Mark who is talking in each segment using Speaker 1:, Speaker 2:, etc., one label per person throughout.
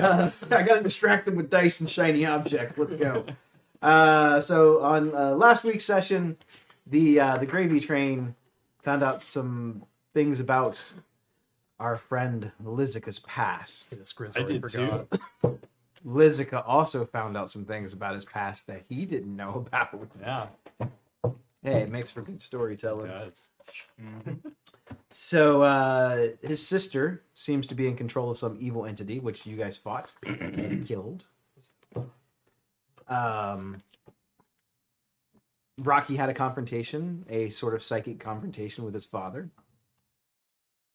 Speaker 1: Uh, I got distracted with dice and shiny objects. Let's go. Uh, so on uh, last week's session, the uh, the gravy train found out some things about our friend Lizica's past.
Speaker 2: Yes, Grizz
Speaker 3: I
Speaker 2: already
Speaker 3: did
Speaker 2: forgot.
Speaker 1: Lizica also found out some things about his past that he didn't know about.
Speaker 3: Yeah,
Speaker 1: Hey, it makes for good storytelling.
Speaker 3: does.
Speaker 1: So uh, his sister seems to be in control of some evil entity, which you guys fought and killed. Um, Rocky had a confrontation, a sort of psychic confrontation with his father,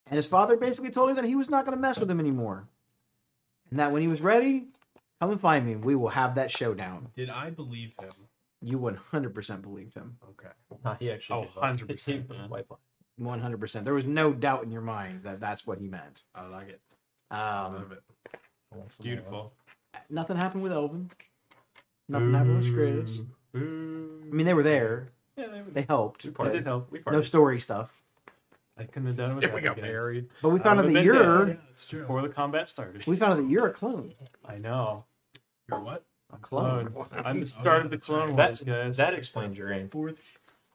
Speaker 1: and his father basically told him that he was not going to mess with him anymore, and that when he was ready, come and find me. We will have that showdown.
Speaker 4: Did I believe him?
Speaker 1: You one hundred percent believed him.
Speaker 4: Okay.
Speaker 2: Nah, he actually.
Speaker 3: Oh,
Speaker 2: did that.
Speaker 3: 100%,
Speaker 2: He-
Speaker 3: man.
Speaker 2: White Blood.
Speaker 1: One hundred percent. There was no doubt in your mind that that's what he meant.
Speaker 4: I like it. I
Speaker 1: Um,
Speaker 4: love it.
Speaker 3: Beautiful.
Speaker 1: Nothing happened with Elvin. Nothing happened with Scriz. I mean, they were there.
Speaker 3: Yeah, they,
Speaker 1: They helped.
Speaker 3: we
Speaker 1: but
Speaker 3: parted. help. We
Speaker 1: No
Speaker 3: parted.
Speaker 1: story stuff.
Speaker 3: I couldn't have done it
Speaker 4: Yeah,
Speaker 3: without
Speaker 4: we got
Speaker 3: you guys.
Speaker 4: married.
Speaker 1: But we found
Speaker 3: I
Speaker 1: out
Speaker 3: would've
Speaker 1: that
Speaker 3: been
Speaker 1: you're.
Speaker 3: dead.
Speaker 4: that's true.
Speaker 3: Before the combat started.
Speaker 1: We found out that you're a clone.
Speaker 3: I know.
Speaker 4: You're what?
Speaker 1: A clone.
Speaker 3: I'm the start of the Clone Wars,
Speaker 2: That
Speaker 3: guys.
Speaker 2: that explains your aim.
Speaker 4: Fourth,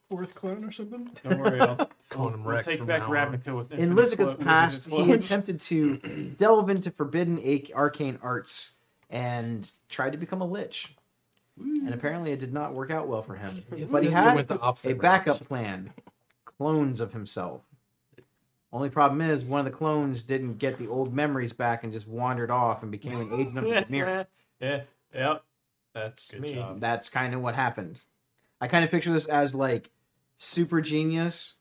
Speaker 4: fourth clone or something?
Speaker 3: Don't worry. I'll,
Speaker 2: Calling him
Speaker 3: we'll
Speaker 2: Rex
Speaker 3: take
Speaker 2: from
Speaker 3: back
Speaker 2: now on.
Speaker 3: Ravnica with
Speaker 1: In
Speaker 3: infinite explo-
Speaker 1: Lizica's
Speaker 3: with
Speaker 1: past, he
Speaker 3: explodes.
Speaker 1: attempted to delve into forbidden ac- arcane arts and tried to become a lich. And apparently, it did not work out well for him. But he had
Speaker 5: went the opposite
Speaker 1: a
Speaker 5: route.
Speaker 1: backup plan clones of himself. Only problem is, one of the clones didn't get the old memories back and just wandered off and became an agent of the Chimera.
Speaker 3: yeah. Yep. That's me.
Speaker 4: job.
Speaker 1: That's kind of what happened. I kind of picture this as like super genius.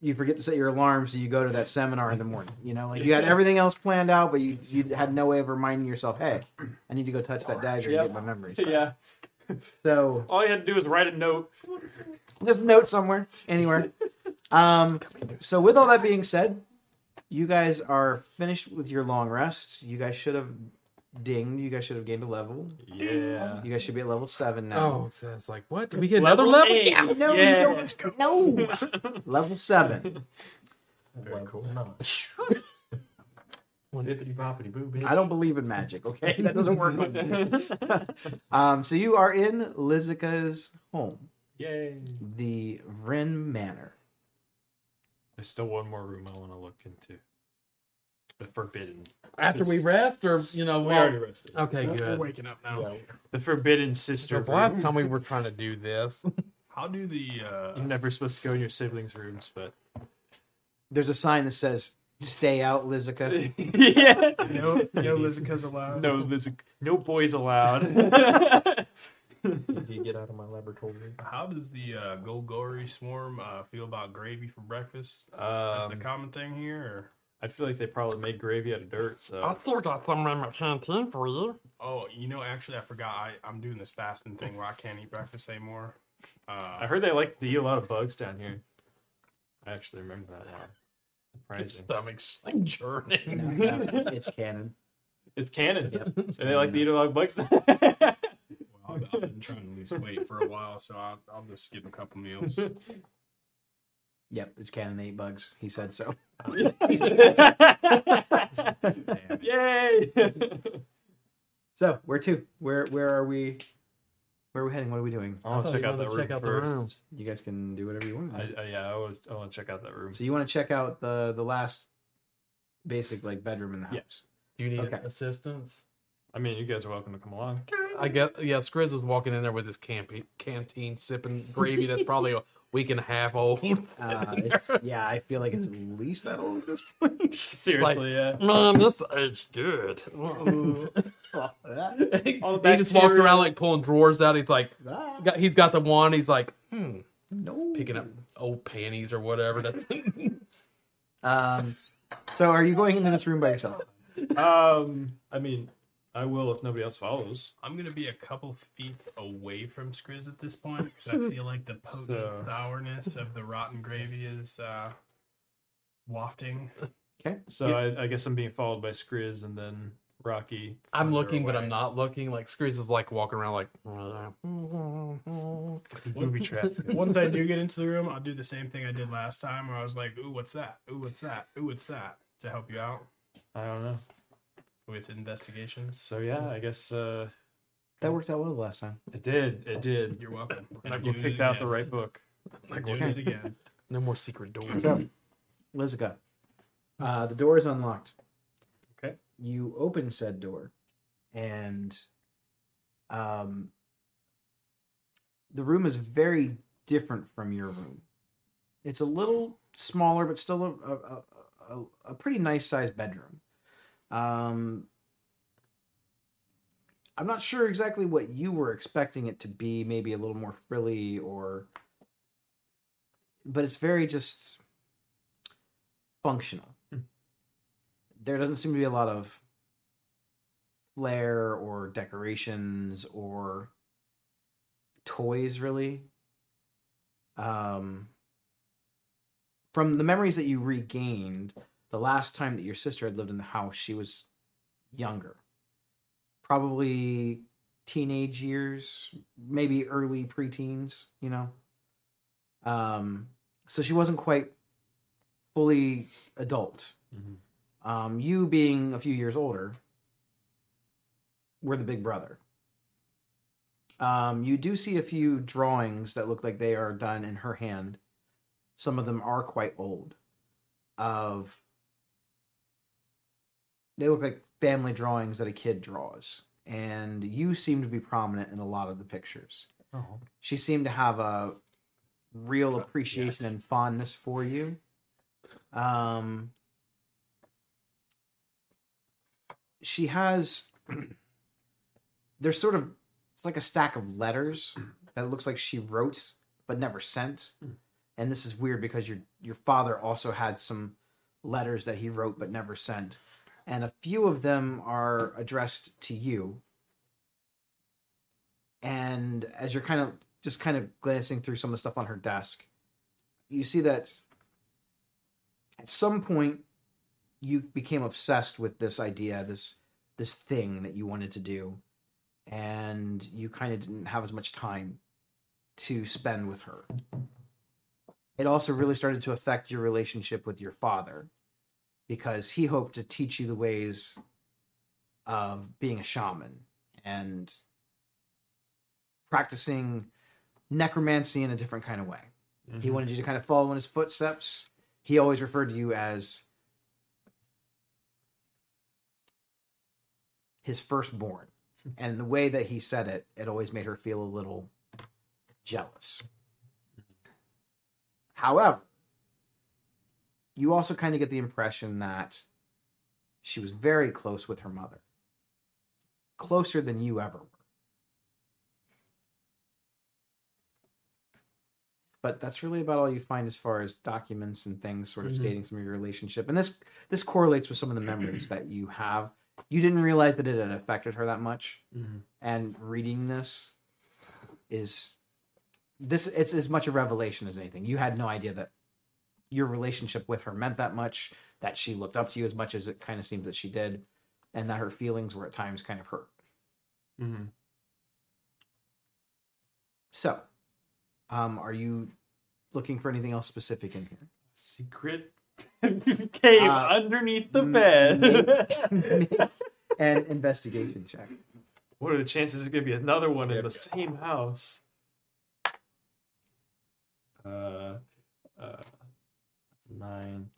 Speaker 1: You forget to set your alarm, so you go to that seminar in the morning. You know, like you had everything else planned out, but you you had no way of reminding yourself, hey, I need to go touch that dagger
Speaker 3: Yep.
Speaker 1: and get my memories. back."
Speaker 3: Yeah.
Speaker 1: So
Speaker 3: All you had to do was write a note.
Speaker 1: just note somewhere, anywhere. Um, so with all that being said, you guys are finished with your long rest. You guys should have dinged. You guys should have gained a level.
Speaker 3: Yeah.
Speaker 1: You guys should be at level seven now.
Speaker 5: Oh, so it's like, what? Did we get another
Speaker 3: Level
Speaker 5: level?
Speaker 3: eight.
Speaker 5: Yeah.
Speaker 1: No, you
Speaker 3: Oh. Yeah.
Speaker 1: don't. No. Level seven.
Speaker 2: Very cool. No.
Speaker 3: Bippity boppity boo. bitch.
Speaker 1: I don't believe in magic. Okay, that doesn't work. on me. um, so you are in Lizica's home,
Speaker 3: Yay.
Speaker 1: the Vryn Manor.
Speaker 3: There's still one more room I want to look into. The forbidden.
Speaker 5: After we rest, or you
Speaker 4: Oh,
Speaker 5: know,
Speaker 3: we
Speaker 5: well-
Speaker 3: already rested.
Speaker 5: Okay,
Speaker 4: We're- We're
Speaker 5: good.
Speaker 4: waking up now.
Speaker 2: Yeah.
Speaker 3: The forbidden sister.
Speaker 5: Because last
Speaker 3: room.
Speaker 5: time we were trying to do this,
Speaker 4: How do the uh,
Speaker 3: You're never supposed to go in your siblings' rooms, but
Speaker 1: There's a sign that says "Stay out, Lizica."
Speaker 3: yeah.
Speaker 4: no no uh, Lizica's allowed?
Speaker 3: No, there's a, no boys allowed.
Speaker 2: Do you get out of my laboratory?
Speaker 4: How does the uh, Golgori swarm uh, feel about gravy for breakfast? Is it a
Speaker 3: um,
Speaker 4: common thing here?
Speaker 3: I feel like they probably made gravy out of dirt. So
Speaker 5: still got some in my canteen for you.
Speaker 4: Or... Oh, you know, actually, I forgot. I, I'm doing this fasting thing where I can't eat breakfast anymore.
Speaker 3: I
Speaker 4: Uh,
Speaker 3: heard they like to eat a lot of bugs down here. I actually remember that now. Surprising.
Speaker 5: Stomach's like churning.
Speaker 1: it's canon.
Speaker 3: It's canon. And they like to eat a lot of bugs.
Speaker 4: well, I've, I've been trying to lose weight for a while, so I'll, I'll just skip a couple meals.
Speaker 1: Yep, it's canon. They eat bugs. He said so.
Speaker 4: Damn.
Speaker 3: Yay!
Speaker 1: So where to? Where where are we? Where are we heading? What are we doing?
Speaker 3: I want to
Speaker 5: thought
Speaker 3: check
Speaker 5: Oh, you
Speaker 3: out that
Speaker 5: wanted to
Speaker 3: room
Speaker 5: check out the
Speaker 3: first.
Speaker 5: rooms.
Speaker 1: You guys can do whatever you want.
Speaker 3: I, I, yeah, I want, I want to check out that room.
Speaker 1: so you want to check out the the last basic like bedroom in the house.
Speaker 3: Yeah.
Speaker 5: Do you need
Speaker 1: Okay.
Speaker 5: assistance?
Speaker 3: I mean, you guys are welcome to come along.
Speaker 5: I guess. Yeah, Scriz is walking in there with his camp- canteen, sipping gravy that's probably a week and a half old.
Speaker 1: Uh, it's, yeah, I feel like it's at least that old at this point.
Speaker 3: Seriously, yeah.
Speaker 5: Mom, this is good.
Speaker 3: All the
Speaker 5: he just walks
Speaker 3: bacteria.
Speaker 5: around like pulling drawers out. He's like,
Speaker 1: Ah,
Speaker 5: got, he's got the wand. He's like, hmm,
Speaker 1: no.
Speaker 5: picking up old panties or whatever. That's
Speaker 1: Um, so are you going into this room by yourself?
Speaker 3: Um, I mean, I will if nobody else follows.
Speaker 4: I'm gonna be a couple feet away from Skriz at this point because I feel like the potent
Speaker 3: So-
Speaker 4: sourness of the rotten gravy is uh, wafting.
Speaker 3: So I, I guess I'm being followed by Skriz and then Rocky.
Speaker 5: I'm
Speaker 3: further
Speaker 5: looking, but I'm
Speaker 3: away.
Speaker 5: not looking. Like Screez is like walking around like.
Speaker 3: Booby trapped.
Speaker 4: Once I do get into the room, I'll do the same thing I did last time, where I was like, "Ooh, what's that? Ooh, what's that? Ooh, what's that?" to help you out.
Speaker 3: I don't know.
Speaker 4: with investigations.
Speaker 3: So yeah, I guess uh,
Speaker 1: That worked out well the last time.
Speaker 3: it did. It did.
Speaker 4: You're welcome. We're
Speaker 3: Like
Speaker 4: gonna
Speaker 3: you
Speaker 4: do it
Speaker 3: picked out the
Speaker 4: again.
Speaker 3: right book.
Speaker 4: We're doing it again.
Speaker 5: No more secret doors.
Speaker 1: So, Lizica, uh, the door is unlocked.
Speaker 3: Okay.
Speaker 1: You open said door, and um, the room is very different from your room. It's a little smaller, but still a a, a, a, a pretty nice sized bedroom. Um, I'm not sure exactly what you were expecting it to be. Maybe a little more frilly, or but it's very just functional. There doesn't seem to be a lot of flair or decorations or toys really. Um from the memories that you regained the last time that your sister had lived in the house, she was younger. Probably teenage years, maybe early preteens, you know. Um so she wasn't quite fully adult.
Speaker 3: Mhm.
Speaker 1: Um, you being a few years older, were the big brother. Um, you do see a few drawings that look like they are done in her hand. Some of them are quite old. Of they look like family drawings that a kid draws, and you seem to be prominent in a lot of the pictures.
Speaker 3: Oh,
Speaker 1: She seemed to have a real appreciation and fondness for you. Um, she has there's sort of it's like a stack of letters that looks like she wrote but never sent. And this is weird because your your father also had some letters that he wrote but never sent. And a few of them are addressed to you and as you're kind of just kind of glancing through some of the stuff on her desk, you see that at some point you became obsessed with this idea, this this thing that you wanted to do, and you kind of didn't have as much time to spend with her. It also really started to affect your relationship with your father because he hoped to teach you the ways of being a shaman and practicing necromancy in a different kind of way. He wanted you to kind of follow in his footsteps. He always referred to you as his firstborn. And the way that he said it, it always made her feel a little jealous. However, you also kind of get the impression that she was very close with her mother, closer than you ever were. but that's really about all you find as far as documents and things sort of stating some of your relationship and this this correlates with some of the memories that you have you didn't realize that it had affected her that much
Speaker 3: Mhm.
Speaker 1: and reading this is this it's as much a revelation as anything you had no idea that your relationship with her meant that much that she looked up to you as much as it kind of seems that she did and that her feelings were at times kind of hurt
Speaker 3: Mhm.
Speaker 1: so um are you looking for anything else specific in here
Speaker 3: secret cave
Speaker 1: Uh,
Speaker 3: underneath the
Speaker 1: m-
Speaker 3: bed.
Speaker 1: and investigation check.
Speaker 3: what are the chances there's gonna be another one
Speaker 4: Yeah,
Speaker 3: in
Speaker 4: we
Speaker 3: the same house? Uh, uh, nine,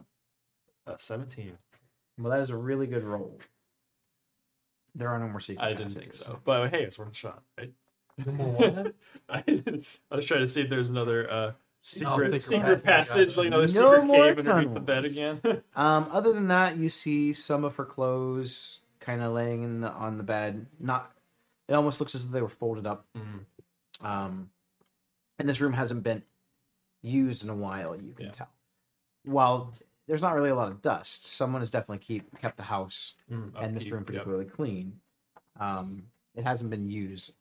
Speaker 3: uh, 17.
Speaker 1: Well, that is a really good roll. There are no more secret.
Speaker 3: I didn't think
Speaker 1: passages.
Speaker 3: so, but hey, it's worth a shot, right? I, didn't- I was trying to see if there's another uh, secret,
Speaker 5: secret
Speaker 3: secret,
Speaker 5: passage.
Speaker 3: passage, like another
Speaker 1: No
Speaker 3: secret
Speaker 1: more
Speaker 3: cave underneath the bed again.
Speaker 1: Um, other than that, you see some of her clothes kind of laying in the, on the bed. Not, it almost looks as though they were folded up.
Speaker 3: Mhm.
Speaker 1: Um, and this room hasn't been used in a while. You can
Speaker 3: Yeah.
Speaker 1: tell. While there's not really a lot of dust, someone has definitely keep kept the house
Speaker 3: Mm,
Speaker 1: Mm-hmm. and this
Speaker 3: upkeep,
Speaker 1: room
Speaker 3: yep.
Speaker 1: particularly clean. Um, it hasn't been used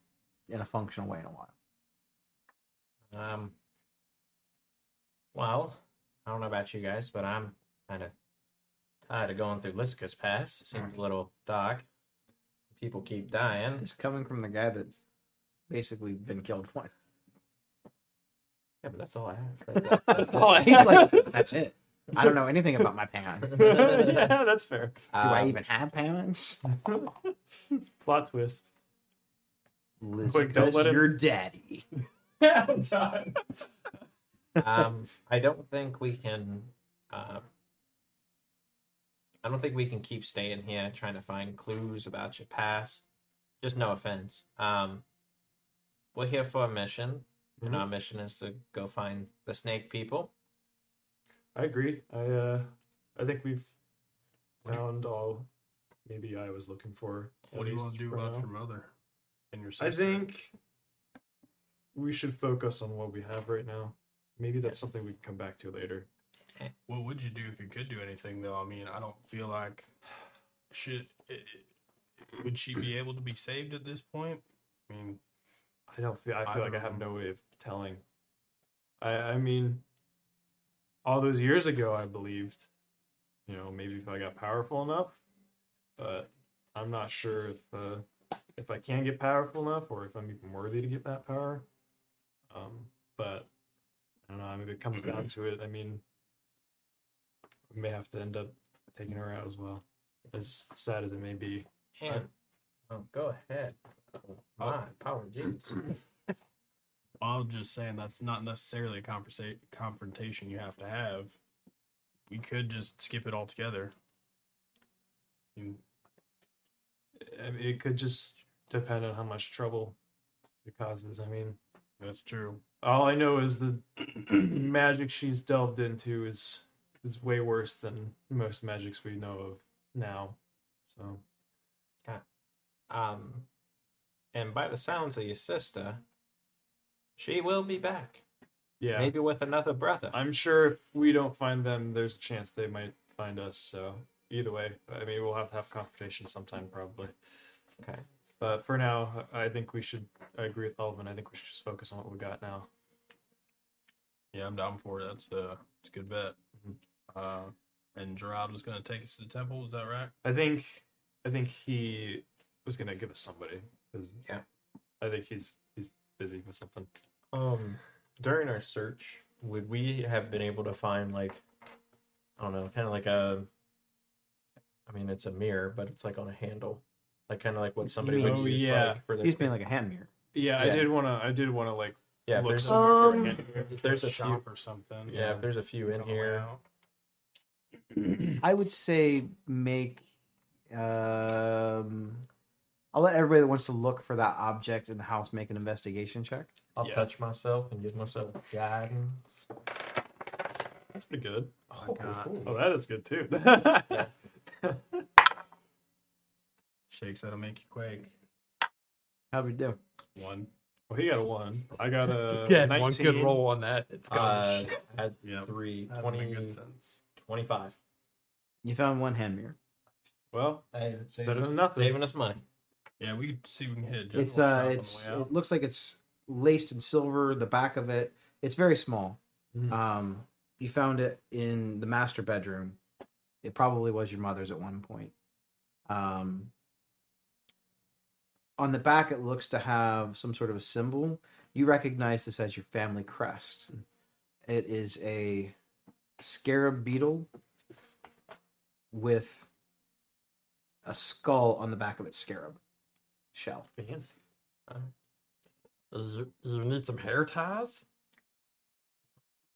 Speaker 1: in a functional way in a while.
Speaker 2: Um. Well, I don't know about you guys, but I'm kind of tired of going through Liska's past. It seems a little dark. People keep dying.
Speaker 1: It's coming from the guy that's basically been killed once.
Speaker 2: Yeah, but that's all I have. That's, that's- that's all I
Speaker 1: He's like, that's it. I don't know anything about my parents. Do
Speaker 3: yeah, that's fair.
Speaker 1: I
Speaker 2: Um,
Speaker 1: even have parents?
Speaker 3: Plot twist.
Speaker 1: Liz,
Speaker 3: Quick, don't let him-
Speaker 1: your daddy.
Speaker 3: Yeah, I'm done.
Speaker 2: um, I don't think we can. Uh, I don't think we can keep staying here trying to find clues about your past. Just no offense. Um, we're here for a mission, and our mission is to go find the snake people.
Speaker 3: I agree. I uh, I think we've found all. Maybe I was looking for. at
Speaker 4: What do you
Speaker 3: least
Speaker 4: want to do
Speaker 3: for
Speaker 4: about
Speaker 3: now.
Speaker 4: your mother and your sister?
Speaker 3: I think we should focus on what we have right now. Maybe that's something we can come back to later.
Speaker 4: What would you do if you could do anything, though? I mean, I don't feel like should it, it- would she be able to be saved at this point? I mean,
Speaker 3: I don't feel. I feel
Speaker 4: I
Speaker 3: like I
Speaker 4: don't
Speaker 3: have
Speaker 4: know.
Speaker 3: no way of telling. I I mean, all those years ago, I believed. You know, maybe if I got powerful enough, but I'm not sure if uh, if I can get powerful enough or if I'm even worthy to get that power. Um, but I don't know. I mean, if it comes down to it, I mean, we may have to end up taking her out as well. As sad as it may be,
Speaker 2: And oh, go ahead. Oh, mm-hmm. my apologies.
Speaker 4: I'm just saying that's not necessarily a conversa- confrontation you have to have. We could just skip it altogether. You-
Speaker 3: I mean, it could just depend on how much trouble it causes. I mean,
Speaker 4: That's true.
Speaker 3: All I know is the magic she's delved into is is way worse than most magics we know of now. So
Speaker 2: Um, and by the sounds of your sister, she will be back.
Speaker 3: yeah,
Speaker 2: Maybe with another brother.
Speaker 3: I'm sure if we don't find them, there's a chance they might find us. So either way, I mean, we'll have to have a confrontation sometime probably.
Speaker 2: Okay.
Speaker 3: But for now, I I think we should. I agree with Elvin. I think we should just focus on what we got now.
Speaker 4: Yeah, I'm down for it. That's a, that's a good bet.
Speaker 3: Mm-hmm.
Speaker 4: Uh, and Gerard was going to take us to the temple. Is that right?
Speaker 3: I think I think he was gonna give us somebody. 'cause
Speaker 2: Yeah.
Speaker 3: I think he's he's busy with something.
Speaker 2: Um, during our search, would we have been able to find like, I don't know, kind of like a, I mean, it's a mirror, but it's like on a handle, like kind of like what somebody
Speaker 1: mean-
Speaker 2: would
Speaker 3: Oh,
Speaker 2: use,
Speaker 3: yeah.
Speaker 2: like, for their
Speaker 1: He's being like a hand mirror.
Speaker 3: Yeah, I
Speaker 2: Yeah.
Speaker 3: did wanna I did wanna like
Speaker 2: yeah. If
Speaker 3: look
Speaker 2: there's,
Speaker 3: somewhere
Speaker 1: Um,
Speaker 3: for a hand.
Speaker 2: if there's a few,
Speaker 4: shop or something.
Speaker 2: yeah, if there's a few in
Speaker 4: on the way
Speaker 2: here,
Speaker 4: out.
Speaker 1: I would say make. Um, I'll let everybody that wants to look for that object in the house make an investigation check.
Speaker 2: I'll
Speaker 3: Yeah.
Speaker 2: touch myself and give myself guidance.
Speaker 3: That's pretty good.
Speaker 4: I got-
Speaker 3: Oh, that is good too.
Speaker 4: Shakes that'll make you quake.
Speaker 1: How do we do?
Speaker 4: One.
Speaker 3: well, he got a one. I got a
Speaker 5: yeah,
Speaker 3: 19.
Speaker 5: one good roll on that. It's
Speaker 2: Uh,
Speaker 5: gone.
Speaker 2: I had
Speaker 4: Yeah.
Speaker 2: three,
Speaker 4: That doesn't
Speaker 2: 20,
Speaker 4: make good sense.
Speaker 2: 25.
Speaker 1: You found one hand mirror.
Speaker 3: Well,
Speaker 2: Hey,
Speaker 3: it's better than nothing.
Speaker 2: saving us money.
Speaker 4: Yeah, we could see if we can hit. a
Speaker 1: It's
Speaker 4: general shop
Speaker 1: uh,
Speaker 4: on the
Speaker 1: it's
Speaker 4: way out.
Speaker 1: it looks like it's laced in silver. The back of it, it's very small.
Speaker 3: Mhm.
Speaker 4: Mm-hmm.
Speaker 1: Um, you found it in the master bedroom. It probably was your mother's at one point. Um, on the back, it looks to have some sort of a symbol. You recognize this as your family crest. It is a scarab beetle with a skull on the back of its scarab shell.
Speaker 3: Fancy.
Speaker 5: Uh, you, you need some hair ties?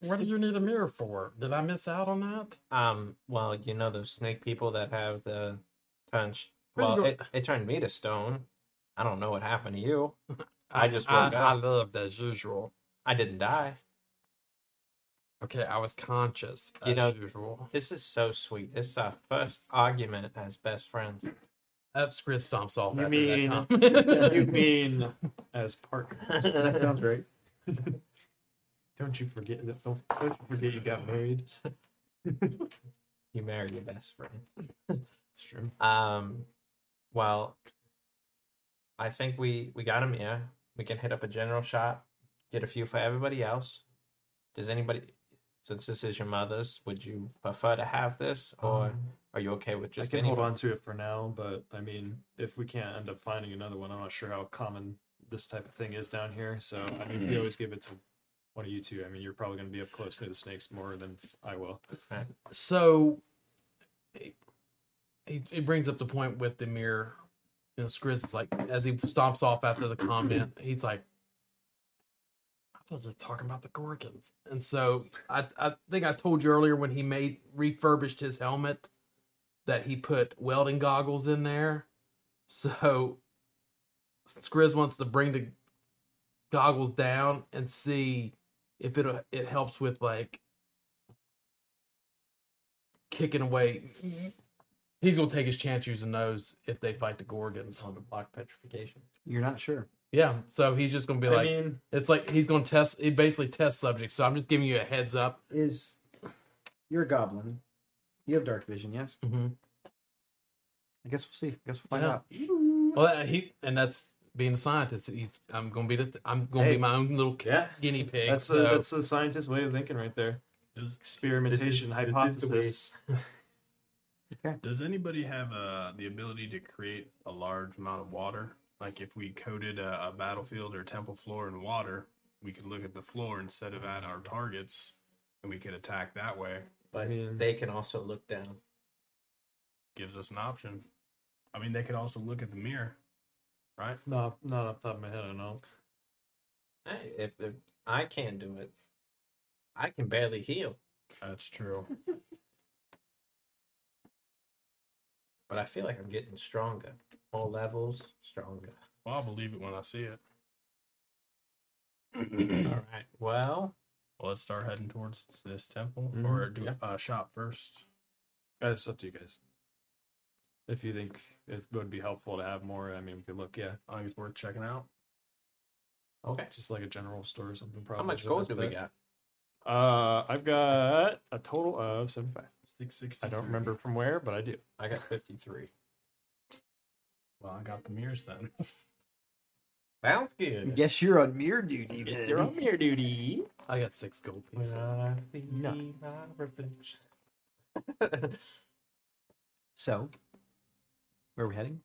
Speaker 5: What do you need a mirror for? Did I miss out on that?
Speaker 2: Um, well, you know those snake people that have the punch.
Speaker 5: Well,
Speaker 2: Well,
Speaker 5: you're-
Speaker 2: it, it turned me to stone. I don't know what happened to you. I just woke
Speaker 5: I
Speaker 2: up.
Speaker 5: lived as usual.
Speaker 2: I didn't die.
Speaker 5: Okay, I was conscious
Speaker 2: You
Speaker 5: as
Speaker 2: know-
Speaker 5: usual.
Speaker 2: This is so sweet. This is our first argument as best friends.
Speaker 5: That's Chris stomps off.
Speaker 3: You
Speaker 5: after
Speaker 3: mean-
Speaker 5: that comment.
Speaker 3: you mean as partners?
Speaker 1: That sounds right.
Speaker 3: Don't you forget that? Don't, don't you forget you got married.
Speaker 2: You marry your best friend.
Speaker 3: It's true.
Speaker 2: Um, well, I think we we got him here. We can hit up a general shop, get a few for everybody else. Does anybody, since this is your mother's, would you prefer to have this, or are you okay with just
Speaker 3: I can hold
Speaker 2: anyone?
Speaker 3: on to it for now, but I mean, if we can't end up
Speaker 4: Hmm.
Speaker 2: Hmm.
Speaker 3: finding another one, I'm not sure how common this type of thing is down here. So I mean, we always give it to One of you two. I mean, you're probably going to be up close to the snakes more than I will.
Speaker 5: So he, he he brings up the point with the mirror. You know, Skriz is like, as he stomps off after the comment, he's like, I was just talking about the Gorgons. And so I, I think I told you earlier when he made refurbished his helmet that he put welding goggles in there. So Skriz wants to bring the goggles down and see if it it helps with like kicking away. He's gonna take his chance using those if they fight the Gorgons.
Speaker 2: on the block petrification.
Speaker 1: You're not sure.
Speaker 5: Yeah, so he's just gonna be
Speaker 3: I
Speaker 5: like,
Speaker 3: mean,
Speaker 5: it's like he's gonna test. It basically test subjects. So I'm just giving you a heads up.
Speaker 1: Is you're a goblin? You have dark vision, yes.
Speaker 5: Mm-hmm.
Speaker 1: I guess we'll see. I guess we'll find
Speaker 5: Yeah.
Speaker 1: out.
Speaker 5: Well, that- he and that's being a scientist. He's I'm gonna be the, I'm gonna
Speaker 3: Hey.
Speaker 5: be my own little
Speaker 3: yeah,
Speaker 5: guinea pig.
Speaker 3: that's
Speaker 5: so
Speaker 3: the that's the scientist way of thinking right there.
Speaker 4: Does
Speaker 3: Experimentation,
Speaker 4: this is the
Speaker 3: hypothesis.
Speaker 4: Does anybody have uh, the ability to create a large amount of water? Like if we coated a, a battlefield or temple floor in water, we could look at the floor instead of at our targets, and we could attack that way.
Speaker 2: But
Speaker 3: Yeah.
Speaker 2: they can also look down.
Speaker 4: Gives us an option. I mean, they could also look at the mirror, right?
Speaker 3: no, not off the top of my head. I don't know.
Speaker 2: Hey, if, if I can't do it, I can barely heal,
Speaker 4: That's true.
Speaker 2: but I feel like I'm getting stronger. More levels, stronger.
Speaker 4: Well, I'll believe it when I see it.
Speaker 2: All right. Well,
Speaker 4: Well, let's start heading towards this temple,
Speaker 2: Mhm,
Speaker 3: Mm-hmm,
Speaker 4: or do
Speaker 2: yeah.
Speaker 4: a shop first.
Speaker 3: That's Uh, up to you guys. If you think it would be helpful to have more, I mean, we could look. Yeah,
Speaker 4: I think it's worth checking out.
Speaker 2: okay.
Speaker 3: just like a general store or something. Probably
Speaker 2: How much
Speaker 3: is the
Speaker 2: gold
Speaker 3: best
Speaker 2: do we
Speaker 3: bet.
Speaker 2: got?
Speaker 3: Uh, I've got a total of seventy-five.
Speaker 4: Six sixty.
Speaker 3: I don't remember from where, but I do.
Speaker 2: I got 53.
Speaker 4: Well, I got the mirrors then.
Speaker 2: Sounds good.
Speaker 1: Guess you're on mirror duty. Then.
Speaker 3: You're on your duty.
Speaker 5: I got six gold pieces.
Speaker 3: No.
Speaker 1: So, where are we heading?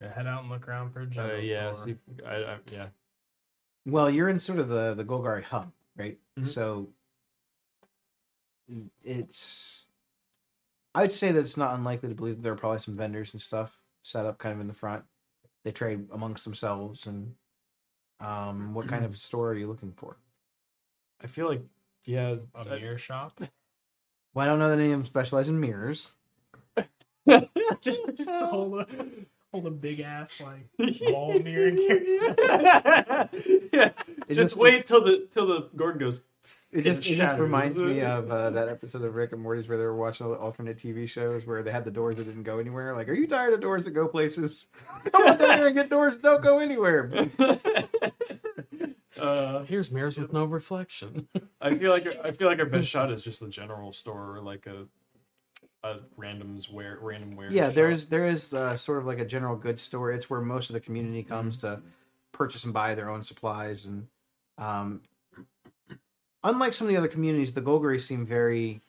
Speaker 4: Yeah, head out and look around for a
Speaker 3: Uh,
Speaker 4: general
Speaker 3: yeah,
Speaker 4: store.
Speaker 3: see, I, I, yeah.
Speaker 1: Well, you're in sort of the the Golgari hub, right?
Speaker 3: Mhm.
Speaker 1: So it's I would say that it's not unlikely to believe that there are probably some vendors and stuff set up kind of in the front. They trade amongst themselves and um what kind of store are you looking for?
Speaker 3: I feel like, yeah,
Speaker 4: A
Speaker 3: I-
Speaker 4: mirror shop.
Speaker 1: Well, I don't know that any of them specialize in mirrors.
Speaker 4: just just hold a hold a big ass like wall mirror. in here.
Speaker 3: yeah.
Speaker 1: It
Speaker 3: Just,
Speaker 1: just-
Speaker 3: wait till the till the Gordon goes.
Speaker 1: It just, it just
Speaker 3: shatters.
Speaker 1: reminds me of uh, that episode of Rick and Morty's where they were watching all the alternate TV shows where they had the doors that didn't go anywhere. Like, are you tired of doors that go places? Come on down here and get doors that don't go anywhere.
Speaker 3: uh,
Speaker 5: Here's mirrors with no reflection.
Speaker 3: I feel like I feel like our best shot is just the general store, or like a a random's wear random wear.
Speaker 1: yeah
Speaker 3: shop.
Speaker 1: there is there is uh, sort of like a general goods store it's where most of the community comes to purchase and buy their own supplies and um, unlike some of the other communities the golgari seem very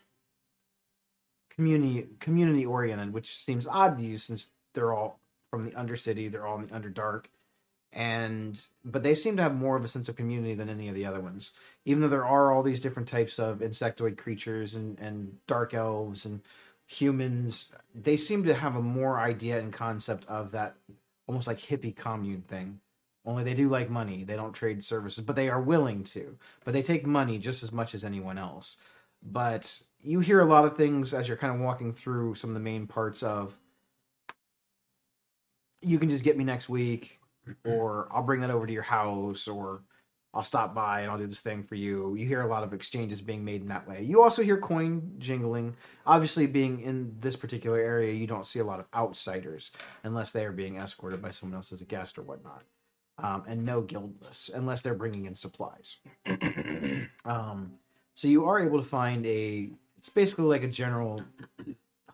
Speaker 1: community community oriented which seems odd to you since they're all from the undercity they're all in the underdark and but they seem to have more of a sense of community than any of the other ones even though there are all these different types of insectoid creatures and and dark elves and humans they seem to have a more idea and concept of that almost like hippie commune thing only they do like money they don't trade services but they are willing to but they take money just as much as anyone else but you hear a lot of things as you're kind of walking through some of the main parts of you can just get me next week or i'll bring that over to your house or i'll stop by and i'll do this thing for you you hear a lot of exchanges being made in that way you also hear coin jingling obviously being in this particular area you don't see a lot of outsiders unless they are being escorted by someone else as a guest or whatnot um, and no guildless unless they're bringing in supplies um, so you are able to find a it's basically like a general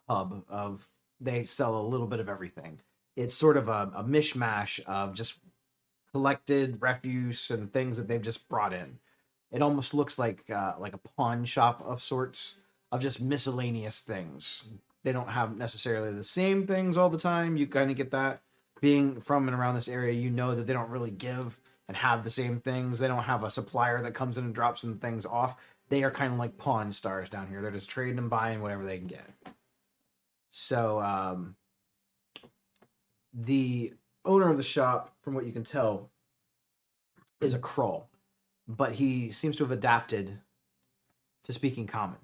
Speaker 1: hub of they sell a little bit of everything it's sort of a, a mishmash of just collected refuse and things that they've just brought in it almost looks like uh, like a pawn shop of sorts of just miscellaneous things. They don't have necessarily the same things all the time. You kind of get that being from and around this area. You know that they don't really give and have the same things. They don't have a supplier that comes in and drops some things off. They are kind of like pawn stars down here. They're just trading and buying whatever they can get. So um, the owner of the shop, from what you can tell, is a crawl, but he seems to have adapted to speaking common.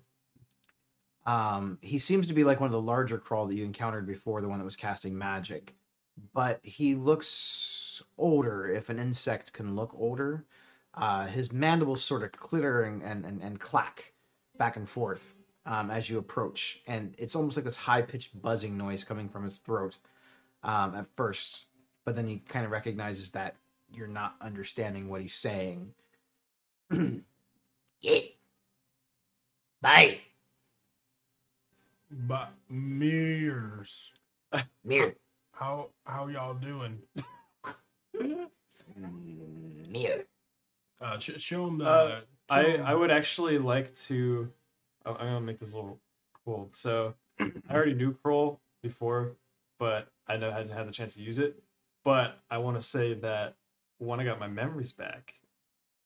Speaker 1: Um, he seems to be like one of the larger crawl that you encountered before, the one that was casting magic. But he looks older, if an insect can look older. Uh, his mandibles sort of clitter and, and, and, and clack back and forth um, as you approach. And it's almost like this high pitched buzzing noise coming from his throat um, at first. But then he kind of recognizes that you're not understanding what he's saying. yeah. Bye.
Speaker 4: But mirrors.
Speaker 1: Mirror.
Speaker 4: How how y'all doing?
Speaker 1: Mm, Mirror.
Speaker 4: Uh, sh- show him the.
Speaker 3: Uh,
Speaker 4: show
Speaker 3: I
Speaker 4: 'em-
Speaker 3: I would actually like to. I- I'm gonna make this a little cool. So I already knew Kroll before, but I know I hadn't had the chance to use it. But I want to say that when I got my memories back,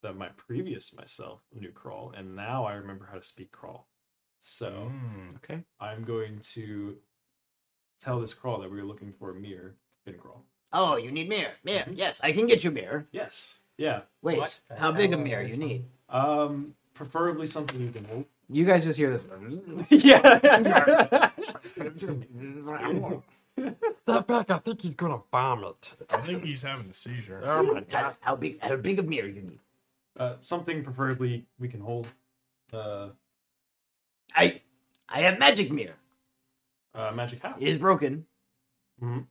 Speaker 3: that my previous myself knew Kroll, and now I remember how to speak Kroll. So.
Speaker 4: Mm.
Speaker 1: Okay.
Speaker 3: I'm going to tell this crawl that we were looking for a mirror in crawl.
Speaker 1: Oh, you need mirror. Mirror. Yes, I can get you mirror.
Speaker 3: Yes. Yeah.
Speaker 1: Wait,
Speaker 2: What the
Speaker 1: how big a
Speaker 2: hell
Speaker 1: mirror
Speaker 2: is
Speaker 1: you
Speaker 2: that?
Speaker 1: need?
Speaker 3: Um, preferably something you can hold.
Speaker 1: You guys just hear this.
Speaker 3: yeah.
Speaker 5: Step back. I think he's gonna vomit.
Speaker 4: I think he's having a seizure.
Speaker 5: Oh my god.
Speaker 1: How, how big? How big a mirror you need?
Speaker 3: uh, something preferably we can hold. Uh,
Speaker 1: I, I have magic mirror.
Speaker 3: uh magic hat.
Speaker 1: It is broken. Mm-hmm.
Speaker 3: Mhm.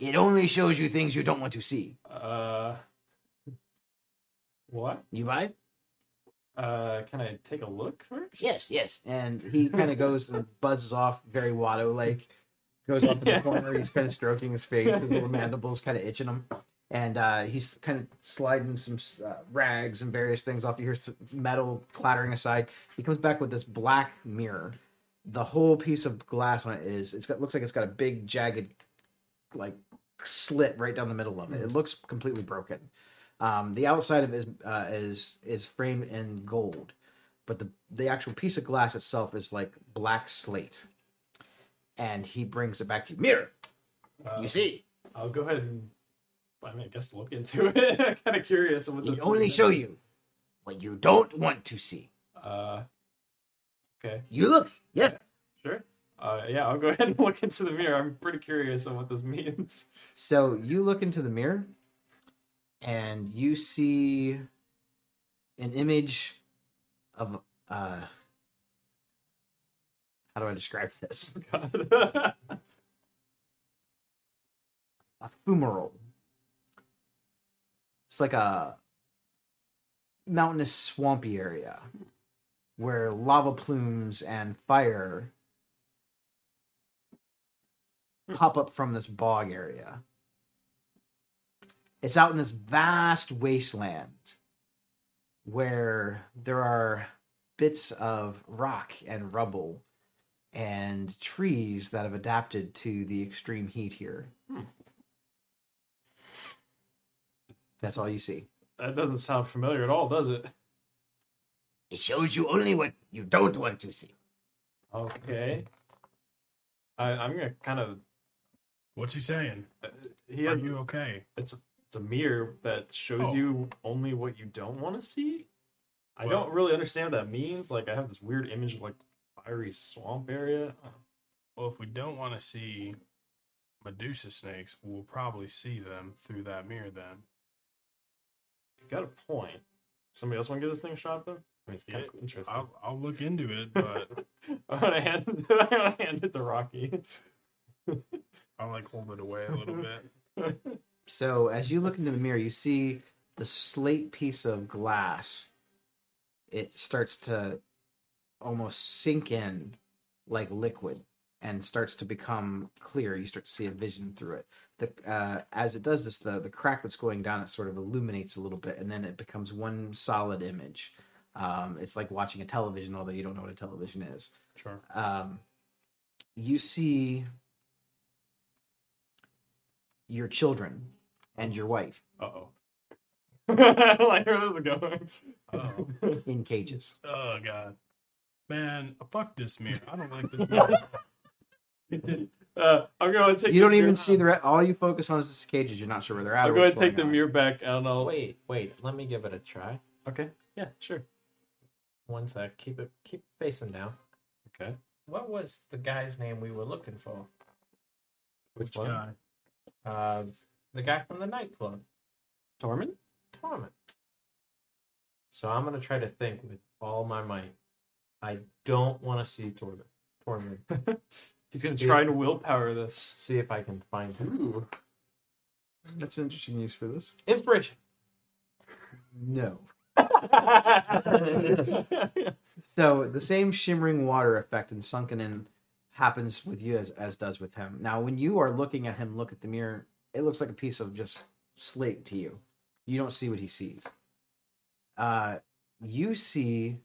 Speaker 1: It only shows you things you don't want to see.
Speaker 3: Uh, what?
Speaker 1: You buy? it?
Speaker 3: Uh, can I take a look first?
Speaker 1: Yes, yes. And he kind of goes and buzzes off very Watto like, goes off in the
Speaker 3: Yeah.
Speaker 1: corner. He's kind of stroking his face, his little mandibles kind of itching him. And uh, he's kind of sliding some uh, rags and various things off. You hear s- metal clattering aside. He comes back with this black mirror. The whole piece of glass on it is, it's got, looks like it's got a big jagged, like, slit right down the middle of it. It looks completely broken. Um, the outside of it is, uh, is is framed in gold, but the the actual piece of glass itself is like black slate. And he brings it back to you. Mirror,
Speaker 3: Uh,
Speaker 1: you see,
Speaker 3: I'll go ahead and. I mean, I guess look into it. I'm kind of curious. on What
Speaker 1: it
Speaker 3: this
Speaker 1: only
Speaker 3: is.
Speaker 1: show you what you don't want to see.
Speaker 3: Uh, okay.
Speaker 1: You look, yes,
Speaker 3: Sure. Uh, yeah, I'll go ahead and look into the mirror. I'm pretty curious on what this means.
Speaker 1: So you look into the mirror and you see an image of uh how do I describe this?
Speaker 3: God.
Speaker 1: A fumarole. It's like a mountainous swampy area where lava plumes and fire pop up from this bog area. It's out in this vast wasteland where there are bits of rock and rubble and trees that have adapted to the extreme heat here. That's all you see.
Speaker 3: that doesn't sound familiar at all, does it?
Speaker 1: It shows you only what you don't want to see.
Speaker 3: Okay. I, I'm gonna kind of.
Speaker 4: What's he saying?
Speaker 3: He
Speaker 4: Are
Speaker 3: has,
Speaker 4: you okay?
Speaker 3: it's it's a mirror that shows
Speaker 4: Oh.
Speaker 3: you only what you don't want to see. I
Speaker 4: Well-
Speaker 3: don't really understand what that means. Like, I have this weird image of like fiery swamp area. Uh,
Speaker 4: Well, if we don't want to see Medusa snakes, we'll probably see them through that mirror then.
Speaker 3: You've got a point. Somebody else want to give this thing a shot though? I mean, it's kind
Speaker 4: Yeah,
Speaker 3: of interesting.
Speaker 4: I'll, I'll look into it, but
Speaker 3: I'm gonna hand I'm gonna hand it to Rocky.
Speaker 4: I'll like hold it away a little bit.
Speaker 1: So as you look into the mirror, you see the slate piece of glass. It starts to almost sink in like liquid and starts to become clear. You start to see a vision through it. The uh, as it does this, the the crack that's going down it sort of illuminates a little bit, and then it becomes one solid image. Um, it's like watching a television, although you don't know what a television is.
Speaker 3: Sure.
Speaker 1: um, you see your children and your wife
Speaker 3: Uh oh. like where this is going.
Speaker 4: Oh,
Speaker 1: in cages.
Speaker 4: oh god, man, uh, fuck this mirror. I don't like this mirror.
Speaker 3: Uh, I'm going to take.
Speaker 1: You don't
Speaker 3: the mirror-
Speaker 1: even see the re- all you focus on is the cages. You're not sure where they're at.
Speaker 3: I'll
Speaker 1: or
Speaker 3: go ahead
Speaker 1: what's
Speaker 3: and take the
Speaker 1: going on.
Speaker 3: mirror back, and I'll.
Speaker 2: Oh, Wait, wait. Let me give it a try.
Speaker 3: Okay. Yeah. Sure.
Speaker 2: One sec. Keep it. Keep facing down.
Speaker 3: Okay.
Speaker 2: What was the guy's name we were looking for?
Speaker 3: Which
Speaker 2: one?
Speaker 3: guy?
Speaker 2: Uh, the guy from the nightclub,
Speaker 3: Torment.
Speaker 2: Torment. So I'm gonna try to think with all my might. I don't want to see Torment. Torment.
Speaker 3: He's gonna
Speaker 2: Yeah.
Speaker 3: try to willpower this.
Speaker 2: see if I can find him.
Speaker 3: Ooh.
Speaker 1: That's an interesting use for this.
Speaker 2: Inspiration.
Speaker 1: No.
Speaker 3: okay.
Speaker 1: So the same shimmering water effect and sunken in happens with you as, as does with him. Now, when you are looking at him, look at the mirror. It looks like a piece of just slate to you. You don't see what he sees. Uh, you see,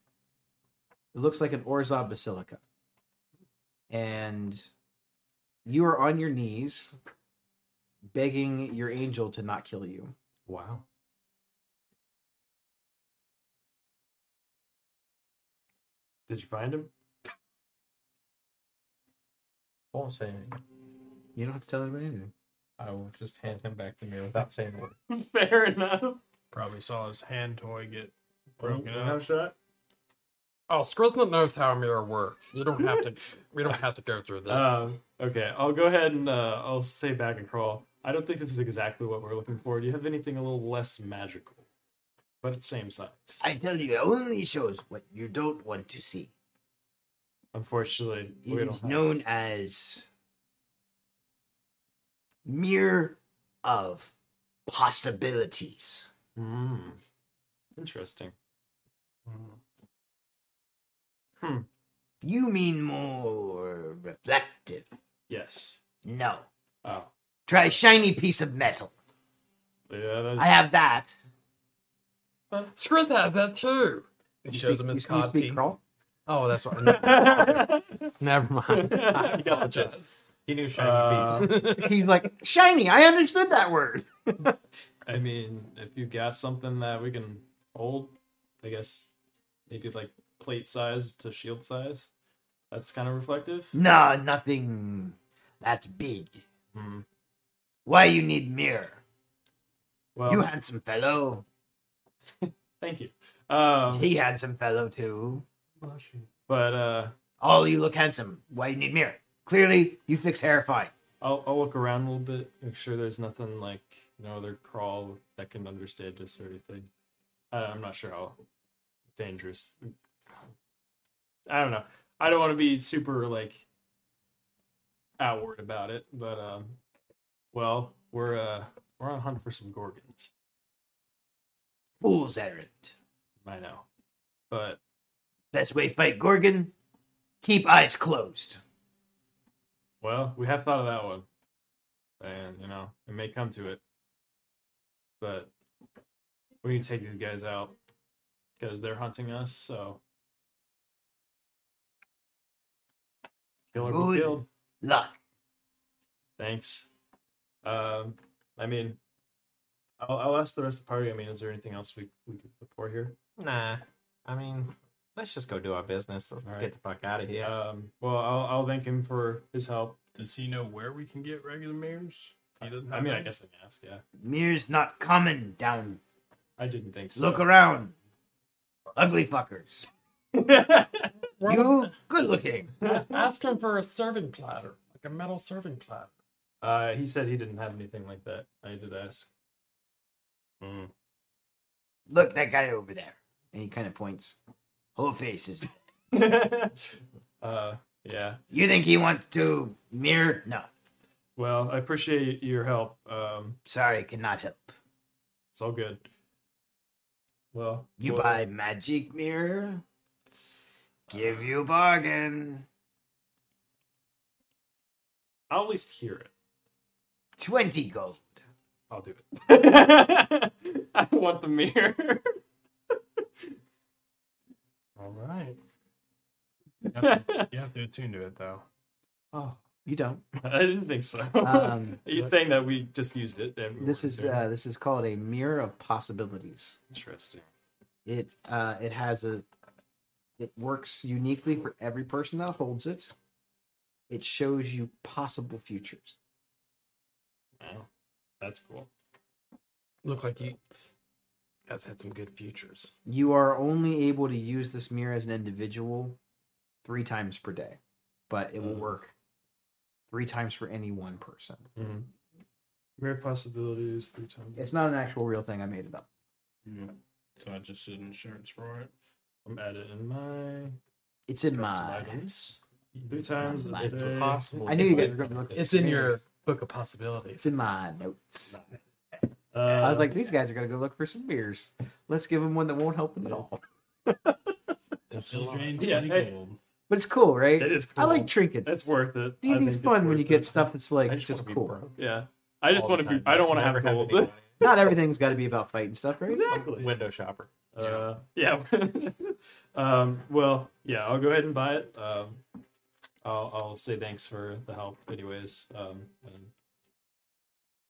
Speaker 1: it looks like an Orzov Basilica, and you are on your knees, begging your angel to not kill you.
Speaker 2: Wow.
Speaker 3: Did you find him?
Speaker 2: Won't say anything.
Speaker 1: You don't have to tell anybody anything.
Speaker 2: I will just hand him back to me without saying a word.
Speaker 3: Fair enough.
Speaker 4: Probably saw his hand toy get broken
Speaker 3: Ooh,
Speaker 4: up.
Speaker 3: shot.
Speaker 5: Oh, Skrillsnut knows how a mirror works. You don't have to. we don't have to go through this.
Speaker 3: Um, okay, I'll go ahead and uh, I'll say back and crawl. I don't think this is exactly what we're looking for. Do you have anything a little less magical, but same size?
Speaker 1: I tell you, it only shows what you don't want to see.
Speaker 3: Unfortunately, we
Speaker 1: It
Speaker 3: don't
Speaker 1: is
Speaker 3: have-
Speaker 1: known as mirror of possibilities.
Speaker 3: Mm. Interesting.
Speaker 2: Hmm.
Speaker 1: You mean more reflective?
Speaker 3: Yes.
Speaker 1: No.
Speaker 3: Oh,
Speaker 1: Try shiny piece of metal.
Speaker 3: yeah. That's...
Speaker 1: I have that.
Speaker 5: Skriz has that too. He shows him his cod piece. Oh, that's right. Never mind. I apologize.
Speaker 2: He knew shiny
Speaker 3: Uh,
Speaker 1: He's like shiny. I understood that word.
Speaker 3: I mean, if you got something that we can hold, I guess maybe like plate size to shield size, that's kind of reflective.
Speaker 1: No, nothing that big.
Speaker 3: Hmm.
Speaker 1: Why you need mirror?
Speaker 3: Well,
Speaker 1: you handsome fellow.
Speaker 3: thank you. Um,
Speaker 1: He handsome fellow too.
Speaker 3: but uh,
Speaker 1: Oh, you look handsome. Why you need mirror? Clearly, you fix hair fine.
Speaker 3: I'll, I'll look around a little bit, make sure there's nothing like no other crawl that can understand us or anything. I, I'm not sure how dangerous. I don't know. I don't want to be super like outward about it, but um, well, we're uh we're on a hunt for some gorgons.
Speaker 1: Fool's errand.
Speaker 3: I know, but
Speaker 1: Best way to fight Gorgon: keep eyes closed.
Speaker 3: well, we have thought of that one, and you know it may come to it, but we need to take these guys out because they're hunting us. So kill or be
Speaker 1: Good.
Speaker 3: killed.
Speaker 1: Luck.
Speaker 3: Thanks. Um, I mean, I'll, I'll ask the rest of the party. I mean, is there anything else we we could look for here?
Speaker 2: beef. Nah. I mean, let's just go do our business. Let's
Speaker 3: All right.
Speaker 2: get the fuck out of here.
Speaker 3: Um, well, I'll I'll thank him for his help.
Speaker 4: Does he know where we can get regular mirrors? He doesn't
Speaker 3: I
Speaker 4: have
Speaker 3: mean, I
Speaker 4: any?
Speaker 3: guess I can ask. Yeah,
Speaker 1: Mirror's not common down.
Speaker 3: I didn't think so.
Speaker 1: Look around. Ugly fuckers. Uh,
Speaker 5: We're-
Speaker 1: You good looking.
Speaker 5: Ask him for a serving platter, like a metal serving platter.
Speaker 3: Uh, he said he didn't have anything like that. I did ask. Mm.
Speaker 1: Look that guy over there. And he kind of points. Whole faces.
Speaker 3: uh, yeah.
Speaker 1: You think he wants to mirror? No.
Speaker 3: Well, I appreciate your help. Um,
Speaker 1: Sorry, cannot help.
Speaker 3: it's all good. Well,
Speaker 1: You
Speaker 3: well,
Speaker 1: buy magic mirror. Give you bargain.
Speaker 3: I'll at least hear it.
Speaker 1: Twenty gold.
Speaker 3: I'll do it. I want the mirror. all right.
Speaker 4: You have to attune to it though.
Speaker 3: Oh,
Speaker 1: You don't.
Speaker 3: I didn't think so. Are
Speaker 1: Um,
Speaker 3: you saying that we just used it? And we
Speaker 1: this
Speaker 3: weren't
Speaker 1: is
Speaker 3: doing
Speaker 1: uh, this is called a mirror of possibilities.
Speaker 3: it? interesting.
Speaker 1: It uh, it has a it works uniquely for every person that holds it. It shows you possible futures.
Speaker 3: Wow, that's cool.
Speaker 5: Look like you guys had some good futures.
Speaker 1: You are only able to use this mirror as an individual three times per day, but it will
Speaker 3: Mm.
Speaker 1: work three times for any one person.
Speaker 3: Mere Mm-hmm. possibilities three times.
Speaker 1: It's not an actual real thing. I made it up.
Speaker 4: So I just did insurance for it.
Speaker 3: I'm editing my
Speaker 1: It's in
Speaker 3: custom
Speaker 1: my.
Speaker 3: items. Three times a
Speaker 2: It's
Speaker 3: day.
Speaker 2: possible.
Speaker 1: I knew you guys were going to look. at
Speaker 5: It's
Speaker 1: this
Speaker 5: in
Speaker 1: mirror.
Speaker 5: your book of
Speaker 1: It's
Speaker 5: possibilities.
Speaker 1: in my notes.
Speaker 3: Uh,
Speaker 1: I was like, these guys are gonna go look for some beers. Let's give them one that won't help them at all.
Speaker 5: That's
Speaker 4: It'll drain
Speaker 3: Yeah,
Speaker 4: 20
Speaker 3: hey.
Speaker 4: gold.
Speaker 1: But it's cool, right?
Speaker 3: that is
Speaker 1: I
Speaker 3: cool.
Speaker 1: like trinkets.
Speaker 3: It's worth it. I
Speaker 1: D&D's
Speaker 3: think it's
Speaker 1: fun when
Speaker 3: worth
Speaker 1: you get
Speaker 3: it.
Speaker 1: stuff that's like just,
Speaker 2: wanna be
Speaker 1: cool.
Speaker 2: broke
Speaker 3: Yeah. I just
Speaker 2: all
Speaker 3: want
Speaker 2: the
Speaker 3: to be.
Speaker 2: time.
Speaker 3: I don't want to have
Speaker 2: Never
Speaker 3: gold.
Speaker 2: any money.
Speaker 1: Not everything's got to be about fighting stuff, right?
Speaker 3: exactly.
Speaker 2: Window shopper.
Speaker 3: Uh, yeah. um, well, yeah, I'll go ahead and buy it. Um, I'll, I'll say thanks for the help, anyways. Um, and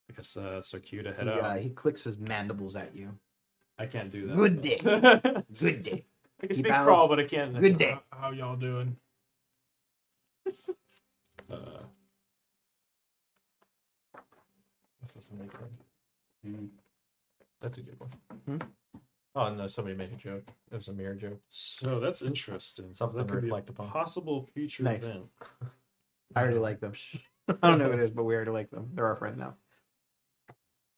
Speaker 3: I guess uh, that's so cute. I
Speaker 1: He,
Speaker 3: head out.
Speaker 1: uh, he clicks his mandibles at you.
Speaker 3: I can't do that.
Speaker 1: Good
Speaker 3: but-
Speaker 1: day.
Speaker 3: I
Speaker 1: Good day.
Speaker 3: can speak
Speaker 1: bows.
Speaker 3: crawl, but I can't.
Speaker 1: Good day.
Speaker 4: How, how y'all doing?
Speaker 3: Uh, Mm,
Speaker 2: That's a good one.
Speaker 1: Hmm?
Speaker 2: Oh no, somebody made a joke. It was a mirror joke.
Speaker 3: so that's interesting.
Speaker 2: Something
Speaker 3: that
Speaker 2: to
Speaker 3: could be a
Speaker 2: reflect upon.
Speaker 3: possible future
Speaker 1: Nice.
Speaker 3: event.
Speaker 1: I already like them. I don't know what it is, but we already like them. They're our friend now.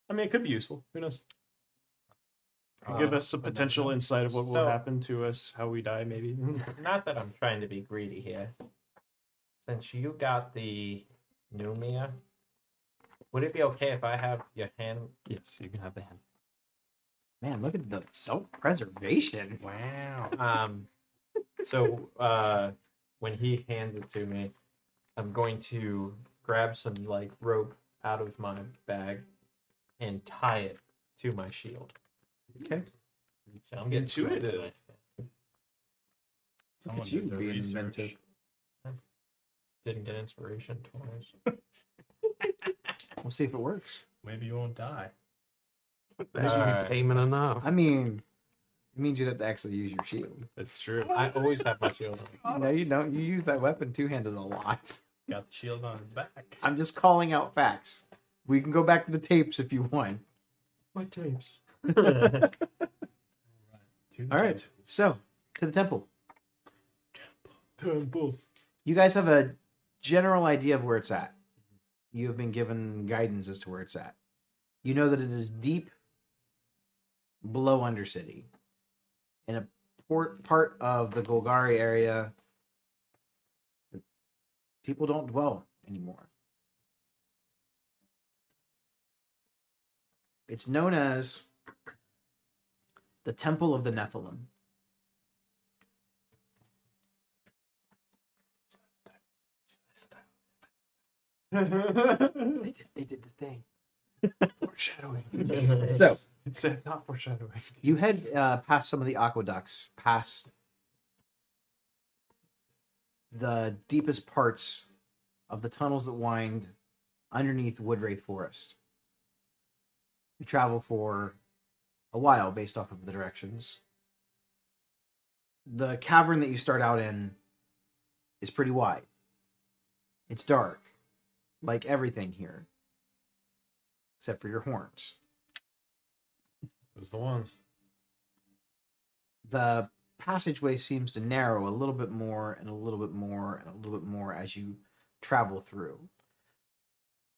Speaker 3: I mean, it could be useful. Who knows? Could
Speaker 2: Uh,
Speaker 3: give us a
Speaker 2: but no,
Speaker 3: potential
Speaker 2: no.
Speaker 3: insight of what will
Speaker 2: So-
Speaker 3: happen to us, how we die, maybe.
Speaker 2: Not that I'm trying to be greedy here. Since you got the new Mia, would it be okay if I have your hand?
Speaker 3: yes, you can have the hand.
Speaker 1: Man, look at the self-preservation.
Speaker 2: Wow. Um. So, uh, when he hands it to me, I'm going to grab some like rope out of my bag and tie it to my shield.
Speaker 1: Okay.
Speaker 2: So I'm getting
Speaker 3: Intuitive.
Speaker 2: strong.
Speaker 1: Look
Speaker 4: Someone
Speaker 1: at you
Speaker 4: did their
Speaker 1: being
Speaker 4: research.
Speaker 1: inventive.
Speaker 2: Didn't get inspiration twice.
Speaker 1: We'll see if it works.
Speaker 4: Maybe you won't die.
Speaker 5: That should
Speaker 2: Alright.
Speaker 5: be payment enough.
Speaker 1: I mean, it means you'd have to actually use your shield.
Speaker 3: It's true.
Speaker 2: I always have my shield on.
Speaker 1: No, you don't. You use that weapon two-handed a lot.
Speaker 4: Got the shield on his back.
Speaker 1: I'm just calling out facts. We can go back to the tapes if you want.
Speaker 3: My tapes.
Speaker 1: All right. So, to the temple.
Speaker 3: Temple.
Speaker 1: You guys have a general idea of where it's at. You have been given guidance as to where it's at. You know that it is deep below Undercity in a port, part of the Golgari area that people don't dwell anymore. It's known as the Temple of the Nephilim. They did, they did the thing.
Speaker 3: foreshadowing.
Speaker 1: So,
Speaker 3: it's uh, not foreshadowing.
Speaker 1: You head uh, past some of the aqueducts, past the deepest parts of the tunnels that wind underneath Woodray Forest. You travel for a while based off of the directions. The cavern that you start out in is pretty wide. It's dark, like everything here, except for your horns.
Speaker 3: Those the ones.
Speaker 1: the passageway seems to narrow a little bit more and a little bit more and a little bit more as you travel through.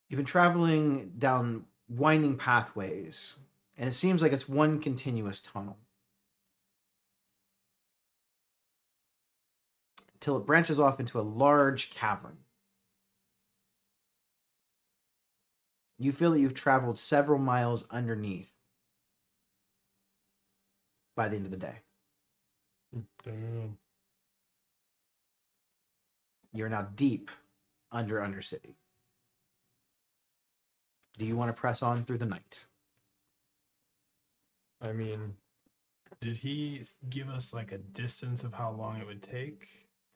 Speaker 1: You've been traveling down winding pathways, and it seems like it's one continuous tunnel. Till it branches off into a large cavern. You feel that you've traveled several miles underneath by the end of the day.
Speaker 3: Damn.
Speaker 1: You're now deep under Undercity. Do you want to press on through the night?
Speaker 3: I mean,
Speaker 4: Did he give us like a distance of how long it would take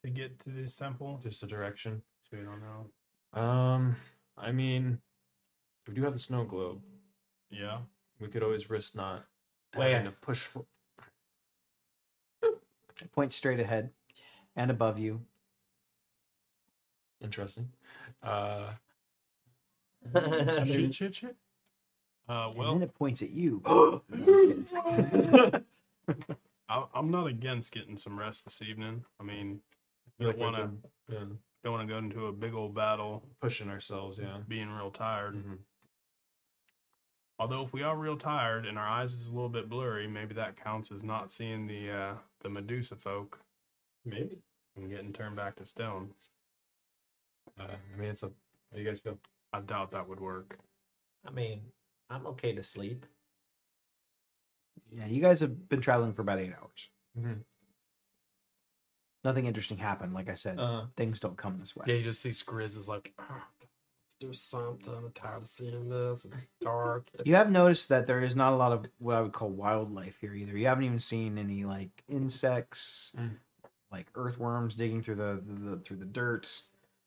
Speaker 4: to get to this temple?
Speaker 3: just a direction.
Speaker 4: So we don't know.
Speaker 3: Um, I mean, we do have the snow globe.
Speaker 4: Yeah.
Speaker 3: We could always risk not
Speaker 2: Where?
Speaker 3: having to push. For-
Speaker 1: Point straight ahead and above you.
Speaker 3: Interesting. Uh,
Speaker 2: Shit.
Speaker 4: Shit, shit, shit. Uh,
Speaker 1: And
Speaker 4: well,
Speaker 1: then it points at you.
Speaker 4: I, I'm not against getting some rest this evening. I mean, you
Speaker 3: like
Speaker 4: don't
Speaker 3: we
Speaker 4: want to
Speaker 3: could, yeah,
Speaker 4: don't want to go into a big old battle
Speaker 3: pushing ourselves. Yeah.
Speaker 4: being real tired.
Speaker 3: Mhm.
Speaker 4: Although if we are real tired and our eyes is a little bit blurry, maybe that counts as not seeing the uh, the Medusa folk
Speaker 3: Maybe.
Speaker 4: and getting turned back to stone.
Speaker 3: Uh, I mean, it's a. How you guys feel?
Speaker 4: I doubt that would work.
Speaker 2: I mean, I'm okay to sleep.
Speaker 1: yeah, you guys have been traveling for about eight hours.
Speaker 3: Mhm.
Speaker 1: Nothing interesting happened. Like I said,
Speaker 3: Uh,
Speaker 1: things don't come this way.
Speaker 5: Yeah, you just see Skriz is like, oh, God, let's do something. I'm tired of seeing this. It's dark. It's
Speaker 1: You have noticed that there is not a lot of what I would call wildlife here either. You haven't even seen any like insects,
Speaker 3: Mm.
Speaker 1: like earthworms digging through the, the, the through the dirt.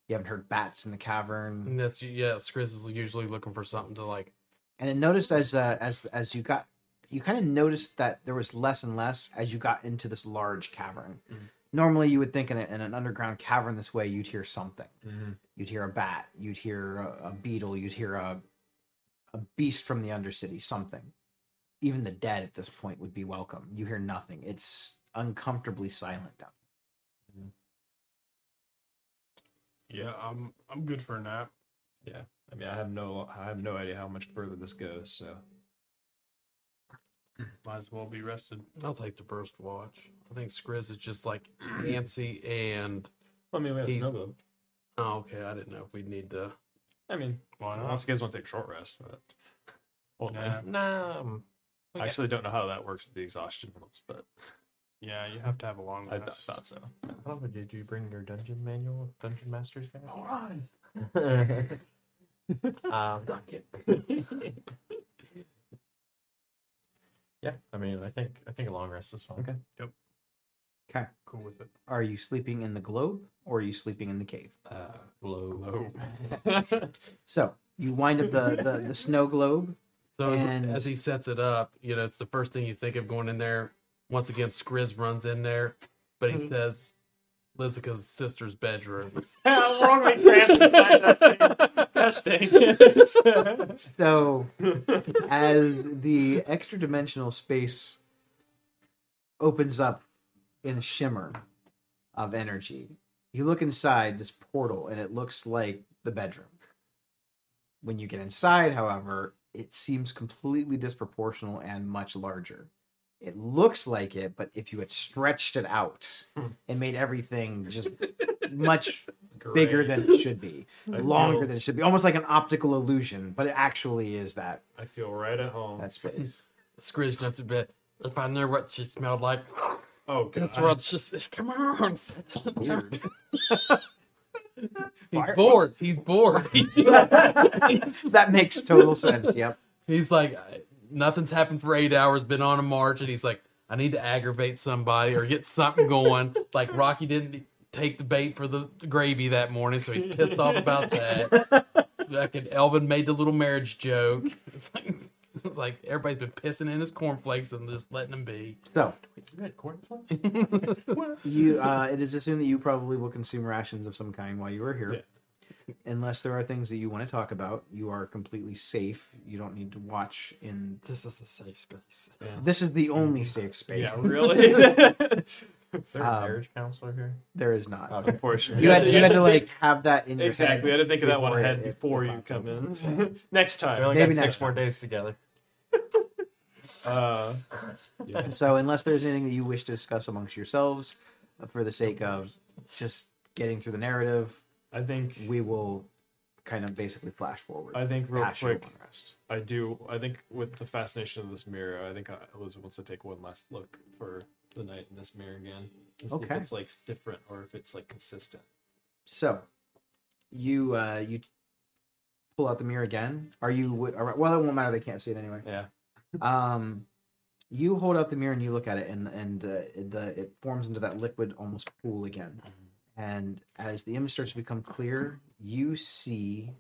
Speaker 1: You haven't heard bats in the cavern.
Speaker 5: And that's yeah, Skriz is usually looking for something to like.
Speaker 1: and it noticed as uh, as as you got you kind of noticed that there was less and less as you got into this large cavern.
Speaker 3: Mhm.
Speaker 1: Normally, you would think in, a, in an underground cavern this way, you'd hear something.
Speaker 3: mhm.
Speaker 1: You'd hear a bat. You'd hear a, a beetle. You'd hear a a beast from the undercity. Something. Even the dead at this point would be welcome. You hear nothing. It's uncomfortably silent down.
Speaker 4: Yeah, I'm I'm good for a nap.
Speaker 3: I mean, I have no. I have no idea how much further this goes. So.
Speaker 4: Might as well be rested.
Speaker 5: I'll take the first watch. I think Skriz is just like antsy and.
Speaker 3: I mean, we have
Speaker 5: He's-
Speaker 3: snow globe.
Speaker 5: Oh, okay. I didn't know if we need to.
Speaker 3: I mean,
Speaker 4: Why
Speaker 3: unless you
Speaker 4: not?
Speaker 3: guys want to take a short rest, but. Well,
Speaker 4: Nah.
Speaker 2: Nah, um,
Speaker 3: I actually don't know how that works with the exhaustion levels, but
Speaker 4: Yeah, you have to have a long
Speaker 3: I
Speaker 4: rest.
Speaker 3: thought so.
Speaker 2: I don't know, did you bring your dungeon manual, dungeon master's guide?
Speaker 1: Oh,
Speaker 3: Hold on.
Speaker 2: um,
Speaker 3: Yeah, I mean, I think I think a long rest is fine.
Speaker 2: Okay.
Speaker 4: Cool with it.
Speaker 1: Are you sleeping in the globe or are you sleeping in the cave?
Speaker 3: Uh, low.
Speaker 1: So you wind up the the, the snow globe.
Speaker 5: So as-
Speaker 1: And-
Speaker 5: as he sets it up, you know, it's the first thing you think of going in there. Once again, Skriz runs in there, but he says, Lizica's sister's bedroom.
Speaker 1: So, as the extra dimensional space opens up in a shimmer of energy, you look inside this portal and it looks like the bedroom. When you get inside, however, it seems completely disproportional and much larger. It looks like it, but if you had stretched it out and made everything just much bigger than it should be,
Speaker 3: I
Speaker 1: longer
Speaker 3: feel-
Speaker 1: than it should be, almost like an optical illusion, but it actually is that
Speaker 3: I feel right at home.
Speaker 1: that space.
Speaker 5: Skriz jumps in bed. If I knew what she smelled like,
Speaker 4: Oh, God.
Speaker 5: that's what she's. Come on.
Speaker 1: Weird.
Speaker 5: He's
Speaker 1: Fire-
Speaker 5: bored. He's bored.
Speaker 1: that makes total sense. Yep.
Speaker 5: He's like, I- nothing's happened for eight hours, been on a march, and he's like, I need to aggravate somebody or get something going. like, Rocky didn't take the bait for the gravy that morning, so he's pissed off about that. Fucking Elvin made the little marriage joke. It's like, it's like everybody's been pissing in his cornflakes and just letting him be.
Speaker 1: So
Speaker 2: you had cornflakes?
Speaker 1: you, uh, it is assumed that you probably will consume rations of some kind while you are here, unless there are things that you want to talk about. You are completely safe. You don't need to watch. In
Speaker 5: This is a safe space.
Speaker 1: this is the only safe space.
Speaker 3: Mm-hmm. yeah, really. is there
Speaker 1: Um,
Speaker 3: a
Speaker 2: Marriage counselor here?
Speaker 1: There is not.
Speaker 2: Okay.
Speaker 3: Unfortunately,
Speaker 1: You had you had to like have that in your
Speaker 3: exactly. I
Speaker 1: head.
Speaker 3: didn't think of that one
Speaker 1: before
Speaker 3: ahead
Speaker 1: it- it
Speaker 3: before you
Speaker 1: popped
Speaker 3: come
Speaker 1: open.
Speaker 3: in. next
Speaker 2: We
Speaker 3: time.
Speaker 2: only
Speaker 1: Maybe
Speaker 2: got
Speaker 1: next
Speaker 2: six more days together.
Speaker 3: Uh,
Speaker 1: So unless there's anything that you wish to discuss amongst yourselves, uh, for the sake of just getting through the narrative,
Speaker 3: I think
Speaker 1: we will kind of basically flash forward.
Speaker 3: I think real
Speaker 1: Past your
Speaker 3: quick.
Speaker 1: unrest.
Speaker 3: I do. I think with the fascination of this mirror, I think uh, Elizabeth wants to take one last look for the night in this mirror again. And see
Speaker 1: Okay.
Speaker 3: If it's like different or if it's like consistent.
Speaker 1: So, you uh you t- pull out the mirror again. Are you wi- all right? Well, it won't matter. They can't see it anyway.
Speaker 3: Yeah.
Speaker 1: Um, you hold out the mirror and you look at it, and and uh, it- the it forms into that liquid almost pool again, And as the image starts to become clear, you see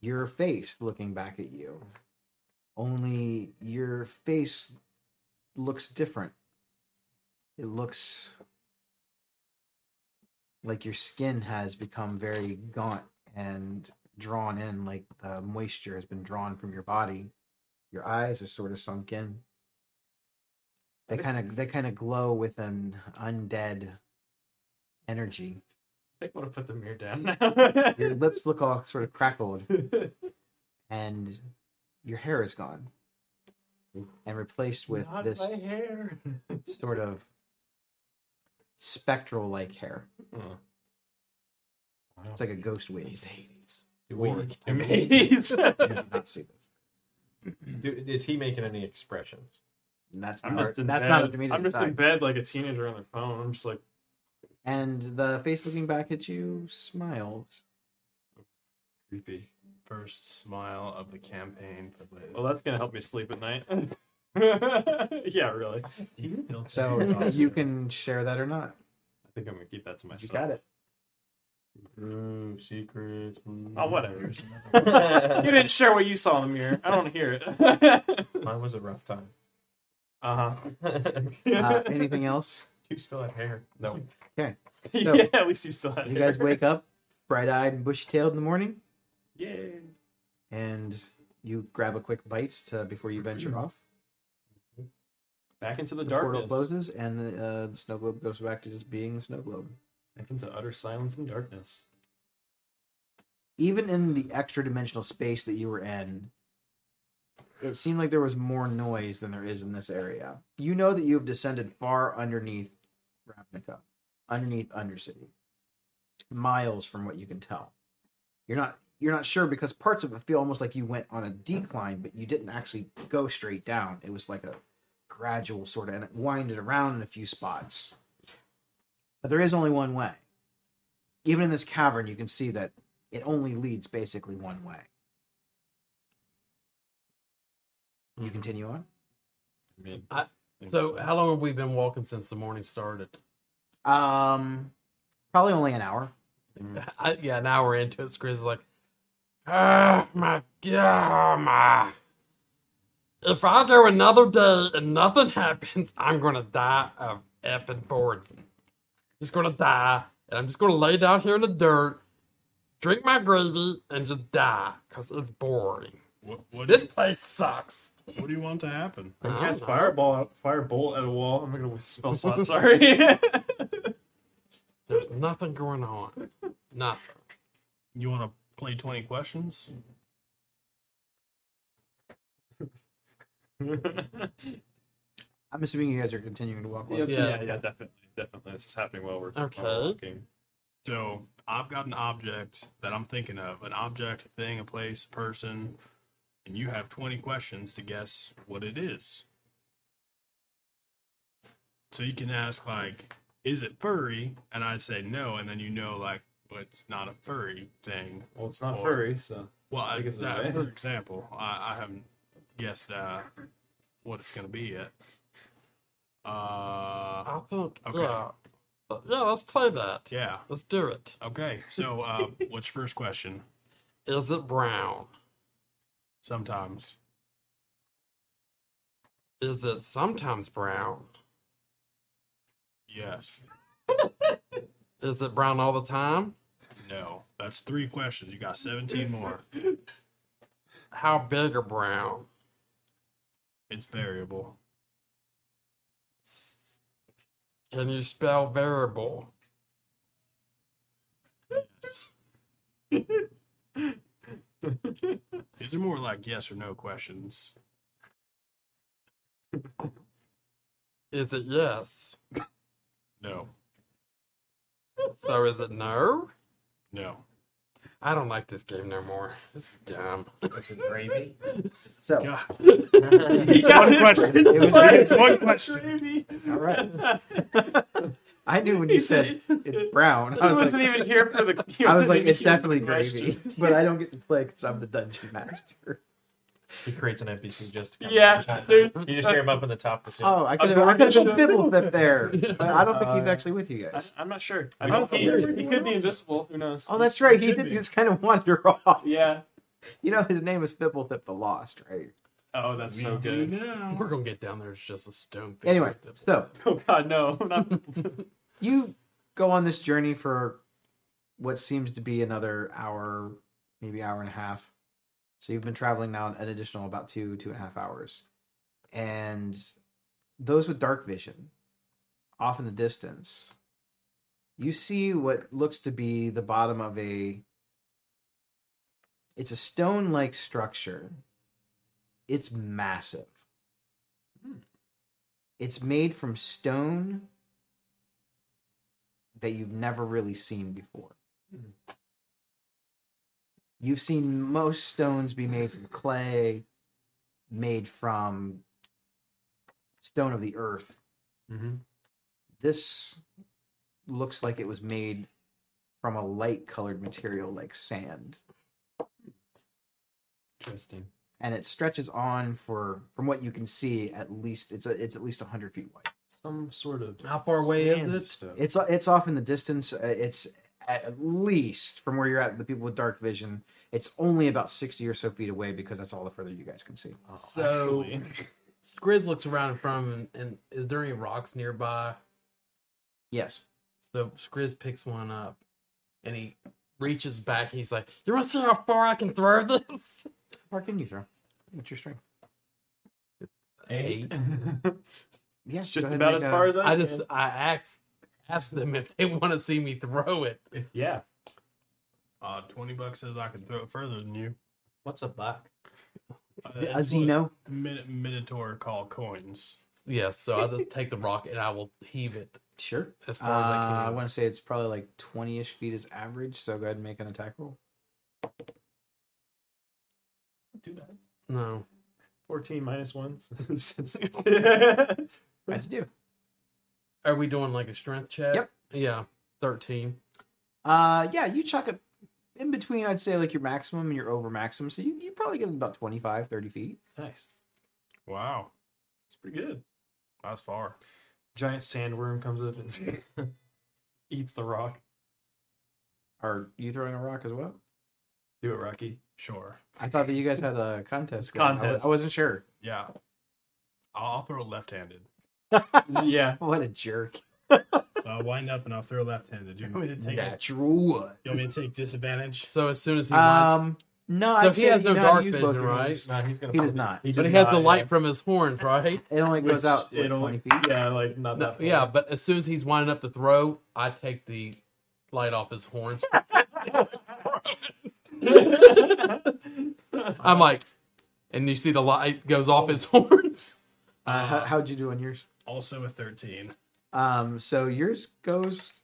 Speaker 1: your face looking back at you. Only your face looks different. It looks like your skin has become very gaunt and drawn in, like the moisture has been drawn from your body. Your eyes are sort of sunk in. They kind of they kind of glow with an undead energy.
Speaker 3: I think I'm gonna put the mirror down now.
Speaker 1: Your lips look all sort of crackled, and your hair is gone and replaced with
Speaker 3: Not
Speaker 1: this
Speaker 3: my hair.
Speaker 1: sort of spectral like hair.
Speaker 2: Mm.
Speaker 3: Huh.
Speaker 1: It's like a ghost wig.
Speaker 5: He's Hades.
Speaker 2: Do
Speaker 3: Or
Speaker 2: we, do we-
Speaker 3: Hades.
Speaker 1: You did not see this.
Speaker 2: do- is he making any expressions?
Speaker 1: And that's
Speaker 3: I'm
Speaker 1: not,
Speaker 3: just in
Speaker 1: that's
Speaker 3: bed.
Speaker 1: not up to me to
Speaker 3: I'm just in
Speaker 1: decide.
Speaker 3: bed like a teenager on their phone. I'm just like,
Speaker 1: And the face looking back at you smiles.
Speaker 3: creepy.
Speaker 4: First smile of the campaign for Liz.
Speaker 3: Well, that's gonna help me sleep at night. yeah, really.
Speaker 4: He's still
Speaker 1: So
Speaker 4: taking it.
Speaker 1: you can share that or not.
Speaker 3: I think I'm gonna keep that to myself.
Speaker 1: You got it.
Speaker 4: Ooh, secrets.
Speaker 3: Oh, whatever.
Speaker 4: There's another one.
Speaker 3: you didn't share what you saw in the mirror. I don't hear it.
Speaker 2: Mine was a rough time.
Speaker 3: uh
Speaker 1: Uh,
Speaker 3: huh.
Speaker 1: anything else?
Speaker 2: You still have hair. No.
Speaker 1: So-
Speaker 3: yeah, at least you still had
Speaker 1: You guys
Speaker 3: hair.
Speaker 1: wake up bright eyed and bushy tailed in the morning,
Speaker 3: Yay.
Speaker 1: and you grab a quick bite to, before you venture off.
Speaker 3: Back into Mm-hmm. the,
Speaker 1: The portal
Speaker 3: darkness.
Speaker 1: closes, and the, uh, the snow globe goes back to just being a snow globe.
Speaker 3: Back into utter silence and darkness.
Speaker 1: even in the extra dimensional space that you were in, it seemed like there was more noise than there is in this area. You know that you have descended far underneath Ravnica, underneath Undercity, miles from what you can tell. You're not you're not sure because parts of it feel almost like you went on a decline, but you didn't actually go straight down. It was like a gradual sort of and it winded around in a few spots. But there is only one way. Even in this cavern, you can see that it only leads basically one way. You
Speaker 3: Mhm.
Speaker 1: continue on.
Speaker 3: I mean,
Speaker 1: Uh,
Speaker 5: I-
Speaker 3: think
Speaker 5: So, how long have we been walking since the morning started?
Speaker 1: Um, probably only an hour.
Speaker 5: I, yeah, an hour into it, Skriz is like, "Oh my god, my! If I go another day and nothing happens, I'm gonna die of effing boredom. Just gonna die, and I'm just gonna lay down here in the dirt, drink my gravy, and just die because it's boring.
Speaker 4: What, what,
Speaker 5: This place sucks."
Speaker 4: do, what do you want to happen?
Speaker 3: I
Speaker 5: I
Speaker 3: cast
Speaker 5: don't know.
Speaker 3: fireball, firebolt at a wall. I'm not gonna spell slot. Sorry.
Speaker 5: There's nothing going on. Nothing.
Speaker 4: You want to play 20 questions?
Speaker 1: I'm assuming you guys are continuing to walk. away.
Speaker 5: Yeah.
Speaker 3: yeah, yeah, definitely, definitely. This is happening while we're while
Speaker 5: Okay.
Speaker 3: we're walking.
Speaker 4: So I've got an object that I'm thinking of an object, a thing, a place, a person, and you have 20 questions to guess what it is. So you can ask, like, is it furry? And I'd say no, and then you know, like, well, it's not a furry thing.
Speaker 3: Well, it's not
Speaker 4: Or-
Speaker 3: furry, so
Speaker 4: Well, I,
Speaker 3: That gives it
Speaker 4: that-
Speaker 3: away.
Speaker 4: for example, I, I haven't guessed uh, what it's going to be yet. Uh,
Speaker 5: I think.
Speaker 4: Okay.
Speaker 5: Yeah. Yeah. Let's play that.
Speaker 4: yeah.
Speaker 5: Let's do it.
Speaker 4: Okay. So, uh, what's your first question?
Speaker 5: Is it brown?
Speaker 4: Sometimes.
Speaker 5: Is it sometimes brown?
Speaker 4: Yes.
Speaker 5: Is it brown all the time?
Speaker 4: No. That's three questions. You got 17 more.
Speaker 5: How big are brown?
Speaker 4: It's variable.
Speaker 5: S- Can you spell variable?
Speaker 4: Yes. These are more like yes or no questions.
Speaker 5: Is it yes?
Speaker 4: No.
Speaker 5: So is it no?
Speaker 4: No.
Speaker 5: I don't like this game no more. It's dumb.
Speaker 2: Is it gravy?
Speaker 1: So,
Speaker 4: God.
Speaker 3: it's
Speaker 4: one question. It
Speaker 1: was-
Speaker 4: it's one
Speaker 3: question.
Speaker 1: all right. I knew when you said it's brown. I
Speaker 3: I
Speaker 1: was
Speaker 3: wasn't
Speaker 1: like,
Speaker 3: even here for the. he
Speaker 1: I was
Speaker 3: wasn't
Speaker 1: like
Speaker 3: even
Speaker 1: it's
Speaker 3: here for
Speaker 1: definitely
Speaker 3: the
Speaker 1: gravy,
Speaker 3: question.
Speaker 1: but I don't get to play because I'm the dungeon master.
Speaker 2: He creates an NPC just to come
Speaker 3: Yeah,
Speaker 2: in.
Speaker 3: dude.
Speaker 2: You just hear him up in the top of the
Speaker 1: Oh, I could have
Speaker 3: go
Speaker 1: I could
Speaker 3: ahead.
Speaker 1: have fiddled up there, but I don't think he's
Speaker 3: Uh,
Speaker 1: actually with you
Speaker 3: I,
Speaker 1: guys.
Speaker 3: I'm not sure. I
Speaker 5: We
Speaker 3: don't
Speaker 5: don't
Speaker 3: think
Speaker 5: know.
Speaker 3: he, is. He could be invisible. Who knows?
Speaker 1: Oh, that's right. He
Speaker 4: could
Speaker 1: did
Speaker 4: be.
Speaker 1: just kind of wander off.
Speaker 3: Yeah.
Speaker 1: You know, his name is Fibblethip the Lost, right?
Speaker 3: Oh, that's so
Speaker 4: do
Speaker 3: good.
Speaker 4: now.
Speaker 5: We're gonna get down there. It's just a stone. thing
Speaker 1: Anyway,
Speaker 5: with it.
Speaker 1: so
Speaker 3: Oh God, no. Not...
Speaker 1: you go on this journey for what seems to be another hour, maybe hour and a half. So you've been traveling now an additional about two, two and a half hours. And those with dark vision, off in the distance, you see what looks to be the bottom of a it's a stone like structure. It's massive. It's made from stone that you've never really seen before. You've seen most stones be made from clay, made from stone of the earth.
Speaker 3: Mhm.
Speaker 1: This looks like it was made from a light colored material like sand.
Speaker 3: Interesting.
Speaker 1: And it stretches on for, from what you can see, at least it's a, it's at least hundred feet wide.
Speaker 3: Some sort of.
Speaker 5: how far away
Speaker 3: sand
Speaker 5: is
Speaker 3: stuff.
Speaker 1: It's it's off in the distance. Uh, It's at least from where you're at. The people with dark vision. It's only about sixty or so feet away because that's all the further you guys can see.
Speaker 3: Oh,
Speaker 5: So-
Speaker 3: actually.
Speaker 5: it? Scriz looks around in front of him, and, and is there any rocks nearby?
Speaker 1: Yes.
Speaker 5: So Scriz picks one up, and he reaches back. And he's like, "You want to see how far I can throw this?"
Speaker 1: Where can you throw? What's your strength?
Speaker 5: Eight.
Speaker 1: Yes,
Speaker 3: It's just about as far as I,
Speaker 5: I just I asked asked them if they want to see me throw it.
Speaker 3: can. Yeah.
Speaker 4: Uh, 20 bucks says I can throw it further than you.
Speaker 2: What's a buck?
Speaker 4: Uh,
Speaker 1: a
Speaker 4: that's what
Speaker 1: Xeno.
Speaker 4: Min- Minotaur call coins.
Speaker 5: Yeah, so I just take the rock and I will heave it
Speaker 1: Sure.
Speaker 5: as far as
Speaker 1: Uh, I
Speaker 5: I
Speaker 1: want to say it's probably like twenty-ish feet is average. So go ahead and make an attack roll.
Speaker 3: Do that.
Speaker 5: can. No,
Speaker 3: 14 minus 1.
Speaker 1: How'd you do?
Speaker 5: are we doing like a strength check?
Speaker 1: Yep.
Speaker 5: Yeah, thirteen.
Speaker 1: Uh, yeah, you chuck it in between. I'd say like your maximum and your over maximum. So you you probably get about 25, 30 feet.
Speaker 3: nice.
Speaker 4: Wow.
Speaker 3: It's pretty good.
Speaker 4: That's far.
Speaker 3: Giant sandworm comes up and eats the rock.
Speaker 1: Are you throwing a rock as well?
Speaker 3: Do it, Rocky.
Speaker 4: Sure.
Speaker 1: I thought that you guys had a contest.
Speaker 3: It's
Speaker 1: going. I wa-
Speaker 3: contest.
Speaker 1: I wasn't sure.
Speaker 4: Yeah. I'll, I'll throw left handed.
Speaker 3: yeah.
Speaker 1: What a jerk.
Speaker 4: So I'll wind up and I'll throw left handed. You want me to take
Speaker 1: Natural wood.
Speaker 4: You want me to take disadvantage?
Speaker 5: So as soon as he lines-
Speaker 1: Um, no,
Speaker 5: So
Speaker 1: I'd
Speaker 5: if he
Speaker 1: say
Speaker 5: has
Speaker 1: you
Speaker 5: no
Speaker 1: know how to
Speaker 5: dark
Speaker 1: use
Speaker 5: vision,
Speaker 1: both your
Speaker 5: right?
Speaker 1: ones.
Speaker 2: No, he's gonna.
Speaker 1: He does
Speaker 2: probably-
Speaker 1: not.
Speaker 5: but
Speaker 3: does
Speaker 5: he has the
Speaker 3: not,
Speaker 5: light
Speaker 3: yeah.
Speaker 5: from his horn, right?
Speaker 1: It only
Speaker 3: Which
Speaker 1: goes out what,
Speaker 3: it'll-
Speaker 1: 20 feet.
Speaker 3: Yeah, like not
Speaker 5: No,
Speaker 3: that far.
Speaker 5: yeah, but as soon as he's winding up to throw, I take the light off his horns. I'm like, and you see the light goes off his horns.
Speaker 1: Uh, how, how'd you do on yours?
Speaker 4: Also a 13.
Speaker 1: Um, so yours goes,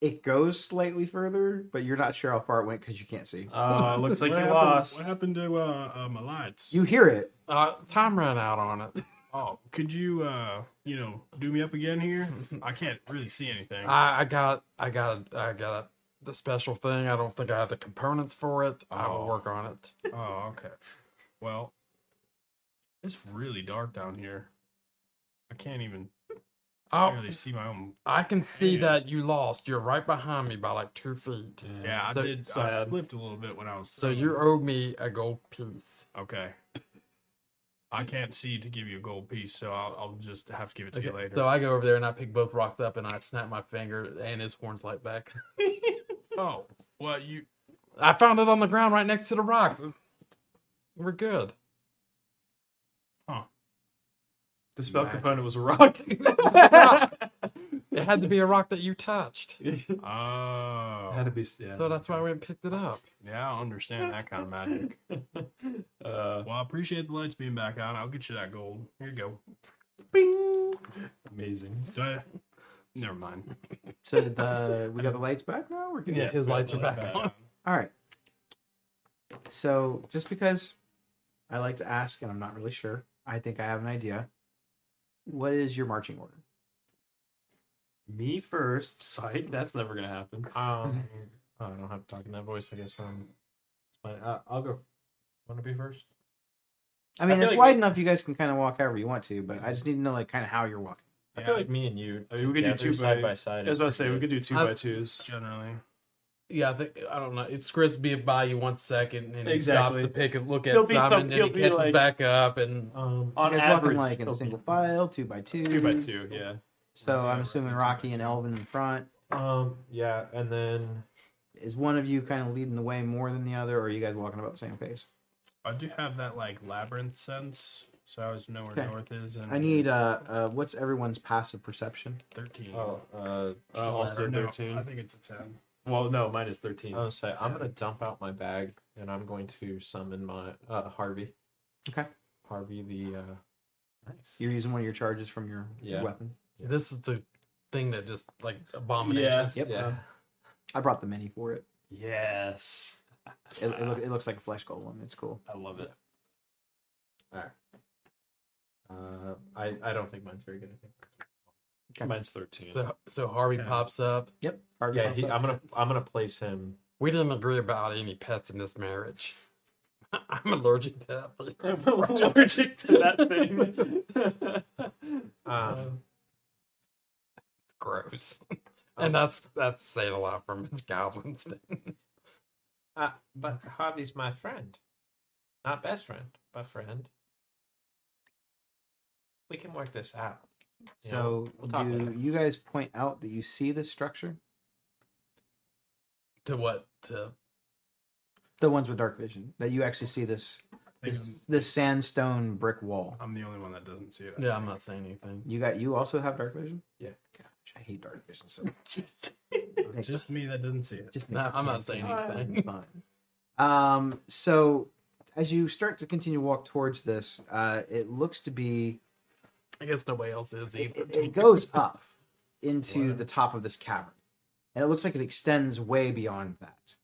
Speaker 1: it goes slightly further, but you're not sure how far it went because you can't see.
Speaker 3: Oh, it looks like
Speaker 4: What
Speaker 3: you
Speaker 4: happened-
Speaker 3: lost.
Speaker 4: What happened to uh, uh, my lights?
Speaker 1: You hear it.
Speaker 5: Uh, time ran out on it.
Speaker 4: Oh, could you, uh, you know, do me up again here? I can't really see anything.
Speaker 5: I, I got, I got, I got the special thing. I don't think I have the components for it. I
Speaker 4: Oh.
Speaker 5: will work on it.
Speaker 4: Oh, okay. Well, it's really dark down here. I can't even
Speaker 5: Oh,
Speaker 4: really see my own.
Speaker 5: I can see
Speaker 4: Yeah.
Speaker 5: that you lost. You're right behind me by like two feet.
Speaker 4: Yeah, I
Speaker 5: so-
Speaker 4: did. I
Speaker 5: sad.
Speaker 4: flipped a little bit when I was.
Speaker 5: So
Speaker 4: throwing.
Speaker 5: you owe me a gold piece.
Speaker 4: okay? I can't see to give you a gold piece, so I'll, I'll just have to give it to you
Speaker 5: Okay,
Speaker 4: later.
Speaker 5: so I go over there and I pick both rocks up and I snap my finger and his horns light back.
Speaker 4: oh, well, you
Speaker 5: I found it on the ground right next to the rocks. We're good.
Speaker 3: The spell
Speaker 4: Magic.
Speaker 3: component was a rock.
Speaker 5: Oh. It had to be a rock that you touched.
Speaker 3: Had
Speaker 4: oh,
Speaker 3: to be. Yeah.
Speaker 5: So that's why we picked it up.
Speaker 4: yeah, I understand that kind of magic.
Speaker 3: Uh,
Speaker 4: Well, I appreciate the lights being back on. I'll get you that gold. Here you go.
Speaker 3: amazing.
Speaker 4: So, uh, never mind.
Speaker 1: So did the, we got the lights back now? We're
Speaker 5: Yeah, his lights are
Speaker 4: Lights
Speaker 5: back on.
Speaker 1: All right. So, just because I like to ask and I'm not really sure, I think I have an idea. What is your marching order?
Speaker 3: Me first. Psych. That's never gonna happen.
Speaker 2: Um, oh, I don't have to talk in that voice. I guess from. But, uh, I'll go. Want to be first?
Speaker 1: I mean,
Speaker 2: feel
Speaker 1: it's
Speaker 2: like-
Speaker 1: wide enough you guys can kind of walk however you want to, but I just need to know like kind of how you're walking.
Speaker 2: I feel like me and you.
Speaker 3: I mean, Oh, we could do
Speaker 2: together,
Speaker 3: two
Speaker 2: side
Speaker 3: by-
Speaker 2: by side.
Speaker 3: I was about to say we could do two
Speaker 5: I'm-
Speaker 3: by twos.
Speaker 4: generally.
Speaker 5: Yeah, I think I don't know. It's Grizz be by you one second, and he
Speaker 3: Exactly.
Speaker 5: stops to pick a look at
Speaker 3: He'll be
Speaker 5: something,
Speaker 3: some-
Speaker 5: and then
Speaker 3: he'll
Speaker 5: he
Speaker 3: be
Speaker 5: catches
Speaker 3: like-
Speaker 5: back up, and
Speaker 3: Um,
Speaker 1: You
Speaker 3: on
Speaker 1: guys walking
Speaker 3: average,
Speaker 1: like in a
Speaker 3: it'll be
Speaker 1: single file, two by two.
Speaker 3: two by two. Yeah.
Speaker 1: So I'm assuming Rocky and Elvin in front.
Speaker 2: Um. Yeah, and then
Speaker 1: Is one of you kind of leading the way more than the other, or are you guys walking about the same pace?
Speaker 4: I do have that like labyrinth sense, so I always know where
Speaker 1: Okay.
Speaker 4: north is. And
Speaker 1: I need uh, uh what's everyone's passive perception?
Speaker 4: thirteen.
Speaker 2: oh, uh,
Speaker 3: Uh, I'll
Speaker 4: Or
Speaker 3: start
Speaker 4: no,
Speaker 3: thirteen.
Speaker 4: I think it's a ten.
Speaker 3: Well, no, mine is thirteen.
Speaker 2: I was say I'm gonna dump out my bag and I'm going to summon my uh Harvey.
Speaker 1: Okay.
Speaker 2: Harvey the uh
Speaker 3: nice.
Speaker 1: You're using one of your charges from your
Speaker 2: Yeah.
Speaker 1: weapon.
Speaker 2: Yeah.
Speaker 5: this is the thing that just like abominations.
Speaker 1: Yep.
Speaker 2: yeah.
Speaker 1: I brought the mini for it.
Speaker 3: Yes,
Speaker 1: It, it, look, it looks like a flesh golem. It's cool.
Speaker 3: I love it.
Speaker 2: Uh, I I don't think mine's very good. I think.
Speaker 1: Okay.
Speaker 3: Mine's thirteen.
Speaker 5: So, so Harvey
Speaker 4: Okay.
Speaker 5: pops up.
Speaker 1: Uh, Harvey
Speaker 2: Yeah,
Speaker 1: pops
Speaker 2: he,
Speaker 1: up.
Speaker 2: I'm gonna I'm gonna place him.
Speaker 5: We didn't agree about any pets in this marriage. I'm allergic to that. thing.
Speaker 3: I'm allergic to that thing.
Speaker 2: Um,
Speaker 5: Gross. And
Speaker 1: Oh.
Speaker 5: that's that's saying a lot from goblins.
Speaker 1: Mm-hmm.
Speaker 2: uh, but Harvey's my friend, not best friend, but friend. We can work this out. you know?
Speaker 1: So
Speaker 2: we'll talk
Speaker 1: do
Speaker 2: later.
Speaker 1: you guys point out that you see this structure?
Speaker 5: to what? To
Speaker 1: The ones with dark vision that you actually see this
Speaker 4: I
Speaker 1: this,
Speaker 4: think I'm-
Speaker 1: this sandstone brick wall.
Speaker 4: I'm the only one that doesn't see it.
Speaker 5: yeah, I'm not saying anything.
Speaker 1: You got you also have dark vision.
Speaker 2: Yeah.
Speaker 1: Gosh, I hate dark vision so.
Speaker 4: It's just me that doesn't see it.
Speaker 1: Just
Speaker 5: No,
Speaker 1: makes it
Speaker 5: I'm not
Speaker 1: can't
Speaker 5: saying
Speaker 1: be
Speaker 5: anything.
Speaker 1: Fun. Um, so as you start to continue to walk towards this, uh, it looks to be
Speaker 5: I guess nobody else is
Speaker 1: it,
Speaker 5: either.
Speaker 1: it- it goes up into the top of this cavern, and it looks like it extends way beyond that.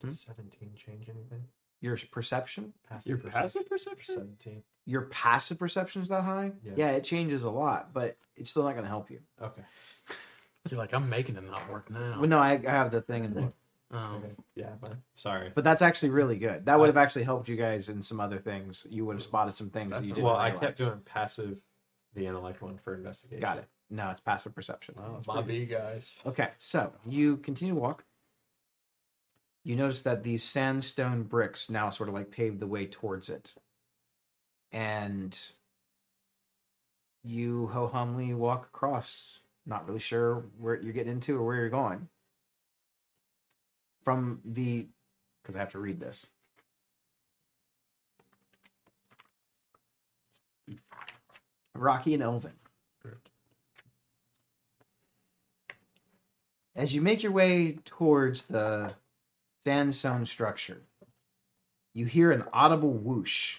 Speaker 1: hmm?
Speaker 2: Does seventeen change anything?
Speaker 1: Your perception,
Speaker 2: Passive
Speaker 3: Your
Speaker 2: perception?
Speaker 3: passive perception.
Speaker 2: seventeen.
Speaker 1: your passive perception is that high.
Speaker 2: Yeah.
Speaker 1: it changes a lot, but it's still not going to help you.
Speaker 2: Okay.
Speaker 5: You're like, I'm making it not work now.
Speaker 1: Well, no, I, I have the thing in the book,
Speaker 5: Um,
Speaker 2: Okay. Yeah, but sorry.
Speaker 1: Oh, but that's actually really good. That would have actually helped you guys in some other things. You would have spotted some things that you didn't.
Speaker 2: well, I
Speaker 1: realize.
Speaker 2: kept doing passive, the intellect one for investigation.
Speaker 1: Got it. No, it's passive perception.
Speaker 2: My B guys.
Speaker 1: Okay, so you continue to walk. You notice that these sandstone bricks now sort of like pave the way towards it. And you ho humly walk across, not really sure where you're getting into or where you're going. From the. Because I have to read this. Rocky and Elvin. As you make your way towards the sandstone structure, you hear an audible whoosh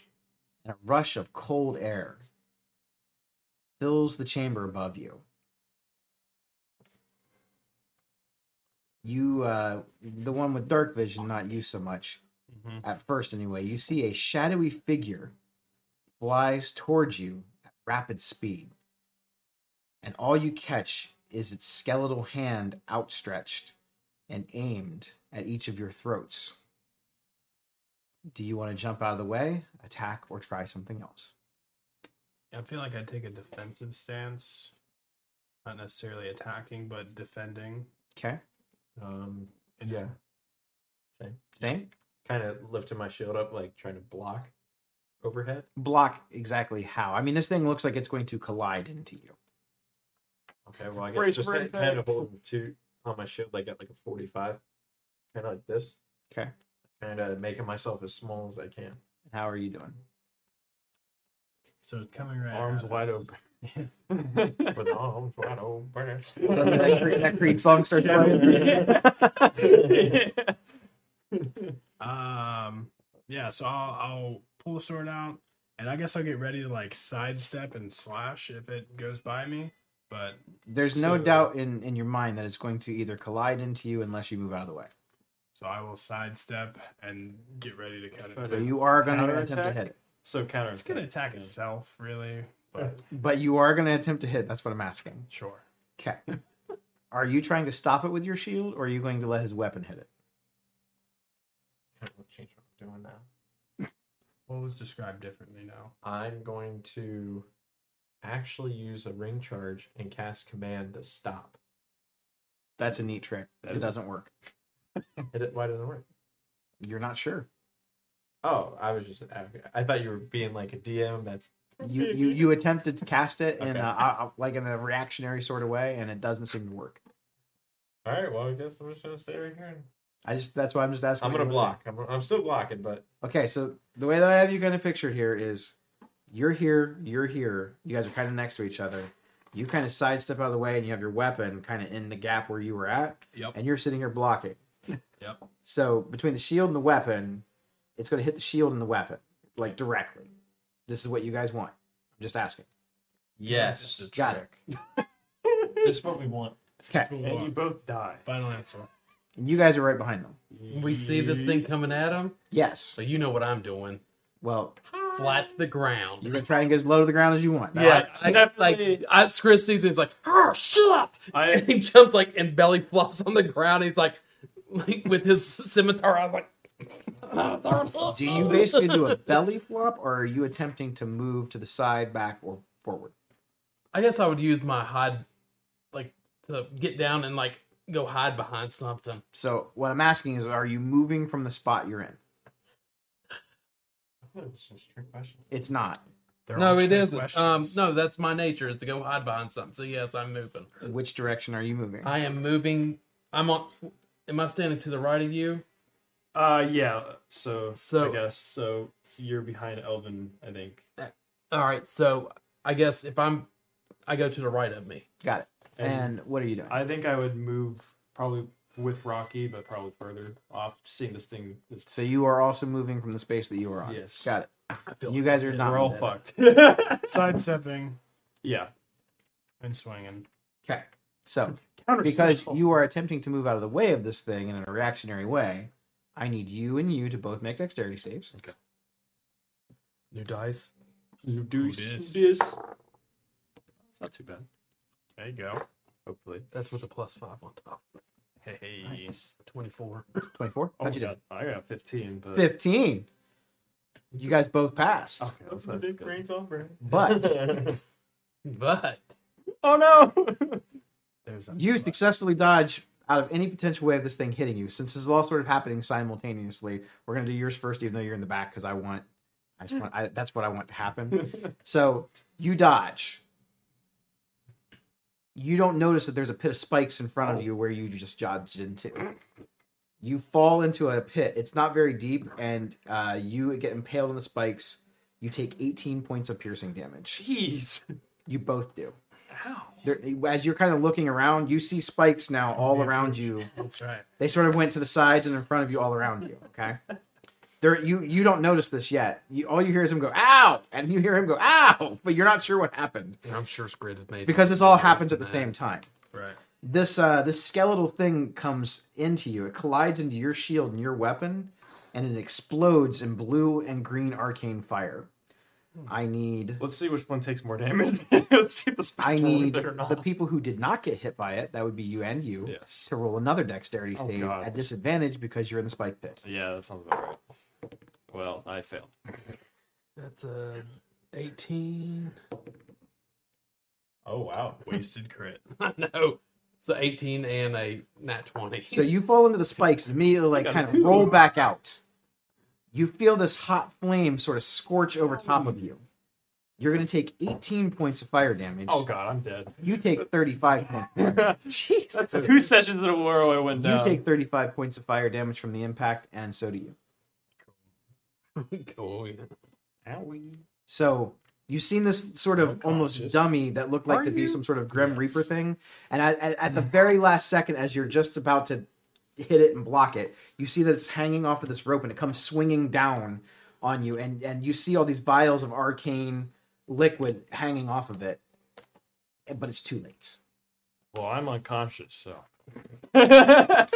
Speaker 1: and a rush of cold air fills the chamber above you. You, uh, the one with dark vision, not you so much, at first anyway, you see a shadowy figure flies towards you at rapid speed and all you catch is its skeletal hand outstretched and aimed at each of your throats. Do you want to jump out of the way, attack, or try something else?
Speaker 4: I feel like I'd take a defensive stance, not necessarily attacking, but defending.
Speaker 1: Okay.
Speaker 2: Um,
Speaker 4: And
Speaker 2: yeah,
Speaker 1: Thing?
Speaker 2: kind of lifted my shield up, like trying to block overhead.
Speaker 1: Block exactly how. I mean, this thing looks like it's going to collide into you.
Speaker 2: Okay, well, I guess
Speaker 3: Brace
Speaker 2: just
Speaker 3: for
Speaker 2: kind of
Speaker 3: impact.
Speaker 2: holding two on my shield, like at like a forty-five, kind of like this.
Speaker 1: Okay.
Speaker 2: Kind of making myself as small as I can.
Speaker 1: How are you doing?
Speaker 4: So it's coming right.
Speaker 3: Arms
Speaker 4: at us.
Speaker 3: wide open.
Speaker 2: With my arms wide open.
Speaker 1: that, Creed, that Creed song starts playing.
Speaker 4: Um, yeah. So I'll, I'll pull a sword out, and I guess I'll get ready to like sidestep and slash if it goes by me. But
Speaker 1: There's no
Speaker 2: So- uh,
Speaker 1: doubt in, in your mind that it's going to either collide into you unless you move out of the way.
Speaker 4: so I will sidestep and get ready to cut
Speaker 1: So
Speaker 4: it.
Speaker 3: Okay.
Speaker 1: you are going to attempt
Speaker 3: Counterattack?
Speaker 1: to hit it.
Speaker 3: so counter.
Speaker 4: It's gonna attack itself, really. But
Speaker 1: But you are going to attempt to hit. That's what I'm asking.
Speaker 4: sure.
Speaker 1: Okay. Are you trying to stop it with your shield, or are you going to let his weapon hit it?
Speaker 2: Change what I'm doing now.
Speaker 4: What was described differently now?
Speaker 2: I'm going to actually use a ring charge and cast command to stop.
Speaker 1: That's a neat trick.
Speaker 4: That
Speaker 1: it
Speaker 4: is-
Speaker 1: doesn't work.
Speaker 2: It, it- why doesn't it work?
Speaker 1: You're not sure.
Speaker 2: Oh, I was just I thought you were being like a DM. That's
Speaker 1: You you you attempted to cast it in
Speaker 2: Okay.
Speaker 1: a, a, like in a reactionary sort of way, and it doesn't seem to work.
Speaker 2: all right. Well, I guess I'm just gonna stay right here. and-
Speaker 1: I just that's why I'm just asking.
Speaker 2: I'm gonna
Speaker 1: you.
Speaker 2: block. I'm, I'm still blocking, but
Speaker 1: Okay, so the way that I have you kind of pictured here is you're here, you're here, you guys are kind of next to each other. You kind of sidestep out of the way and you have your weapon kind of in the gap where you were at,
Speaker 4: Yep.
Speaker 1: and you're sitting here blocking.
Speaker 4: Yep.
Speaker 1: So between the shield and the weapon, it's going to hit the shield and the weapon, like directly. This is what you guys want. I'm just asking.
Speaker 2: yes,
Speaker 1: Got it.
Speaker 2: this is what we want.
Speaker 4: Move
Speaker 3: And you
Speaker 4: on.
Speaker 3: both die.
Speaker 4: Final answer.
Speaker 1: And you guys are right behind them.
Speaker 5: We see this thing coming at him,
Speaker 1: Yes.
Speaker 5: so you know what I'm doing.
Speaker 1: Well,
Speaker 5: Flat to the
Speaker 1: you're
Speaker 5: ground.
Speaker 1: going to try and get as low to the ground as you want.
Speaker 5: Yeah,
Speaker 3: I-
Speaker 5: I,
Speaker 3: definitely-
Speaker 5: like I, Chris sees it, he's like, "Oh shit!"
Speaker 3: I
Speaker 5: And he jumps like and belly flops on the ground. He's like, like with his scimitar. I was like,
Speaker 1: Do you basically do a belly flop or are you attempting to move to the side, back, or forward?
Speaker 5: I guess I would use my hide, like to get down and like go hide behind something.
Speaker 1: So what I'm asking is, are you moving from the spot you're in?
Speaker 2: That's just a trick question.
Speaker 1: It's not.
Speaker 4: They're
Speaker 5: no,
Speaker 4: all
Speaker 5: it
Speaker 4: trick
Speaker 5: isn't. Um,
Speaker 4: questions.
Speaker 5: no, that's my nature is to go hide behind something. So yes, I'm moving.
Speaker 1: Which direction are you moving?
Speaker 5: I am moving. I'm on. Am I standing to the right of you?
Speaker 3: uh yeah. So
Speaker 5: So-
Speaker 3: I guess so. You're behind Elvin, I think.
Speaker 5: All right. So I guess if I'm, I go to the right of me.
Speaker 1: Got it.
Speaker 3: And-
Speaker 1: And what are you doing?
Speaker 3: I think I would move probably with Rocky, but probably further off, seeing this thing. Is,
Speaker 1: So you are also moving from the space that you were on.
Speaker 3: Yes.
Speaker 1: Got it.
Speaker 5: I feel
Speaker 1: You guys are not.
Speaker 3: we're all
Speaker 1: moving.
Speaker 3: fucked.
Speaker 4: Sidestepping
Speaker 3: yeah.
Speaker 4: and swinging.
Speaker 1: Okay. So
Speaker 4: Counter
Speaker 1: because you are attempting to move out of the way of this thing in a reactionary way, I need you and you to both make dexterity saves. Okay.
Speaker 5: new dice.
Speaker 3: You do
Speaker 4: Who dis?
Speaker 3: this. It's not too bad.
Speaker 4: There you go.
Speaker 3: Hopefully.
Speaker 5: That's with the plus five on top.
Speaker 4: Hey. hey.
Speaker 5: Twenty-four.
Speaker 1: Twenty-four.
Speaker 3: Oh
Speaker 1: How'd
Speaker 3: my
Speaker 1: you do?
Speaker 3: God, I got 15, but.
Speaker 1: Fifteen. You guys both passed,
Speaker 3: Okay, that's, that's good.
Speaker 4: over.
Speaker 1: but
Speaker 5: But
Speaker 3: Oh no!
Speaker 4: There's a
Speaker 1: you successfully dodge out of any potential way of this thing hitting you. Since this is all sort of happening simultaneously, we're gonna do yours first, even though you're in the back, because I want, I just want, I, that's what I want to happen. so you dodge. You don't notice that there's a pit of spikes in front of you where you just dodged into. You fall into a pit. It's not very deep, and uh, you get impaled on the spikes. You take 18 points of piercing damage.
Speaker 3: Jeez.
Speaker 1: You both do.
Speaker 3: Ow.
Speaker 1: There, as you're kind of looking around, you see spikes now all around you.
Speaker 4: That's right.
Speaker 1: They sort of went to the sides and in front of you, all around you. Okay, there you you don't notice this yet. You, all you hear is him go ow, and you hear him go ow, but you're not sure what happened
Speaker 5: and I'm sure Squid had made
Speaker 1: because this all happens at the same time.
Speaker 4: Right.
Speaker 1: This uh, this skeletal thing comes into you. It collides into your shield and your weapon, and it explodes in blue and green arcane fire. I need
Speaker 3: Let's see which one takes more damage. Let's see if the
Speaker 1: I
Speaker 3: spikes
Speaker 1: need
Speaker 3: it or not.
Speaker 1: the people who did not get hit by it. That would be you and you.
Speaker 3: yes.
Speaker 1: to roll another dexterity
Speaker 3: Oh,
Speaker 1: save
Speaker 3: God.
Speaker 1: at disadvantage because you're in the spike pit.
Speaker 3: Yeah, that sounds about right. Well, I failed.
Speaker 5: That's a eighteen.
Speaker 2: oh wow.
Speaker 4: Wasted crit.
Speaker 5: I know. So eighteen and a nat twenty.
Speaker 1: So you fall into the spikes and immediately like
Speaker 3: got
Speaker 1: kind
Speaker 3: a
Speaker 1: of
Speaker 3: two.
Speaker 1: roll back out. You feel this hot flame sort of scorch over
Speaker 3: Oh,
Speaker 1: top of you. You're going to take 18 points of fire damage.
Speaker 3: Oh god, I'm dead.
Speaker 1: You take 35 points. Jeez.
Speaker 3: That's two sessions in a row I went
Speaker 1: You
Speaker 3: down.
Speaker 1: take 35 points of fire damage from the impact, and so do you.
Speaker 5: cool. Yeah.
Speaker 3: Owie.
Speaker 1: So you've seen this sort of almost dummy that looked like to be some sort of Grim Reaper thing, and at, at, at the very last second, as you're just about to hit it and block it, you see that it's hanging off of this rope and it comes swinging down on you, and and you see all these vials of arcane liquid hanging off of it, but it's too late.
Speaker 3: Well, I'm unconscious, so. I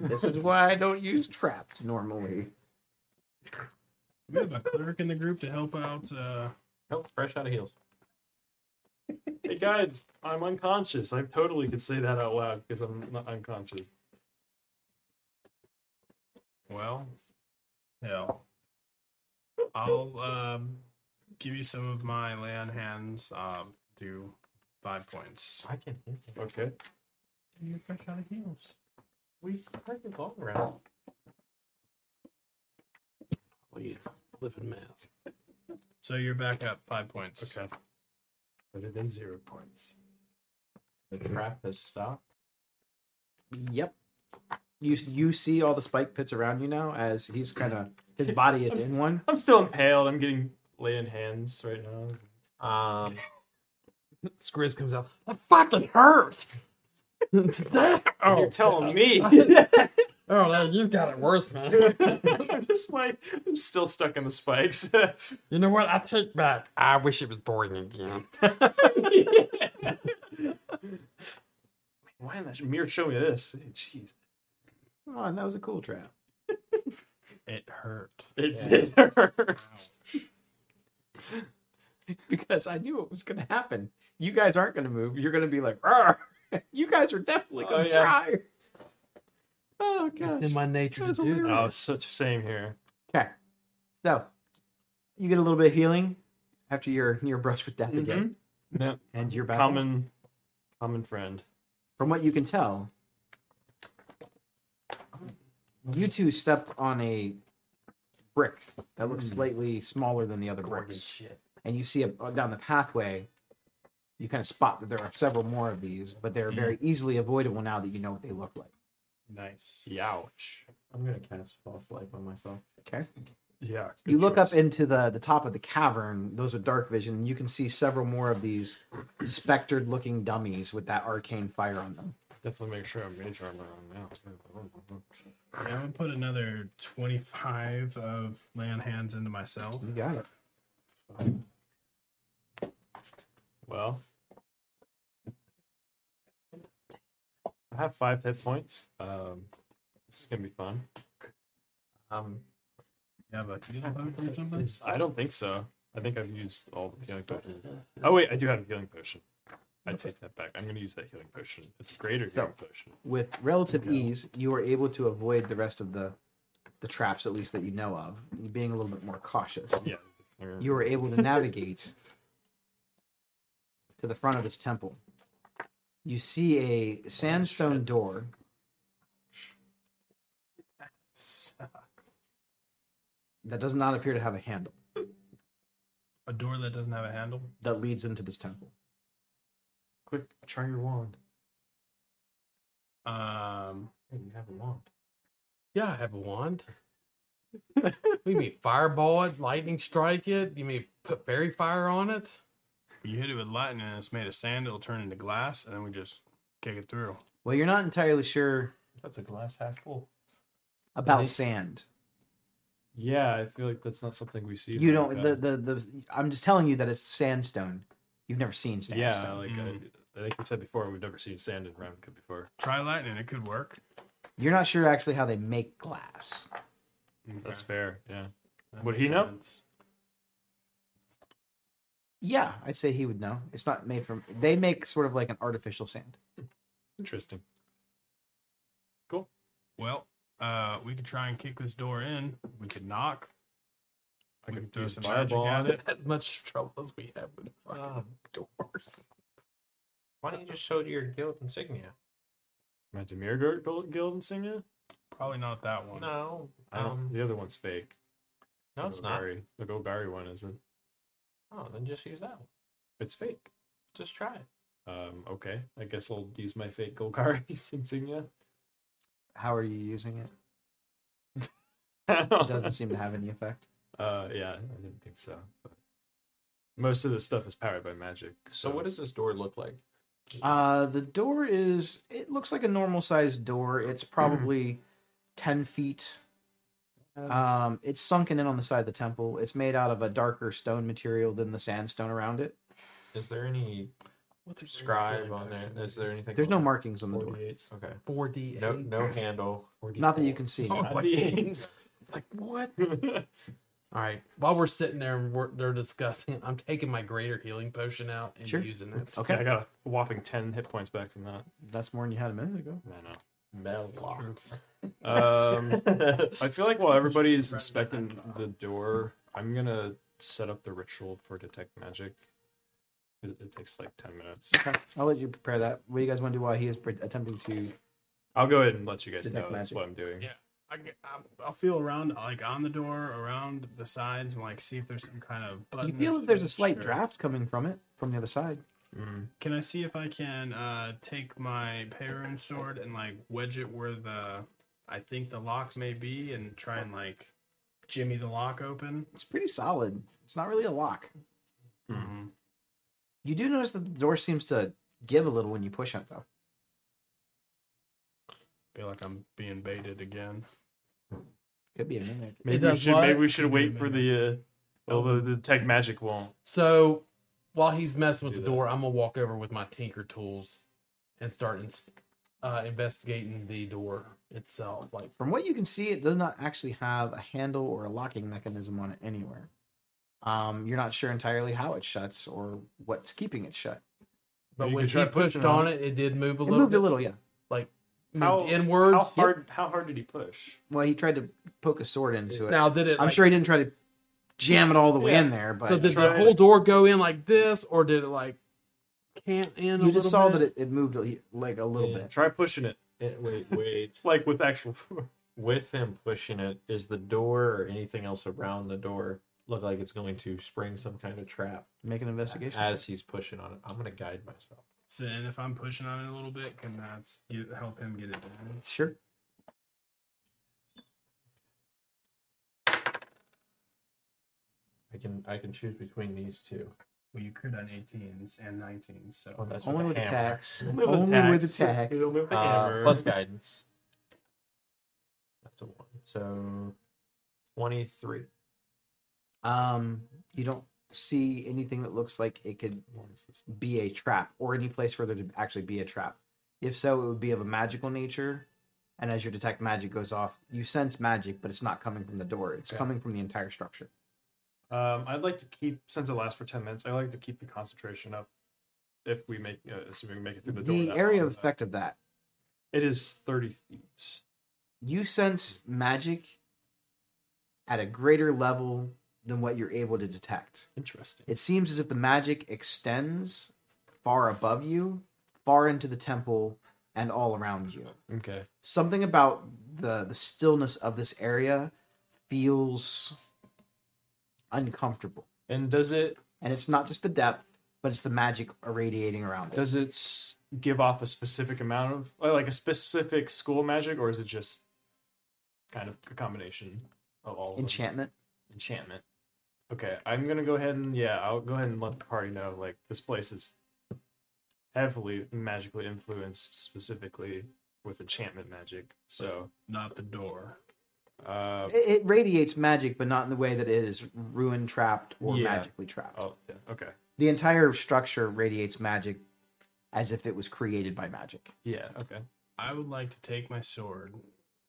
Speaker 1: This is why I don't use trapped normally.
Speaker 4: We have a cleric in the group to help out. Uh,
Speaker 2: Nope. Fresh out of heels.
Speaker 3: Hey guys, I'm unconscious. I totally could say that out loud because I'm not unconscious.
Speaker 4: well, hell. I'll um, give you some of my lay on hands. Um, do five points.
Speaker 2: I can hit it.
Speaker 3: Okay.
Speaker 2: You're fresh out of heels. We heard the ball around.
Speaker 5: Please, flipping mask.
Speaker 4: So you're back up five points.
Speaker 3: Okay. Better than zero points.
Speaker 2: The trap has stopped.
Speaker 1: Yep. You you see all the spike pits around you now as he's kind of his body is in one.
Speaker 3: I'm still impaled. I'm getting lay in hands right now.
Speaker 2: Um,
Speaker 5: Skriz comes out. That fucking hurt.
Speaker 3: Oh,
Speaker 5: oh,
Speaker 3: You're telling me.
Speaker 5: Oh, no, you got it worse, man.
Speaker 3: I'm just like, I'm still stuck in the spikes.
Speaker 5: You know what? I take back. I wish it was boring again.
Speaker 3: Why didn't that mirror show me this? Jeez.
Speaker 1: Oh, and that was a cool trap.
Speaker 4: It hurt.
Speaker 3: It
Speaker 2: Yeah.
Speaker 3: did hurt.
Speaker 1: because I knew it was going to happen. You guys aren't going to move. You're going to be like, "Rawr." you guys are definitely
Speaker 3: Oh,
Speaker 1: going to
Speaker 3: yeah.
Speaker 1: try. Oh
Speaker 5: In
Speaker 1: gosh.
Speaker 5: my nature to
Speaker 1: That's
Speaker 5: do
Speaker 1: hilarious.
Speaker 5: that.
Speaker 3: Oh, such a same here.
Speaker 1: Okay, so you get a little bit of healing after your near brush with death
Speaker 3: Mm-hmm.
Speaker 1: again,
Speaker 3: No,
Speaker 1: and you're back.
Speaker 3: common, common friend.
Speaker 1: From what you can tell, you two stepped on a brick that looks slightly smaller than the other bricks.
Speaker 3: shit.
Speaker 1: and you see a, uh, down the pathway, you kind of spot that there are several more of these, but they're very easily avoidable now that you know what they look like.
Speaker 4: Nice.
Speaker 3: Youch.
Speaker 2: I'm gonna cast false light on myself.
Speaker 1: Okay.
Speaker 3: Yeah.
Speaker 1: You look up into the the top of the cavern, those with dark vision, and you can see several more of these spectered looking dummies with that arcane fire on them.
Speaker 3: Definitely make sure I'm mage armor on now.
Speaker 4: I'm gonna put another twenty-five of lay on hands into myself.
Speaker 1: You got it.
Speaker 3: Well, I have five hit points. Um, this is gonna be fun.
Speaker 2: Um,
Speaker 4: You have a heal potion or something?
Speaker 3: I don't think so. I think I've used all the healing potions. Oh wait, I do have a healing potion. I take that back. I'm gonna use that healing potion. It's a greater healing potion.
Speaker 1: With relative ease, you are able to avoid the rest of the the traps, at least that you know of, being a little bit more cautious.
Speaker 3: Yeah. Or-
Speaker 1: you were able to navigate to the front of this temple. You see a sandstone door. That does not appear to have a handle
Speaker 4: A door that doesn't have a handle.
Speaker 1: that leads into this temple.
Speaker 3: Quick, try your wand.
Speaker 4: Um,
Speaker 3: Hey, you have a wand.
Speaker 5: Yeah, I have a wand. we mean fireball it, lightning strike it. You mean put fairy fire on it?
Speaker 4: you hit it with lightning, and it's made of sand. It'll turn into glass, and then we just kick it through.
Speaker 1: Well, you're not entirely sure
Speaker 2: that's a glass half full.
Speaker 1: about
Speaker 3: Really?
Speaker 1: sand.
Speaker 3: Yeah, I feel like that's not something we see.
Speaker 1: You
Speaker 3: very
Speaker 1: don't. The,
Speaker 3: bad.
Speaker 1: the the I'm just telling you that it's sandstone. You've never seen sandstone.
Speaker 3: yeah, like
Speaker 4: Mm.
Speaker 3: I, I think we said before, we've never seen sand in Ravnica before.
Speaker 4: Try lightning; it could work.
Speaker 1: You're not sure actually how they make glass.
Speaker 3: That's
Speaker 4: Okay.
Speaker 3: fair. Yeah.
Speaker 4: That
Speaker 3: Would
Speaker 4: makes
Speaker 3: he know?
Speaker 4: sense.
Speaker 1: Yeah, I'd say he would know. It's not made from. They make sort of like an artificial sand.
Speaker 3: Interesting.
Speaker 4: Well, uh, we could try and kick this door in. We could knock.
Speaker 3: I
Speaker 4: We
Speaker 3: could
Speaker 4: could throw
Speaker 3: use
Speaker 4: some magic
Speaker 3: fireball
Speaker 4: at
Speaker 3: on
Speaker 4: it.
Speaker 5: As much trouble as we have with fucking
Speaker 2: Ah.
Speaker 5: doors.
Speaker 2: Why don't you just show your guild insignia?
Speaker 3: My Demir Guild- Guild Guild insignia?
Speaker 4: Probably not that one.
Speaker 2: No,
Speaker 3: I don't.
Speaker 2: um,
Speaker 3: the other one's fake.
Speaker 2: no, it's not.
Speaker 3: Golgari- The Golgari one isn't.
Speaker 2: Oh, then just use that one.
Speaker 3: It's fake.
Speaker 2: Just try it.
Speaker 3: Um. Okay. I guess I'll use my fake Golgari's insignia.
Speaker 1: How are you using it? It doesn't
Speaker 3: uh.
Speaker 1: seem to have any effect.
Speaker 3: Yeah. I didn't think so. But most of this stuff is powered by magic.
Speaker 2: So, what does this door look like?
Speaker 1: Uh, the door is. It looks like a normal sized door. It's
Speaker 3: Mm-hmm.
Speaker 1: probably ten feet. Um, it's sunken in on the side of the temple. It's made out of a darker stone material than the sandstone around it.
Speaker 2: Is there any
Speaker 5: What's a
Speaker 2: scribe on there? Is there anything?
Speaker 1: There's no
Speaker 2: on-
Speaker 1: markings on the door,
Speaker 3: 48?
Speaker 2: Okay.
Speaker 5: 4D.
Speaker 2: No, no handle.
Speaker 1: not that you can see.
Speaker 5: Oh, it's like-
Speaker 3: 48.
Speaker 5: It's like what? All right. While we're sitting there and we're, they're discussing, I'm taking my greater healing potion out and
Speaker 1: Sure.
Speaker 5: using it.
Speaker 3: Okay, I
Speaker 1: Okay,
Speaker 3: got a whopping 10 hit points back from that.
Speaker 1: that's more than you had a minute ago.
Speaker 3: I know.
Speaker 2: Mellock.
Speaker 3: Um, I feel like while everybody's inspecting the door, I'm gonna set up the ritual for detect magic. It, it takes like ten minutes.
Speaker 1: Okay, I'll let you prepare that. What do you guys want to do while he is pre- attempting to?
Speaker 3: I'll go ahead and let you guys know
Speaker 1: Detect
Speaker 3: that's
Speaker 1: magic.
Speaker 3: what I'm doing.
Speaker 4: Yeah. I, get- I'm- I'll feel around, like on the door, around the sides, and like see if there's some kind of button.
Speaker 1: You
Speaker 4: or
Speaker 1: feel that there's a
Speaker 4: switch
Speaker 1: slight
Speaker 4: or-
Speaker 1: draft coming from it from the other side.
Speaker 3: Mm.
Speaker 4: Can I see if I can uh, take my Perun sword and like wedge it where the I think the locks may be and try and like jimmy the lock open?
Speaker 1: It's pretty solid. It's not really a lock.
Speaker 4: Mm-hmm.
Speaker 1: You do notice that the door seems to give a little when you push it, though.
Speaker 4: Feel like I'm being baited again.
Speaker 1: Could be a minute.
Speaker 3: Maybe we
Speaker 5: does
Speaker 3: should
Speaker 5: what?
Speaker 3: maybe we should wait for the uh although the detect magic won't.
Speaker 5: So while he's messing with
Speaker 3: Do
Speaker 5: the
Speaker 3: that.
Speaker 5: door, I'm gonna walk over with my tinker tools and start ins- uh, investigating the door itself. Like
Speaker 1: From what you can see, it does not actually have a handle or a locking mechanism on it anywhere. Um, you're not sure entirely how it shuts or what's keeping it shut.
Speaker 5: But
Speaker 3: You
Speaker 5: when
Speaker 3: could
Speaker 5: he
Speaker 3: try
Speaker 5: pushed
Speaker 3: pushing
Speaker 5: on
Speaker 3: on
Speaker 5: it, it did move a
Speaker 1: It
Speaker 5: little
Speaker 1: moved
Speaker 5: bit.
Speaker 1: a little, yeah. Hmm.
Speaker 5: moved
Speaker 3: How-
Speaker 5: inwards.
Speaker 3: How
Speaker 5: Yep.
Speaker 3: hard how hard did he push?
Speaker 1: Well, he tried to poke a sword into it.
Speaker 5: Now did it?
Speaker 1: I'm
Speaker 5: like-
Speaker 1: sure he didn't try to jam it all the way
Speaker 3: Yeah.
Speaker 1: in there, but
Speaker 5: So did the
Speaker 3: Try it.
Speaker 5: whole door go in like this, or did it like cant in?
Speaker 1: you
Speaker 5: a
Speaker 1: just
Speaker 5: little
Speaker 1: saw
Speaker 5: bit?
Speaker 1: that it, it moved a- like a little
Speaker 2: Yeah.
Speaker 1: bit.
Speaker 3: Try pushing it.
Speaker 2: It, wait, wait.
Speaker 3: Like with actual force.
Speaker 2: With him pushing it, is the door or anything else around the door look like it's going to spring some kind of trap
Speaker 1: Make an investigation.
Speaker 2: as he's pushing on it? I'm gonna guide myself.
Speaker 4: So and if I'm pushing on it a little bit, can that s- you- help him get it down?
Speaker 1: sure.
Speaker 2: I can I can choose between these two.
Speaker 4: Well, you could on 18s and 19s. So
Speaker 2: Oh, that's
Speaker 1: Only with
Speaker 2: with a hammer.
Speaker 1: attacks. Only with attack.
Speaker 2: Uh, plus guidance. That's a one. So twenty-three.
Speaker 1: Um, you don't see anything that looks like it could be a trap or any place for there to actually be a trap. If so, it would be of a magical nature. And as your detect magic goes off, you sense magic, but it's not coming from the door. It's
Speaker 3: Okay.
Speaker 1: coming from the entire structure.
Speaker 3: Um, I'd like to keep since it lasts for ten minutes. I like to keep the concentration up. If we make, uh, assuming we make it through the
Speaker 1: The,
Speaker 3: door, that
Speaker 1: area
Speaker 3: long,
Speaker 1: of
Speaker 3: uh,
Speaker 1: effect of that,
Speaker 3: It is thirty feet.
Speaker 1: you sense magic at a greater level than what you're able to detect.
Speaker 3: Interesting.
Speaker 1: It seems as if the magic extends far above you, far into the temple, and all around you.
Speaker 3: Okay.
Speaker 1: Something about the the stillness of this area feels uncomfortable,
Speaker 3: And does it
Speaker 1: and it's not just the depth, but it's the magic irradiating around it.
Speaker 3: does it s- give off a specific amount of uh, like a specific school magic, or is it just kind of a combination of all of them?
Speaker 1: Enchantment.
Speaker 3: enchantment? Okay, I'm gonna go ahead and yeah, I'll go ahead and let the party know like this place is heavily magically influenced, specifically with enchantment magic. So.
Speaker 4: not the door.
Speaker 3: Uh,
Speaker 1: It, it radiates magic, but not in the way that it is ruin trapped or
Speaker 3: Yeah.
Speaker 1: magically trapped.
Speaker 3: oh, yeah, okay.
Speaker 1: The entire structure radiates magic, as if it was created by magic.
Speaker 3: Yeah, okay.
Speaker 4: I would like to take my sword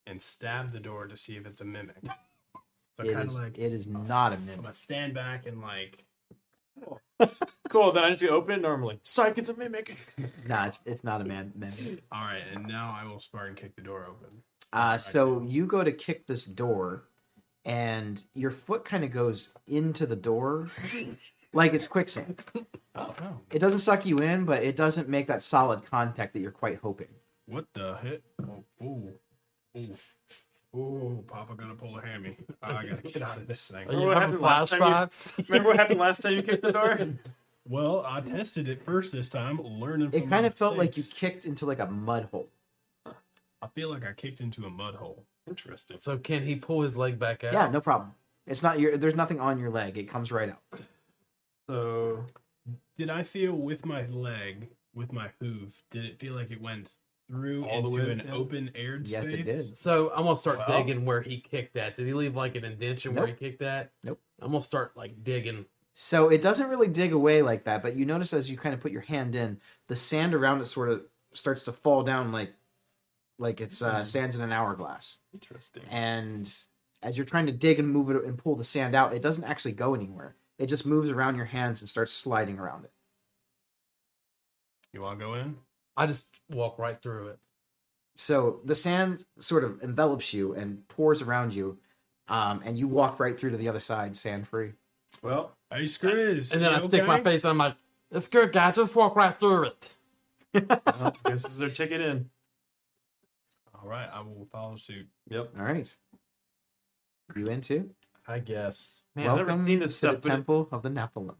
Speaker 4: and stab the door to see if it's a mimic. So
Speaker 1: It
Speaker 4: kind of
Speaker 1: is,
Speaker 4: like
Speaker 1: it is not a
Speaker 4: I'm
Speaker 1: mimic.
Speaker 4: gonna stand back and like
Speaker 3: Cool, then I just open it normally. Psych, it's a mimic.
Speaker 1: Nah, it's it's not a man mimic.
Speaker 4: All right, and now I will Spartan kick the door open.
Speaker 1: Uh,
Speaker 4: Which I
Speaker 1: so
Speaker 4: do.
Speaker 1: you go to kick this door, and your foot kind of goes into the door, like it's quicksand.
Speaker 4: Oh,
Speaker 1: It doesn't suck you in, but it doesn't make that solid contact that you're quite hoping.
Speaker 4: what the hit? Oh, ooh, ooh, ooh! Papa gonna pull a hammy. Ah, I gotta get out of this
Speaker 5: Are
Speaker 4: thing.
Speaker 3: Like-
Speaker 5: you
Speaker 3: Oh, What happened
Speaker 5: having
Speaker 3: last
Speaker 5: flashbacks?
Speaker 3: Remember what happened last time you kicked the door?
Speaker 4: Well, I tested it first this time, learning. From
Speaker 1: It kind of felt like you
Speaker 4: kicked.
Speaker 1: kicked into like a mud hole.
Speaker 4: I feel like I kicked into a mud hole.
Speaker 3: Interesting.
Speaker 5: so can he pull his leg back out?
Speaker 1: Yeah, no problem. It's not your. There's nothing on your leg. It comes right out.
Speaker 3: So
Speaker 4: Did I feel with my leg, with my hoof? Did it feel like it went through
Speaker 3: All the
Speaker 4: into
Speaker 3: way
Speaker 4: an
Speaker 3: down?
Speaker 4: open aired
Speaker 1: Yes,
Speaker 4: space?
Speaker 1: it did.
Speaker 5: So I'm gonna start
Speaker 3: Well-
Speaker 5: digging where he kicked that. Did he leave like an indention where he kicked that?
Speaker 1: Nope.
Speaker 5: I'm gonna start like digging.
Speaker 1: So it doesn't really dig away like that, but you notice as you kind of put your hand in, the sand around it sort of starts to fall down like, like it's uh, sands in an hourglass.
Speaker 3: Hmm. interesting.
Speaker 1: and as you're trying to dig and move it and pull the sand out, it doesn't actually go anywhere. It just moves around your hands and starts sliding around it.
Speaker 4: You want to go in?
Speaker 5: I just walk right through it.
Speaker 1: So the sand sort of envelops you and pours around you, um, and you walk right through to the other side, sand free.
Speaker 3: Well,
Speaker 4: Hey, Skriz.
Speaker 5: And then
Speaker 4: you
Speaker 5: I stick my
Speaker 4: okay?
Speaker 5: face and I'm like, it's good, guy. Just walk right through it.
Speaker 3: well, I guess this is our ticket in.
Speaker 4: All right, I will follow suit.
Speaker 3: Yep,
Speaker 1: All right. You into?
Speaker 3: I guess. Man,
Speaker 1: Welcome
Speaker 3: I've never seen this
Speaker 1: to
Speaker 3: stuff.
Speaker 1: the temple of the Nephilim.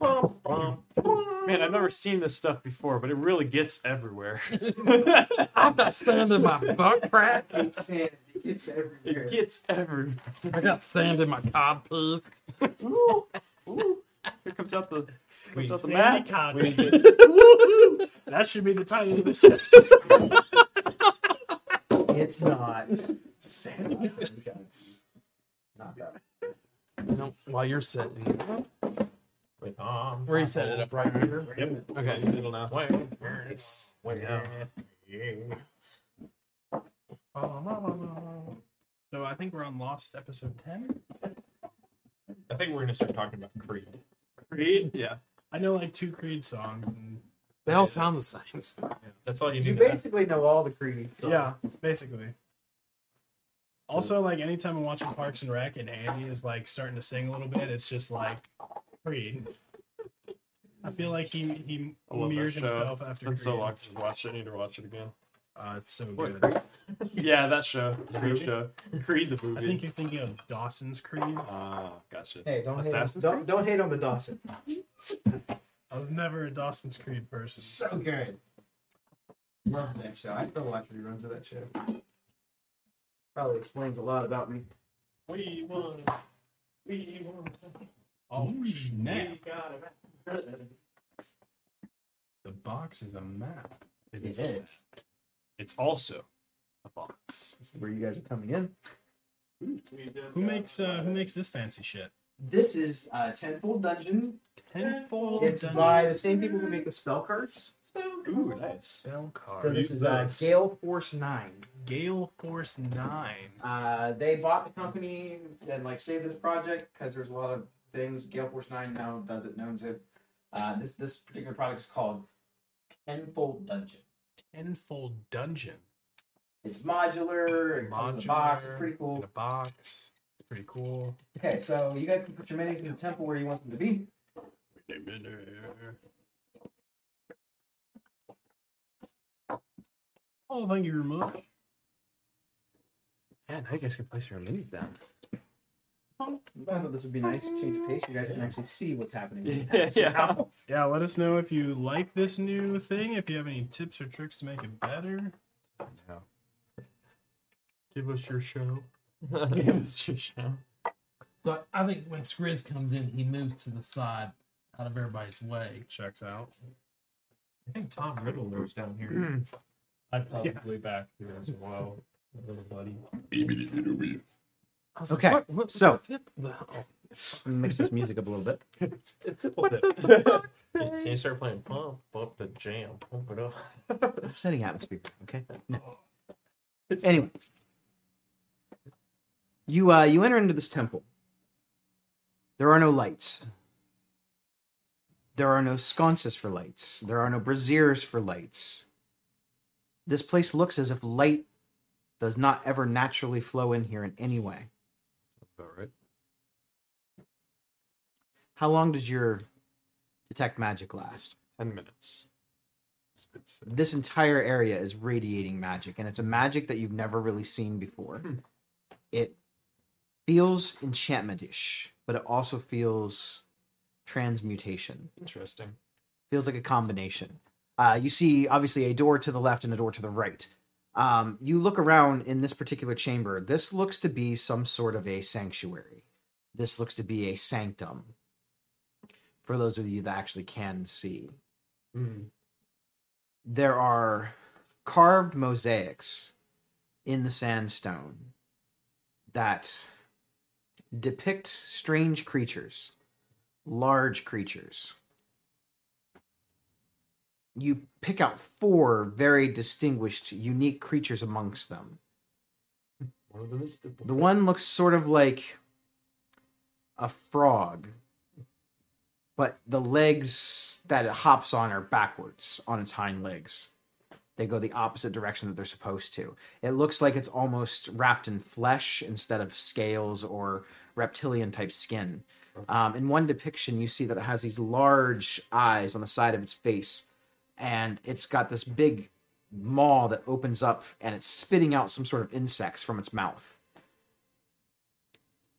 Speaker 3: Bum, bum. um, Man, I've never seen this stuff before, but it really gets everywhere.
Speaker 5: I've got sand in my butt crack.
Speaker 1: It's sand. It gets everywhere.
Speaker 3: it gets everywhere.
Speaker 5: I got sand in my codpiece.
Speaker 3: Ooh, ooh. Here comes out the comes out the
Speaker 4: Sandy
Speaker 3: map.
Speaker 4: Cobb.
Speaker 3: We get-
Speaker 4: That should be the title of this.
Speaker 1: It's not.
Speaker 4: Sandy.
Speaker 1: Not that.
Speaker 5: You know, while you're sitting,
Speaker 2: With um,
Speaker 5: where you set it up right here.
Speaker 4: Yep.
Speaker 5: Okay.
Speaker 4: It'll now.
Speaker 5: It's-
Speaker 4: So I think we're on Lost episode ten.
Speaker 2: I think we're gonna start talking about Creed.
Speaker 3: Creed.
Speaker 4: Yeah. I know like two Creed songs. And,
Speaker 5: They all sound the same.
Speaker 2: That's all you
Speaker 1: You
Speaker 2: need. to know.
Speaker 1: basically know all the creeds.
Speaker 4: yeah, basically. Also, like anytime I'm watching Parks and Rec and Andy is like starting to sing a little bit, it's just like Creed. I feel like he he
Speaker 3: I love that
Speaker 4: mirrored
Speaker 3: show.
Speaker 4: himself after
Speaker 3: Been so
Speaker 4: Creed.
Speaker 3: long since I watched it. I need to watch it again.
Speaker 4: Uh, it's so
Speaker 3: What,
Speaker 4: good.
Speaker 3: Yeah, that show. The Creed
Speaker 4: movie?
Speaker 3: show. Creed the
Speaker 4: I
Speaker 3: movie.
Speaker 4: think you're thinking of Dawson's Creed.
Speaker 3: Ah, gotcha.
Speaker 1: Hey, don't hate,
Speaker 3: Assassin's
Speaker 1: don't, don't hate on the Dawson.
Speaker 4: I was never a Dawson's Creed person.
Speaker 1: So good. Love that show. I still watch reruns of that show. Probably explains a lot about me.
Speaker 3: We won. We won.
Speaker 4: Oh snap!
Speaker 3: We got it.
Speaker 4: The box is a map.
Speaker 1: It is.
Speaker 3: It's also a box.
Speaker 1: This is where you guys are coming in.
Speaker 4: Who makes uh who makes this fancy shit?
Speaker 1: This is uh, Tenfold Dungeon.
Speaker 4: Tenfold.
Speaker 1: It's
Speaker 4: Dungeon.
Speaker 1: by the same people who make the spell cards.
Speaker 4: Ooh, that is cell card.
Speaker 1: So this is uh, Gale Force 9.
Speaker 4: Gale Force Nine.
Speaker 1: Uh, they bought the company and like saved this project because there's a lot of things. Gale Force Nine now does it, owns it. Uh, this this particular product is called Tenfold Dungeon.
Speaker 4: Tenfold Dungeon.
Speaker 1: It's modular. It comes in a box. It's pretty
Speaker 4: In
Speaker 1: cool.
Speaker 4: a box. It's pretty cool.
Speaker 1: Okay, so you guys can put your minis in the temple where you want them to be.
Speaker 4: Wait a minute. Oh, thank you very much.
Speaker 3: Yeah, now you guys can place your minis down.
Speaker 1: I thought this would be nice to change of pace. You guys can actually see what's happening.
Speaker 3: yeah.
Speaker 4: Yeah, let us know if you like this new thing. If you have any tips or tricks to make it better.
Speaker 3: Give us your show. Give us your show.
Speaker 5: So I think when Skriz comes in, he moves to the side out of everybody's way.
Speaker 4: Checks out.
Speaker 2: I think Tom Riddle lives down here.
Speaker 4: I'd probably back.
Speaker 3: as well, little buddy.
Speaker 5: I was
Speaker 1: Okay,
Speaker 5: Like, what, what,
Speaker 1: so-
Speaker 5: what the hell?
Speaker 1: Mix this music up a little bit.
Speaker 3: It's simple fit. Can you start playing pump up the jam? Pump it up.
Speaker 1: Upsetting atmosphere. Okay. anyway, you uh, you enter into this temple. There are no lights. There are no sconces for lights. There are no braziers for lights. This place looks as if light does not ever naturally flow in here in any way.
Speaker 3: About right.
Speaker 1: How long does your detect magic last?
Speaker 3: Ten minutes. It's been sick.
Speaker 1: This entire area is radiating magic, and it's a magic that you've never really seen before.
Speaker 3: Hmm.
Speaker 1: It feels enchantment-ish, but it also feels transmutation.
Speaker 3: Interesting.
Speaker 1: Feels like a combination. Uh, you see, obviously, a door to the left and a door to the right. Um, you look around in this particular chamber. This looks to be some sort of a sanctuary. This looks to be a sanctum. For those of you that actually can see
Speaker 3: Mm.
Speaker 1: there are carved mosaics in the sandstone that depict strange creatures, large creatures. You pick out four very distinguished, unique creatures amongst them.
Speaker 3: One of them is the,
Speaker 1: The one looks sort of like a frog, but the legs that it hops on are backwards on its hind legs. they go the opposite direction that they're supposed to. It looks like it's almost wrapped in flesh instead of scales or reptilian type skin. Um, in one depiction, you see that it has these large eyes on the side of its face, and it's got this big maw that opens up and it's spitting out some sort of insects from its mouth.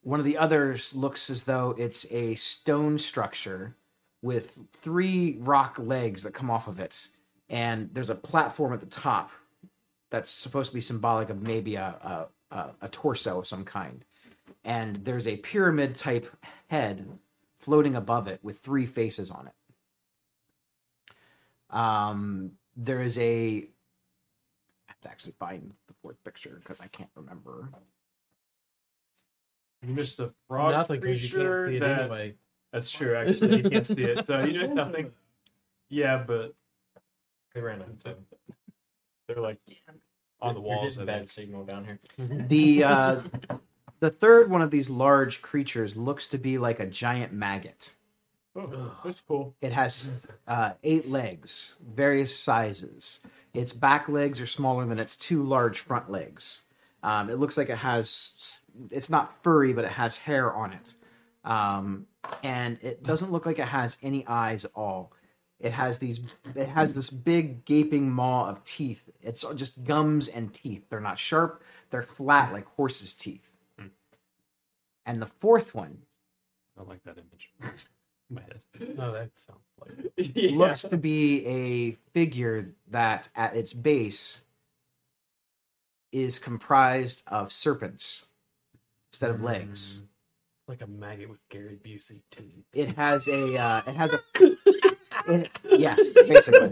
Speaker 1: One of the others looks as though it's a stone structure with three rock legs that come off of it, and there's a platform at the top that's supposed to be symbolic of maybe a a, a, a torso of some kind, and there's a pyramid type head floating above it with three faces on it. Um, there is a. I have to actually find the fourth picture because I can't remember.
Speaker 3: You missed a frog
Speaker 5: Nothing because you
Speaker 3: creature
Speaker 5: can't see it
Speaker 3: that-
Speaker 5: anyway.
Speaker 3: That's true. Actually, you can't see it, so you missed nothing. Yeah, but
Speaker 2: They ran out of time.
Speaker 3: they're like on the
Speaker 2: You're- you're
Speaker 3: walls.
Speaker 2: getting
Speaker 3: I
Speaker 2: bad
Speaker 3: think.
Speaker 2: signal down here.
Speaker 1: the uh, the third one of these large creatures looks to be like a giant maggot.
Speaker 3: Oh, that's cool.
Speaker 1: It has uh, eight legs, various sizes. Its back legs are smaller than its two large front legs. Um, it looks like it has, it's not furry, but it has hair on it. Um, and it doesn't look like it has any eyes at all. It has these, it has this big gaping maw of teeth. It's just gums and teeth. They're not sharp, they're flat like horses' teeth. And the fourth one
Speaker 3: I like that image. In my head.
Speaker 5: No, that sounds like
Speaker 3: yeah.
Speaker 1: looks to be a figure that at its base is comprised of serpents instead of legs.
Speaker 5: like a maggot with Gary Busey teeth.
Speaker 1: It has a uh, it has a it- yeah, basically.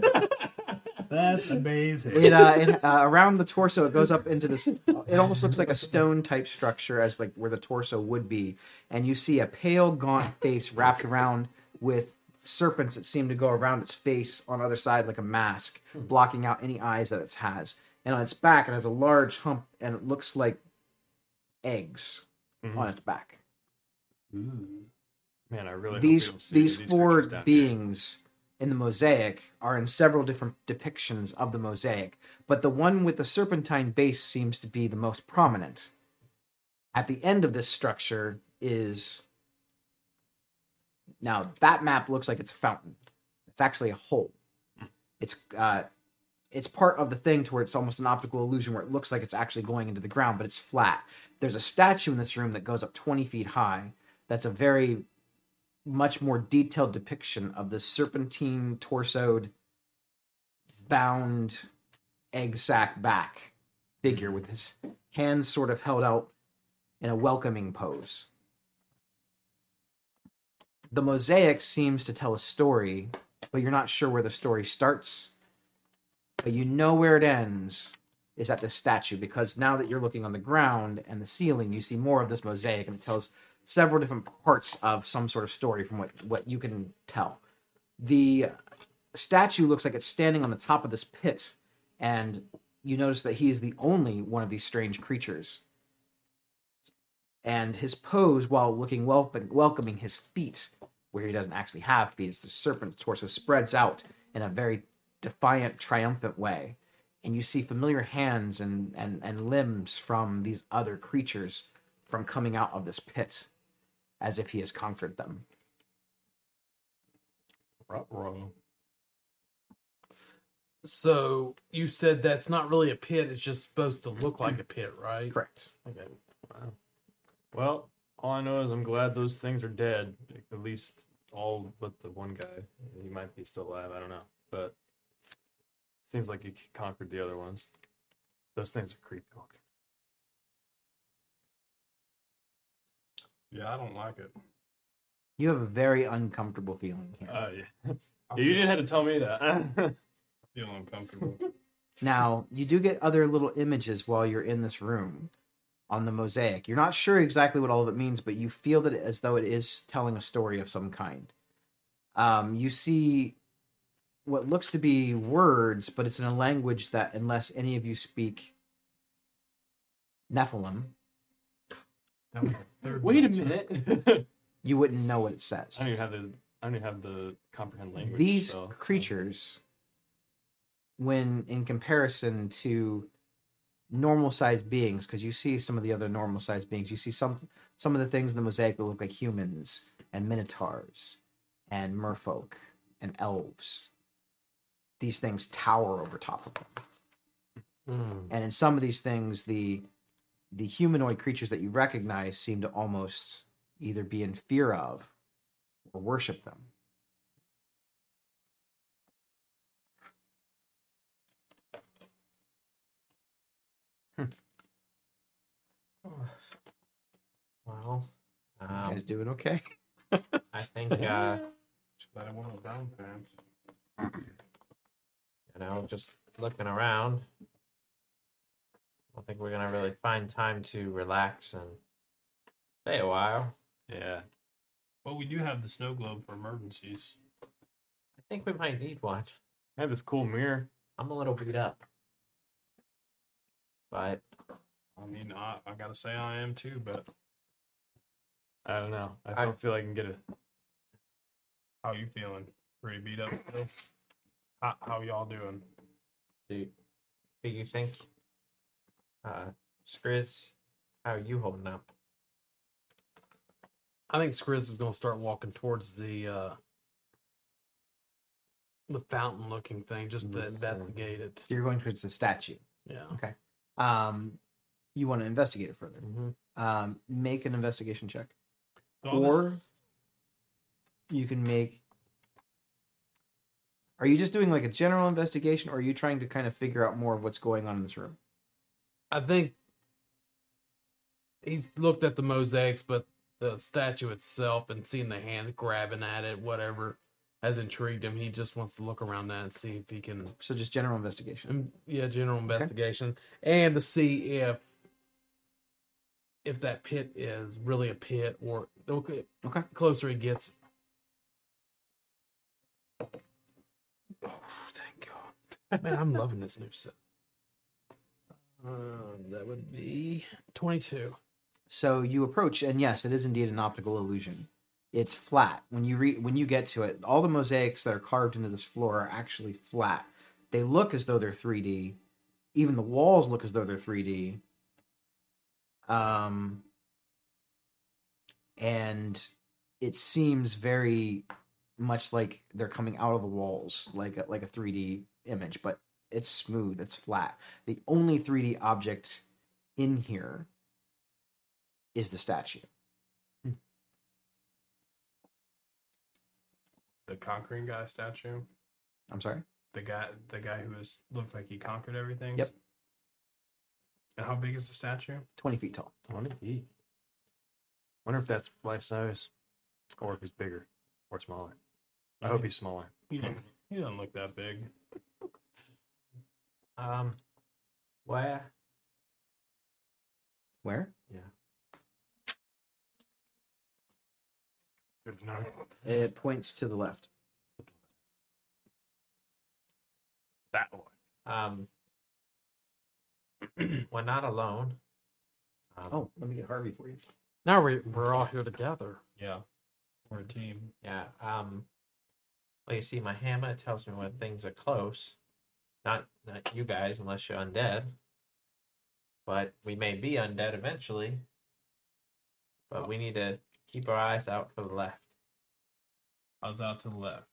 Speaker 6: That's amazing.
Speaker 1: It, uh, it uh, around the torso it goes up into this it almost looks like a stone type structure as like where the torso would be and you see a pale gaunt face wrapped around with serpents that seem to go around its face on the other side like a mask blocking out any eyes that it has and on its back it has a large hump and it looks like eggs on its back
Speaker 3: Oh, Man, I really hope we
Speaker 1: these
Speaker 3: don't see
Speaker 1: these four
Speaker 3: creatures down here.
Speaker 1: beings in the mosaic are in several different depictions of the mosaic, but the one with the serpentine base seems to be the most prominent. At the end of this structure is now that map looks like it's a fountain. It's actually a hole. It's uh it's part of the thing to where it's almost an optical illusion where it looks like it's actually going into the ground, but it's flat. There's a statue in this room that goes up 20 feet high. That's a very much more detailed depiction of the serpentine torsoed bound egg sack back figure with his hands sort of held out in a welcoming pose the mosaic seems to tell a story but you're not sure where the story starts but you know where it ends is at this statue because now that you're looking on the ground and the ceiling you see more of this mosaic and it tells several different parts of some sort of story from what what you can tell. The statue looks like it's standing on the top of this pit, and you notice that he is the only one of these strange creatures. And his pose, while looking welcoming, welcoming his feet, where he doesn't actually have feet, it's the serpent's torso spreads out in a very defiant, triumphant way. And you see familiar hands and, and, and limbs from these other creatures from coming out of this pit as if he has conquered them.
Speaker 3: Ruh-roh.
Speaker 5: So you said that's not really a pit; it's just supposed to look like a pit, right?
Speaker 1: Correct.
Speaker 5: Okay.
Speaker 3: Well, all I know is I'm glad those things are dead. At least all but the one guy. He might be still alive. I don't know, but seems like he c- conquered the other ones. Those things are creepy. looking.
Speaker 4: Yeah, I don't like it.
Speaker 1: You have a very uncomfortable feeling here.
Speaker 3: Uh, yeah. you didn't have to tell me that.
Speaker 4: Feel uncomfortable.
Speaker 1: now, you do get other little images while you're in this room on the mosaic. You're not sure exactly what all of it means, but you feel that it, as though it is telling a story of some kind. Um, you see what looks to be words, but it's in a language that, unless any of you speak Nephilim,
Speaker 3: Wait a minute. I
Speaker 1: you wouldn't know what it says.
Speaker 3: don't even have the. I don't even have the comprehend language.
Speaker 1: These
Speaker 3: so-
Speaker 1: creatures when in comparison to normal sized beings because you see some of the other normal sized beings you see some some of the things in the mosaic that look like humans and minotaurs and merfolk and elves these things tower over top of them
Speaker 5: Mm.
Speaker 1: and in some of these things the the humanoid creatures that you recognize seem to almost either be in fear of or worship them
Speaker 2: Well,
Speaker 1: you
Speaker 2: um,
Speaker 1: guys doing okay
Speaker 2: I think uh,
Speaker 4: But I want to down pants.
Speaker 2: you know, just looking around, I don't think we're gonna really find time to relax and stay a while.
Speaker 3: Yeah.
Speaker 4: Well, we do have the snow globe for emergencies.
Speaker 2: I think we might need one.
Speaker 3: I have this cool mirror.
Speaker 2: I'm a little beat up, but
Speaker 4: I mean, I, I gotta say I am too, but
Speaker 3: I don't know. I
Speaker 2: I-
Speaker 3: don't feel I can get it.
Speaker 4: how you feeling? Pretty beat up still? How, how y'all doing?
Speaker 2: do, do you think, uh, Skriz, how are you holding up?
Speaker 5: I think Skriz is going to start walking towards the uh the fountain looking thing just to investigate it.
Speaker 1: you're going towards the statue
Speaker 5: Yeah.
Speaker 1: um you want to investigate it further
Speaker 5: Mm-hmm.
Speaker 1: um make an investigation check
Speaker 4: All this-
Speaker 1: or you can make are you just doing like a general investigation or are you trying to kind of figure out more of what's going on in this room
Speaker 5: I think he's looked at the mosaics, but the statue itself and seeing the hands grabbing at it, whatever, has intrigued him. He just wants to look around that and see if he can,
Speaker 1: so just general investigation
Speaker 5: um, yeah, general investigation and to see if if that pit is really a pit or okay,
Speaker 1: Okay.
Speaker 5: closer it gets. Oh, thank God, man, I'm loving this new set. Um, that would be 22.
Speaker 1: so you approach and yes it is indeed an optical illusion it's flat when you re- when you get to it all the mosaics that are carved into this floor are actually flat they look as though they're 3d even the walls look as though they're 3d um and it seems very much like they're coming out of the walls like a, like a 3d image but it's smooth it's flat the only 3d object in here is the statue.
Speaker 4: the conquering guy statue,
Speaker 1: I'm sorry.
Speaker 4: the guy, the guy who was looked like he conquered everything.
Speaker 1: Yep.
Speaker 4: And how big is the statue?
Speaker 1: 20 feet tall.
Speaker 3: 20 feet. Wonder if that's life size or if he's bigger or smaller. I
Speaker 4: Mm-hmm.
Speaker 3: hope he's smaller.
Speaker 4: He doesn't, he doesn't look that big.
Speaker 2: Um, where?
Speaker 1: Where?
Speaker 3: Good to know.
Speaker 1: It points to the left.
Speaker 3: That one.
Speaker 2: Um, we're not alone. Um,
Speaker 1: Oh, let me get Harvey for you.
Speaker 5: Now we're, we're all here together.
Speaker 4: Yeah. We're a team.
Speaker 2: Yeah. Um. Well, you see, my hammer tells me when things are close. Not not you guys, unless you're undead. But we may be undead eventually. But we need to keep our eyes out for the left.
Speaker 4: I was out to the left.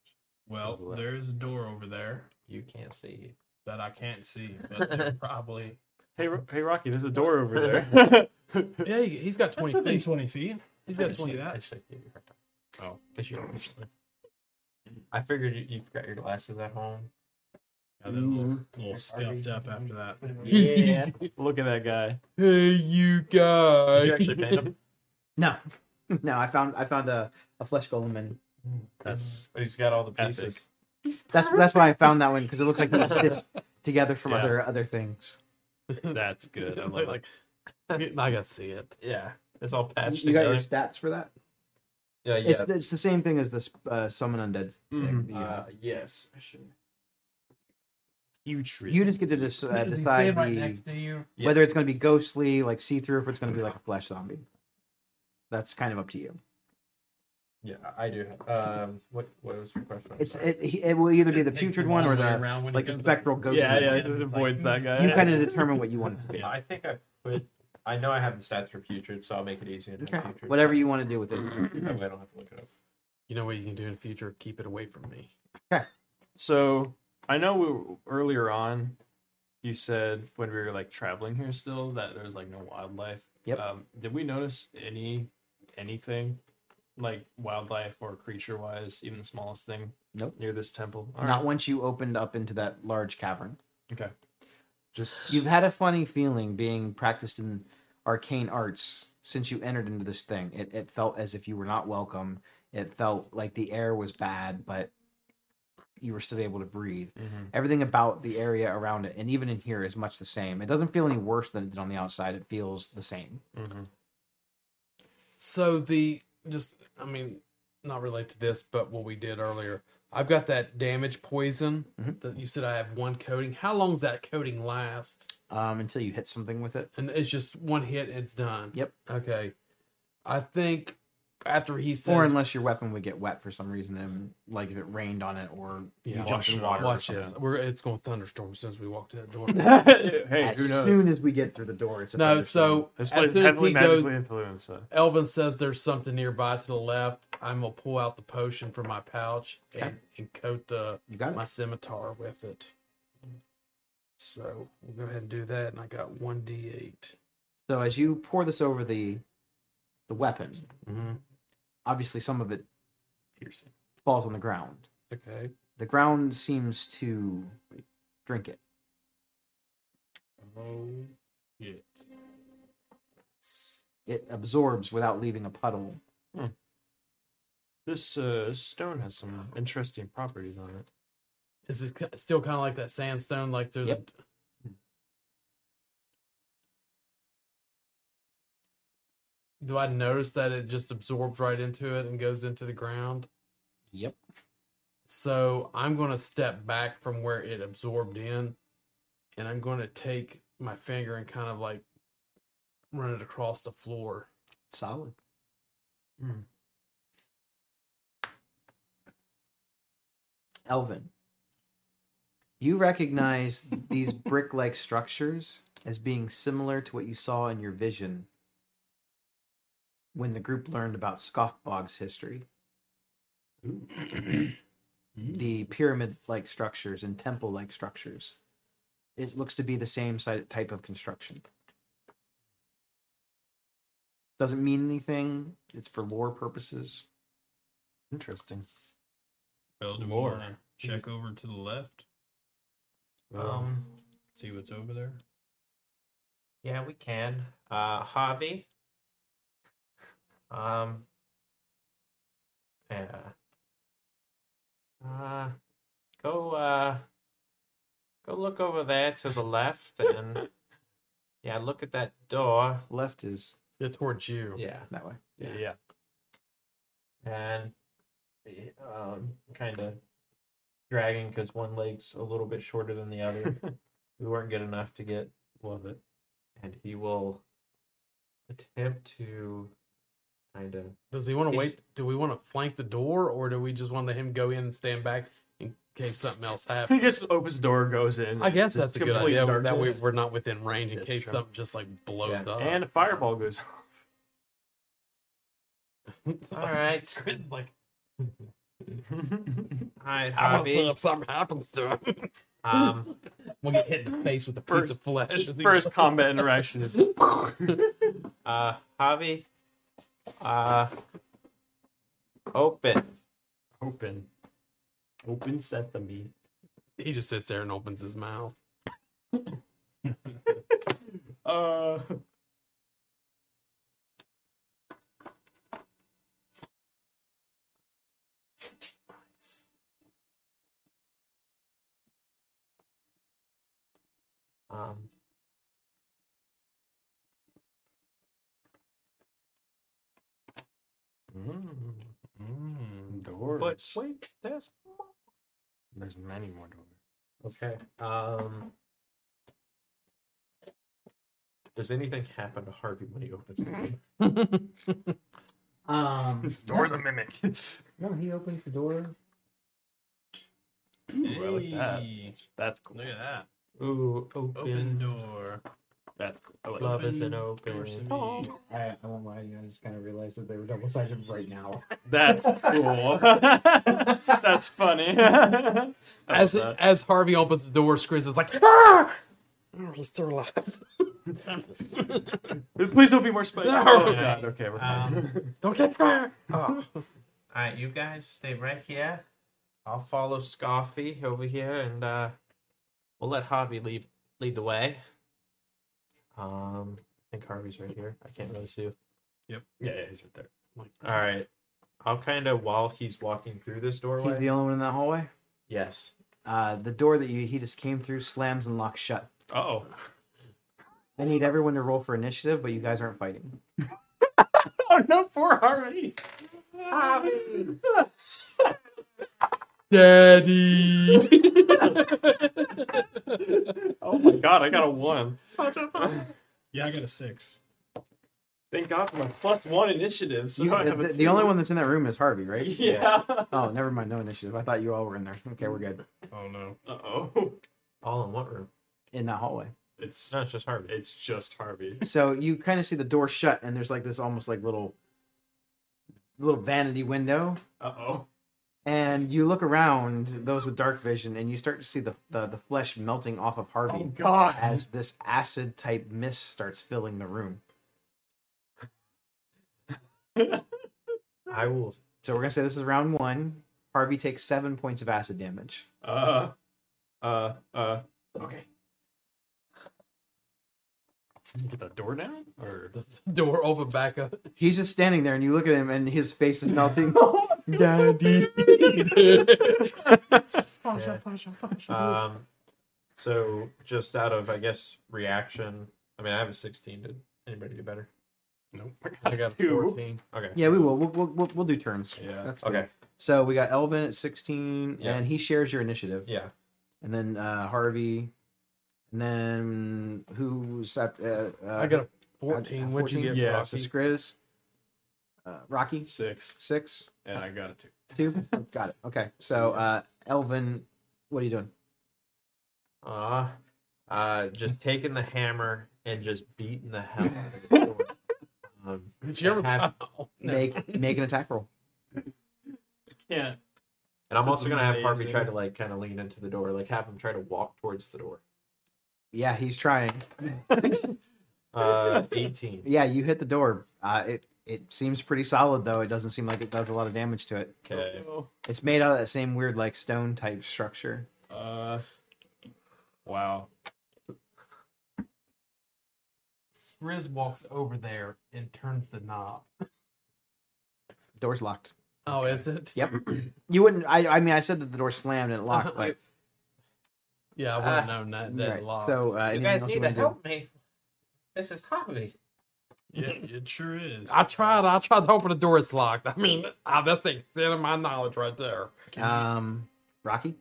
Speaker 4: Well,
Speaker 2: the left.
Speaker 4: there is a door over there
Speaker 2: You can't see.
Speaker 4: that I can't see, but they're probably
Speaker 3: Hey, Ro- hey, Rocky, there's a door over there.
Speaker 5: Yeah, he, he's got 20
Speaker 4: within
Speaker 5: feet.
Speaker 4: twenty feet.
Speaker 5: He's
Speaker 4: I
Speaker 5: got
Speaker 4: can see
Speaker 5: 20.
Speaker 4: that.
Speaker 2: I should give you her time.
Speaker 4: Oh.
Speaker 2: because you. Don't... I figured you, you forgot your glasses at home.
Speaker 4: Yeah, they're a little, little scuffed up after that.
Speaker 2: Yeah.
Speaker 3: Look at that guy.
Speaker 5: Hey, you
Speaker 2: Did
Speaker 5: guys.
Speaker 2: Oh, you actually paint him?
Speaker 1: No. No, I found I found a, a flesh golem and
Speaker 3: That's
Speaker 2: But he's got all the
Speaker 3: Epic.
Speaker 2: pieces.
Speaker 1: that's that's why I found that one because it looks like it was stitched together from
Speaker 3: Yeah.
Speaker 1: other other things.
Speaker 3: that's good. I love it.
Speaker 5: Like- I got to see it.
Speaker 2: Yeah, it's all
Speaker 1: You,
Speaker 2: patched
Speaker 1: you got
Speaker 2: together.
Speaker 1: your stats for that?
Speaker 2: Yeah, Mm-hmm. yeah. Uh,
Speaker 1: It's uh, it's the same thing as this uh, summon undead thing.
Speaker 3: Mhm.
Speaker 1: that you, have.
Speaker 2: yes.
Speaker 3: Putrid.
Speaker 1: you just get to dis- uh, decide the-
Speaker 5: to you?
Speaker 2: Yeah.
Speaker 1: whether it's going to be ghostly, like see through, if it's going to be like a flesh zombie. That's kind of up to you.
Speaker 2: Yeah, I do. Um, what what was your question? I'm
Speaker 1: It's
Speaker 2: sorry.
Speaker 1: it, it will either be
Speaker 5: It
Speaker 1: the
Speaker 5: takes
Speaker 1: putrid
Speaker 5: the
Speaker 1: one or
Speaker 5: long way
Speaker 1: the
Speaker 5: around when
Speaker 1: like
Speaker 5: it
Speaker 1: the
Speaker 5: goes
Speaker 1: spectral ghost.
Speaker 3: Yeah,
Speaker 1: one.
Speaker 3: yeah,
Speaker 5: it's
Speaker 3: it
Speaker 5: like-
Speaker 3: avoids that guy.
Speaker 1: You kind of determine what you want it to be.
Speaker 2: I think I put. I know I have the stats for putrid, so I'll make it easy. and do
Speaker 1: Okay.
Speaker 2: putrid.
Speaker 1: Whatever you want to do with it.
Speaker 2: That way I don't have to look it up.
Speaker 5: You know what you can do in the future? Keep it away from me.
Speaker 3: So I know we, earlier on, you said when we were like traveling here still that there was like no wildlife.
Speaker 1: Yep.
Speaker 3: Um, did we notice any anything like wildlife or creature wise, even the smallest thing?
Speaker 1: Nope.
Speaker 3: Near this temple. All
Speaker 1: Not
Speaker 3: right.
Speaker 1: once you opened up into that large cavern.
Speaker 3: Okay. Just
Speaker 1: You've had a funny feeling being practiced in arcane arts since you entered into this thing. It, it felt as if you were not welcome. It felt like the air was bad, but you were still able to breathe.
Speaker 3: Mhm.
Speaker 1: Everything about the area around it, and even in here, is much the same. It doesn't feel any worse than it did on the outside. It feels the same.
Speaker 3: Mhm.
Speaker 5: So the just I mean, not relate to this, but what we did earlier. I've got that damage poison
Speaker 1: Mhm.
Speaker 5: that you said I have one coating. How long does that coating last?
Speaker 1: Um, until you hit something with it.
Speaker 5: And it's just one hit and it's done.
Speaker 1: Yep.
Speaker 5: Okay. I think after he says
Speaker 1: or unless your weapon would get wet for some reason, and like if it rained on it, or you
Speaker 5: Yeah,
Speaker 1: jumped
Speaker 3: wash
Speaker 1: in
Speaker 3: it
Speaker 1: water. or
Speaker 5: watch
Speaker 1: something.
Speaker 5: this. We're it's going to thunderstorm as soon as we walk to that door.
Speaker 3: hey,
Speaker 1: As
Speaker 3: who knows?
Speaker 1: soon as we get through the door, it's a
Speaker 5: no,
Speaker 1: thunderstorm.
Speaker 5: so
Speaker 3: this
Speaker 5: as
Speaker 3: place is
Speaker 5: soon as he
Speaker 3: heavily
Speaker 5: goes
Speaker 3: magically influenced. So.
Speaker 5: Elvin says there's something nearby to the left. I'm gonna pull out the potion from my pouch and, and coat the
Speaker 1: you got it.
Speaker 5: my scimitar with it. So we'll go ahead and do that, and I got one d8.
Speaker 1: So as you pour this over the the weapon,
Speaker 5: Mm-hmm.
Speaker 1: obviously some of it
Speaker 3: Piercing.
Speaker 1: falls on the ground.
Speaker 5: Okay.
Speaker 1: The ground seems to drink it.
Speaker 6: Oh,
Speaker 1: It absorbs without leaving a puddle.
Speaker 3: This uh, stone has some interesting properties on it.
Speaker 5: Is it ki- still kind of like that sandstone, like through
Speaker 1: Yep.
Speaker 5: the? Do I notice that it just absorbs right into it and goes into the ground?
Speaker 1: Yep.
Speaker 5: So I'm going to step back from where it absorbed in, and I'm going to take my finger and kind of like run it across the floor.
Speaker 1: Solid. Elvin, you recognize these brick like structures as being similar to what you saw in your vision when the group learned about Scoffbog's history. the pyramid like structures and temple like structures. It looks to be the same si- type of construction. Doesn't mean anything, it's for lore purposes.
Speaker 3: Interesting.
Speaker 4: Well, do we
Speaker 3: Lore.
Speaker 4: wanna check
Speaker 6: Mm-hmm.
Speaker 4: over to the left?
Speaker 2: Um,
Speaker 4: See what's over there.
Speaker 2: yeah, we can. Uh, Javi. Um. Yeah. Uh, go. Uh, go look over there to the left, and yeah, look at that door.
Speaker 1: Left is
Speaker 5: Yeah, towards you.
Speaker 2: Yeah.
Speaker 1: that way.
Speaker 3: yeah.
Speaker 2: and um, kind of dragging because one leg's a little bit shorter than the other. we weren't good enough to get,
Speaker 3: Love it.
Speaker 2: and he will attempt to kind of.
Speaker 5: Does he want
Speaker 2: Is-
Speaker 5: to wait? Do we want to flank the door, or do we just want to let him go in and stand back in case something else
Speaker 3: He
Speaker 5: happens?
Speaker 3: just opens the door, goes in.
Speaker 5: I guess
Speaker 3: Just
Speaker 5: that's a good
Speaker 3: complete
Speaker 5: idea. That way
Speaker 3: darkness.
Speaker 5: we're not within range in
Speaker 3: That's
Speaker 5: case
Speaker 3: true.
Speaker 5: something just like blows
Speaker 2: Yeah,
Speaker 5: up.
Speaker 3: and a fireball goes. off.
Speaker 2: All right,
Speaker 5: It's great, like
Speaker 2: all right,
Speaker 5: I want to
Speaker 2: Javi.
Speaker 5: something happens to him.
Speaker 2: Um,
Speaker 5: We'll get hit in the face with a piece
Speaker 3: First-
Speaker 5: of flesh.
Speaker 3: His first combat interaction is
Speaker 2: uh, Javi. Uh, open.
Speaker 3: open. Open sesame.
Speaker 5: He just sits there and opens his mouth.
Speaker 3: Uh.
Speaker 2: Um,
Speaker 3: Mm, mm, doors.
Speaker 2: but wait, there's
Speaker 3: There's many more doors.
Speaker 2: Okay. Um. Does anything happen to Harvey when he opens the door?
Speaker 1: Um,
Speaker 3: Door's a mimic.
Speaker 1: no, he opens the door.
Speaker 3: Ooh, I like that.
Speaker 4: Hey,
Speaker 3: That's cool.
Speaker 4: Look at that.
Speaker 2: Ooh,
Speaker 4: Open
Speaker 2: open.
Speaker 4: door.
Speaker 3: That's cool. I like
Speaker 2: Love
Speaker 3: that.
Speaker 2: it then
Speaker 4: Doors to
Speaker 2: open.
Speaker 4: me.
Speaker 1: I, I won't lie, to you, I just kind of realized that they were double sided right now.
Speaker 3: That's cool. That's funny. I
Speaker 5: As
Speaker 3: love that.
Speaker 5: as Harvey opens the door, Scrizz is like, "Ah!" oh, he's still alive.
Speaker 3: Please don't be more spicy.
Speaker 5: No.
Speaker 3: Oh, God. Okay, we're fine.
Speaker 2: Um,
Speaker 5: Don't get fire.
Speaker 2: all right, you guys stay right here. I'll follow Scoffy over here, and uh, we'll let Harvey leave lead the way. Um, I think Harvey's right here. I can't really see. Him.
Speaker 3: yeah, yeah, he's right there.
Speaker 2: All right, I'll kind of while he's walking through this
Speaker 1: He's
Speaker 2: doorway.
Speaker 1: the only one in that hallway.
Speaker 2: Yes.
Speaker 1: Uh, the door that you, he just came through slams and locks shut.
Speaker 3: Oh,
Speaker 1: I need everyone to roll for initiative, but you guys aren't fighting.
Speaker 3: oh no, poor Harvey.
Speaker 5: Daddy.
Speaker 3: Oh my God, I got a one.
Speaker 6: Yeah, I got a six.
Speaker 3: Thank God for my plus one initiative. So
Speaker 1: You-
Speaker 3: I have a
Speaker 1: the, the
Speaker 3: two.
Speaker 1: only one that's in that room is Harvey, right?
Speaker 3: Yeah.
Speaker 1: Oh, never mind. No initiative. I thought you all were in there. Okay, we're good.
Speaker 4: Oh no.
Speaker 3: Uh oh.
Speaker 2: All in what room?
Speaker 1: In that hallway.
Speaker 3: It's
Speaker 2: No, it's just Harvey.
Speaker 3: it's just Harvey.
Speaker 1: So you kind of see the door shut, and there's like this almost like little, little vanity window,
Speaker 3: Uh oh.
Speaker 1: and you look around those with dark vision, and you start to see the the, the flesh melting off of Harvey
Speaker 2: Oh,
Speaker 3: God.
Speaker 1: as this acid type mist starts filling the room.
Speaker 2: I will.
Speaker 1: So we're gonna say this is round one. Harvey takes seven points of acid damage.
Speaker 3: Uh. Uh. Uh. Okay. Can you Get that door down, or
Speaker 5: The door open back up.
Speaker 1: He's just standing there, and you look at him, and his face is melting.
Speaker 5: Daddy.
Speaker 2: yeah. Um, so just out of I guess reaction. I mean, I have a sixteen. Did anybody do better?
Speaker 4: Nope.
Speaker 5: I got a
Speaker 3: Two.
Speaker 5: 14.
Speaker 2: Okay.
Speaker 1: yeah, we will. We'll, we'll, we'll, we'll do turns.
Speaker 3: Yeah.
Speaker 1: That's good.
Speaker 2: Okay.
Speaker 1: So we got Elvin at 16,
Speaker 2: Yeah.
Speaker 1: and he shares your initiative.
Speaker 2: Yeah.
Speaker 1: And then uh, Harvey. And then who's up? Uh, uh,
Speaker 5: I got a 14. What'd you
Speaker 1: 14?
Speaker 5: get,
Speaker 3: Yeah,
Speaker 1: So
Speaker 5: Rocky?
Speaker 1: Skriz. Uh, Rocky,
Speaker 3: six?
Speaker 1: six,
Speaker 4: And I got a two.
Speaker 1: two. got it. Okay. So uh, Elvin, what are you doing?
Speaker 2: Uh, uh, just taking the hammer and just beating the hell out of the door. Um,
Speaker 5: Did you ever?
Speaker 2: Have-
Speaker 5: Oh, no.
Speaker 1: Make make an attack roll.
Speaker 3: Yeah.
Speaker 2: and I'm
Speaker 3: This
Speaker 2: also
Speaker 3: is
Speaker 2: gonna have Harvey
Speaker 3: amazing.
Speaker 2: try to like kind of lean into the door, like have him try to walk towards the door.
Speaker 1: Yeah, he's trying.
Speaker 2: Uh, eighteen.
Speaker 1: Yeah, you hit the door. Uh, it it seems pretty solid though. It doesn't seem like it does a lot of damage to it.
Speaker 2: Okay.
Speaker 1: It's made out of that same weird like stone type structure.
Speaker 3: Uh. Wow.
Speaker 5: Riz walks over there and turns the knob.
Speaker 1: Door's locked.
Speaker 5: Oh, is it?
Speaker 1: Yep. You wouldn't. I. I mean, I said that the door slammed and it locked, but
Speaker 5: Yeah, I wouldn't have known that. That
Speaker 1: Right,
Speaker 5: lock.
Speaker 1: So, uh,
Speaker 2: You
Speaker 1: anything
Speaker 2: guys
Speaker 1: else
Speaker 2: need
Speaker 1: you
Speaker 2: to
Speaker 1: wanna do?
Speaker 2: help me. This is Harvey.
Speaker 4: Yeah, it sure is.
Speaker 5: I tried. I tried to open the door. It's locked. I mean, ah, that's the extent of my knowledge right there.
Speaker 1: Um, Rocky.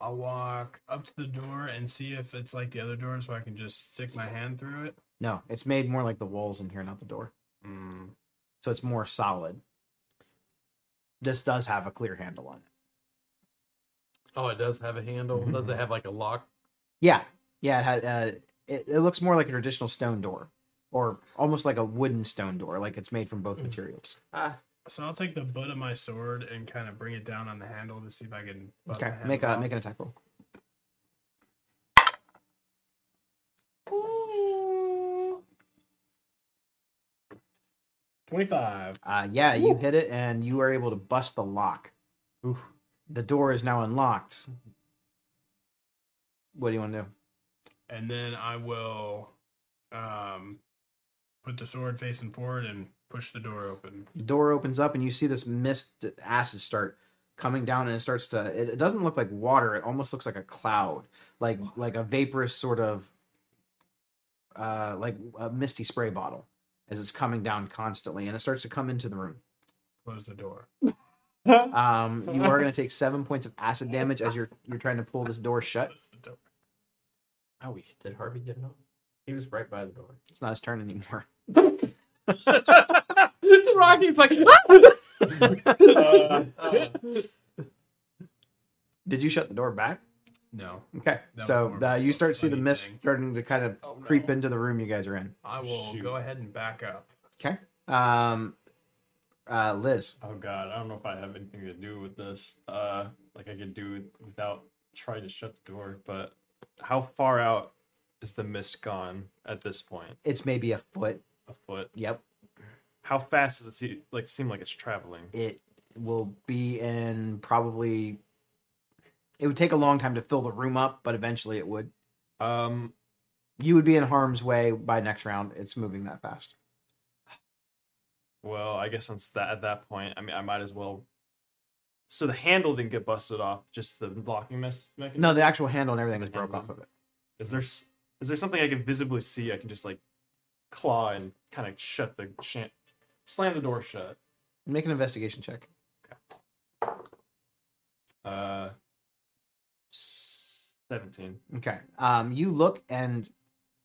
Speaker 4: I'll walk up to the door and see if it's like the other door, so I can just stick my hand through it.
Speaker 1: No, it's made more like the walls in here, not the door.
Speaker 4: Mm.
Speaker 1: So it's more solid. This does have a clear handle on it.
Speaker 5: Oh, it does have a handle. Does it have like a lock?
Speaker 1: Yeah, yeah. It had. Uh, it, it looks more like a traditional stone door, or almost like a wooden stone door, like it's made from both
Speaker 5: Mm.
Speaker 1: materials.
Speaker 2: Ah,
Speaker 4: So I'll take the butt of my sword and kind of bring it down on the handle to see if I can. bust the
Speaker 1: Okay,
Speaker 4: handle
Speaker 1: make a
Speaker 4: off.
Speaker 1: make an attack roll.
Speaker 4: twenty-five.
Speaker 1: Uh, yeah, you hit it, and you are able to bust the lock.
Speaker 2: Oof.
Speaker 1: The door is now unlocked. What do you want to do?
Speaker 4: and then I will um put the sword facing forward and push the door open.
Speaker 1: door opens up and you see this mist acid start coming down and it starts to it, it doesn't look like water it almost looks like a cloud like like a vaporous sort of uh like a misty spray bottle as it's coming down constantly and it starts to come into the room
Speaker 4: Close the door.
Speaker 1: um you are going to take seven points of acid damage as you're you're trying to pull this door shut
Speaker 4: Close the door.
Speaker 2: Owie. Did Harvey get out? He was right by the door.
Speaker 1: it's not his turn anymore
Speaker 5: Rocky's like,
Speaker 3: Uh,
Speaker 1: Did you shut the door back?
Speaker 4: No.
Speaker 1: Okay.
Speaker 4: That was
Speaker 1: so
Speaker 4: more of
Speaker 1: uh,
Speaker 4: a
Speaker 1: you start to see the
Speaker 4: funny
Speaker 1: mist
Speaker 4: thing.
Speaker 1: starting to kind of
Speaker 4: Oh, no.
Speaker 1: creep into the room you guys are in.
Speaker 4: I will
Speaker 3: Shoot.
Speaker 4: go ahead and back up.
Speaker 1: Okay. Um, uh, Liz.
Speaker 3: oh god, I don't know if I have anything to do with this. Uh, like I could do it without trying to shut the door. But how far out is the mist gone at this point?
Speaker 1: It's maybe a foot.
Speaker 3: A foot.
Speaker 1: Yep.
Speaker 3: How fast does it see, like seem like it's traveling?
Speaker 1: It will be in probably. It would take a long time to fill the room up, but eventually it would.
Speaker 3: Um,
Speaker 1: You would be in harm's way by next round. It's moving that fast.
Speaker 3: Well, I guess since that at that point, I mean, I might as well. So the handle didn't get busted off; just the locking mes- mechanism.
Speaker 1: No, the actual handle and everything was broke off of it.
Speaker 3: Is there s- is there something I can visibly see? I can just like claw and kind of shut the shan- slam the door shut.
Speaker 1: Make an investigation check.
Speaker 3: Uh, seventeen.
Speaker 1: Okay. Um, you look and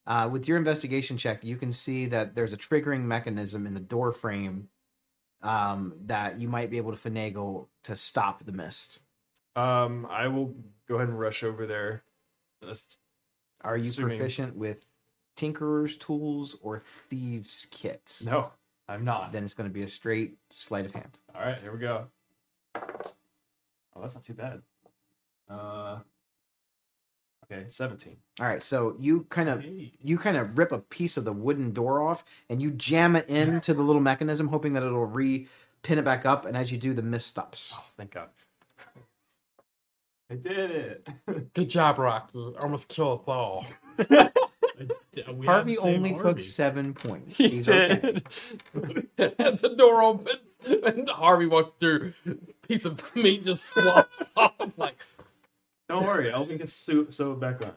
Speaker 1: uh, with your investigation check, you can see that there's a triggering mechanism in the door frame um, that you might be able to finagle to stop the mist.
Speaker 3: Um, I will go ahead and rush over there. That's-
Speaker 1: Are you
Speaker 3: Assuming-
Speaker 1: proficient with tinkerer's tools or thieves' kits?
Speaker 3: no, I'm not.
Speaker 1: Then it's going to be a straight sleight of hand.
Speaker 3: All right, here we go. Oh, that's not too bad. Uh, okay, seventeen.
Speaker 1: All right. So you kind of you kind of rip a piece of the wooden door off and you jam it into the little mechanism, hoping that it'll re pin it back up. And as you do, the mist stops.
Speaker 3: Oh, thank God. I did it.
Speaker 5: good job, Rocky. Almost kill us all.
Speaker 6: It's- we have
Speaker 1: Harvey
Speaker 6: the same
Speaker 1: only took
Speaker 6: Harvey.
Speaker 1: seven points.
Speaker 5: He
Speaker 1: He's okay.
Speaker 5: did. and the door opens, and Harvey walked through. Piece of meat just slops off. Like,
Speaker 3: Don't worry, Elvin can sew, sew it back on.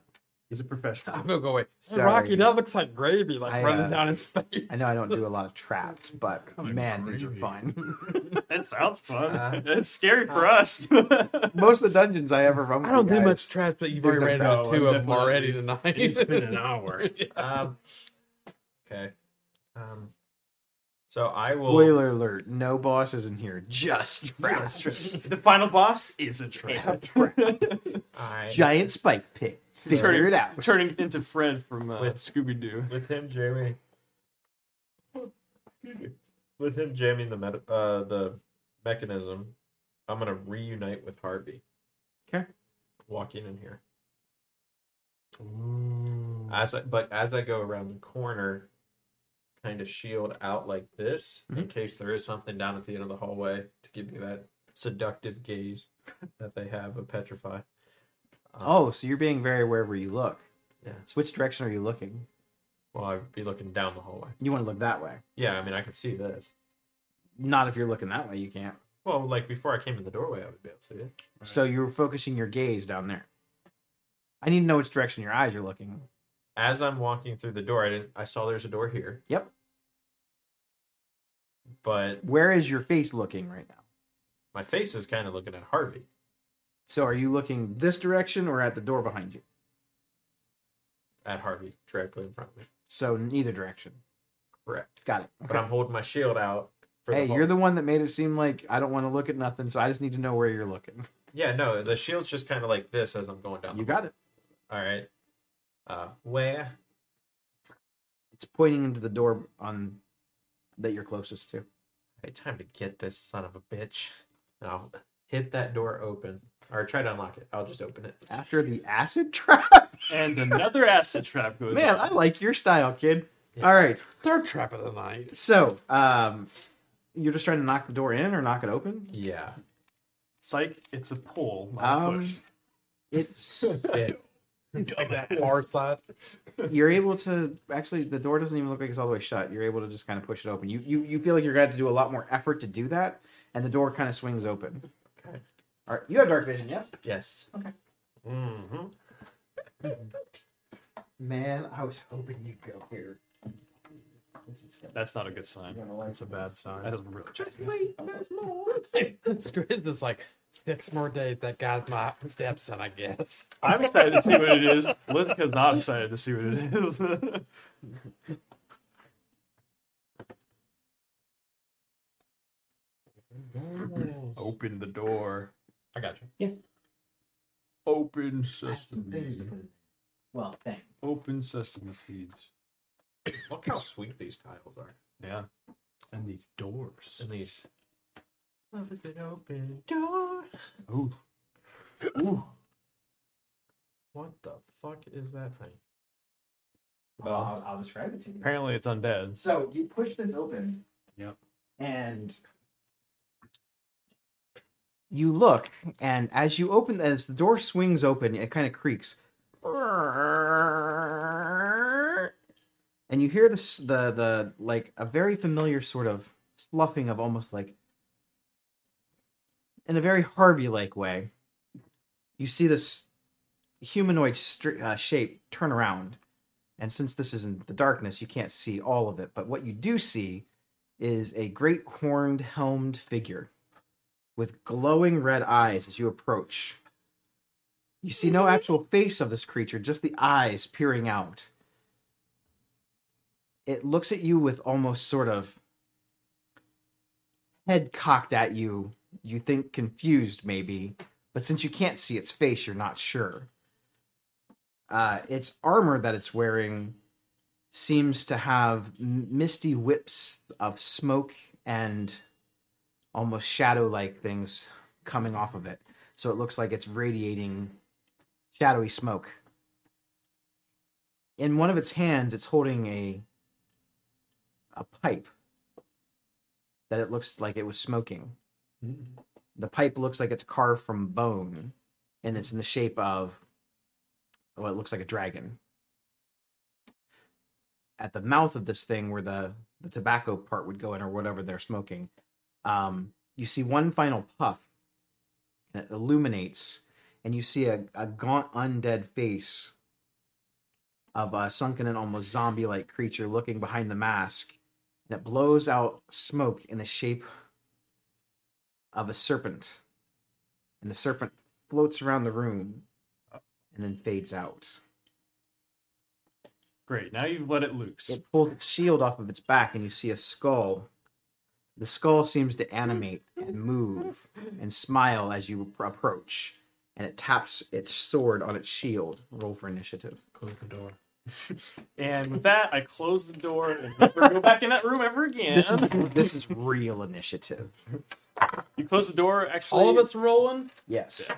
Speaker 3: He's a professional.
Speaker 5: I'm gonna go away.
Speaker 1: Sorry.
Speaker 5: Rocky, that looks like gravy, like
Speaker 1: I,
Speaker 5: running
Speaker 1: uh,
Speaker 5: down in space.
Speaker 1: I know I don't do a lot of traps, but man, these are
Speaker 6: crazy.
Speaker 1: fun.
Speaker 3: that sounds fun.
Speaker 2: Uh,
Speaker 3: it's scary for us.
Speaker 1: Most of the dungeons I ever run. With
Speaker 5: I don't
Speaker 1: you
Speaker 5: do
Speaker 1: guys-
Speaker 5: much trash, but you've already ran
Speaker 3: No,
Speaker 5: out two
Speaker 3: I'm
Speaker 5: of them already tonight.
Speaker 6: It's been an hour.
Speaker 2: Um, okay. Um, so I will.
Speaker 1: Spoiler alert: No bosses in here. Just traps.
Speaker 3: the final boss is a trap.
Speaker 2: I,
Speaker 1: Giant spike pit. Figure
Speaker 3: Turning-
Speaker 1: it out.
Speaker 3: Turning into Fred from uh,
Speaker 2: With-
Speaker 3: Scooby Doo.
Speaker 2: with him jamming with him jamming the meta, uh, the mechanism i'm gonna reunite with harvey
Speaker 1: Okay.
Speaker 2: walking in here as I, but as i go around the corner kind of shield out like this
Speaker 1: Mm-hmm.
Speaker 2: in case there is something down at the end of the hallway to give me that seductive gaze that they have of petrify Um,
Speaker 1: Oh, so you're being very aware where you look.
Speaker 2: Yeah.
Speaker 1: So which direction are you looking?
Speaker 2: well i'd be looking down the hallway
Speaker 1: You want to look that way.
Speaker 2: yeah i mean i could see this
Speaker 1: Not if you're looking that way. You can't.
Speaker 2: Well, like before I came in the doorway, I would be able to see it.
Speaker 1: So you're focusing your gaze down there. I need to know which direction your eyes are looking.
Speaker 2: As I'm walking through the door, I didn't. I saw there's a door here.
Speaker 1: Yep.
Speaker 2: But
Speaker 1: Where is your face looking right now?
Speaker 2: my face is kind of looking at Harvey.
Speaker 1: So are you looking this direction or at the door behind you?
Speaker 2: At Harvey, directly in front of me.
Speaker 1: So neither direction.
Speaker 2: Correct.
Speaker 1: Got it.
Speaker 2: But I'm holding my shield out. For
Speaker 1: Hey,
Speaker 2: the
Speaker 1: you're the one that made it seem like I don't want to look at nothing, so I just need to know where you're looking.
Speaker 2: Yeah, no, the shield's just kind of like this as I'm going down.
Speaker 1: You got it.
Speaker 2: All right. Uh, where?
Speaker 1: It's pointing into the door on that you're closest to.
Speaker 2: Hey, time to get this son of a bitch. And I'll hit that door open, or try to unlock it. I'll just open it.
Speaker 1: After the acid trap.
Speaker 3: And another acid trap goes.
Speaker 1: Man,
Speaker 3: off.
Speaker 1: I like your style, kid.
Speaker 2: Yeah.
Speaker 1: All right.
Speaker 5: Third trap of the night.
Speaker 1: So, um you're just trying to knock the door in or knock it open?
Speaker 2: Yeah.
Speaker 3: Psych, it's a pull. not a
Speaker 1: Um
Speaker 3: push.
Speaker 1: it's
Speaker 5: Like that far side.
Speaker 1: you're able to actually the door doesn't even look like it's all the way shut you're able to just kind of push it open you you, you feel like you're going to have to do a lot more effort to do that and the door kind of swings open
Speaker 2: Okay.
Speaker 1: all right you have dark vision yes
Speaker 2: Yes.
Speaker 1: Okay.
Speaker 2: Mm-hmm.
Speaker 1: man i was hoping you'd go here this is gonna-
Speaker 3: That's not a good sign.
Speaker 1: you're gonna like
Speaker 4: It's a bad sign.
Speaker 3: That is really
Speaker 2: Just wait. There's more.
Speaker 5: Scrooge is like six more days. That guy's my stepson, I guess.
Speaker 3: I'm excited to see what it is. Lizica's not excited to see what it is.
Speaker 6: close.
Speaker 3: Open the door.
Speaker 2: I got you.
Speaker 3: Open
Speaker 7: I have some
Speaker 3: sesame.
Speaker 7: things to put in there. Well, thanks.
Speaker 3: Open sesame seeds.
Speaker 2: Look how sweet these tiles are.
Speaker 3: Yeah. And these doors.
Speaker 2: And these.
Speaker 3: Ooh. Ooh.
Speaker 2: What the fuck is that thing?
Speaker 7: Well, I'll, I'll describe it to you.
Speaker 3: Apparently it's undead.
Speaker 7: So you push this open.
Speaker 4: Yep.
Speaker 7: And
Speaker 1: you look, and as you open, as the door swings open, it kind of creaks, and you hear this the the like a very familiar sort of sloughing of almost like in a very Harvey like way. You see this humanoid str- uh, shape turn around, and since this is in the darkness, you can't see all of it. But what you do see is a great horned helmed figure with glowing red eyes as you approach. You see no actual face of this creature, just the eyes peering out. It looks at you with almost sort of head cocked at you, you think confused maybe, but since you can't see its face, you're not sure. Uh, its armor that it's wearing seems to have m- misty whips of smoke and almost shadow like things coming off of it. So it looks like it's radiating shadowy smoke. In one of its hands, it's holding a a pipe that it looks like it was smoking. The pipe looks like it's carved from bone and it's in the shape of well, it looks like a dragon. At the mouth of this thing where the, the tobacco part would go in or whatever they're smoking, um, you see one final puff and it illuminates and you see a, a gaunt undead face of a sunken and almost zombie-like creature looking behind the mask and it blows out smoke in the shape of a serpent and the serpent floats around the room and then fades out
Speaker 3: Great. Now you've let it loose.
Speaker 1: It pulls its shield off of its back, and you see a skull. The skull seems to animate and move and smile as you pr- approach, and it taps its sword on its shield. Roll for initiative.
Speaker 6: Close the door.
Speaker 3: And with that, I close the door and never go back in that room ever again.
Speaker 1: This is this is real initiative.
Speaker 3: You close the door, actually.
Speaker 5: All of it's rolling.
Speaker 1: Yes.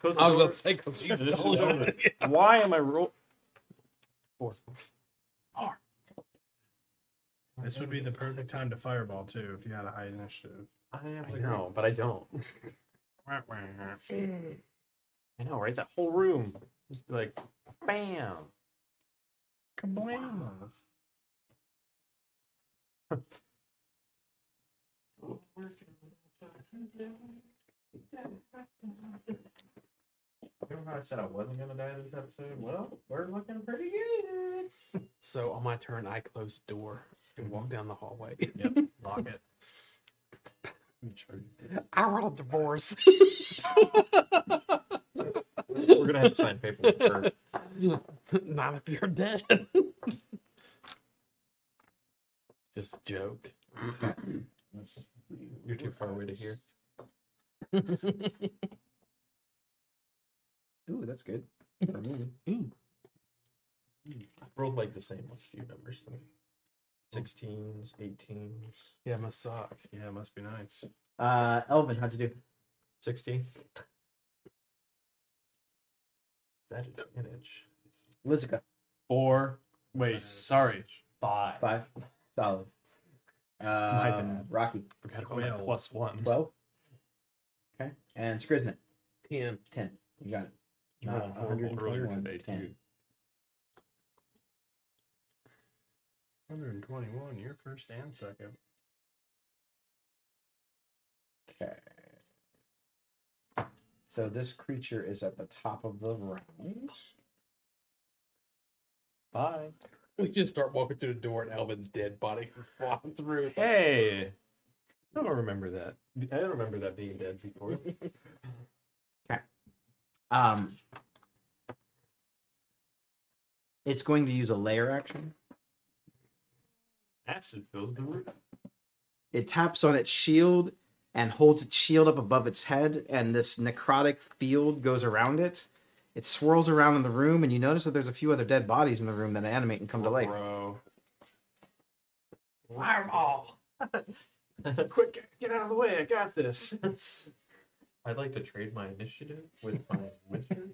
Speaker 3: Close the
Speaker 5: I was
Speaker 3: door.
Speaker 5: about to say because
Speaker 3: It's all over. Why am I roll?
Speaker 4: This would be the perfect time to fireball too if you had a high initiative.
Speaker 2: I am
Speaker 3: I know, but I don't.
Speaker 4: Wah, wah, wah.
Speaker 3: I know, right? That whole room. Just be like, bam.
Speaker 4: Kablam.
Speaker 2: I said I wasn't gonna die this episode. Well, we're looking pretty good.
Speaker 5: So on my turn, I close the door and walk down the hallway.
Speaker 4: Lock it.
Speaker 5: I want a divorce.
Speaker 2: We're gonna have to sign paperwork first.
Speaker 5: Not if you're dead. Just a joke.
Speaker 2: You're too far away to hear.
Speaker 1: Ooh, that's good.
Speaker 2: I rolled like the same with few numbers. Sixteens, eighteens,
Speaker 5: Yeah, my sock.
Speaker 4: Yeah, it must be nice.
Speaker 1: Uh, Elvin, how'd you do?
Speaker 2: sixteen. Is that advantage?
Speaker 1: Lizica,
Speaker 3: Four. Wait, sorry. Five.
Speaker 1: five. Solid. Uh,
Speaker 3: bad.
Speaker 1: Rocky,
Speaker 3: Forgot about my
Speaker 4: Twelve.
Speaker 3: plus one.
Speaker 1: twelve. Okay. And Skriznet,
Speaker 5: Ten.
Speaker 1: ten. You got it.
Speaker 3: You rolled
Speaker 1: Uh,
Speaker 3: horrible earlier
Speaker 1: 121,
Speaker 3: today,
Speaker 1: 10.
Speaker 3: too.
Speaker 4: 121, your first and second.
Speaker 1: Okay. So this creature is at the top of the round.
Speaker 3: Bye.
Speaker 5: We just start walking through the door and Elvin's dead body comes flying through. It's like,
Speaker 3: Hey. I don't remember that. I don't remember that being dead before.
Speaker 1: Um, it's going to use a layer action.
Speaker 3: Acid fills the room.
Speaker 1: It taps on its shield and holds its shield up above its head, and this necrotic field goes around it. It swirls around in the room, and you notice that there's a few other dead bodies in the room that animate and come to life.
Speaker 3: Bro.
Speaker 2: all.
Speaker 3: Quick, get out of the way. I got this.
Speaker 6: I'd like to trade my initiative with my wizard.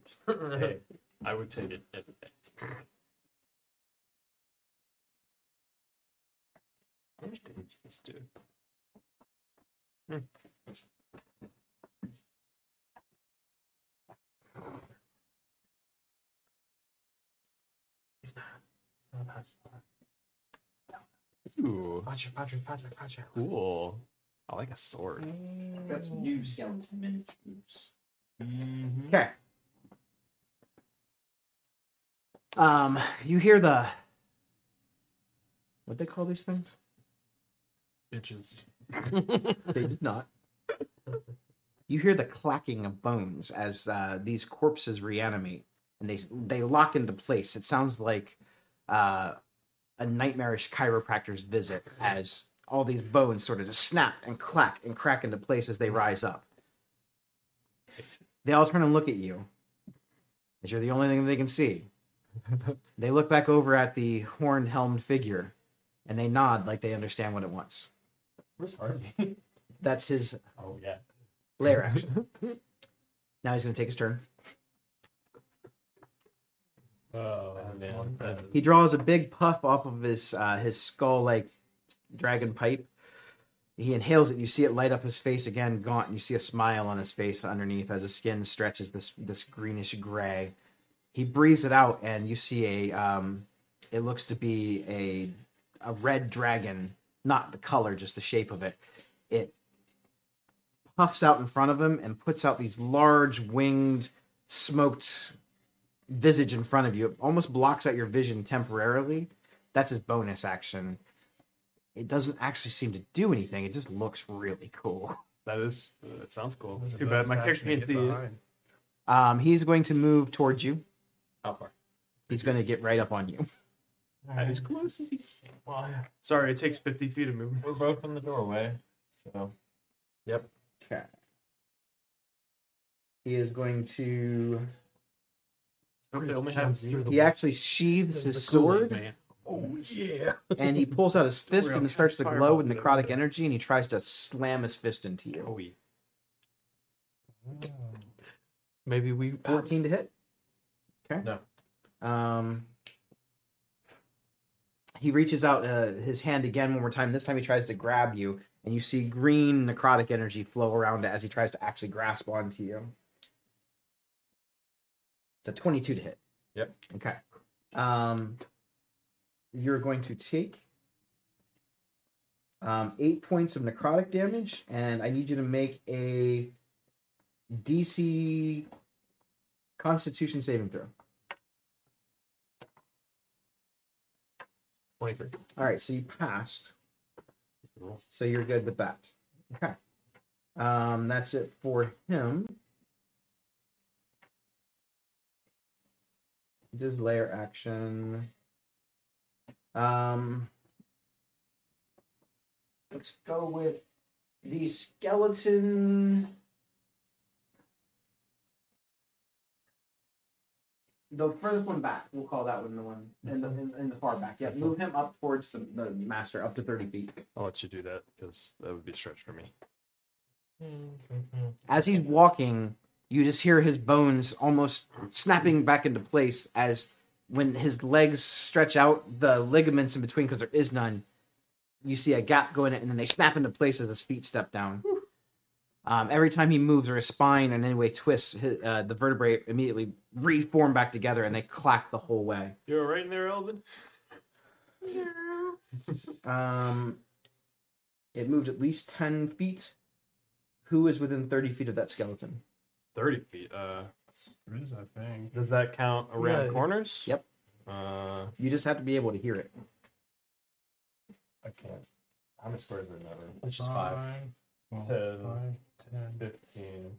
Speaker 6: hey, I would take it. every day. How much damage this dude? He's not. not bad.
Speaker 3: Ooh,
Speaker 6: Watch it, watch it, watch it, watch it.
Speaker 3: cool. I like a sword.
Speaker 7: That's new skeleton miniatures.
Speaker 1: Okay. Um, you hear the what they call these things?
Speaker 4: Bitches.
Speaker 1: They did not. You hear the clacking of bones as uh, these corpses reanimate and they they lock into place. It sounds like uh, a nightmarish chiropractor's visit as all these bones sort of just snap and clack and crack into place as they rise up. They all turn and look at you. As you're the only thing they can see. They look back over at the horned helmed figure and they nod like they understand what it wants.
Speaker 6: Where's Harvey?
Speaker 1: That's his
Speaker 6: Oh yeah.
Speaker 1: layer action. now he's going to take his turn.
Speaker 6: Oh man. that
Speaker 1: He draws a big puff off of his uh, his skull like dragon pipe. He inhales it. You see it light up his face again, gaunt. And you see a smile on his face underneath as his skin stretches this this greenish gray. He breathes it out, and you see a um, it looks to be a a red dragon, not the color, just the shape of it. It puffs out in front of him and puts out these large winged smoked visage in front of you. It almost blocks out your vision temporarily. That's his bonus action. It doesn't actually seem to do anything. It just looks really cool.
Speaker 3: That is, uh, that sounds cool.
Speaker 6: was a
Speaker 3: Too bad
Speaker 6: bonus
Speaker 3: my character
Speaker 6: action to
Speaker 3: can't
Speaker 6: get
Speaker 3: see it.
Speaker 6: behind.
Speaker 1: Um, he's going to move towards you.
Speaker 6: How far?
Speaker 1: He's going to get right up on you.
Speaker 3: As close as he.
Speaker 6: Well,
Speaker 3: Sorry, it takes 50 feet of movement.
Speaker 6: we're both in the doorway, so
Speaker 1: Okay. He is going to. He actually sheathes his sword
Speaker 5: man.
Speaker 6: Oh yeah.
Speaker 1: and he pulls out his fist and it starts to
Speaker 3: Fireball.
Speaker 1: glow with necrotic energy and he tries to slam his fist into you.
Speaker 5: Mm. Maybe we.
Speaker 1: 14 to hit. Okay.
Speaker 6: No.
Speaker 1: Um, he reaches out uh, his hand again one more time. This time he tries to grab you, and you see green necrotic energy flow around it as he tries to actually grasp onto you. It's a 22 to hit.
Speaker 2: Yep.
Speaker 1: Okay. Um, you're going to take um, eight points of necrotic damage, and I need you to make a DC Constitution saving throw.
Speaker 6: 23.
Speaker 1: All right, so you passed. So you're good with that. Okay. Um, that's it for him. Just layer action. Um,
Speaker 7: Let's go with the skeleton.
Speaker 1: the furthest one back. We'll call that one the one in the in, in the far back. Yeah, move him up towards the, the master, up to thirty feet.
Speaker 3: I'll let you do that because that would be a stretch for me.
Speaker 1: as he's walking, you just hear his bones almost snapping back into place as when his legs stretch out, the ligaments in between, because there is none, you see a gap go in it, and then they snap into place as his feet step down. Um, every time he moves or his spine in any way twists, his, uh, the vertebrae immediately reform back together and they clack the whole way.
Speaker 3: You're right in there, Elvin.
Speaker 1: Um, it moved at least 10 feet. Who is within 30 feet of that skeleton?
Speaker 3: 30 feet. Uh,
Speaker 4: There is, I think.
Speaker 3: does that count around
Speaker 5: Yeah.
Speaker 3: corners?
Speaker 1: Yep.
Speaker 3: Uh,
Speaker 1: You just have to be able to hear it.
Speaker 6: I can't. How many squares are in that room? Which is five.
Speaker 4: Well,
Speaker 6: Ten.
Speaker 4: five, ten.
Speaker 6: 15,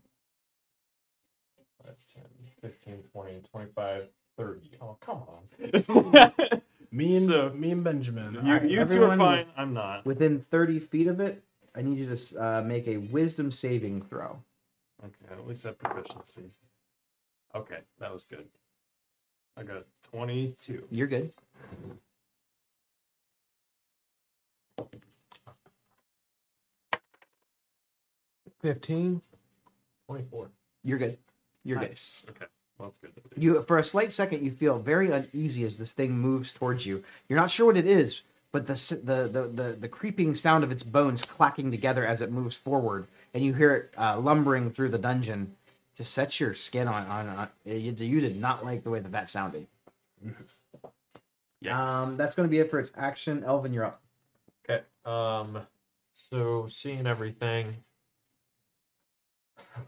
Speaker 6: uh, 10, 15, 20, 25, 30. Oh, come on.
Speaker 4: Me and
Speaker 3: So-
Speaker 4: me and Benjamin.
Speaker 3: you,
Speaker 4: I-
Speaker 3: you two are
Speaker 1: everyone-
Speaker 3: fine. I'm not.
Speaker 1: within 30 feet of it I need you to s- uh, make a wisdom saving throw.
Speaker 4: Okay, at least that proficiency. Okay, that was good. I got 22.
Speaker 1: You're good.
Speaker 5: Fifteen.
Speaker 6: 24.
Speaker 1: You're good. You're good.
Speaker 4: Nice. Okay, well, that's good.
Speaker 1: You for a slight second you feel very uneasy as this thing moves towards you. You're not sure what it is, but the s- the the the, the creeping sound of its bones clacking together as it moves forward, and you hear it uh, lumbering through the dungeon. Just sets your skin on on. on you, you did not like the way that that sounded. Yeah. Um, that's going to be it for its action. Elvin, you're up.
Speaker 2: Okay. Um. So seeing everything.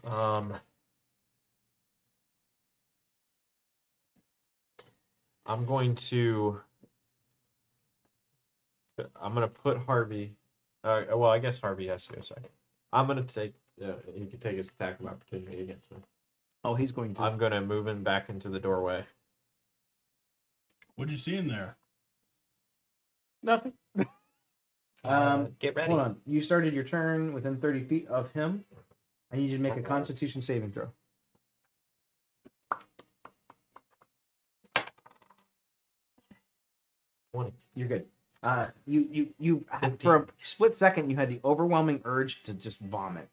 Speaker 2: Um. I'm going to. I'm gonna put Harvey. Uh, well, I guess Harvey has to go second. I'm gonna take. Uh, he can take his attack of opportunity against me.
Speaker 1: Oh, he's going to.
Speaker 2: I'm gonna move him back into the doorway.
Speaker 4: What'd you see in there?
Speaker 2: Nothing.
Speaker 1: Um,
Speaker 2: Uh, get ready.
Speaker 1: Hold on. You started your turn within 30 feet of him. I need you to make a Constitution saving throw.
Speaker 2: Twenty.
Speaker 1: You're good. Uh, you you you for a split second you had the overwhelming urge to just vomit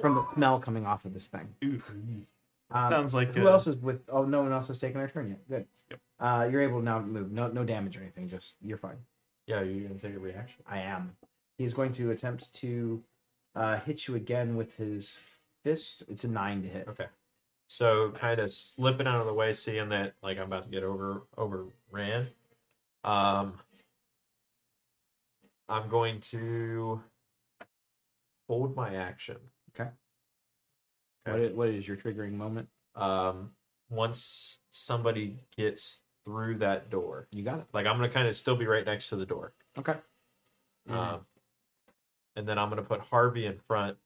Speaker 1: from the smell coming off of this thing. Um,
Speaker 4: Sounds like
Speaker 1: who
Speaker 4: uh,
Speaker 1: else is with? Oh, no one else has taken their turn yet. Good. Uh, you're able to now move. No no damage or anything. Just you're fine.
Speaker 2: Yeah, you're gonna take a reaction.
Speaker 1: I am. He's going to attempt to uh, hit you again with his fist. It's a nine to hit.
Speaker 2: Okay. So kind of slipping out of the way, seeing that like I'm about to get over overran. Um I'm going to hold my action.
Speaker 1: What is, what is your triggering moment?
Speaker 2: Um once somebody gets through that door.
Speaker 1: You got it.
Speaker 2: Like I'm gonna kind of still be right next to the door.
Speaker 1: Okay.
Speaker 2: Um and then I'm gonna put Harvey in front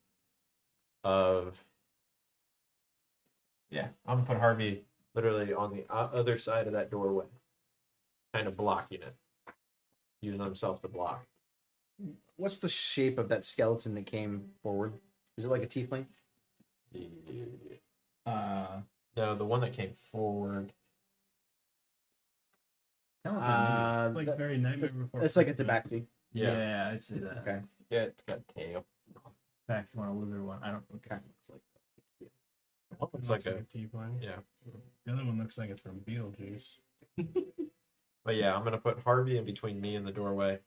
Speaker 2: of Yeah, I'm gonna put Harvey literally on the o- other side of that doorway, kind of blocking it, using himself to block.
Speaker 1: What's the shape of that skeleton that came forward? Is it like a tiefling?
Speaker 2: Uh, no, the one that came forward.
Speaker 1: Uh,
Speaker 4: like
Speaker 1: that-
Speaker 4: very nightmare before.
Speaker 1: it's like a
Speaker 4: Christmas.
Speaker 1: tabaxi.
Speaker 2: Yeah.
Speaker 8: I'd say that.
Speaker 1: Okay.
Speaker 2: Yeah, it's got a tail.
Speaker 8: Back to one, a lizard one. I don't. Okay.
Speaker 2: Looks like a.
Speaker 4: tiefling.
Speaker 2: Yeah.
Speaker 4: The other one looks like it's from Beetlejuice.
Speaker 2: But yeah, I'm gonna put Harvey in between me and the doorway.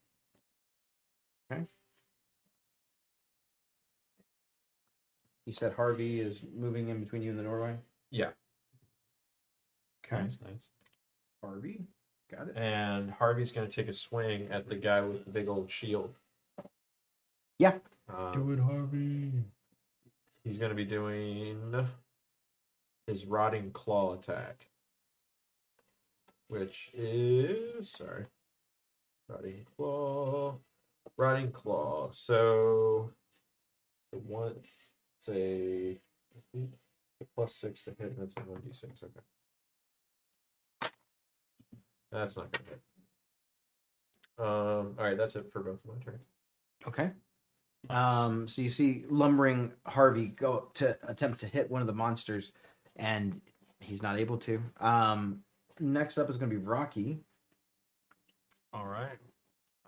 Speaker 1: You said Harvey is moving in between you and the doorway.
Speaker 2: Yeah.
Speaker 1: Okay.
Speaker 4: nice.
Speaker 1: Harvey, got it.
Speaker 2: And Harvey's gonna take a swing at the guy with the big old shield.
Speaker 1: Yeah.
Speaker 2: Um,
Speaker 4: it, Harvey.
Speaker 2: he's gonna be doing his rotting claw attack, which is sorry, rotting claw, rotting claw. So the one, it's a plus six to hit. and That's one d six. Okay, that's not gonna hit. Um. All right, that's it for both of my turns.
Speaker 1: Okay. Um, so you see lumbering Harvey go up to attempt to hit one of the monsters, and he's not able to. Um, next up is going to be Rocky.
Speaker 4: All right.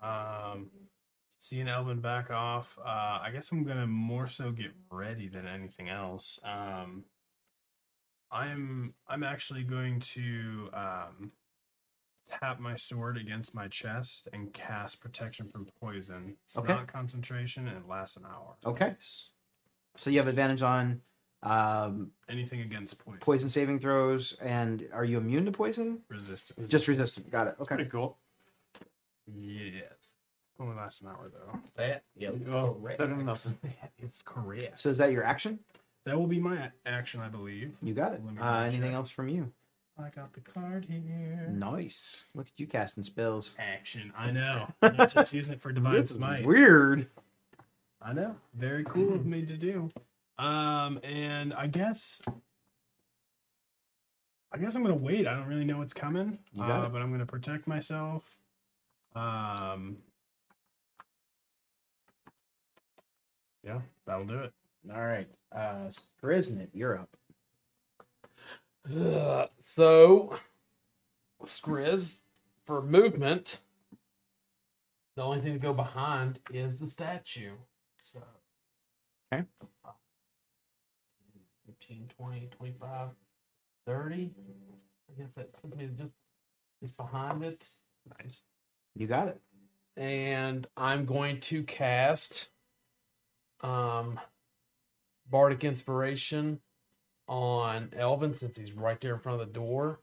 Speaker 4: Um, seeing Elvin back off, uh, I guess I'm gonna more so get ready than anything else. Um, I'm I'm actually going to um, tap my sword against my chest and cast protection from poison. It's
Speaker 1: Okay.
Speaker 4: not concentration and it lasts an hour.
Speaker 1: Okay. So you have advantage on um,
Speaker 4: Anything against poison,
Speaker 1: poison saving throws, and are you immune to poison?
Speaker 4: resistant.
Speaker 1: Just resistant. Got it. Okay.
Speaker 4: pretty cool. Yes. Only lasts an hour though.
Speaker 2: That yeah,
Speaker 4: Oh, better than nothing. It's correct.
Speaker 1: So is that your action?
Speaker 4: That will be my a- action, I believe.
Speaker 1: You got it.
Speaker 4: Let me
Speaker 1: Uh,
Speaker 4: double
Speaker 1: anything
Speaker 4: check.
Speaker 1: else from you?
Speaker 4: I got the card here.
Speaker 1: Nice. Look at you casting spells.
Speaker 4: Action. I know. I'm not just using it for divine smite.
Speaker 1: Weird.
Speaker 4: I know. Very cool of me to do. Um, and I guess, I guess I'm gonna wait. I don't really know what's coming,
Speaker 1: You got
Speaker 4: uh,
Speaker 1: it.
Speaker 4: but I'm gonna protect myself. Um, Yeah, that'll do it.
Speaker 1: All right. Uh, Prisnet, you're up.
Speaker 5: Ugh, so, Skriz, for movement, the only thing to go behind is the statue. So,
Speaker 1: Okay.
Speaker 5: 15, 20, 25, 30. I guess that took me just, just behind it. Nice.
Speaker 1: You got it.
Speaker 5: And I'm going to cast um, Bardic Inspiration on Elvin since he's right there in front of the door.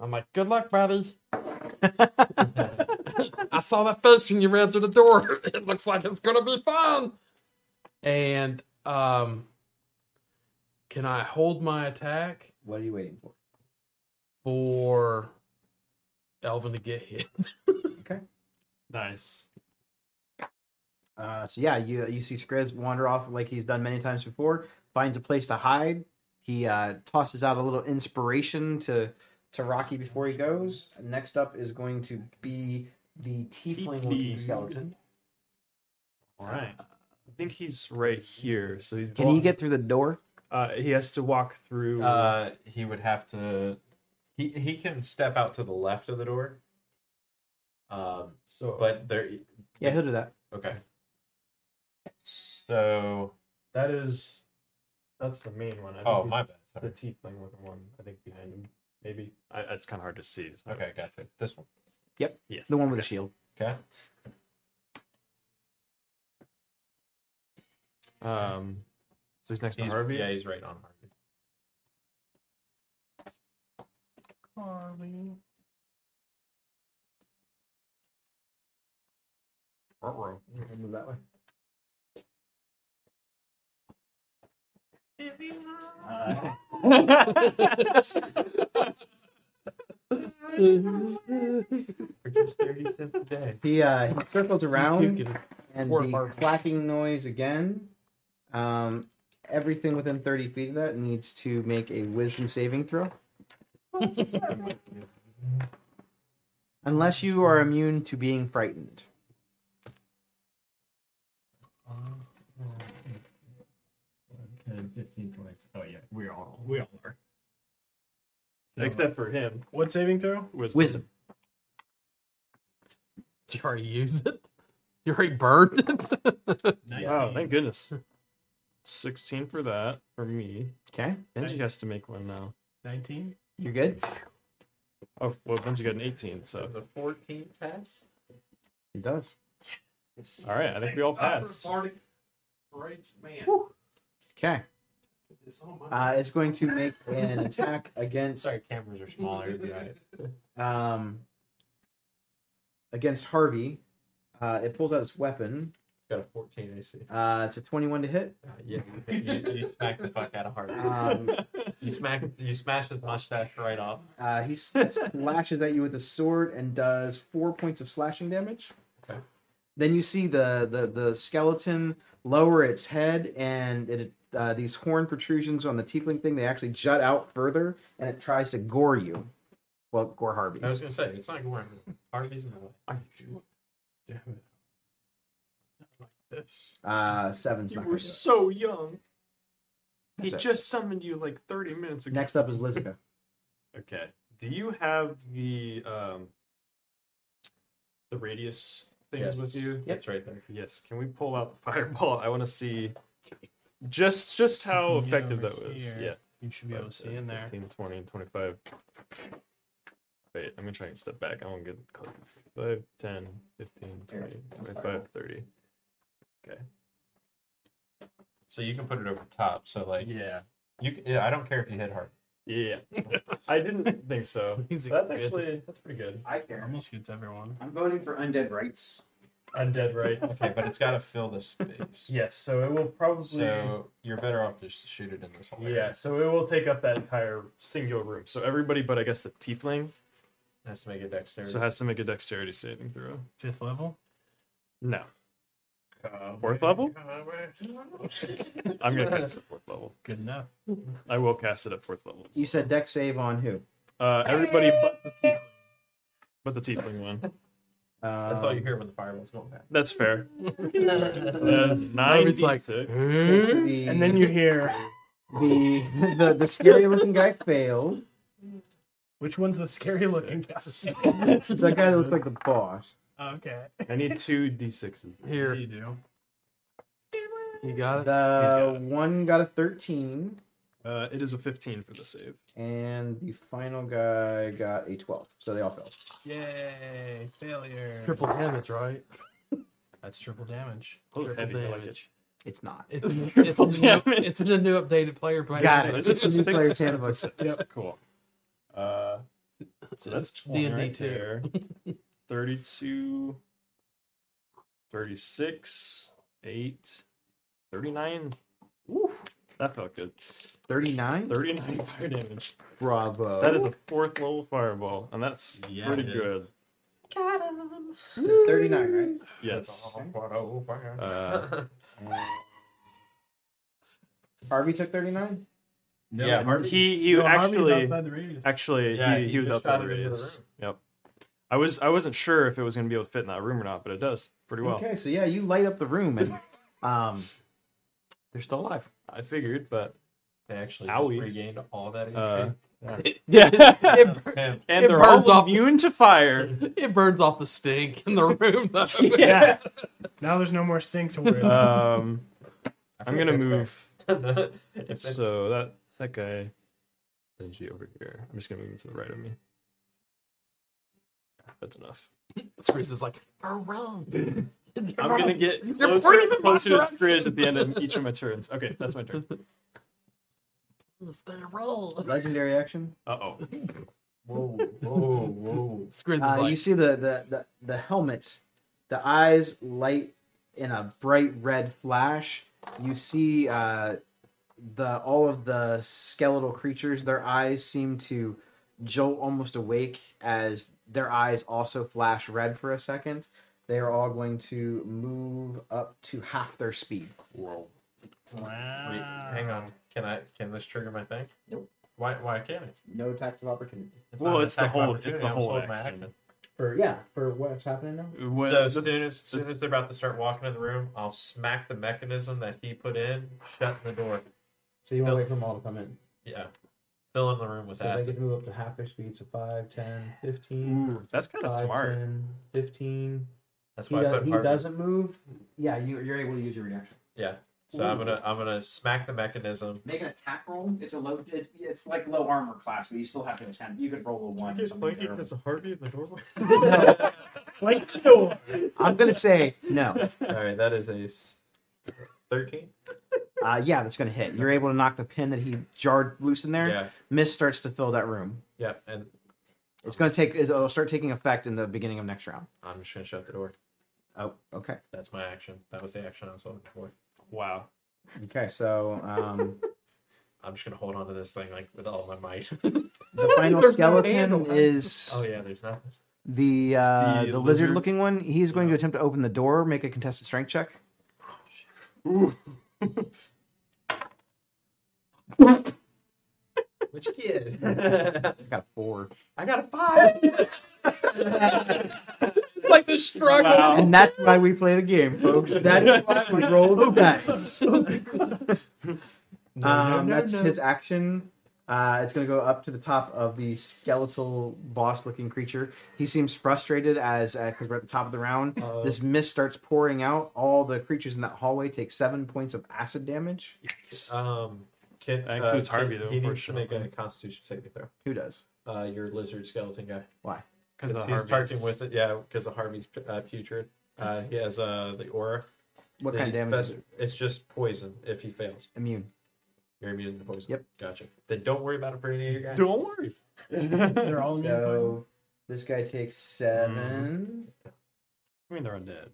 Speaker 5: I'm like, good luck, buddy. I saw that face when you ran through the door. It looks like it's gonna be fun. And um can I hold my attack
Speaker 7: What are you waiting for?
Speaker 5: for Elvin to get hit?
Speaker 3: Nice.
Speaker 1: Uh, so yeah, you you see Skriz wander off like he's done many times before. Finds a place to hide. He uh, tosses out a little inspiration to to Rocky before he goes. Next up is going to be the tiefling looking skeleton.
Speaker 3: All right. I think he's right here. So he's.
Speaker 1: Can he
Speaker 3: walking-
Speaker 1: get through the door?
Speaker 3: Uh, he has to walk through.
Speaker 2: Uh, he would have to. He he can step out to the left of the door. Um,
Speaker 6: So,
Speaker 2: but there.
Speaker 1: Yeah, he'll do that.
Speaker 2: Okay. So,
Speaker 6: that is that's the main one. I think
Speaker 2: oh my
Speaker 6: he's
Speaker 2: bad.
Speaker 6: The
Speaker 2: Sorry.
Speaker 6: tiefling looking one, I think behind him. Maybe
Speaker 3: I, it's kind of hard to see. so-
Speaker 2: Okay, gotcha. This one.
Speaker 3: Yes.
Speaker 1: The one with the shield.
Speaker 2: Okay.
Speaker 3: Um. So he's next to
Speaker 2: He's-
Speaker 3: Harvey.
Speaker 2: Yeah, he's right on Harvey.
Speaker 8: Uh,
Speaker 3: For just thirty cents a day.
Speaker 1: He uh, he circles
Speaker 5: You
Speaker 1: around
Speaker 5: can-
Speaker 1: and
Speaker 5: Poor
Speaker 1: the
Speaker 5: Harvey.
Speaker 1: clacking noise again. Um, everything within thirty feet of that needs to make a Wisdom saving throw. Unless you are immune to being frightened.
Speaker 8: okay, 15, 20. Oh yeah, we all
Speaker 4: We all are.
Speaker 3: Except for him.
Speaker 4: What saving throw?
Speaker 3: Wisdom.
Speaker 1: Wisdom.
Speaker 5: Did you already use it? You already burned it?
Speaker 3: Wow, thank goodness. 16 for that, for me.
Speaker 1: Okay,
Speaker 3: Benji has to make one now.
Speaker 4: 19?
Speaker 1: you're good.
Speaker 3: Oh, well, Benji got an 18, so.
Speaker 5: a 14 pass.
Speaker 1: He does.
Speaker 3: All right, I think we all passed.
Speaker 5: Man,
Speaker 1: Okay,
Speaker 5: it's on my-
Speaker 1: uh, it's going to make an attack against
Speaker 2: Sorry, cameras are smaller. yeah.
Speaker 1: um, against Harvey. Uh, it pulls out its weapon.
Speaker 2: Got a 14 AC.
Speaker 1: Uh, it's a 21 to hit.
Speaker 2: Uh, yeah, you, you, you smack the fuck out of Harvey.
Speaker 1: Um,
Speaker 2: you smack, you smash his mustache right off.
Speaker 1: Uh, he s- slashes at you with a sword and does four points of slashing damage.
Speaker 2: Okay.
Speaker 1: Then you see the, the, the skeleton lower its head, and it, uh, these horn protrusions on the tiefling thing they actually jut out further, and it tries to gore you. Well, gore Harvey.
Speaker 2: I was gonna say it's not going. Harvey's in the way. Are you
Speaker 6: damn it. Not like this.
Speaker 1: Uh, seven's not gonna do it.
Speaker 6: so young.
Speaker 1: He That's it.
Speaker 6: just summoned you like 30 minutes
Speaker 1: Next up is Lizica.
Speaker 3: Okay. Do you have the um the radius things
Speaker 2: Yes.
Speaker 3: with you?
Speaker 2: It's right there.
Speaker 3: Yes. Can we pull out the fireball? I want to see just just how
Speaker 4: can get
Speaker 3: effective
Speaker 4: over
Speaker 3: that was.
Speaker 4: here.
Speaker 3: Yeah.
Speaker 4: You should be able to
Speaker 3: Five,
Speaker 4: see
Speaker 3: ten,
Speaker 4: in there.
Speaker 3: 15, 20, and 25. Wait, I'm going to try and step back. I want to get close. 5, 10, 15, 20, 25, 30.
Speaker 2: So you can put it over the top. So like
Speaker 6: Yeah.
Speaker 2: you, c- yeah, I don't care if you hit Harvey.
Speaker 3: Yeah. I didn't think so.
Speaker 5: He's
Speaker 3: That's
Speaker 5: excited.
Speaker 3: actually, that's pretty good.
Speaker 1: I care.
Speaker 4: Almost gets everyone.
Speaker 1: I'm voting for undead rights.
Speaker 3: Undead, right?
Speaker 2: Okay, but it's got to fill the space.
Speaker 6: Yes, so it will probably.
Speaker 2: So you're better off just to shoot it in this hole.
Speaker 3: Yeah, so it will take up that entire singular room. So everybody but I guess the tiefling
Speaker 2: Has to make a dexterity.
Speaker 3: so has to make a dexterity saving throw.
Speaker 4: Fifth level?
Speaker 3: No. Fourth level? I'm gonna cast it at fourth level.
Speaker 4: Good enough.
Speaker 3: I will cast it at fourth level.
Speaker 1: You said deck save on who?
Speaker 3: Uh everybody but the tiefling. But the tiefling one.
Speaker 1: Um,
Speaker 6: That's all you hear when the fireballs going back.
Speaker 3: That's fair. Uh,
Speaker 6: Yeah.
Speaker 5: Harvey's like, "Huh?"
Speaker 1: Um, the,
Speaker 9: Hmm? And then you hear
Speaker 1: the the, the scary looking guy failed.
Speaker 9: which one's the scary looking guy.
Speaker 1: So that guy looks like the boss.
Speaker 9: okay.
Speaker 3: I need two d6s.
Speaker 5: here,
Speaker 4: You do.
Speaker 5: you got it.
Speaker 1: The Uh, one got a thirteen,
Speaker 3: Uh, it is a 15 for the save.
Speaker 1: and the final guy got a twelve. So they all failed.
Speaker 4: Yay! Failure.
Speaker 5: Triple damage, right?
Speaker 4: That's triple damage.
Speaker 5: Triple
Speaker 3: Oh, heavy, I like
Speaker 5: damage.
Speaker 1: It's not.
Speaker 5: It's, in- it's, in the new,
Speaker 3: damage.
Speaker 5: it's in the new updated player player.
Speaker 1: Got it.
Speaker 5: handbook.
Speaker 1: It's a new player's handbook.
Speaker 5: Yep.
Speaker 3: Cool. Uh, so that's 20
Speaker 5: D&D
Speaker 3: right
Speaker 5: too.
Speaker 3: there. 32, 36, 8, 39. Woo, that felt good.
Speaker 1: Thirty nine.
Speaker 3: 39 fire damage.
Speaker 1: Bravo.
Speaker 3: That
Speaker 2: Oh.
Speaker 3: is a fourth level fireball, and that's
Speaker 4: Yeah,
Speaker 3: pretty
Speaker 4: it is.
Speaker 3: good.
Speaker 1: Thirty nine, right?
Speaker 3: Yes.
Speaker 6: Uh,
Speaker 3: Uh,
Speaker 1: Harvey took thirty nine.
Speaker 4: No,
Speaker 2: Yeah,
Speaker 4: Harvey-
Speaker 3: he you
Speaker 9: No, Harvey's
Speaker 3: actually
Speaker 9: outside the radius.
Speaker 3: actually
Speaker 2: Yeah,
Speaker 3: he,
Speaker 2: he
Speaker 3: he, was
Speaker 2: just
Speaker 3: outside
Speaker 2: shot
Speaker 3: the
Speaker 2: it into the
Speaker 3: radius.
Speaker 2: room.
Speaker 3: Yep. I was I wasn't sure if it was gonna be able to fit in that room or not, but it does pretty well.
Speaker 1: Okay, so yeah, you light up the room, and um,
Speaker 2: They're still alive.
Speaker 3: I figured, but
Speaker 6: they actually
Speaker 3: Owie.
Speaker 6: just regained all that. HP.
Speaker 3: Uh,
Speaker 5: It,
Speaker 3: yeah,
Speaker 5: it,
Speaker 2: Him.
Speaker 3: and
Speaker 5: it
Speaker 3: they're
Speaker 5: burns
Speaker 3: all
Speaker 5: off-
Speaker 3: immune to fire.
Speaker 5: it burns off the stink in the room, though.
Speaker 9: yeah. Now there's no more stink to worry
Speaker 8: Uh,
Speaker 9: about.
Speaker 3: Um, I'm gonna move.
Speaker 2: if they-
Speaker 3: So that that guy, Benji over here. I'm just gonna move him to the right of me. That's enough.
Speaker 5: Spruce is like, you're wrong.
Speaker 3: I'm gonna get
Speaker 5: You're
Speaker 3: closer
Speaker 5: pointing in my
Speaker 3: closer to
Speaker 5: direction.
Speaker 3: Fridge at the end of each of my turns. Okay, that's my turn.
Speaker 5: Stay roll.
Speaker 1: legendary action.
Speaker 3: Uh oh.
Speaker 6: whoa, whoa, whoa!
Speaker 5: Scrizz is
Speaker 1: Uh,
Speaker 5: like,
Speaker 1: you see the, the the the helmets, the eyes light in a bright red flash. You see uh, the all of the skeletal creatures. Their eyes seem to jolt almost awake as their eyes also flash red for a second. They are all going to move up to half their speed.
Speaker 6: Whoa!
Speaker 2: Wait,
Speaker 3: Ah.
Speaker 2: hang on. Can I? Can this trigger my thing?
Speaker 1: Nope.
Speaker 2: Why? Why can't it?
Speaker 1: No attacks of opportunity.
Speaker 3: Well,
Speaker 2: not an
Speaker 3: it's the
Speaker 2: attack of
Speaker 3: whole it's
Speaker 2: opportunity,
Speaker 3: the
Speaker 2: I'm
Speaker 3: whole
Speaker 2: holding my
Speaker 3: action.
Speaker 1: For yeah, for what's happening now.
Speaker 3: What-
Speaker 2: So as soon as, soon as they're about to start walking in the room, I'll smack the mechanism that he put in, shut the door.
Speaker 1: So you
Speaker 2: wanna
Speaker 1: wait for them all to come in.
Speaker 2: Yeah. Fill in the room with that.
Speaker 1: to move up to half their speed, so 5, 10, 15.
Speaker 3: Ooh, that's kind of
Speaker 1: Five,
Speaker 3: smart.
Speaker 1: 10, 15.
Speaker 2: That's
Speaker 1: He,
Speaker 2: why I
Speaker 1: does,
Speaker 2: put
Speaker 1: he
Speaker 2: Harvey.
Speaker 1: doesn't move. Yeah, you, you're able to use your reaction.
Speaker 2: Yeah. So I'm gonna I'm gonna smack the mechanism.
Speaker 7: Make an attack roll. It's a low. It's, it's like low armor class, but you still have to attempt. You could roll a one. or something terrible.
Speaker 3: Harvey in the doorway.
Speaker 9: like, no.
Speaker 1: I'm going to say no.
Speaker 2: All right, that is a s- thirteen.
Speaker 1: Uh, yeah, that's going to hit. You're able to knock the pin that he jarred loose in there.
Speaker 2: Yeah.
Speaker 1: Mist starts to fill that room.
Speaker 2: Yeah. And
Speaker 1: It's going to take, it'll start taking effect in the beginning of next round.
Speaker 2: I'm just gonna shut the door.
Speaker 1: Oh, okay.
Speaker 2: That's my action. That was the action I was hoping for.
Speaker 3: Wow.
Speaker 1: Okay, so um,
Speaker 2: I'm just gonna hold on to this thing like with all my might.
Speaker 1: the final
Speaker 5: There's no
Speaker 1: skeleton
Speaker 5: handle.
Speaker 1: is
Speaker 2: oh yeah, there's nothing.
Speaker 1: the, uh,
Speaker 3: The
Speaker 1: the
Speaker 3: lizard?
Speaker 1: lizard looking one. He's going to attempt to open the door, make a contested strength check.
Speaker 2: Which kid? I
Speaker 1: I got a four.
Speaker 2: got a five.
Speaker 5: it's like the struggle.
Speaker 3: Wow.
Speaker 1: And that's why we play the game, folks. That's why we roll the dice.
Speaker 5: No, no,
Speaker 1: Um,
Speaker 5: no,
Speaker 1: that's
Speaker 5: no.
Speaker 1: his action. Uh, it's going to go up to the top of the skeletal boss looking creature. He seems frustrated as because we're at the top of the round. this mist starts pouring out. All the creatures in that hallway take seven points of acid damage.
Speaker 3: Uh,
Speaker 2: Um, can,
Speaker 3: That includes
Speaker 2: uh,
Speaker 3: Harvey,
Speaker 2: can-
Speaker 3: though,
Speaker 2: He needs to make a
Speaker 3: unfortunately.
Speaker 2: Constitution saving throw.
Speaker 1: Who does?
Speaker 2: Uh, your lizard skeleton guy.
Speaker 3: Because
Speaker 2: he's targeting with it, yeah, because of Harvey's uh, putrid. Uh, he has uh, the aura.
Speaker 1: What kind
Speaker 2: Then
Speaker 1: of
Speaker 2: he's
Speaker 1: damage? Is
Speaker 2: best-
Speaker 1: it?
Speaker 2: It's just poison. If he fails,
Speaker 1: Immune.
Speaker 2: you're immune to poison.
Speaker 1: Yep.
Speaker 2: Gotcha. Then don't worry about it for any of your guys.
Speaker 3: Don't worry.
Speaker 9: They're all immune to poison.
Speaker 1: So this guy takes seven.
Speaker 3: I mean, they're undead.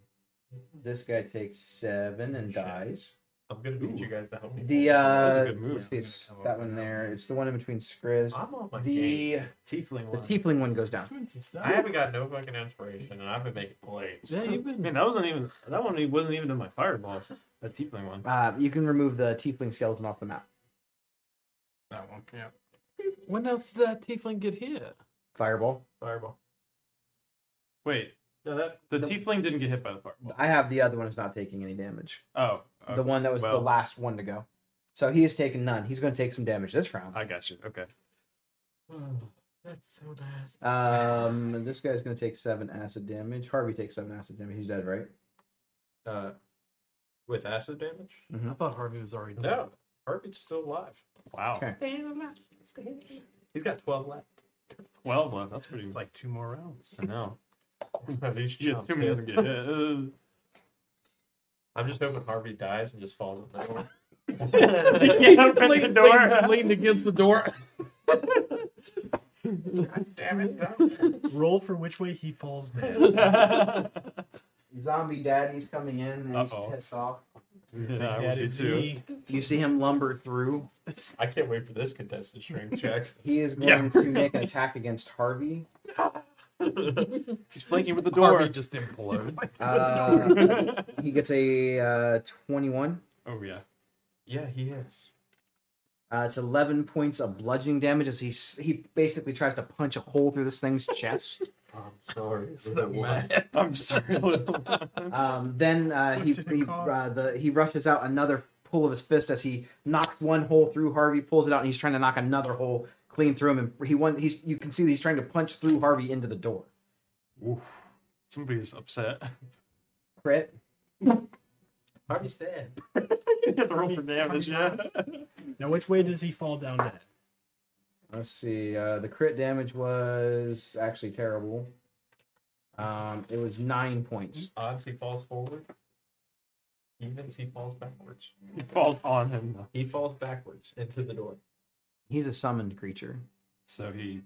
Speaker 1: This guy takes seven and dies.
Speaker 2: I'm gonna need you guys to help me.
Speaker 1: The
Speaker 3: That was a
Speaker 1: uh,
Speaker 3: good move. Ah,
Speaker 1: let's see, it's that one there. It's the one in between Skriz.
Speaker 2: I'm on my game.
Speaker 1: The
Speaker 3: Tiefling
Speaker 1: the tiefling one goes down.
Speaker 9: Doing some stuff.
Speaker 2: I haven't got no fucking inspiration, and I've been making plays.
Speaker 5: Yeah, you've
Speaker 3: Man,
Speaker 5: been.
Speaker 3: that wasn't even that one. wasn't even in my fireball. That tiefling one.
Speaker 1: Uh, you can remove the tiefling skeleton off the map.
Speaker 4: That one. Yeah.
Speaker 5: When else did that tiefling get uh, hit?
Speaker 1: Fireball.
Speaker 2: Fireball.
Speaker 3: Wait, No, that, the, tiefling didn't get hit by the fireball.
Speaker 1: I have the other one is not taking any damage.
Speaker 3: Oh,
Speaker 1: The one that was the
Speaker 3: Well-
Speaker 1: last one to go. So he has taken none. He's going to take some damage this round.
Speaker 3: I got you. Okay.
Speaker 2: Hmm.
Speaker 6: That's so nice.
Speaker 1: Um, and this guy's going to take seven acid damage. Harvey takes seven acid damage. He's dead, right?
Speaker 2: Uh, with acid damage?
Speaker 5: I thought Harvey was already dead.
Speaker 2: No, Harvey's still alive.
Speaker 3: Wow.
Speaker 1: Okay.
Speaker 3: He's got 12 left. 12 left. That's pretty
Speaker 4: It's like two more rounds.
Speaker 2: I know.
Speaker 3: Just assuming he doesn't get hit. Uh,
Speaker 2: I'm just hoping Harvey dies and just falls in that one.
Speaker 3: he can't open the
Speaker 5: Lean-
Speaker 3: door.
Speaker 5: lean- leaning against the door.
Speaker 9: Roll for which way he falls down.
Speaker 1: Zombie daddy's coming in and
Speaker 3: Uh-oh.
Speaker 1: he's pissed off.
Speaker 3: Yeah, I would
Speaker 9: That
Speaker 3: be
Speaker 9: is
Speaker 3: too.
Speaker 9: me.
Speaker 1: You see him lumber through.
Speaker 2: I can't wait for this contested stream check.
Speaker 1: He is going
Speaker 3: Yeah.
Speaker 1: to make an attack against Harvey.
Speaker 3: He's flanking with the door.
Speaker 5: Harvey just imploded.
Speaker 1: Uh, he gets a uh, 21.
Speaker 3: oh, yeah.
Speaker 2: yeah, he is.
Speaker 1: Uh, it's 11 points of bludgeoning damage as he, s- he basically tries to punch a hole through this thing's chest.
Speaker 2: I'm sorry.
Speaker 3: I'm sorry, little.
Speaker 1: Um, then uh, he, he, uh, the, he rushes out another pull of his fist as he knocks one hole through Harvey, pulls it out, and he's trying to knock another hole clean through him. And he won, he's, you can see that he's trying to punch through Harvey into the door.
Speaker 3: Somebody's upset.
Speaker 1: Crit.
Speaker 2: Harvey's dead.
Speaker 3: you have to roll for damage, yeah?
Speaker 9: Now, which way does he fall down at?
Speaker 1: Let's see. Uh, the crit damage was actually terrible. Um, it was nine points.
Speaker 2: Odds he falls forward. Evens he falls backwards.
Speaker 3: He falls on him.
Speaker 2: He falls backwards into the door.
Speaker 1: He's a summoned creature.
Speaker 3: So he.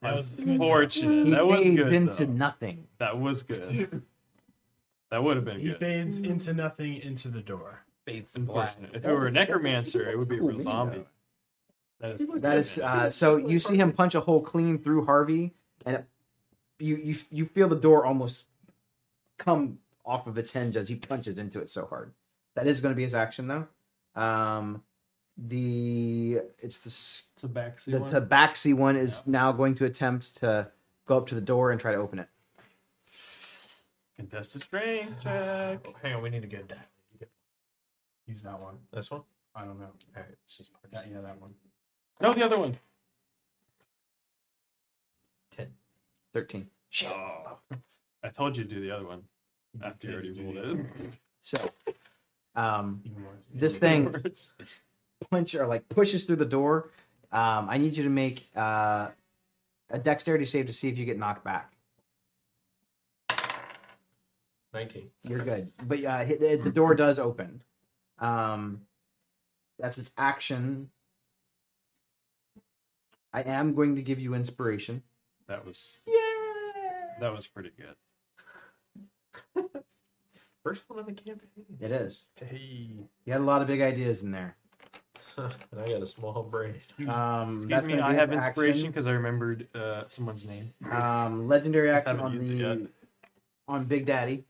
Speaker 9: That was
Speaker 1: He
Speaker 3: Fortunate. That was
Speaker 1: fades
Speaker 3: good.
Speaker 1: into
Speaker 3: though.
Speaker 1: nothing.
Speaker 3: That was good. That would have been
Speaker 9: He
Speaker 3: good.
Speaker 9: fades into nothing, into the door.
Speaker 5: Fades to black.
Speaker 3: Unfortunate. If it were a necromancer, it would be a real zombie. That is.
Speaker 1: That is uh, so. You see him punch a hole clean through Harvey, and it, you you you feel the door almost come off of its hinge as he punches into it so hard. That is going to be his action though. Um, the it's the s-
Speaker 3: It's a backseat
Speaker 1: the
Speaker 3: one.
Speaker 1: tabaxi one is now going to attempt to go up to the door and try to open it.
Speaker 3: Contested strength check.
Speaker 4: Oh,
Speaker 2: Hang on, we need to get that.
Speaker 4: Use that one.
Speaker 2: This one?
Speaker 4: I don't know. That- yeah, that one.
Speaker 3: No, the other one.
Speaker 1: Thirteen.
Speaker 3: Oh, I told you to do the other one after you already rolled
Speaker 1: So, um,
Speaker 4: Even worse.
Speaker 1: this
Speaker 3: it.
Speaker 1: thing
Speaker 3: Words.
Speaker 1: punch or like pushes through the door. Um, I need you to make uh, a dexterity save to see if you get knocked back.
Speaker 2: 19.
Speaker 1: You're good, but uh, hit- the, the door does open. Um, that's its action. I am going to give you inspiration.
Speaker 3: That was. That was pretty good.
Speaker 1: Mm-hmm.
Speaker 2: First one in the campaign.
Speaker 1: It is.
Speaker 3: Hey.
Speaker 1: You had a lot of big ideas in there.
Speaker 2: and I got a small brain.
Speaker 1: Um,
Speaker 3: Excuse
Speaker 1: that's
Speaker 3: me,
Speaker 1: gonna
Speaker 3: I
Speaker 1: be
Speaker 3: have
Speaker 1: its action.
Speaker 3: inspiration because I remembered uh, someone's name.
Speaker 1: Um, legendary
Speaker 3: Just
Speaker 1: action
Speaker 3: haven't
Speaker 1: on
Speaker 3: used it
Speaker 1: the on Big Daddy.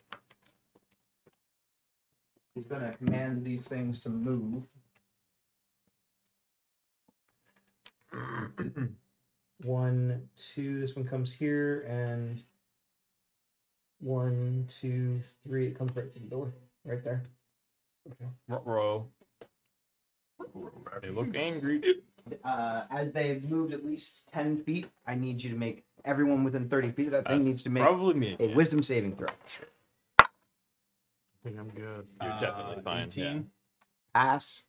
Speaker 1: He's gonna command these things to move. one, two. This one comes here, and one, two, three. It comes right to the door, right there.
Speaker 3: Bro. They
Speaker 6: Mm-hmm.
Speaker 3: look angry, dude.
Speaker 1: Uh, as they've moved at least ten feet, I need you to make everyone within thirty feet of that thing needs to make
Speaker 3: Probably me.
Speaker 1: a
Speaker 3: yeah.
Speaker 1: Wisdom saving throw.
Speaker 5: I think I'm good.
Speaker 3: You're definitely fine. yeah.
Speaker 1: Pass.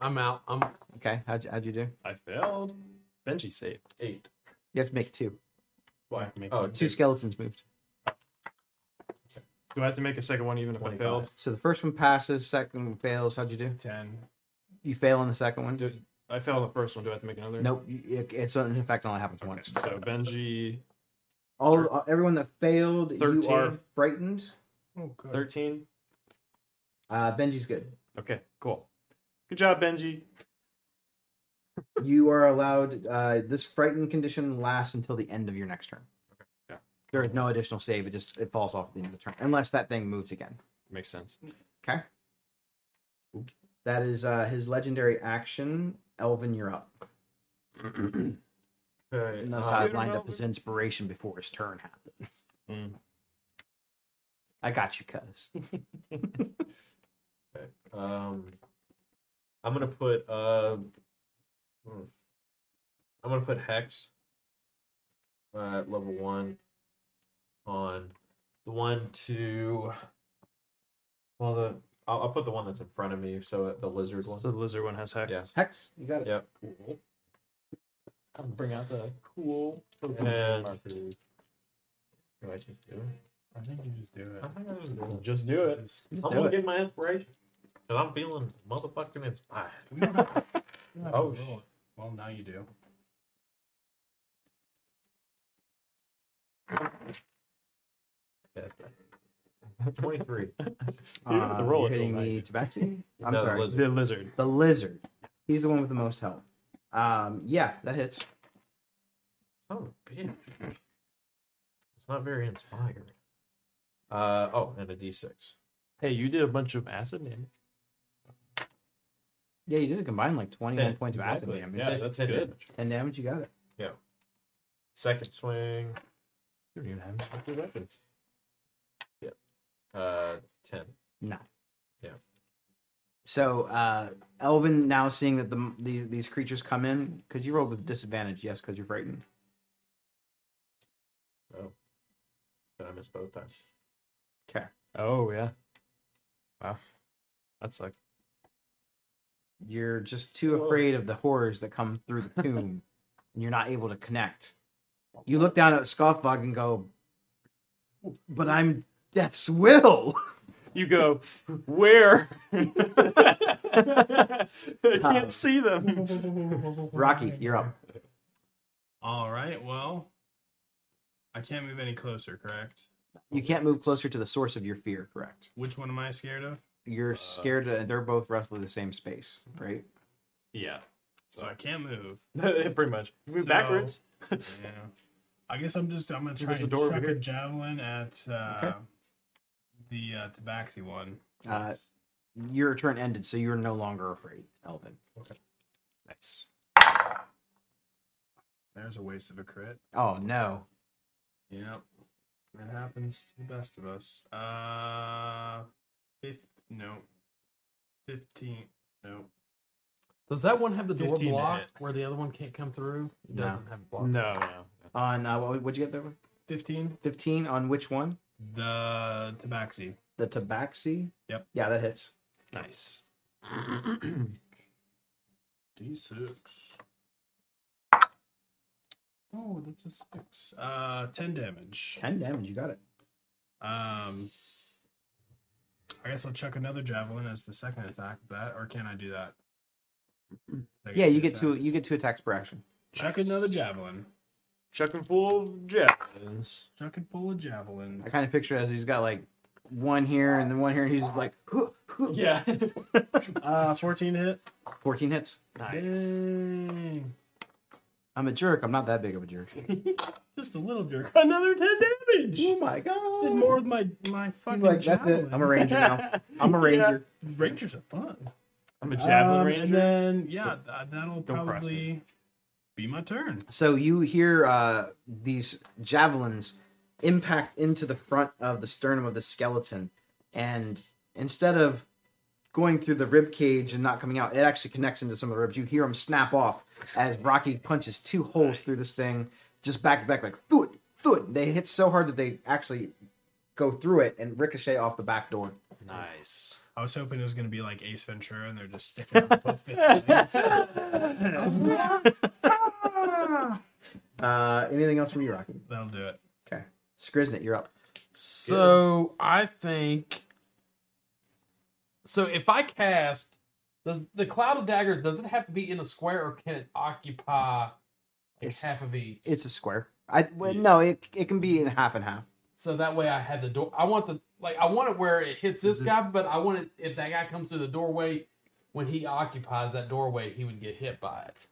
Speaker 5: I'm out. I'm
Speaker 1: Okay, how'd you, how'd you do?
Speaker 3: I failed. Benji saved. Eight.
Speaker 1: You have to make two.
Speaker 3: Why? Make
Speaker 2: Oh,
Speaker 1: Two skeletons moved.
Speaker 3: Do I have to make a second one even if I failed?
Speaker 1: So the first one passes, second one fails. How'd you do?
Speaker 4: Ten.
Speaker 1: You fail on the second one.
Speaker 3: Do, I failed on the first one. Do I have to make another?
Speaker 1: Nope. you- It, it's in fact only happens
Speaker 3: Okay,
Speaker 1: once.
Speaker 3: so Benji,
Speaker 1: All uh, everyone that failed, you are
Speaker 3: Thirteen.
Speaker 1: frightened.
Speaker 9: Oh, good.
Speaker 3: thirteen.
Speaker 1: Uh, Benji's good.
Speaker 3: Okay, cool. Good job, Benji.
Speaker 1: You are allowed. Uh, this frightened condition lasts until the end of your next turn.
Speaker 3: yeah.
Speaker 1: There is no additional save. It just it falls off at the end of the turn unless that thing moves again.
Speaker 3: Makes sense.
Speaker 1: Okay. That is uh, his legendary action. Elvin, you're up.
Speaker 3: Alright,
Speaker 1: knows
Speaker 3: uh,
Speaker 1: how
Speaker 3: get
Speaker 1: to
Speaker 3: him
Speaker 1: lined up
Speaker 3: over.
Speaker 1: his inspiration before his turn happened.
Speaker 6: Mm.
Speaker 1: I got you, cuz.
Speaker 6: Okay. Um, I'm gonna put uh, hmm. I'm gonna put hex uh, at level one on the one to well the I'll, I'll put the one that's in front of me so the lizard one.
Speaker 3: So the lizard one has hex.
Speaker 6: Yeah.
Speaker 1: Hex, you got it.
Speaker 6: Yep.
Speaker 8: I'm gonna bring out the cool.
Speaker 6: And
Speaker 8: Do I just do it? I think you just do it.
Speaker 6: I think I'm just gonna just do it.
Speaker 8: Just-
Speaker 6: I'm gonna get my inspiration. Cause I'm feeling motherfucking inspired.
Speaker 8: you don't have to
Speaker 6: Oh,
Speaker 8: roll it. Well, now you do.
Speaker 6: That's right. Twenty-three.
Speaker 3: You don't have to roll
Speaker 1: you're Uh,
Speaker 3: it,
Speaker 1: hitting
Speaker 3: don't
Speaker 1: the Tabaxi? I'm
Speaker 6: No, the
Speaker 1: sorry.
Speaker 6: lizard.
Speaker 3: The lizard.
Speaker 1: The lizard. He's the one with the most health. Um, yeah, that hits.
Speaker 6: Oh, bitch. It's not very inspired. Uh oh, and a D six.
Speaker 3: Hey, you did a bunch of acid damage.
Speaker 1: Yeah, you did a combined like 21
Speaker 6: Ten,
Speaker 1: points
Speaker 6: exactly.
Speaker 1: of acid damage.
Speaker 6: Yeah, that's good.
Speaker 1: And damage, you got it.
Speaker 6: Second swing.
Speaker 3: You don't even have it.
Speaker 6: What's your weapons? Yep. Uh, ten.
Speaker 1: No.
Speaker 6: Yeah.
Speaker 1: So, uh, Elvin, now seeing that the, the these creatures come in, because you rolled with disadvantage, yes, because you're frightened.
Speaker 6: Oh, did I miss both times?
Speaker 3: Oh yeah. Wow. That sucks.
Speaker 1: You're just too afraid of the horrors that come through the tomb, and you're not able to connect. You look down at Scoffbug and go, "But I'm Death's will."
Speaker 3: You go, where? I
Speaker 1: Um,
Speaker 3: can't see them.
Speaker 1: Rocky, you're up.
Speaker 4: All right. Well, I can't move any closer, correct?
Speaker 1: You can't move closer to the source of your fear. Correct.
Speaker 4: Which one am I scared of?
Speaker 1: You're scared, and they're both roughly the same space, right?
Speaker 4: Yeah. So I can't move.
Speaker 3: Pretty much. Move
Speaker 4: So-
Speaker 3: backwards.
Speaker 4: Yeah. I guess I'm just I'm gonna try
Speaker 3: There's
Speaker 4: to
Speaker 3: a door over
Speaker 4: chuck a
Speaker 3: here.
Speaker 4: javelin at uh,
Speaker 1: Okay.
Speaker 4: the uh, Tabaxi one.
Speaker 1: Uh, your turn ended, so you're no longer afraid, Elvin.
Speaker 4: Nice. There's a waste of a crit.
Speaker 1: Oh no.
Speaker 4: Yep. It happens to the best of us. Uh, fif- no. Fifteen. No.
Speaker 5: Does that one have the door
Speaker 4: 15 to
Speaker 5: blocked
Speaker 4: hit.
Speaker 5: where the other one can't come through? It
Speaker 1: No.
Speaker 5: Doesn't have it blocked.
Speaker 3: No, no.
Speaker 1: On uh, what, what'd you get there?
Speaker 4: Fifteen.
Speaker 1: Fifteen on which one?
Speaker 4: The Tabaxi.
Speaker 1: The Tabaxi.
Speaker 4: Yep.
Speaker 1: Yeah, that hits.
Speaker 3: Nice.
Speaker 4: D6. Oh, that's a six. Uh, ten damage.
Speaker 1: Ten damage. You got it.
Speaker 4: Um, I guess I'll chuck another javelin as the second attack. of That, or can I do that? I
Speaker 1: Yeah, you get two.
Speaker 4: attacks.
Speaker 1: You get two attacks per action.
Speaker 4: chuck another javelin.
Speaker 3: Chucking full of javelins.
Speaker 4: Chuck and pull a javelin.
Speaker 1: I kind of picture it as he's got like one here and then one here, and he's just like, "Hoo, hoo."
Speaker 3: Yeah.
Speaker 4: Uh, fourteen to hit.
Speaker 1: fourteen hits.
Speaker 4: Dang.
Speaker 1: I'm a jerk. I'm not that big of a jerk.
Speaker 4: Just a little jerk. Another ten damage.
Speaker 1: oh my god!
Speaker 4: Did more with my my
Speaker 1: He's
Speaker 4: fucking
Speaker 1: like, that's
Speaker 4: javelin.
Speaker 1: it. I'm a ranger now. I'm a ranger.
Speaker 4: Rangers are fun.
Speaker 3: I'm a javelin
Speaker 4: Um, And
Speaker 3: ranger.
Speaker 4: then yeah, th- that'll
Speaker 3: Don't cross
Speaker 4: probably be my turn.
Speaker 1: So you hear uh, these javelins impact into the front of the sternum of the skeleton, and instead of going through the rib cage and not coming out, it actually connects into some of the ribs. You hear them snap off as Rocky punches two holes through this thing, just back to back, like foot, foot. They hit so hard that they actually go through it and ricochet off the back door.
Speaker 3: Nice.
Speaker 4: I was hoping it was gonna be like Ace Ventura, and they're just sticking out both fists.
Speaker 1: Uh, anything else from you, Rocky?
Speaker 4: That'll do it.
Speaker 1: Okay, Skriznet, you're up.
Speaker 5: So I think. So if I cast, does the cloud of daggers does it have to be in a square or can it occupy like
Speaker 1: It's-
Speaker 5: half of each?
Speaker 1: It's a square. I well, no, it it can be in half and half.
Speaker 5: So that way I had the door. I want the like I want it where it hits this guy, but I want it if that guy comes to the doorway when he occupies that doorway, he would get hit by it.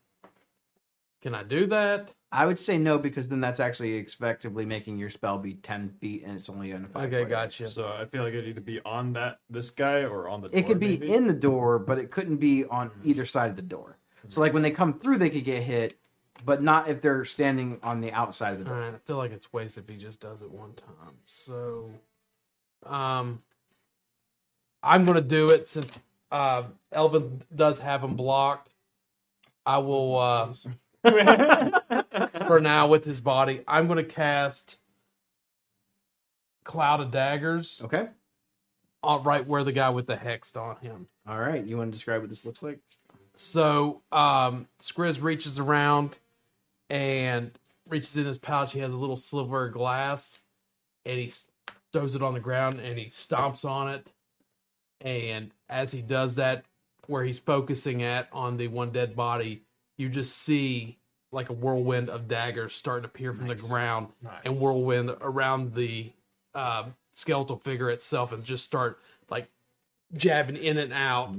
Speaker 5: Can I do that?
Speaker 1: I would say no because then that's actually effectively making your spell be ten feet and it's only in a five.
Speaker 5: Okay,
Speaker 1: foot.
Speaker 5: gotcha.
Speaker 3: So I feel like it'd either be on that this guy or on the door.
Speaker 1: It could be
Speaker 3: maybe.
Speaker 1: in the door, but it couldn't be on either side of the door. So like when they come through, they could get hit, but not if they're standing on the outside of the door.
Speaker 5: All right, I feel like it's waste if he just does it one time. So, um, I'm gonna do it since uh, Elvin does have him blocked. I will uh, for now with his body. I'm gonna cast cloud of daggers
Speaker 1: Okay.
Speaker 5: uh, right where the guy with the hexed on him.
Speaker 1: All right. You want to describe what this looks like?
Speaker 5: So um Skriz reaches around and reaches in his pouch. He has a little silver glass and he s- throws it on the ground and he stomps on it. And as he does that, where he's focusing at on the one dead body, you just see like a whirlwind of daggers starting to appear from the ground and whirlwind around the uh, skeletal figure itself and just start like jabbing in and
Speaker 1: Oh,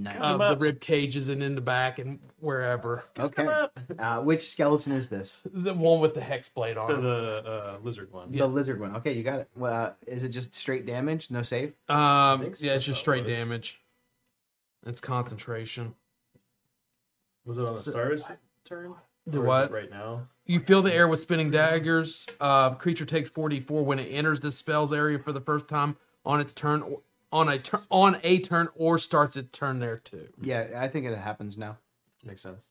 Speaker 5: out of the rib cages and in the back and wherever.
Speaker 1: Okay. Uh, which skeleton is this?
Speaker 5: The one with the hex blade on.
Speaker 3: The,
Speaker 5: it.
Speaker 3: the, uh, lizard one.
Speaker 1: The lizard one. Okay, you got it. Well, uh, is it just straight damage? No save.
Speaker 5: Um,
Speaker 3: think
Speaker 5: yeah, it's
Speaker 3: so,
Speaker 5: just
Speaker 3: that
Speaker 5: straight
Speaker 3: was.
Speaker 5: damage. It's concentration.
Speaker 3: Was it on the star's turn?
Speaker 5: The
Speaker 3: Or is it
Speaker 5: what?
Speaker 3: Right now.
Speaker 5: You fill the air with spinning daggers. Uh, creature takes 44 when it enters the spell's area for the first time on its turn, or, on a tur- on a turn, or starts its turn there too.
Speaker 1: Yeah, I think it happens now.
Speaker 3: Makes sense.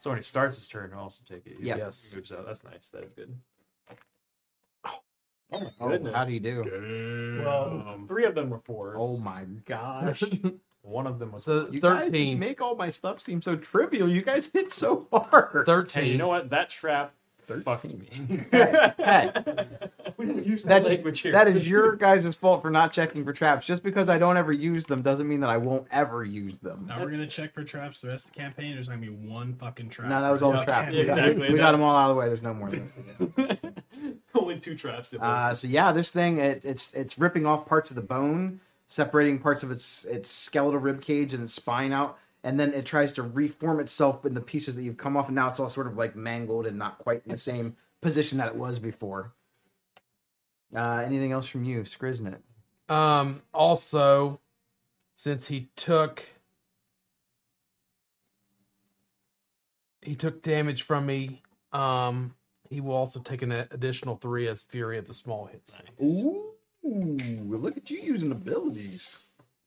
Speaker 3: So when he starts his turn, I'll also take it. He
Speaker 1: Yeah.
Speaker 5: Yes.
Speaker 3: moves out. That's nice. That is good.
Speaker 1: Oh, how do you do?
Speaker 3: Well, Um, three of them were four.
Speaker 1: Oh my gosh!
Speaker 3: One of them was.
Speaker 5: So
Speaker 1: You guys just
Speaker 5: 13,
Speaker 1: make all my stuff seem so trivial. You guys hit so hard.
Speaker 5: 13.
Speaker 3: hey, you know what? That trap fucked me.
Speaker 1: Hey,
Speaker 3: we don't use
Speaker 1: that
Speaker 3: that language here.
Speaker 1: that is your guys' fault for not checking for traps. Just because I don't ever use them doesn't mean that I won't ever use them.
Speaker 9: Now we're gonna check for traps the rest of the campaign. There's gonna be one fucking trap.
Speaker 1: No, that was all the
Speaker 9: Yeah,
Speaker 1: traps.
Speaker 9: yeah,
Speaker 1: We got, we-
Speaker 3: exactly.
Speaker 1: we got them all out of the way. There's no more. of those.
Speaker 3: Only two traps. That work.
Speaker 1: Uh, so yeah, this thing it, it's it's ripping off parts of the bone, separating parts of its its skeletal rib cage and its spine out, and then it tries to reform itself in the pieces that you've come off, and now it's all sort of like mangled and not quite in the same position that it was before. Uh, anything else from you, Skriznet?
Speaker 5: Um, also, since he took he took damage from me, um, he will also take an additional three as fury at the small hits.
Speaker 1: Ooh, look at you using abilities.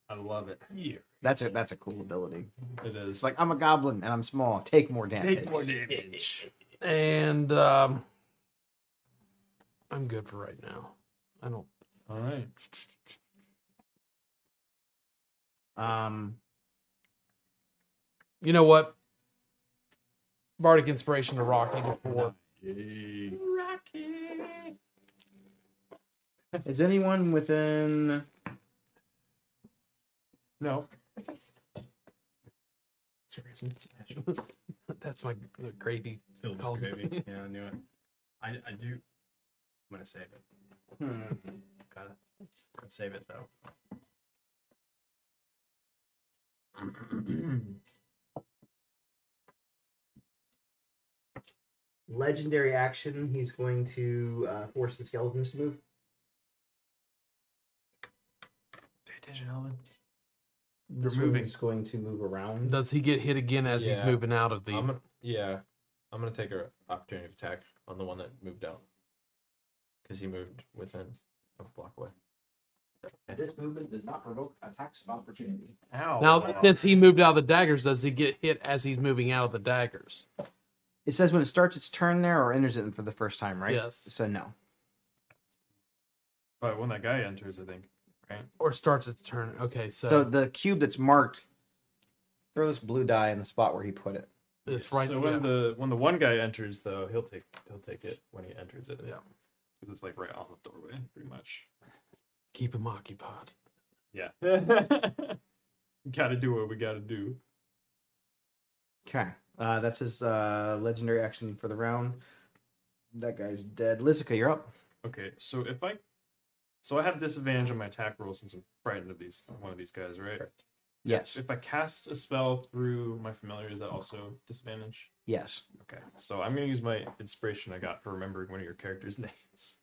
Speaker 3: I love it. Yeah.
Speaker 1: That's a that's a cool ability.
Speaker 3: It is.
Speaker 1: It's like I'm a goblin and I'm small. Take more damage.
Speaker 3: take more damage.
Speaker 5: And um, I'm good for right now. I don't.
Speaker 3: All right.
Speaker 1: Um,
Speaker 5: You know what? Bardic inspiration to Rocky before.
Speaker 1: is anyone within?
Speaker 3: No.
Speaker 5: That's my the gravy.
Speaker 9: Filled with
Speaker 5: Calls it.
Speaker 9: gravy. Yeah, I knew it. I, I do. I'm gonna save it. Gotta, gotta save it though.
Speaker 7: Legendary action. He's going to uh, force the skeletons to move.
Speaker 3: Pay attention, Ellen.
Speaker 7: This
Speaker 3: They're
Speaker 7: one
Speaker 3: moving.
Speaker 7: is going to move around.
Speaker 5: Does he get hit again as he's
Speaker 2: Yeah.
Speaker 5: moving out of the?
Speaker 2: I'm gonna, yeah, I'm gonna take a opportunity of attack on the one that moved out because he moved within a block away.
Speaker 7: This movement does not provoke attacks of opportunity.
Speaker 3: Ow.
Speaker 5: Now, since he moved out of the daggers, does he get hit as he's moving out of the daggers?
Speaker 1: It says when it starts its turn there or enters it for the first time, right?
Speaker 5: Yes.
Speaker 1: So no.
Speaker 3: But when that guy enters, I think.
Speaker 5: Or starts its turn? Okay, so,
Speaker 1: So the cube that's marked, throw this blue die in the spot where he put it.
Speaker 5: it's right.
Speaker 3: So when
Speaker 5: yeah.
Speaker 3: the when the one guy enters, though, he'll take he'll take it when he enters it.
Speaker 5: Yeah.
Speaker 3: Because it's like right on the doorway, pretty much.
Speaker 5: Keep him occupied.
Speaker 3: Yeah. gotta do what we gotta do.
Speaker 1: Okay. Uh, that's his uh, legendary action for the round. That guy's dead. Lizica, you're up.
Speaker 3: Okay, so if I, so I have disadvantage on my attack roll since I'm frightened of these one of these guys, right?
Speaker 1: Yes.
Speaker 3: If I cast a spell through my familiar, is that also disadvantage?
Speaker 1: Yes.
Speaker 3: Okay, so I'm gonna use my inspiration I got for remembering one of your characters' names,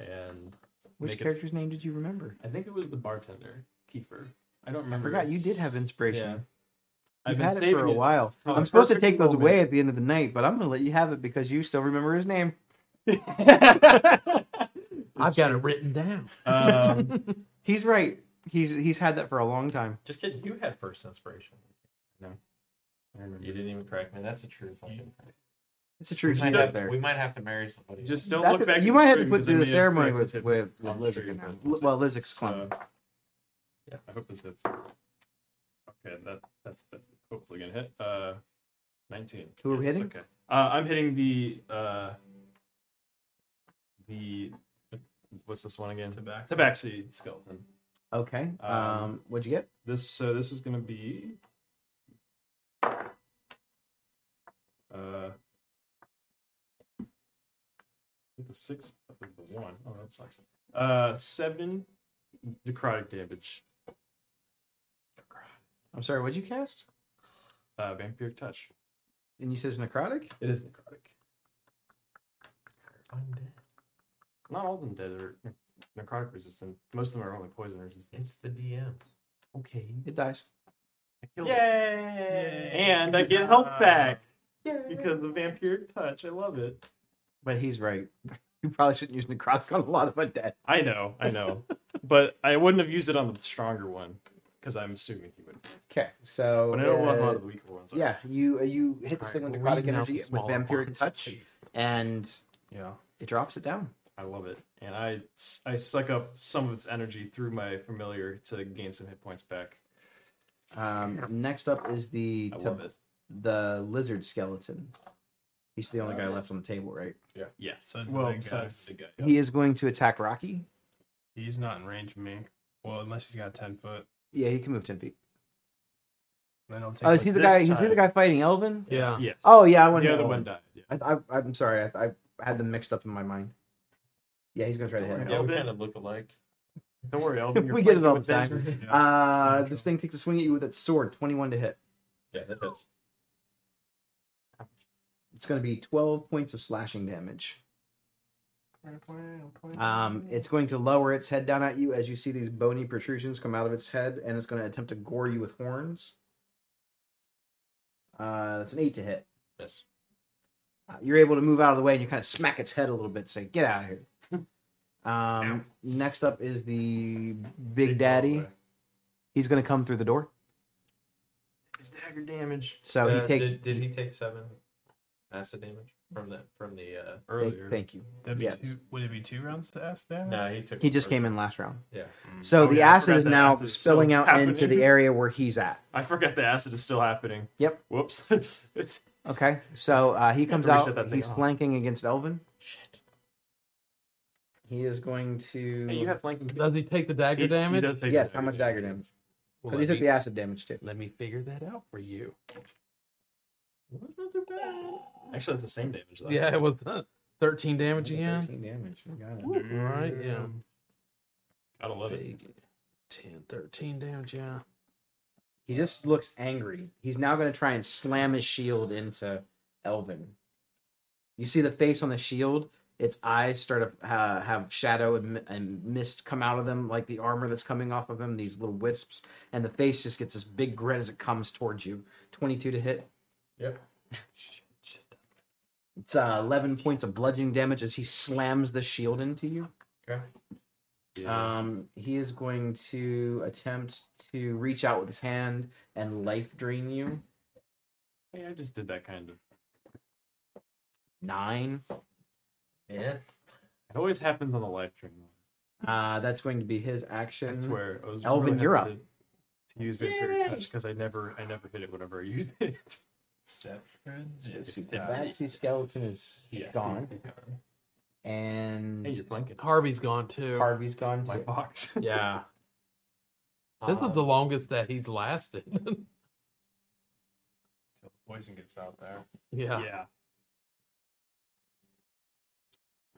Speaker 3: and
Speaker 1: Which
Speaker 3: make it-
Speaker 1: character's name did you remember?
Speaker 3: I think it was the bartender Kiefer. I don't
Speaker 1: I
Speaker 3: remember.
Speaker 1: forgot you did have inspiration.
Speaker 3: Yeah.
Speaker 1: You've
Speaker 3: I've been
Speaker 1: had it for
Speaker 3: saving
Speaker 1: a
Speaker 3: it.
Speaker 1: while.
Speaker 3: Oh,
Speaker 1: I'm supposed to
Speaker 3: perfect
Speaker 1: take those
Speaker 3: moment.
Speaker 1: away at the end of the night, but I'm going to let you have it because you still remember his name.
Speaker 5: I've got it written down.
Speaker 3: Um,
Speaker 1: He's right. He's he's had that for a long time.
Speaker 6: Just kidding. You had first inspiration. No. I remember. You didn't even correct me. That's a true fucking thing.
Speaker 1: It's a true
Speaker 6: We might
Speaker 1: thing
Speaker 6: have-
Speaker 1: out there.
Speaker 6: We might have to marry somebody.
Speaker 3: just don't
Speaker 1: That's
Speaker 3: look
Speaker 1: a-
Speaker 3: back. at
Speaker 1: you might have to
Speaker 3: screen
Speaker 1: put
Speaker 3: 'cause
Speaker 1: through
Speaker 3: it
Speaker 1: the
Speaker 3: may
Speaker 1: ceremony
Speaker 3: affect
Speaker 1: with with,
Speaker 3: it.
Speaker 1: with
Speaker 3: I'm
Speaker 1: Lizik
Speaker 3: sure
Speaker 1: in
Speaker 3: you
Speaker 1: there.
Speaker 3: will.
Speaker 1: Li- Well, Lizik's
Speaker 3: So,
Speaker 1: clump.
Speaker 3: yeah, Uh, I hope this hits. Okay, that that's hopefully gonna hit. Uh, nineteen.
Speaker 1: Who are we hitting?
Speaker 3: Okay, uh, I'm hitting the uh, the what's this one again?
Speaker 4: Tabaxi.
Speaker 3: Tabaxi skeleton.
Speaker 1: Okay. Um,
Speaker 3: Um,
Speaker 1: what'd you get?
Speaker 3: This so this is gonna be uh the six up is the one. Oh that sucks. Uh seven necrotic damage.
Speaker 1: I'm sorry. What'd you cast?
Speaker 3: Uh vampiric touch.
Speaker 1: And you said it's necrotic.
Speaker 3: It is necrotic. Not all of them dead are ne- necrotic resistant. Most of them are only poison resistant.
Speaker 6: It's the DM.
Speaker 3: Okay.
Speaker 1: It dies.
Speaker 3: Yay! And I get health back. Because of vampiric touch. I love it.
Speaker 1: But he's right. You probably shouldn't use necrotic on a lot of undead.
Speaker 3: I know, I know, but I wouldn't have used it on the stronger one because I'm assuming he would.
Speaker 1: Okay. So.
Speaker 3: But I know what
Speaker 1: uh,
Speaker 3: a lot of the weaker ones. Are.
Speaker 1: yeah, you uh, you hit this
Speaker 5: Alright,
Speaker 1: thing with
Speaker 5: we're
Speaker 1: necrotic
Speaker 5: weeding out
Speaker 1: energy
Speaker 5: the
Speaker 1: with
Speaker 5: smaller
Speaker 1: vampiric
Speaker 5: ones.
Speaker 1: touch, and
Speaker 3: yeah,
Speaker 1: it drops it down.
Speaker 3: I love it, and I I suck up some of its energy through my familiar to gain some hit points back.
Speaker 1: Um, next up is the
Speaker 3: I
Speaker 1: tab-
Speaker 3: love it.
Speaker 1: the lizard skeleton. He's the only
Speaker 3: Uh,
Speaker 1: guy left on the table, right?
Speaker 4: Yeah. Besides
Speaker 3: Well,
Speaker 4: well,
Speaker 3: besides
Speaker 4: the guy.
Speaker 1: He is going to attack Rocky.
Speaker 4: He's not in range of me. Well, unless he's got ten foot.
Speaker 1: Yeah, he can move ten feet.
Speaker 4: Then I'll take.
Speaker 1: Oh, is he
Speaker 4: one
Speaker 1: the
Speaker 4: this
Speaker 1: guy? He's
Speaker 4: time.
Speaker 1: the guy fighting Elvin.
Speaker 5: Yeah.
Speaker 3: Yes.
Speaker 1: Oh yeah, I want
Speaker 3: the other one died. Yeah.
Speaker 1: I, I, I'm sorry, I, I had them mixed up in my mind. Yeah, he's gonna try to hit him.
Speaker 6: Yeah, we
Speaker 3: Elvin.
Speaker 6: kind of look alike.
Speaker 3: Don't worry, Elvin. you're
Speaker 1: We get
Speaker 3: playing
Speaker 1: it all
Speaker 3: with
Speaker 1: the time.
Speaker 3: danger.
Speaker 1: Uh, this thing takes a swing at you with its sword, 21 to hit.
Speaker 6: Yeah, that does.
Speaker 1: It's gonna be 12 points of slashing damage. Um, it's going to lower its head down at you as you see these bony protrusions come out of its head, and it's going to attempt to gore you with horns. Uh, that's an eight to hit.
Speaker 6: Yes.
Speaker 1: Uh, you're able to move out of the way, and you kind of smack its head a little bit. and Say, "Get out of here." Um, next up is the Big Daddy. He's going to come through the door,
Speaker 3: His dagger damage
Speaker 1: so
Speaker 6: Uh,
Speaker 1: he takes.
Speaker 6: Did, did he take seven acid damage from the from the? uh
Speaker 1: thank-
Speaker 3: earlier.
Speaker 1: Thank you.
Speaker 4: That'd be
Speaker 1: Yeah.
Speaker 4: two, would it be two rounds to ask that?
Speaker 6: No, he took.
Speaker 1: He
Speaker 6: the
Speaker 1: just
Speaker 6: first
Speaker 1: came
Speaker 6: one.
Speaker 1: in last round.
Speaker 6: Yeah.
Speaker 1: So
Speaker 3: Oh,
Speaker 1: the
Speaker 3: yeah, I
Speaker 1: acid
Speaker 3: forgot
Speaker 1: is
Speaker 3: that
Speaker 1: now
Speaker 3: acid is still
Speaker 1: spilling out into
Speaker 3: happening.
Speaker 1: the area where he's at.
Speaker 3: I forgot the acid is still happening.
Speaker 1: Yep.
Speaker 3: Whoops. it's
Speaker 1: Okay, so uh, he comes
Speaker 3: to reset
Speaker 1: out.
Speaker 3: that thing
Speaker 1: He's
Speaker 3: off.
Speaker 1: flanking against Elvin. Shit. He is going to.
Speaker 3: hey, you have flanking.
Speaker 5: Does he take the dagger
Speaker 3: He- he
Speaker 5: damage?
Speaker 3: does take
Speaker 1: yes,
Speaker 3: the
Speaker 1: how much dagger damage?
Speaker 5: Well,
Speaker 1: Because he
Speaker 5: let,
Speaker 1: took
Speaker 5: me,
Speaker 1: the acid damage too.
Speaker 5: let me figure that out for you.
Speaker 3: That's not too bad. Actually, that's the same damage. Though.
Speaker 5: Yeah, it was uh, 13
Speaker 3: Oh,
Speaker 5: damage again.
Speaker 1: 13 damage. I got it.
Speaker 5: All right, yeah.
Speaker 3: Gotta love it.
Speaker 5: Big 10, 13 damage, yeah.
Speaker 1: He just looks angry. He's now going to try and slam his shield into Elvin. You see the face on the shield. Its eyes start to uh, have shadow and, mi- and mist come out of them, like the armor that's coming off of him. These little wisps, and the face just gets this big grin as it comes towards you. Twenty-two to hit.
Speaker 6: Yep.
Speaker 1: It's uh, eleven points of bludgeoning damage as he slams the shield into you.
Speaker 6: Okay.
Speaker 3: Uh,
Speaker 1: Um, he is going to attempt to reach out with his hand and life drain you.
Speaker 3: Hey, I just did that kind of.
Speaker 1: Nine.
Speaker 6: Yeah.
Speaker 3: It always happens on the live stream.
Speaker 1: Uh, that's going to be his
Speaker 3: I
Speaker 1: action.
Speaker 3: swear, I was
Speaker 1: Elvin,
Speaker 3: really
Speaker 1: you're
Speaker 3: hesitant To use vampiric touch because I never, I never hit it whenever I used it.
Speaker 1: The Baxi skeleton is gone,
Speaker 3: Hey, you're
Speaker 1: and
Speaker 3: blanket.
Speaker 5: Harvey's gone too.
Speaker 1: Harvey's gone.
Speaker 3: My
Speaker 1: too.
Speaker 3: box.
Speaker 6: Yeah.
Speaker 5: This is the
Speaker 6: Um,
Speaker 5: longest that he's lasted.
Speaker 4: Till the poison gets out there.
Speaker 5: yeah.
Speaker 3: yeah.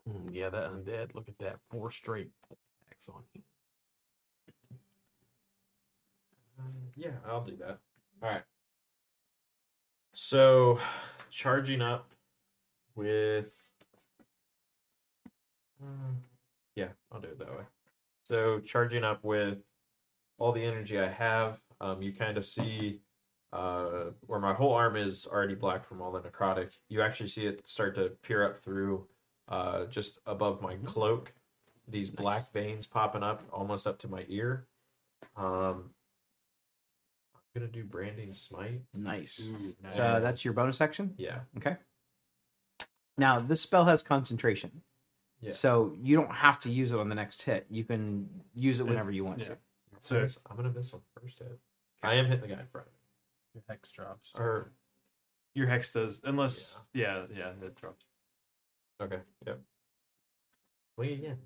Speaker 5: Mm, Yeah, that undead. Look at that. Four straight attacks on him.
Speaker 6: Yeah, I'll do that. All right. So, charging up with. Mm, Yeah, I'll do it that way. So, charging up with all the energy I have, um, you kind of see
Speaker 2: uh, where my whole arm is already black from all the necrotic. You actually see it start to peer up through, uh, just above
Speaker 1: Mm-hmm.
Speaker 2: my cloak. These black veins popping up almost up to my ear. Um, I'm gonna do branding smite.
Speaker 1: Nice.
Speaker 2: Nice.
Speaker 1: Uh, that's your bonus action.
Speaker 2: yeah.
Speaker 1: Okay. Now this spell has concentration.
Speaker 2: Yeah.
Speaker 1: So you don't have to use it on the next hit. You can use it whenever you want
Speaker 3: Yeah.
Speaker 1: to.
Speaker 3: So-
Speaker 2: I'm gonna miss on the first hit. I am hitting the guy in front. of me.
Speaker 4: Your hex drops.
Speaker 2: Or
Speaker 3: Your hex does, unless yeah, yeah, that drops.
Speaker 2: okay, yep. Wait again.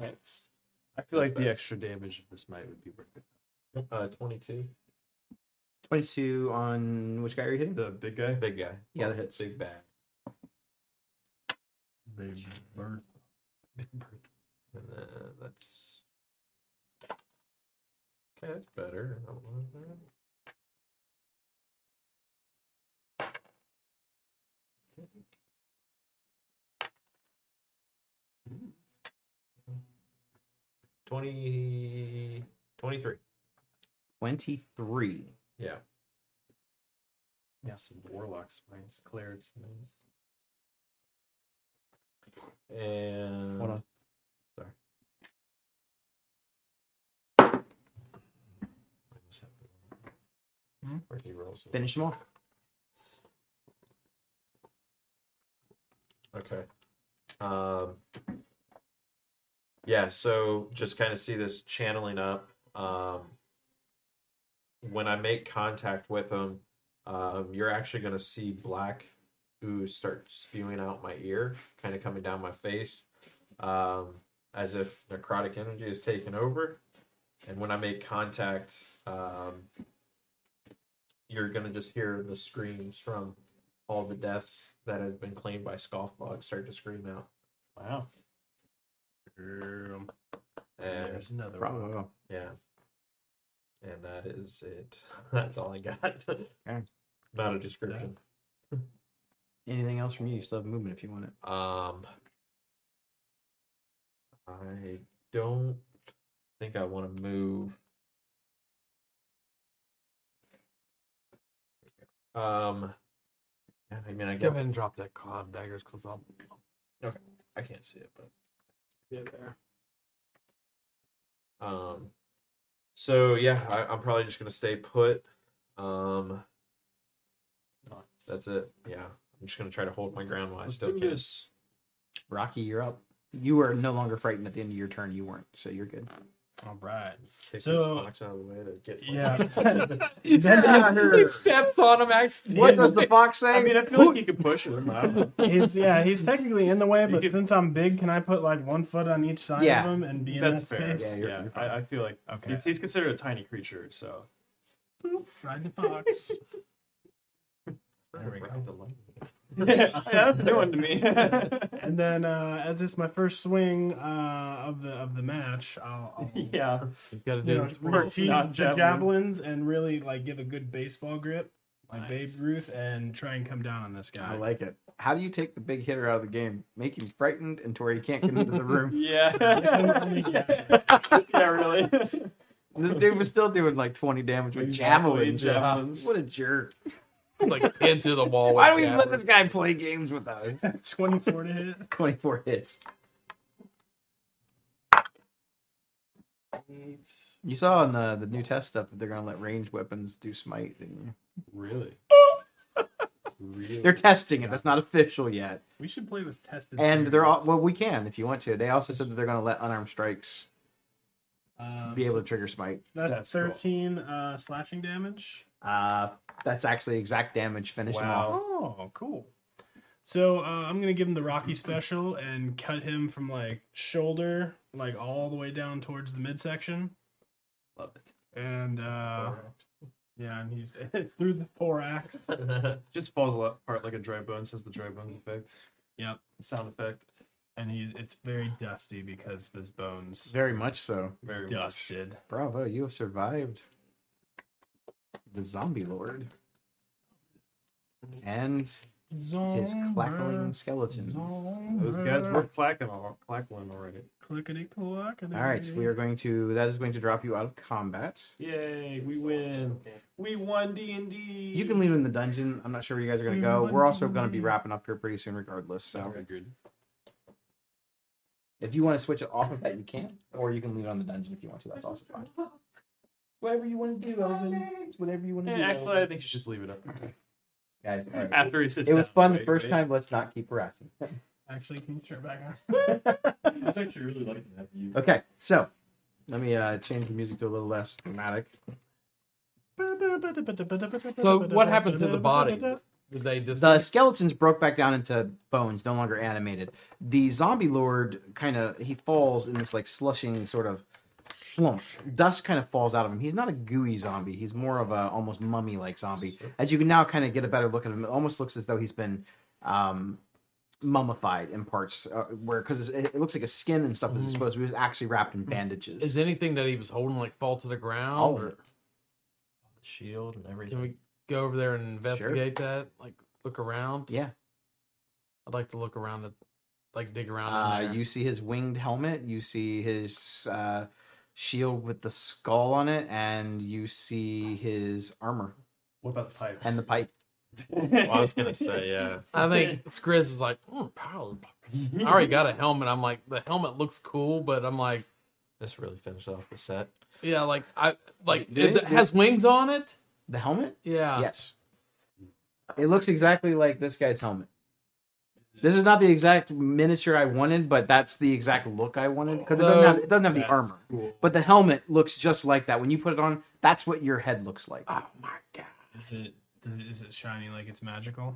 Speaker 3: hex. I feel like the extra damage of this might would be worth it.
Speaker 2: Uh, twenty-two.
Speaker 1: Twenty-two on which guy are you hitting?
Speaker 3: The big guy.
Speaker 2: Big guy.
Speaker 1: Yeah, that hits.
Speaker 2: Big bad.
Speaker 4: Big bird.
Speaker 2: And then uh, that's okay. That's better. I don't want that. Hmm. Twenty, twenty-three.
Speaker 1: Twenty-three.
Speaker 2: Yeah.
Speaker 3: Yeah, some warlocks, mines, clerics, mines.
Speaker 2: And
Speaker 3: Hold on.
Speaker 2: Sorry.
Speaker 3: Hmm?
Speaker 2: Where he rolls. it.
Speaker 1: Finish him off.
Speaker 2: Okay. Um, yeah, so just kind of see this channeling up. Um, when I make contact with them, um, you're actually going to see black ooze start spewing out my ear, kind of coming down my face, um, as if necrotic energy is taking over. And when I make contact, um, you're going to just hear the screams from all the deaths that have been claimed by Scoffbog start to scream out.
Speaker 4: Wow.
Speaker 2: And
Speaker 4: There's another one.
Speaker 1: Bravo.
Speaker 2: yeah. And that is it. That's all I got.
Speaker 1: Okay.
Speaker 2: Not a description.
Speaker 1: Anything else from you? You still have movement if you want it.
Speaker 2: Um I don't think I want to move. Um yeah, I mean I
Speaker 5: Go
Speaker 2: guess
Speaker 5: ahead and drop that cloud daggers because I'll
Speaker 2: I can't see it, but
Speaker 5: get there.
Speaker 2: Um, so yeah, I, I'm probably just gonna stay put. Um, that's it. Yeah, I'm just gonna try to hold my ground while I
Speaker 3: Let's
Speaker 2: still
Speaker 3: do
Speaker 2: can.
Speaker 3: this.
Speaker 1: Rocky, you're up. You are no longer frightened at the end of your turn. You weren't, so you're good.
Speaker 4: All right.
Speaker 2: Kick
Speaker 4: So-
Speaker 2: this fox out of the way to get.
Speaker 4: Yeah.
Speaker 5: He
Speaker 1: Bender.
Speaker 5: steps- he steps on him accidentally.
Speaker 1: What does the fox say?
Speaker 3: I mean, I feel like you could push him. I don't know.
Speaker 4: he's yeah, he's technically in the way, but
Speaker 3: could-
Speaker 4: since I'm big, can I put like one foot on each side
Speaker 1: Yeah.
Speaker 4: of him and be in that
Speaker 3: That's fair.
Speaker 4: space?
Speaker 1: Yeah, you're-
Speaker 3: Yeah,
Speaker 1: you're
Speaker 3: I, I feel like
Speaker 4: Okay.
Speaker 3: he's, he's considered a tiny creature, so
Speaker 4: Ride the fox.
Speaker 2: there we go. The light.
Speaker 3: yeah, that's a new one to me.
Speaker 4: and then uh, as it's my first swing uh, of the of the match, I'll, I'll
Speaker 3: yeah,
Speaker 5: You gotta
Speaker 4: you
Speaker 5: do
Speaker 4: know,
Speaker 5: it.
Speaker 3: Or
Speaker 4: reach the
Speaker 3: not javelin.
Speaker 4: javelins and really like give a good baseball grip, like
Speaker 3: Nice.
Speaker 4: Babe Ruth, and try and come down on this
Speaker 1: I
Speaker 4: guy.
Speaker 1: like it. How do you take the big hitter out of the game? Make him frightened and to where he can't get into the room.
Speaker 3: yeah, yeah, really.
Speaker 1: This dude was still doing like 20 damage with
Speaker 3: Exactly,
Speaker 1: javelins.
Speaker 3: javelins.
Speaker 1: What a jerk.
Speaker 5: like into the wall.
Speaker 1: Why do
Speaker 5: with
Speaker 1: we even let
Speaker 5: javelin.
Speaker 1: this guy play games with us?
Speaker 4: 24 to hit.
Speaker 1: 24 hits. You saw in the, the new test stuff that they're going to let ranged weapons do smite. Didn't you?
Speaker 3: Really?
Speaker 1: They're testing it. That's not official yet.
Speaker 4: We should play with tested.
Speaker 1: And they're all, well, we can if you want to. They also said that they're going to let unarmed strikes
Speaker 4: um,
Speaker 1: be able to trigger smite.
Speaker 4: That's,
Speaker 3: That's cool.
Speaker 4: 13 uh, slashing damage.
Speaker 1: Uh, that's actually exact damage. Finish him off.
Speaker 4: Oh, cool. So uh, I'm gonna give him the Rocky special and cut him from like shoulder, like all the way down towards the midsection.
Speaker 3: Love it.
Speaker 4: And uh, yeah, and he's through the thorax.
Speaker 3: Just falls apart like a dry bone. Says the dry bones effect.
Speaker 4: Yep.
Speaker 3: Sound effect.
Speaker 4: And he's it's very dusty because this bone's
Speaker 1: Very much so.
Speaker 3: Very
Speaker 4: dusted.
Speaker 1: Bravo, you have survived the zombie lord. And his clackling skeleton.
Speaker 3: Those guys
Speaker 1: Uh.
Speaker 3: were clacking all clackling already.
Speaker 9: Clickety clackety.
Speaker 1: All right, so we are going to. That is going to drop you out of combat.
Speaker 3: Yay, we win. We won D and D.
Speaker 1: You can leave in the dungeon. I'm not sure where you guys are going to go. We're also going to be wrapping up here pretty soon, regardless. So if you want to switch it off of that, you can, or you can leave it on the dungeon if you want to. That's also fine. Whatever you want to do, Elvin. It's whatever you want to do.
Speaker 3: actually, I
Speaker 1: Elvin.
Speaker 3: think you should just leave it up.
Speaker 1: guys, all right.
Speaker 3: After he sits
Speaker 1: it was
Speaker 3: down.
Speaker 1: fun the
Speaker 3: Wait,
Speaker 1: first
Speaker 3: wait.
Speaker 1: time. Let's not keep harassing.
Speaker 9: Actually, can you turn it back on?
Speaker 8: I was actually really liking that view.
Speaker 1: Okay, so let me uh, change the music to a little less dramatic.
Speaker 5: So what happened to the bodies? Did they just
Speaker 1: The skeletons broke back down into bones, no longer animated. The zombie lord kind of he falls in this like slushing sort of slump. Dust kind of falls out of him. He's not a gooey zombie. He's more of a almost mummy like zombie. As you can now kind of get a better look at him, it almost looks as though he's been um, mummified in parts uh, where because it, it looks like his skin and stuff is exposed. He was actually wrapped in bandages.
Speaker 5: is anything that he was holding like fall to the
Speaker 1: All
Speaker 5: ground?
Speaker 1: of
Speaker 5: Or
Speaker 1: it.
Speaker 6: Shield and everything.
Speaker 5: can we go over there and investigate that? Like look around.
Speaker 1: Yeah.
Speaker 5: I'd like to look around at like dig around. in
Speaker 1: Uh,
Speaker 5: there.
Speaker 1: you see his winged helmet. You see his uh, shield with the skull on it, and you see his armor
Speaker 4: What about the pipe?
Speaker 1: and the pipe.
Speaker 2: Well, I was gonna say, yeah.
Speaker 5: I think Skrizz is like, mm, power. I already got a helmet. I'm like, the helmet looks cool, but I'm like,
Speaker 2: This really finished off the set.
Speaker 5: yeah, like I like
Speaker 1: Did it-
Speaker 5: it, has wings on it.
Speaker 1: The helmet?
Speaker 5: Yeah.
Speaker 1: yes. It looks exactly like this guy's helmet. This is not the exact miniature I wanted, but that's the exact look I wanted because it doesn't
Speaker 5: So-
Speaker 1: have it doesn't have the armor, but the helmet looks just like that. When you put it on, that's what your head looks like.
Speaker 5: Oh my god.
Speaker 4: Is it, does it is it shiny like it's magical?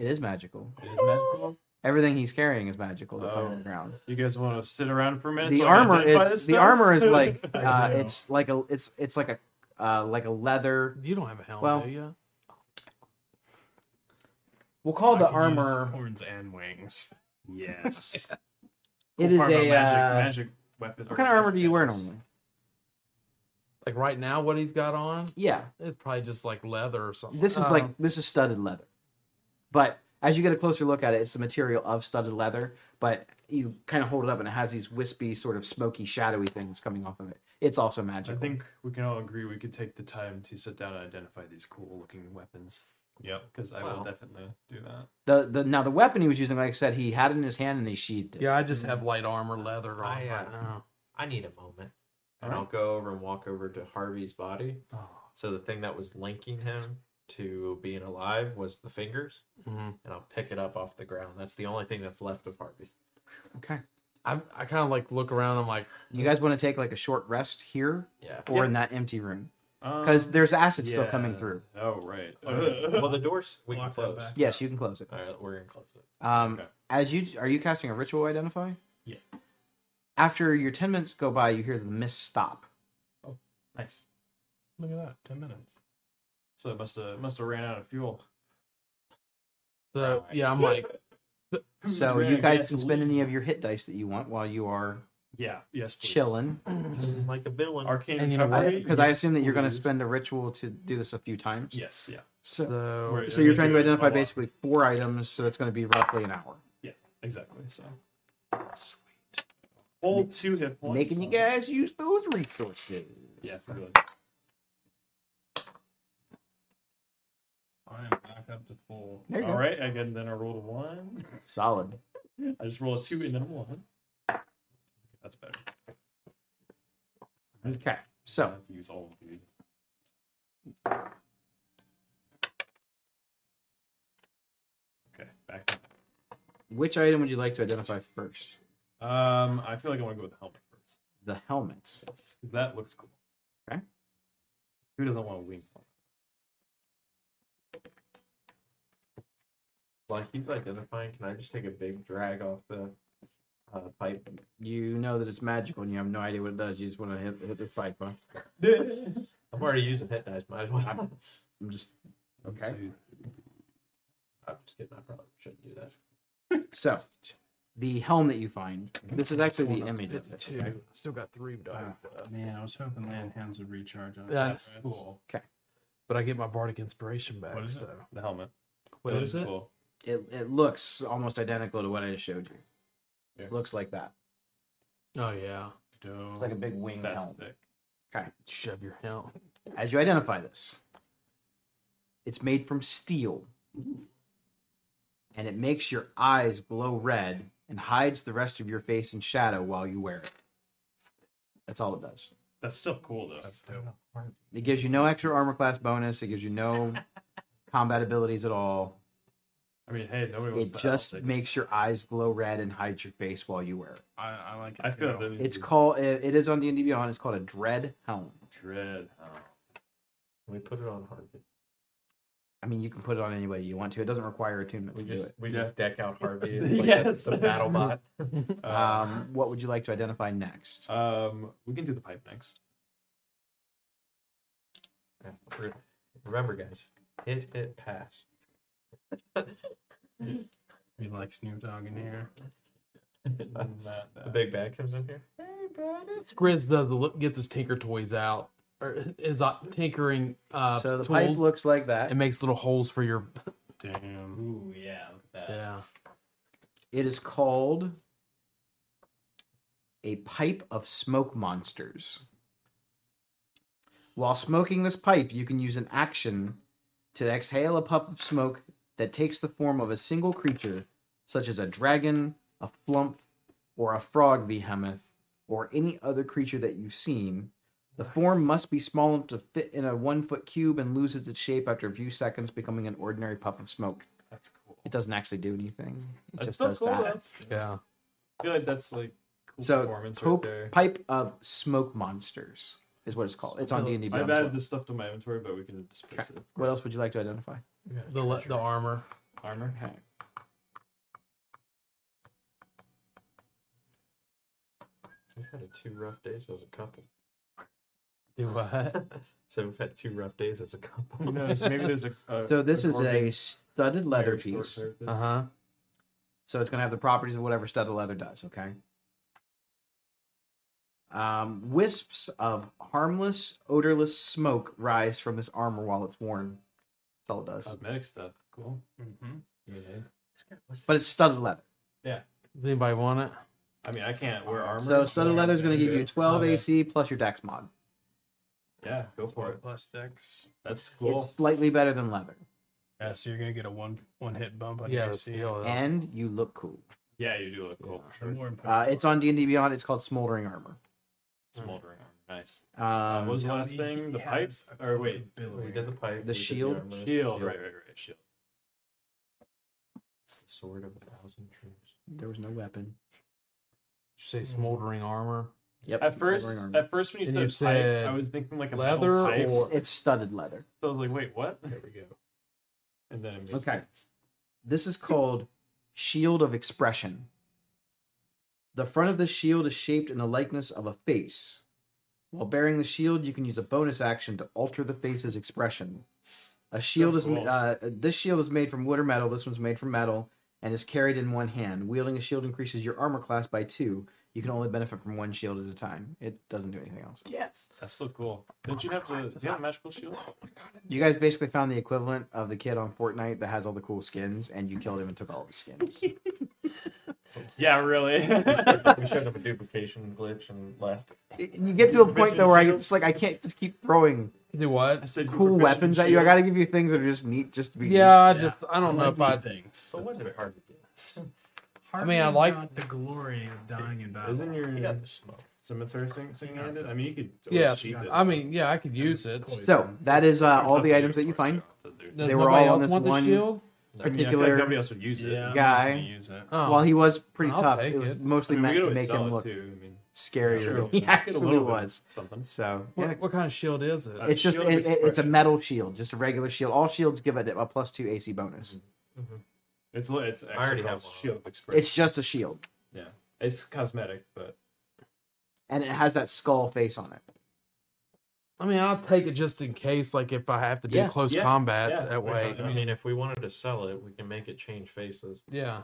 Speaker 1: It is magical.
Speaker 3: It is magical.
Speaker 1: Everything he's carrying is magical. The
Speaker 3: Oh.
Speaker 1: on the ground.
Speaker 3: You guys want to sit around for a minute?
Speaker 1: the
Speaker 3: so I can
Speaker 1: armor
Speaker 3: identify
Speaker 1: is
Speaker 3: this
Speaker 1: the
Speaker 3: stuff?
Speaker 1: armor is like
Speaker 4: I
Speaker 1: uh,
Speaker 4: know.
Speaker 1: it's like a it's it's like a uh, like a leather.
Speaker 5: You don't have a helmet,
Speaker 1: Well,
Speaker 5: do you?
Speaker 1: We'll call the
Speaker 4: I can use
Speaker 1: armor.
Speaker 4: horns and wings. Yes.
Speaker 1: It is
Speaker 3: Part about
Speaker 1: a
Speaker 3: magic,
Speaker 1: uh,
Speaker 3: magic weapon.
Speaker 1: what kind of armor do you wear normally?
Speaker 5: Like right now, what he's got on,
Speaker 1: Yeah,
Speaker 5: it's probably just like leather or something.
Speaker 1: this is
Speaker 5: Um,
Speaker 1: like this is studded leather, but as you get a closer look at it, it's the material of studded leather. But you kind of hold it up, and it has these wispy, sort of smoky, shadowy things coming off of it. It's also
Speaker 3: I
Speaker 1: magical.
Speaker 3: think we can all agree we could take the time to sit down and identify these cool looking weapons.
Speaker 4: Yep.
Speaker 3: Because I
Speaker 2: Wow.
Speaker 3: will definitely do that.
Speaker 1: the the now the weapon he was using, like I said, he had it in his hand and he sheathed it.
Speaker 5: yeah, I just have light armor, leather on
Speaker 2: I, uh,
Speaker 5: right now.
Speaker 2: I need a moment. And
Speaker 3: Alright.
Speaker 2: I'll go over and walk over to Harvey's body. So the thing that was linking him to being alive was the fingers,
Speaker 5: Mhm.
Speaker 2: and I'll pick it up off the ground. That's the only thing that's left of Harvey.
Speaker 1: Okay.
Speaker 5: I I kind of like look around. I'm like,
Speaker 1: You guys want to take like a short rest here
Speaker 2: Yeah.
Speaker 1: or in that empty room?
Speaker 3: Um,
Speaker 1: because there's acid still
Speaker 3: yeah.
Speaker 1: coming through.
Speaker 3: Oh, right.
Speaker 2: well, the doors we can
Speaker 4: Lock that
Speaker 2: close.
Speaker 4: back.
Speaker 1: Yes, you can close it.
Speaker 2: All right, we're gonna close it.
Speaker 1: Um,
Speaker 3: Okay.
Speaker 1: As you are you casting a ritual identify?
Speaker 4: Yeah.
Speaker 1: After your ten minutes go by, you hear the mist stop.
Speaker 4: Nice. Look at that. Ten minutes.
Speaker 3: So it must have must have ran out of fuel.
Speaker 5: so yeah, I'm like,
Speaker 1: So you guys can spend any of your hit dice that you want while you are
Speaker 3: Yeah. Yes. Please.
Speaker 1: chilling,
Speaker 2: Like a villain.
Speaker 3: Arcane
Speaker 5: And you know
Speaker 3: recovery?
Speaker 1: because I
Speaker 3: Yes,
Speaker 1: assume that you're going to
Speaker 3: please.
Speaker 1: spend a ritual to do this a few times.
Speaker 3: Yes. Yeah.
Speaker 1: So,
Speaker 4: Right,
Speaker 1: so
Speaker 4: and
Speaker 1: you're
Speaker 4: we
Speaker 1: trying
Speaker 4: do
Speaker 1: to
Speaker 4: it
Speaker 1: identify
Speaker 4: a lot.
Speaker 1: basically four items, so that's going to be roughly an hour.
Speaker 3: Exactly. So. Sweet. Hold two hit points. Oh,
Speaker 1: Making you
Speaker 3: on-
Speaker 1: guys use those resources.
Speaker 3: Yeah. for good.
Speaker 4: I am back up to full.
Speaker 1: There you
Speaker 3: All
Speaker 1: go.
Speaker 3: right. Again, then I rolled a one.
Speaker 1: Solid.
Speaker 3: I just rolled a two and then a one. That's better.
Speaker 1: Okay. So
Speaker 3: I have to use all of these. Okay, back. up.
Speaker 1: Which item would you like to identify first?
Speaker 3: Um, I feel like I want to go with the helmet first
Speaker 1: The helmet.
Speaker 3: because that looks cool.
Speaker 1: Okay.
Speaker 3: Who doesn't want a wing? helmet?
Speaker 6: Like he's identifying. Can I just take a big drag off the uh, pipe?
Speaker 1: You know that it's magical and you have no idea what it does. You just want to hit, hit the spike button.
Speaker 6: I'm already using hit dice. Might as well.
Speaker 1: I'm just. Okay.
Speaker 6: I'm just kidding. I probably shouldn't do that.
Speaker 1: So, the helm that you find, this is actually the image of it.
Speaker 5: two, still got three
Speaker 1: Uh,
Speaker 5: dice,
Speaker 4: Man, I was hoping Landhounds would recharge on
Speaker 5: Yeah,
Speaker 4: that.
Speaker 5: that's cool. but I get my bardic inspiration back.
Speaker 4: What is it?
Speaker 5: so
Speaker 3: The helmet.
Speaker 5: what
Speaker 3: That
Speaker 5: is
Speaker 3: looks
Speaker 5: it?
Speaker 3: Cool.
Speaker 1: it, it looks almost identical to what I just showed you.
Speaker 3: Yeah.
Speaker 1: Looks like that.
Speaker 5: Oh yeah.
Speaker 1: It's like a big wing
Speaker 3: That's
Speaker 1: helm.
Speaker 3: thick.
Speaker 1: Okay.
Speaker 5: Shove your helm.
Speaker 1: As you identify this, it's made from steel. And it makes your eyes glow red and hides the rest of your face in shadow while you wear it. That's all it does.
Speaker 9: That's still cool though. That's dope.
Speaker 1: It gives you no extra armor class bonus. It gives you no combat abilities at all.
Speaker 3: I mean, hey, nobody wants
Speaker 1: It
Speaker 3: that.
Speaker 1: just makes your eyes glow red and hides your face while you wear it.
Speaker 4: I, I like it.
Speaker 3: I could have
Speaker 4: too.
Speaker 3: been.
Speaker 1: It's called. It it is on D and D Beyond. It's called a dread helm.
Speaker 3: dread. uh,
Speaker 6: We put it on Harvey.
Speaker 1: I mean, you can put it on anybody you want to. It doesn't require attunement to do it.
Speaker 6: We
Speaker 3: Yeah.
Speaker 6: just deck out Harvey.
Speaker 3: Yes.
Speaker 6: yes. The battle bot.
Speaker 1: Um, what would you like to identify next?
Speaker 3: um, we can do the pipe next.
Speaker 6: Remember, guys, hit, hit, pass.
Speaker 9: We like Snoop Dogg in here.
Speaker 3: Mm-hmm.
Speaker 6: The big bad comes in here.
Speaker 5: Grizz does the look, gets his tinker toys out or his uh, tinkering uh,
Speaker 1: so the
Speaker 5: tools
Speaker 1: pipe looks like that.
Speaker 5: and makes little holes for your
Speaker 9: Damn.
Speaker 8: Ooh, yeah, look at that.
Speaker 5: yeah.
Speaker 1: It is called a pipe of smoke monsters. While smoking this pipe, you can use an action to exhale a puff of smoke that takes the form of a single creature, such as a dragon, a flump, or a frog behemoth, or any other creature that you've seen. The form must be small enough to fit in a one foot cube and loses its shape after a few seconds, becoming an ordinary puff of smoke.
Speaker 3: That's cool.
Speaker 1: It doesn't actually do anything. It
Speaker 3: That's
Speaker 1: just
Speaker 3: still
Speaker 1: does
Speaker 3: cool.
Speaker 1: that.
Speaker 3: That's,
Speaker 5: Yeah.
Speaker 3: I feel like that's like cool
Speaker 1: So,
Speaker 3: performance
Speaker 1: Pope-
Speaker 3: right there.
Speaker 1: Pipe of Smoke Monsters is what it's called. It's on D and D.
Speaker 3: Oh, I've added this stuff to my inventory, but we can disperse it.
Speaker 1: What else would you like to identify?
Speaker 5: The le- the armor.
Speaker 3: Armor.
Speaker 1: Okay.
Speaker 6: We've had two rough days as a couple.
Speaker 5: Do what?
Speaker 6: So we've had two rough days as a couple.
Speaker 3: Who knows? Maybe there's a. a
Speaker 1: So this
Speaker 3: an
Speaker 1: is
Speaker 3: organ
Speaker 1: a studded leather
Speaker 3: marriage store
Speaker 1: piece.
Speaker 3: service.
Speaker 5: Uh
Speaker 1: Uh-huh.
Speaker 5: huh.
Speaker 1: So it's going to have the properties of whatever studded leather does. Okay. Um, wisps of harmless, odorless smoke rise from this armor while it's worn. That's all it does.
Speaker 3: Cosmetic stuff. Cool.
Speaker 9: Mm-hmm.
Speaker 3: You know?
Speaker 1: But it's studded leather.
Speaker 5: Does anybody want it?
Speaker 3: I mean, I can't wear armor.
Speaker 1: So studded leather is going to give you 12
Speaker 5: Okay.
Speaker 1: AC plus your dex mod.
Speaker 3: Yeah, go for it.
Speaker 9: Plus decks.
Speaker 3: That's cool.
Speaker 1: It's slightly better than leather.
Speaker 9: Yeah, so you're gonna get a one one hit bump on
Speaker 5: Yeah,
Speaker 9: your
Speaker 5: the
Speaker 9: AC.
Speaker 5: steel.
Speaker 3: Uh-huh.
Speaker 5: though.
Speaker 1: And you look cool.
Speaker 3: Yeah, you do look cool for
Speaker 9: And
Speaker 3: sure.
Speaker 9: more
Speaker 1: Uh,
Speaker 9: important,
Speaker 1: it's on D and D Beyond. It's called Smoldering Armor.
Speaker 3: Smoldering armor. Nice.
Speaker 1: Um,
Speaker 3: Uh, what was the
Speaker 9: tell
Speaker 3: last
Speaker 9: me
Speaker 3: thing?
Speaker 9: he
Speaker 3: The
Speaker 9: has
Speaker 3: pipes?
Speaker 9: a
Speaker 3: Or wait,
Speaker 6: We
Speaker 9: ability.
Speaker 6: did the pipe. we did
Speaker 1: shield?
Speaker 6: armor,
Speaker 3: shield. Right, right, right. Shield.
Speaker 6: It's the sword of a thousand truths.
Speaker 1: there was no weapon.
Speaker 5: you say smoldering armor,
Speaker 1: Yep.
Speaker 3: At first,
Speaker 1: Smoldering Armor.
Speaker 3: at first when you
Speaker 5: And
Speaker 3: said,
Speaker 5: you said
Speaker 3: pipe, I was thinking like a metal
Speaker 5: leather,
Speaker 3: pipe.
Speaker 5: or
Speaker 1: it's studded leather.
Speaker 3: So I was like, wait, what? There we go. And then it makes
Speaker 1: Okay.
Speaker 3: sense.
Speaker 1: This is called Shield of Expression. The front of the shield is shaped in the likeness of a face. While bearing the shield, you can use a bonus action to alter the face's expression. A shield is
Speaker 3: cool.
Speaker 1: uh, this shield is made from wood or metal. This one's made from metal and is carried in one hand. Wielding a shield increases your armor class by two. You can only benefit from one shield at a time. It doesn't do anything else.
Speaker 3: That's so cool. Don't you have the? Do you have a magical shield?
Speaker 1: You guys basically found the equivalent of the kid on Fortnite that has all the cool skins, and you killed him and took all the skins.
Speaker 3: Yeah, really.
Speaker 6: we showed up a duplication glitch and left.
Speaker 1: It- you get to a point though where I just like I can't just keep throwing
Speaker 5: do
Speaker 3: I
Speaker 5: what?
Speaker 3: said you
Speaker 1: cool
Speaker 3: were
Speaker 1: weapons
Speaker 3: fishing
Speaker 1: at you. I
Speaker 3: shield.
Speaker 1: gotta give you things that are just neat, just to be.
Speaker 5: Yeah, I
Speaker 9: Yeah.
Speaker 5: just I don't know if
Speaker 9: Like
Speaker 5: I.
Speaker 9: good things.
Speaker 6: So what did Harvey do?
Speaker 9: I
Speaker 5: mean, I like-
Speaker 9: the glory of dying in battle.
Speaker 3: Isn't your
Speaker 6: He
Speaker 2: Mm-hmm.
Speaker 6: got the smoke.
Speaker 3: cemetery thing signified? I mean, you could. always
Speaker 5: Yes,
Speaker 3: cheat it.
Speaker 5: I mean, yeah, I could use it.
Speaker 9: Cool.
Speaker 1: So that is uh, all the items that you find.
Speaker 5: Does
Speaker 1: They were
Speaker 5: nobody
Speaker 1: all on
Speaker 5: else
Speaker 1: this
Speaker 5: want
Speaker 1: one-
Speaker 5: The shield?
Speaker 3: I mean, I feel like
Speaker 1: particular
Speaker 3: nobody else would use it.
Speaker 9: Yeah, I'm not
Speaker 1: Guy.
Speaker 9: gonna use it.
Speaker 5: Oh,
Speaker 1: While he was pretty
Speaker 5: I'll
Speaker 1: tough,
Speaker 5: take
Speaker 1: it was
Speaker 5: it.
Speaker 1: mostly
Speaker 3: I mean, we could
Speaker 1: meant to
Speaker 3: always
Speaker 1: make
Speaker 3: sell
Speaker 1: him
Speaker 3: it,
Speaker 1: look
Speaker 3: too. I mean,
Speaker 1: scarier
Speaker 3: Sure.
Speaker 1: than he
Speaker 3: Yeah, get a
Speaker 1: actually
Speaker 3: little bit.
Speaker 1: was.
Speaker 3: something.
Speaker 1: So
Speaker 5: what,
Speaker 1: yeah.
Speaker 5: what kind of shield is it?
Speaker 3: Uh,
Speaker 1: it's just
Speaker 3: shield of
Speaker 1: it, it- it's a
Speaker 3: expression.
Speaker 1: metal shield, just a regular shield. All shields give it a plus two AC bonus.
Speaker 3: It's li- it's
Speaker 6: I already
Speaker 3: actually
Speaker 6: have
Speaker 3: called
Speaker 6: one.
Speaker 3: shield of expression.
Speaker 1: It's just a shield,
Speaker 3: yeah, it's cosmetic, but
Speaker 1: and it has that skull face on it.
Speaker 5: I mean, I'll take it just in case, like if I have to do
Speaker 1: Yeah,
Speaker 5: close
Speaker 3: yeah,
Speaker 5: combat
Speaker 3: yeah,
Speaker 5: that
Speaker 3: we're
Speaker 5: way.
Speaker 3: fine.
Speaker 6: I mean, if we wanted to sell it, we can make it change faces.
Speaker 5: Yeah.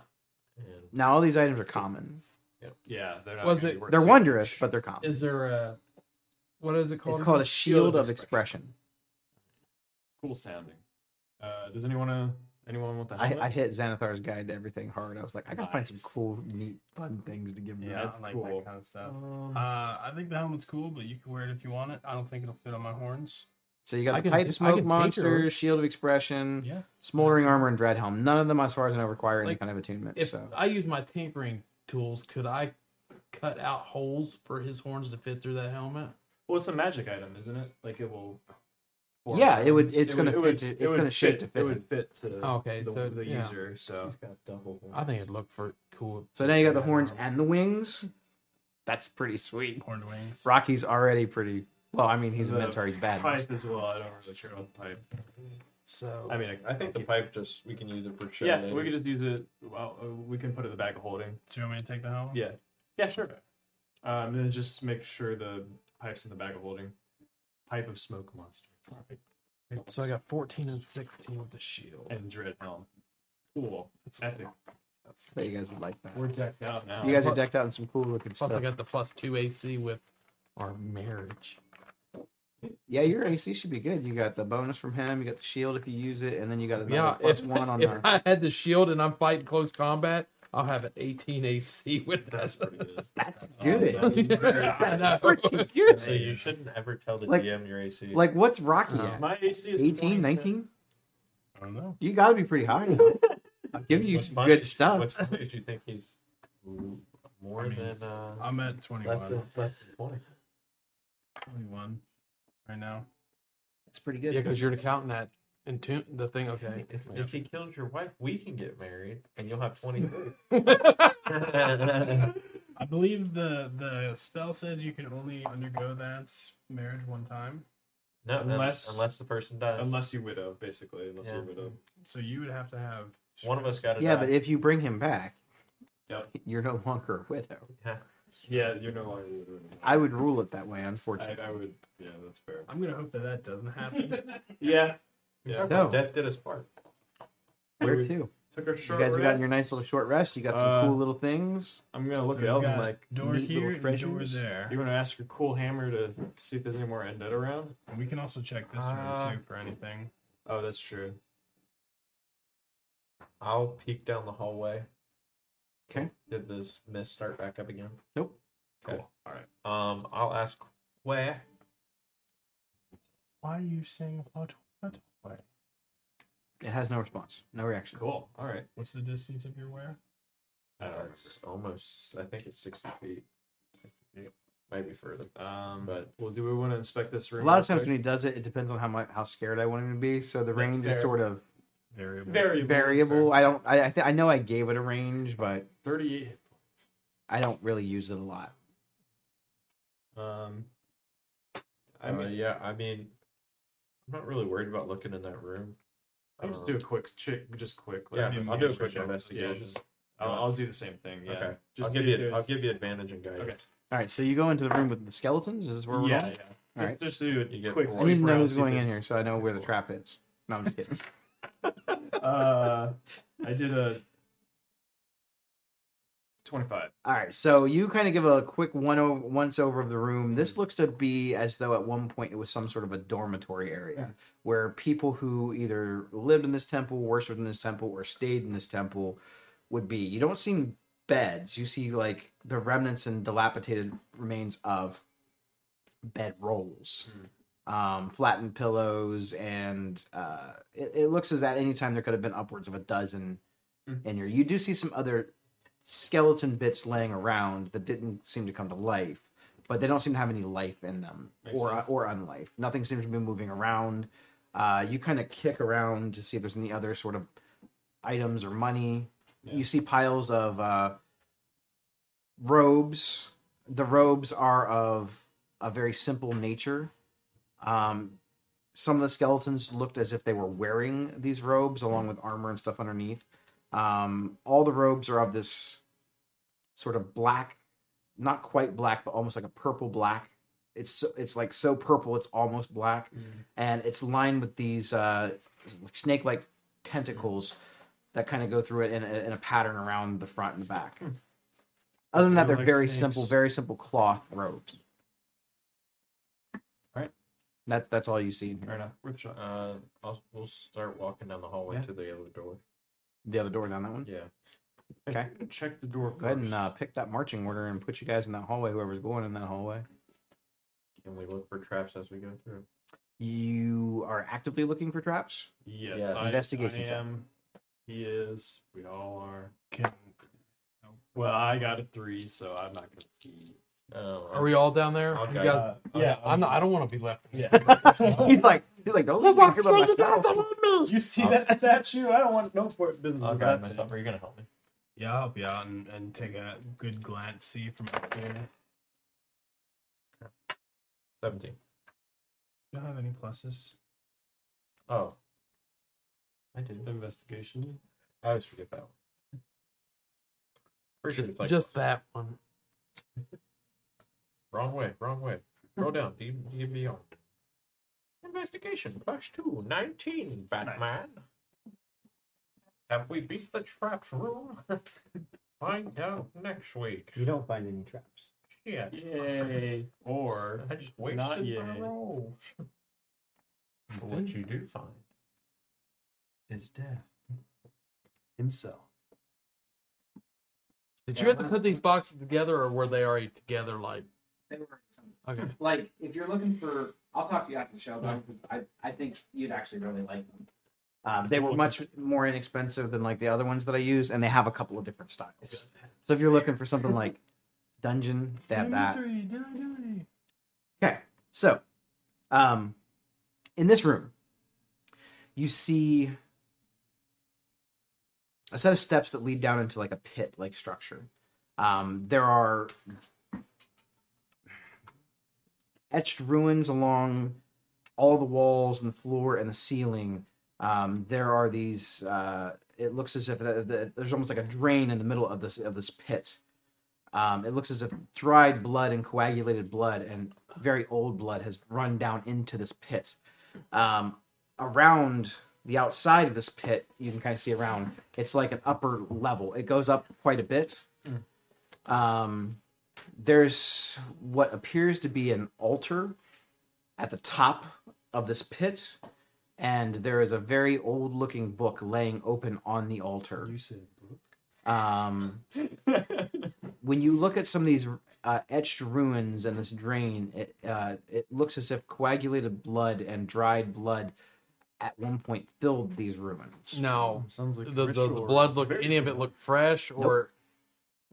Speaker 6: And
Speaker 1: Now all these items are common.
Speaker 3: yeah, they're not.
Speaker 5: Was
Speaker 3: gonna
Speaker 5: it-
Speaker 3: be worth
Speaker 1: They're
Speaker 3: too
Speaker 1: wondrous,
Speaker 3: much.
Speaker 1: but they're common.
Speaker 5: Is there a what is it called?
Speaker 1: It's called a
Speaker 5: again?
Speaker 1: shield of expression.
Speaker 3: cool sounding. Uh, does anyone uh, Anyone want the
Speaker 1: I,
Speaker 3: helmet?
Speaker 1: I hit Xanathar's Guide to Everything hard. I was like, I gotta find some
Speaker 4: Nice.
Speaker 1: cool, neat, fun things to give them.
Speaker 4: Yeah,
Speaker 3: that's
Speaker 4: I like
Speaker 3: cool.
Speaker 4: that kind of stuff.
Speaker 3: Um,
Speaker 2: Oh.
Speaker 4: Uh, I think the helmet's cool, but you can wear it if you want it. I don't think it'll fit on my horns.
Speaker 1: So you got
Speaker 5: I
Speaker 1: the
Speaker 5: can- I
Speaker 1: pipe
Speaker 5: can
Speaker 1: smoke
Speaker 5: take her.
Speaker 1: monster, shield of expression,
Speaker 4: Yeah.
Speaker 1: smoldering armor, and dread helm. None of them, as far as I know, require any
Speaker 5: Like,
Speaker 1: kind of attunement.
Speaker 5: If
Speaker 1: so
Speaker 5: I use my tinkering tools, could I cut out holes for his horns to fit through that helmet?
Speaker 3: well, it's a magic item, isn't it? Like it will. form
Speaker 1: Yeah, it would-
Speaker 3: things.
Speaker 1: it's gonna
Speaker 3: it
Speaker 1: fit
Speaker 3: would-
Speaker 1: to-
Speaker 3: it
Speaker 1: it's
Speaker 3: would
Speaker 1: gonna shape to fit
Speaker 3: It
Speaker 1: him.
Speaker 3: would fit to
Speaker 5: Okay,
Speaker 3: the,
Speaker 5: so,
Speaker 3: the
Speaker 5: yeah.
Speaker 3: user. So
Speaker 2: He's got double. horns.
Speaker 5: I think it'd look for cool.
Speaker 1: so now you got the horns and the wings. That's pretty sweet.
Speaker 4: Horned wings.
Speaker 1: Rocky's already pretty. Well, I mean, he's a
Speaker 3: The
Speaker 1: mentor. He's bad.
Speaker 3: pipe as well. I don't really care about the pipe.
Speaker 5: So
Speaker 3: I mean,
Speaker 2: I think the pipe just we can use it for sure.
Speaker 3: yeah, we could just use it. Well, uh, we can put it in the bag of holding.
Speaker 4: Do you want me to take the helmet?
Speaker 3: Yeah. Yeah, sure. Um, and then just make sure the pipe's in the bag of holding. Pipe of smoke monster
Speaker 5: So I got 14 and 16 with the shield.
Speaker 3: and dread helm. Cool. It's epic.
Speaker 1: But you guys would like that.
Speaker 3: We're decked out now.
Speaker 1: You guys are decked out in some cool looking
Speaker 5: Plus, I
Speaker 1: stuff.
Speaker 5: got the plus two AC with our marriage.
Speaker 1: Yeah, your AC should be good. You got the bonus from him. You got the shield if you use it, and then you got another
Speaker 5: Yeah,
Speaker 1: plus
Speaker 5: if,
Speaker 1: one on
Speaker 5: if
Speaker 1: her.
Speaker 5: I had the shield and I'm fighting close combat, I'll have an 18 AC with that.
Speaker 1: That's
Speaker 3: awesome.
Speaker 1: good. That's
Speaker 5: I know.
Speaker 1: pretty good.
Speaker 2: So you shouldn't ever tell the
Speaker 1: Like-
Speaker 2: DM your AC.
Speaker 1: Like, what's Rocky
Speaker 5: Uh,
Speaker 1: at?
Speaker 3: My AC is
Speaker 1: 18,
Speaker 3: 20,
Speaker 1: 19?
Speaker 4: I don't know.
Speaker 1: You got to be pretty high. I'm giving you
Speaker 2: What's
Speaker 1: some
Speaker 2: funny
Speaker 1: good
Speaker 2: is-
Speaker 1: stuff.
Speaker 2: What's funny is you think he's more
Speaker 4: I mean,
Speaker 2: than uh,
Speaker 4: I'm at
Speaker 2: less
Speaker 4: 21.
Speaker 2: than less than twenty.
Speaker 4: 21 right now.
Speaker 1: That's pretty
Speaker 5: yeah,
Speaker 1: good.
Speaker 5: because you're counting that and tune the thing. Okay.
Speaker 2: If, if he kills your wife, we can get married, and you'll have twenty three.
Speaker 4: I believe the the spell says you can only undergo that marriage one time.
Speaker 2: no, unless
Speaker 3: Unless-
Speaker 2: unless the person dies,
Speaker 3: Unless you widow, basically. Unless
Speaker 2: Yeah.
Speaker 3: you're widow.
Speaker 4: So you would have to have
Speaker 2: one of us got to
Speaker 1: Yeah,
Speaker 2: die.
Speaker 1: but if you bring him back,
Speaker 3: Yep.
Speaker 1: you're no longer a widow.
Speaker 3: Yeah, you're no longer widow. anymore.
Speaker 1: I would rule it that way,
Speaker 3: I,
Speaker 1: unfortunately.
Speaker 3: I would. Yeah, that's fair.
Speaker 4: I'm gonna hope that that doesn't happen.
Speaker 3: Yeah. Yeah.
Speaker 1: No.
Speaker 2: death did us part.
Speaker 1: Where to?
Speaker 3: Took a
Speaker 1: You
Speaker 3: short
Speaker 1: guys have gotten
Speaker 3: rest.
Speaker 1: your nice little short rest. You got some
Speaker 3: Uh,
Speaker 1: cool little things.
Speaker 3: I'm gonna look
Speaker 4: We
Speaker 3: at Elvin
Speaker 4: got
Speaker 3: like
Speaker 4: door
Speaker 1: neat little
Speaker 4: here, and door
Speaker 1: treasures.
Speaker 4: there.
Speaker 3: you want to ask your cool hammer to see if there's any more undead around.
Speaker 4: And we can also check this
Speaker 2: Ah.
Speaker 4: room too for anything.
Speaker 3: Oh, that's true.
Speaker 2: I'll peek down the hallway.
Speaker 1: 'Kay.
Speaker 2: Did this mist start back up again?
Speaker 1: Nope.
Speaker 2: Okay.
Speaker 3: Cool. All right.
Speaker 2: Um, I'll ask where.
Speaker 4: Why are you saying what? What?
Speaker 1: It has no response, no reaction.
Speaker 3: Cool. All right.
Speaker 4: What's the distance of your wear?
Speaker 2: Uh, it's almost. I think it's sixty feet. Maybe further.
Speaker 3: Um,
Speaker 2: But-
Speaker 3: but well, do we want to inspect this
Speaker 1: A
Speaker 3: room?
Speaker 1: lot
Speaker 3: real
Speaker 1: of times
Speaker 3: quick?
Speaker 1: when he does it, it depends on how much, how scared I want him to be. So the range is
Speaker 3: fair.
Speaker 1: sort of
Speaker 4: Variable.
Speaker 3: variable.
Speaker 1: variable. I don't. I I, th- I know I gave it a range, but
Speaker 3: Thirty-eight. hit
Speaker 1: I don't really use it a lot.
Speaker 3: points. Um, I
Speaker 2: I mean,
Speaker 3: mean,
Speaker 2: Uh, yeah. I mean, I'm not really worried about looking in that room.
Speaker 3: I can just
Speaker 2: Um,
Speaker 3: do a quick check, just quick.
Speaker 4: I'll
Speaker 2: Yeah, I'll do a
Speaker 4: investigation
Speaker 2: quick
Speaker 4: check.
Speaker 2: investigation.
Speaker 3: Yeah, just- I'll, I'll do the same thing. Yeah.
Speaker 2: Okay.
Speaker 3: Just
Speaker 2: I'll
Speaker 3: see
Speaker 2: give
Speaker 3: if
Speaker 2: you. I'll
Speaker 3: there's-
Speaker 2: give you advantage and guidance.
Speaker 3: Okay.
Speaker 1: All right, so you go into the room with the skeletons. Is this where we're
Speaker 3: yeah,
Speaker 1: going?
Speaker 3: yeah. Just,
Speaker 1: Alright.
Speaker 3: just do it.
Speaker 2: You get
Speaker 3: quick.
Speaker 2: four.
Speaker 1: I need to know
Speaker 3: round,
Speaker 1: who's
Speaker 3: see if
Speaker 1: going in
Speaker 3: there's-
Speaker 1: here, so I know where the trap is. No, I'm just kidding.
Speaker 3: Uh, I did a twenty-five.
Speaker 1: All right, so you kind of give a quick one over, once over of the room. This looks to be as though at one point it was some sort of a dormitory area where people who either lived in this temple, worshipped in this temple, or stayed in this temple would be. You don't see any beds. You see like the remnants and dilapidated remains of bed rolls, um, flattened pillows, and uh, it, it looks as that anytime there could have been upwards of a dozen in here. You do see some other skeleton bits laying around that didn't seem to come to life, but they don't seem to have any life in them
Speaker 3: Makes
Speaker 1: or
Speaker 3: sense.
Speaker 1: or unlife. Nothing seems to be moving around. Uh, you kind of kick around to see if there's any other sort of items or money. You see piles of uh, robes. The robes are of a very simple nature. Um, some of the skeletons looked as if they were wearing these robes along with armor and stuff underneath. Um, all the robes are of this sort of black, not quite black, but almost like a purple black. It's so, it's like so purple, it's almost black, and it's lined with these uh, snake-like tentacles that kind of go through it in a, in a pattern around the front and the back. Other than that, they're
Speaker 3: Like
Speaker 1: very
Speaker 3: snakes.
Speaker 1: simple, very simple cloth robes.
Speaker 3: Alright.
Speaker 1: That that's all you see in here.
Speaker 3: Fair enough. Worth a shot.
Speaker 6: Uh, I'll, we'll start walking down the hallway to the other door.
Speaker 1: The other door down that one.
Speaker 6: Yeah.
Speaker 1: Okay.
Speaker 3: Check the door.
Speaker 1: Go ahead and
Speaker 3: first.
Speaker 1: uh, pick that marching order and put you guys in that hallway. Whoever's going in that hallway.
Speaker 6: Can we look for traps as we go through?
Speaker 1: You are actively looking for traps.
Speaker 3: Yes,
Speaker 6: Yeah,
Speaker 3: I,
Speaker 1: investigation
Speaker 3: I
Speaker 1: check.
Speaker 3: am. He is. We all are.
Speaker 9: Can-
Speaker 3: Well, I got a three, so I'm not gonna see. Uh,
Speaker 6: Oh,
Speaker 5: Are we all down there?
Speaker 6: Okay.
Speaker 5: You guys,
Speaker 3: yeah,
Speaker 5: I'm not. I don't want to be left.
Speaker 1: he's like he's like don't look at
Speaker 3: You see that statue? I don't want no part business.
Speaker 6: I'll
Speaker 3: with
Speaker 6: grab
Speaker 3: that
Speaker 6: myself. Are you gonna help me?
Speaker 4: Yeah, I'll help you out and, and take a good glance, see from up there.
Speaker 6: Seventeen.
Speaker 4: You don't have any pluses.
Speaker 6: Oh. I did.
Speaker 3: investigation.
Speaker 6: I always forget that one. Pretty sure it's like
Speaker 5: Just that one.
Speaker 6: wrong way, wrong way. Roll down. D D beyond. Investigation plus two, 19, Batman. Have we beat the traps room? Find out next week.
Speaker 1: You don't find any traps.
Speaker 6: Shit.
Speaker 3: Yay! Or
Speaker 6: I just wasted
Speaker 3: Not
Speaker 6: Not
Speaker 3: yet.
Speaker 6: my rolls. But what you do find is death.
Speaker 3: himself.
Speaker 5: Did
Speaker 7: Yeah,
Speaker 5: you have to
Speaker 7: mine-
Speaker 5: put these boxes together, or were they already together? Like,
Speaker 7: They were some-
Speaker 5: okay,
Speaker 7: Like, if you're looking for, I'll talk to you after the show, but I, I think you'd actually really like them.
Speaker 1: Um, they were much more inexpensive than like the other ones that I use, and they have a couple of different styles. So if you're looking for something like dungeon, they have that. Okay, so um, in this room, you see a set of steps that lead down into like a pit like structure. Um, there are etched ruins along all the walls and the floor and the ceiling. Um, there are these. Uh, it looks as if the, the, there's almost like a drain in the middle of this of this pit. Um, it looks as if dried blood and coagulated blood and very old blood has run down into this pit. Um, around the outside of this pit, you can kind of see around. It's like an upper level. It goes up quite a bit. Um, there's what appears to be an altar at the top of this pit, and there is a very old-looking book laying open on the altar.
Speaker 3: You said book.
Speaker 1: Um, when you look at some of these uh, etched ruins and this drain, it uh, it looks as if coagulated blood and dried blood at one point filled these ruins.
Speaker 5: now
Speaker 3: Sounds like
Speaker 5: Oh, the,
Speaker 3: a
Speaker 5: the, the
Speaker 3: ritual or-
Speaker 5: blood look
Speaker 3: Very
Speaker 5: any of it
Speaker 3: cool.
Speaker 5: look fresh or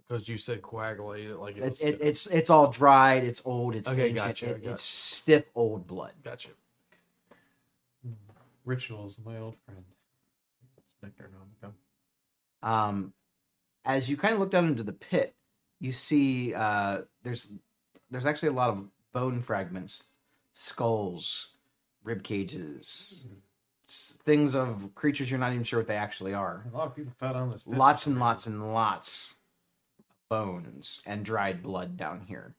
Speaker 5: because you said coagulated, like it
Speaker 1: It's
Speaker 5: was
Speaker 1: it, it's it's all dried. It's old. It's
Speaker 5: Okay,
Speaker 1: ancient,
Speaker 5: gotcha,
Speaker 1: it-
Speaker 5: gotcha.
Speaker 1: It's stiff old blood.
Speaker 5: gotcha.
Speaker 3: rituals, my old friend.
Speaker 6: Necronomicon.
Speaker 1: Um, as you kind of look down into the pit, you see uh, there's there's actually a lot of bone fragments, skulls, rib cages, s- things of creatures you're not even sure what they actually are.
Speaker 3: A lot of people fed on this. pit.
Speaker 1: Lots and lots and lots of bones and dried blood down here.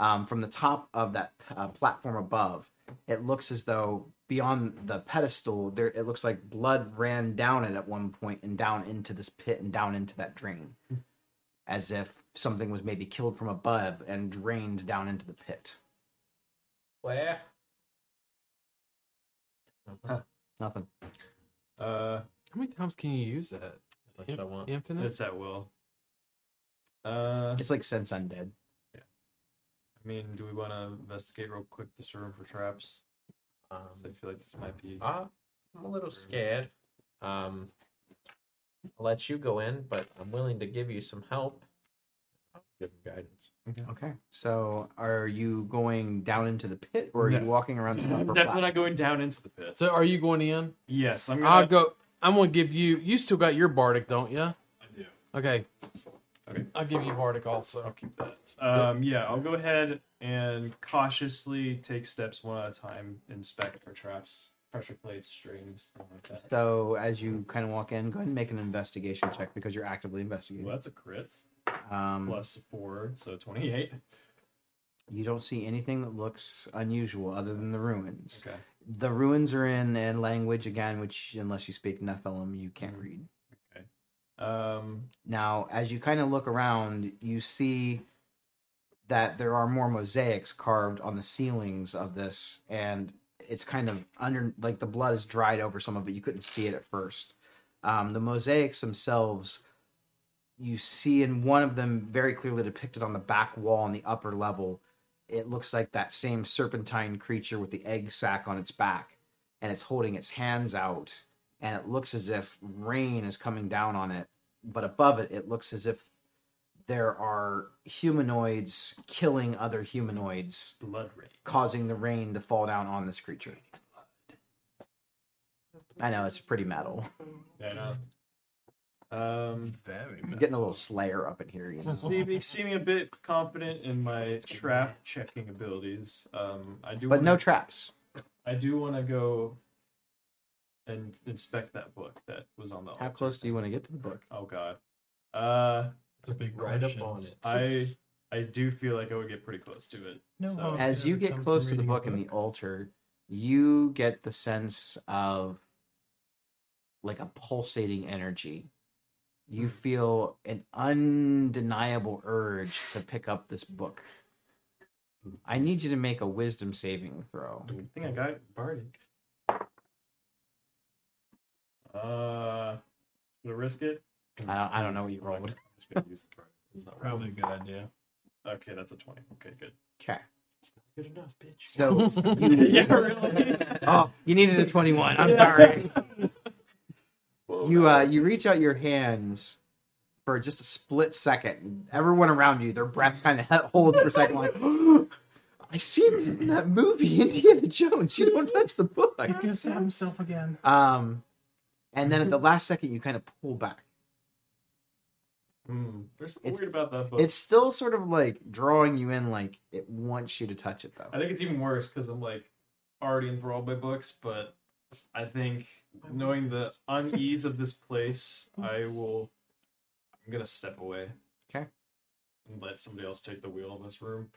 Speaker 1: Um, from the top of that uh, platform above, it looks as though beyond the pedestal, there it looks like blood ran down it at one point and down into this pit and down into that drain, as if something was maybe killed from above and drained down into the pit.
Speaker 6: Where?
Speaker 1: Nothing.
Speaker 3: Uh,
Speaker 5: How many times can you use that?
Speaker 6: Which I want.
Speaker 5: Infinite.
Speaker 3: it's at will. Uh,
Speaker 1: It's like since undead.
Speaker 3: I mean, do we want to investigate real quick this room for traps?
Speaker 6: Um,
Speaker 3: 'Cause I feel like this might be.
Speaker 2: Uh,
Speaker 6: I- Ah, I'm a little scared. Um, I'll let you go in, but I'm willing to give you some help. I'll Give you guidance.
Speaker 1: Okay. So, are you going down into the pit, or are you walking around the upper
Speaker 3: I'm
Speaker 1: platform?
Speaker 3: definitely not going down into the pit.
Speaker 5: So are you going in?
Speaker 3: Yes, I'm
Speaker 5: I'll
Speaker 9: Ah,
Speaker 3: gonna.
Speaker 5: go. I'm gonna give you. You still got your bardic, don't you? I
Speaker 3: do.
Speaker 5: Okay.
Speaker 3: Okay.
Speaker 5: I'll give you bardic also.
Speaker 3: I'll keep that. Um, yeah, I'll go ahead and cautiously take steps one at a time, inspect for traps, pressure plates, strings, stuff like that.
Speaker 1: So as you kind of walk in, go ahead and make an investigation check because you're actively investigating.
Speaker 3: Well, that's a crit
Speaker 1: Um,
Speaker 3: plus four, so twenty-eight.
Speaker 1: you don't see anything that looks unusual other than the ruins.
Speaker 3: Okay.
Speaker 1: The ruins are in a language again, which unless you speak Nephilim, you can't read.
Speaker 3: Um,
Speaker 1: Now, as you kind of look around, you see that there are more mosaics carved on the ceilings of this, and it's kind of under like the blood is dried over some of it. You couldn't see it at first. Um, the mosaics themselves, you see in one of them very clearly depicted on the back wall on the upper level. It looks like that same serpentine creature with the egg sac on its back, and it's holding its hands out, and it looks as if rain is coming down on it. But above it, it looks as if there are humanoids killing other humanoids
Speaker 3: Blood rain.
Speaker 1: causing the rain to fall down on this creature. I know it's pretty metal.
Speaker 3: Yeah. uh, Um,
Speaker 4: Very
Speaker 1: I'm
Speaker 4: much.
Speaker 1: getting a little Slayer up in here, you know.
Speaker 3: seeming, seeming a bit confident in my trap checking abilities. Um, I do,
Speaker 1: But no
Speaker 3: wanna,
Speaker 1: traps.
Speaker 3: I do want to go and inspect that book that was on the.
Speaker 1: How
Speaker 3: altar.
Speaker 1: close do you want to get to the book?
Speaker 3: Oh God. Uh,
Speaker 8: The big
Speaker 6: Right up
Speaker 8: questions.
Speaker 6: on it.
Speaker 3: I I do feel like I would get pretty close to it.
Speaker 8: No
Speaker 3: So-
Speaker 8: harm.
Speaker 1: As
Speaker 8: Yeah,
Speaker 1: you
Speaker 8: it
Speaker 1: get
Speaker 8: comes
Speaker 1: close
Speaker 8: from
Speaker 1: to the
Speaker 8: reading a
Speaker 1: book and the
Speaker 8: book.
Speaker 1: altar, you get the sense of like a pulsating energy. You feel an undeniable urge to pick up this book. I need you to make a wisdom saving throw.
Speaker 3: I think I got it bardic. Uh, gonna risk it.
Speaker 1: I don't, I don't know what you rolled.
Speaker 3: I'm just gonna use the bardic. It's not worth
Speaker 4: Probably a good idea.
Speaker 3: it. Okay, that's a twenty. Okay, good.
Speaker 1: Okay.
Speaker 6: Good enough, bitch.
Speaker 1: So
Speaker 3: yeah, really.
Speaker 1: Oh, you needed a 21. I'm sorry.
Speaker 3: Whoa,
Speaker 1: You
Speaker 3: no.
Speaker 1: uh you reach out your hands for just a split second. Everyone around you, their breath kind of holds for a second like I see it in that movie Indiana Jones. You don't touch the book.
Speaker 9: He's gonna stab himself again.
Speaker 1: Um and then at the last second you kind of pull back.
Speaker 3: Hmm, there's something
Speaker 1: It's-
Speaker 3: weird about that book.
Speaker 1: It's still sort of like drawing you in like it wants you to touch it
Speaker 3: I
Speaker 1: though.
Speaker 3: think it's even worse because I'm like already enthralled by books, but I think knowing the unease of this place, I will. I'm gonna step away.
Speaker 1: Okay.
Speaker 3: And let somebody else take the wheel in this room.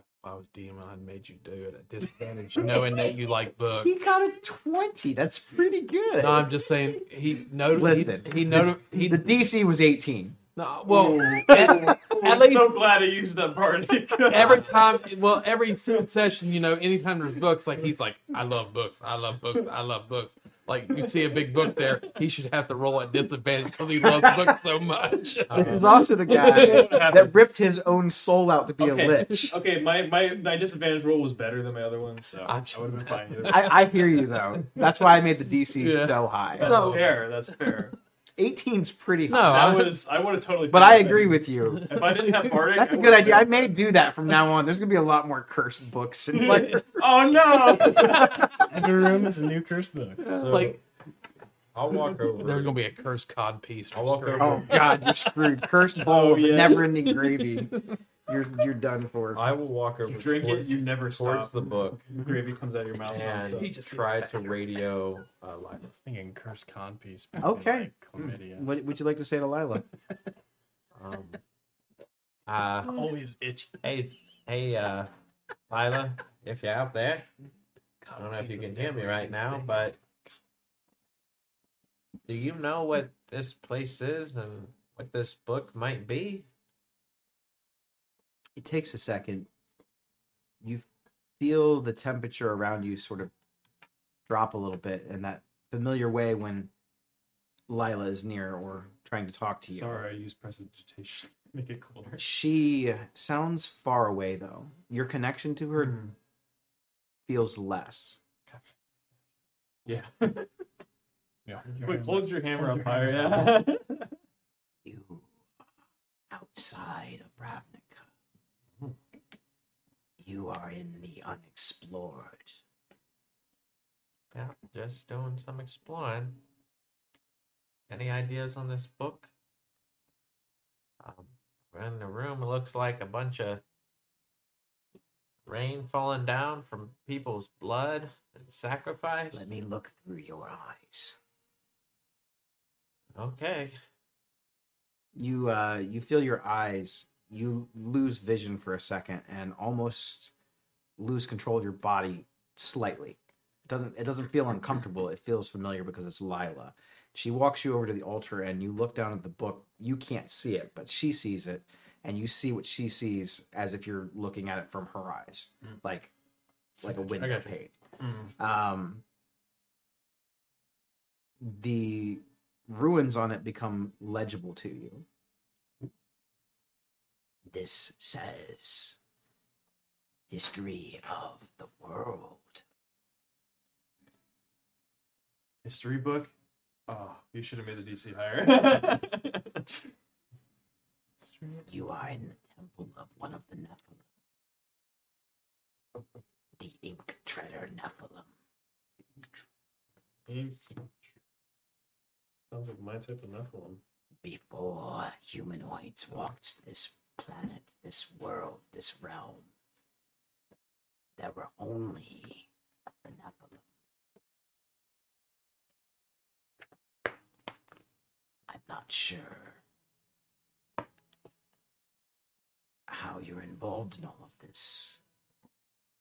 Speaker 5: If I was DM and I made you do it at disadvantage, knowing that you like books.
Speaker 1: He got a 20. That's pretty good.
Speaker 5: No, I'm just saying he noted.
Speaker 1: Listen.
Speaker 5: He, he noted. He
Speaker 1: the DC was 18.
Speaker 5: no, well at, at
Speaker 3: I'm
Speaker 5: least
Speaker 3: so glad I used that part.
Speaker 5: every time. Well, every se- session, you know, anytime there's books, like he's like, I love books. I love books. I love books. Like you see a big book there, he should have to roll at disadvantage because he loves books so much.
Speaker 1: This is also the guy that ripped his own soul out to be
Speaker 3: Okay.
Speaker 1: a lich.
Speaker 3: okay, my, my my disadvantage roll was better than my other one, so
Speaker 5: I'm
Speaker 3: I would have been fine. either.
Speaker 1: I, I hear you though. That's why I made the DC
Speaker 5: Yeah.
Speaker 1: so high.
Speaker 3: That's
Speaker 5: No.
Speaker 3: fair. That's fair.
Speaker 1: 18's pretty
Speaker 5: No,
Speaker 1: high.
Speaker 5: I
Speaker 3: That
Speaker 5: would.
Speaker 3: was I would have totally.
Speaker 1: But I
Speaker 3: finished it.
Speaker 1: agree with you.
Speaker 3: If I didn't have Bardic,
Speaker 1: That's a
Speaker 3: I
Speaker 1: good
Speaker 3: would've
Speaker 1: idea.
Speaker 3: been-
Speaker 1: I may do that from now on. There's gonna be a lot more cursed books and like
Speaker 3: Oh no!
Speaker 9: Every room is a new curse book.
Speaker 5: Like
Speaker 6: I'll walk over.
Speaker 5: there's gonna be a cursed cod piece.
Speaker 6: I'll walk over.
Speaker 1: oh god, you're screwed. Cursed bowl
Speaker 3: Oh,
Speaker 1: of
Speaker 3: yeah.
Speaker 1: never ending gravy. You're you're done for.
Speaker 6: I will walk over.
Speaker 3: You drink
Speaker 6: towards,
Speaker 3: it, you never
Speaker 6: towards
Speaker 3: stop.
Speaker 6: the book
Speaker 4: Mm-hmm.
Speaker 3: Gravy comes out of your mouth.
Speaker 6: and
Speaker 3: nonstop.
Speaker 6: try to radio uh, Lila.
Speaker 4: was thinking cursed con piece.
Speaker 1: Okay.
Speaker 4: chlamydia.
Speaker 1: What would you like to say to Lila?
Speaker 6: Um, uh,
Speaker 9: Hmm.
Speaker 4: Always itchy.
Speaker 6: hey, hey, uh, Lila, if you're out there, I don't know if you can hear me right now, but do you know what this place is and what this book might be?
Speaker 1: it takes a second. You feel the temperature around you sort of drop a little bit in that familiar way when Lila is near or trying to talk to you.
Speaker 3: Sorry, I used prestidigitation. Make it colder.
Speaker 1: She sounds far away though. Your connection to her feels less.
Speaker 3: Yeah.
Speaker 4: Yeah.
Speaker 3: Quick, hold your hammer up higher. Yeah.
Speaker 1: You are outside of Ravnica. You are in the unexplored.
Speaker 6: Yeah, just doing some exploring. Any ideas on this book? Um, we're in the room. It looks like a bunch of rain falling down from people's blood and sacrifice.
Speaker 1: Let me look through your eyes.
Speaker 6: Okay.
Speaker 1: you uh you feel your eyes you lose vision for a second and almost lose control of your body slightly it doesn't it doesn't feel uncomfortable it feels familiar because it's lila she walks you over to the altar and you look down at the book you can't see it but she sees it and you see what she sees as if you're looking at it from her eyes like like a window
Speaker 6: Hmm. gotcha.
Speaker 1: pane
Speaker 4: Mm.
Speaker 1: Um, the ruins on it become legible to you. This says history of the world.
Speaker 3: History book? Oh, you should have made the DC higher.
Speaker 1: You are in the temple of one of the Nephilim. The Ink Treader Nephilim.
Speaker 3: Sounds like my type of Nephilim.
Speaker 1: Before humanoids walked this planet, this world, this realm, there were only the Nephilim. I'm not sure how you're involved in all of this,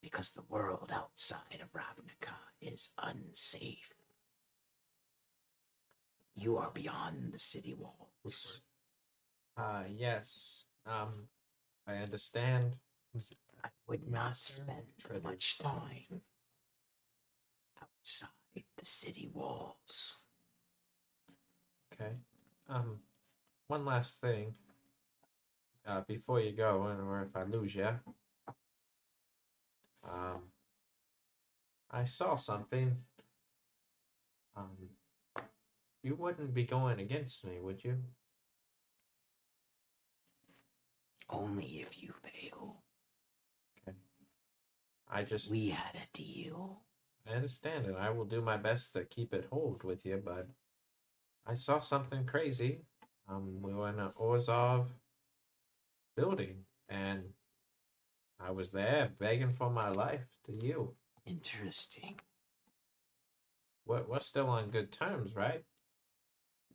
Speaker 1: because the world outside of Ravnica is unsafe. You are beyond the city walls.
Speaker 2: Uh, yes. Um, I understand.
Speaker 1: I would not spend much time outside the city walls.
Speaker 2: Okay. Um, one last thing. Uh, before you go, or if I lose you, um, I saw something. Um, you wouldn't be going against me, would you?
Speaker 1: Only if you fail.
Speaker 2: I just,
Speaker 1: We had a deal.
Speaker 2: I understand, and I will do my best to keep it hold with you. But I saw something crazy. Um, we were in an Orzov building, and I was there begging for my life to you.
Speaker 1: Interesting.
Speaker 2: We're, we're still on good terms, right?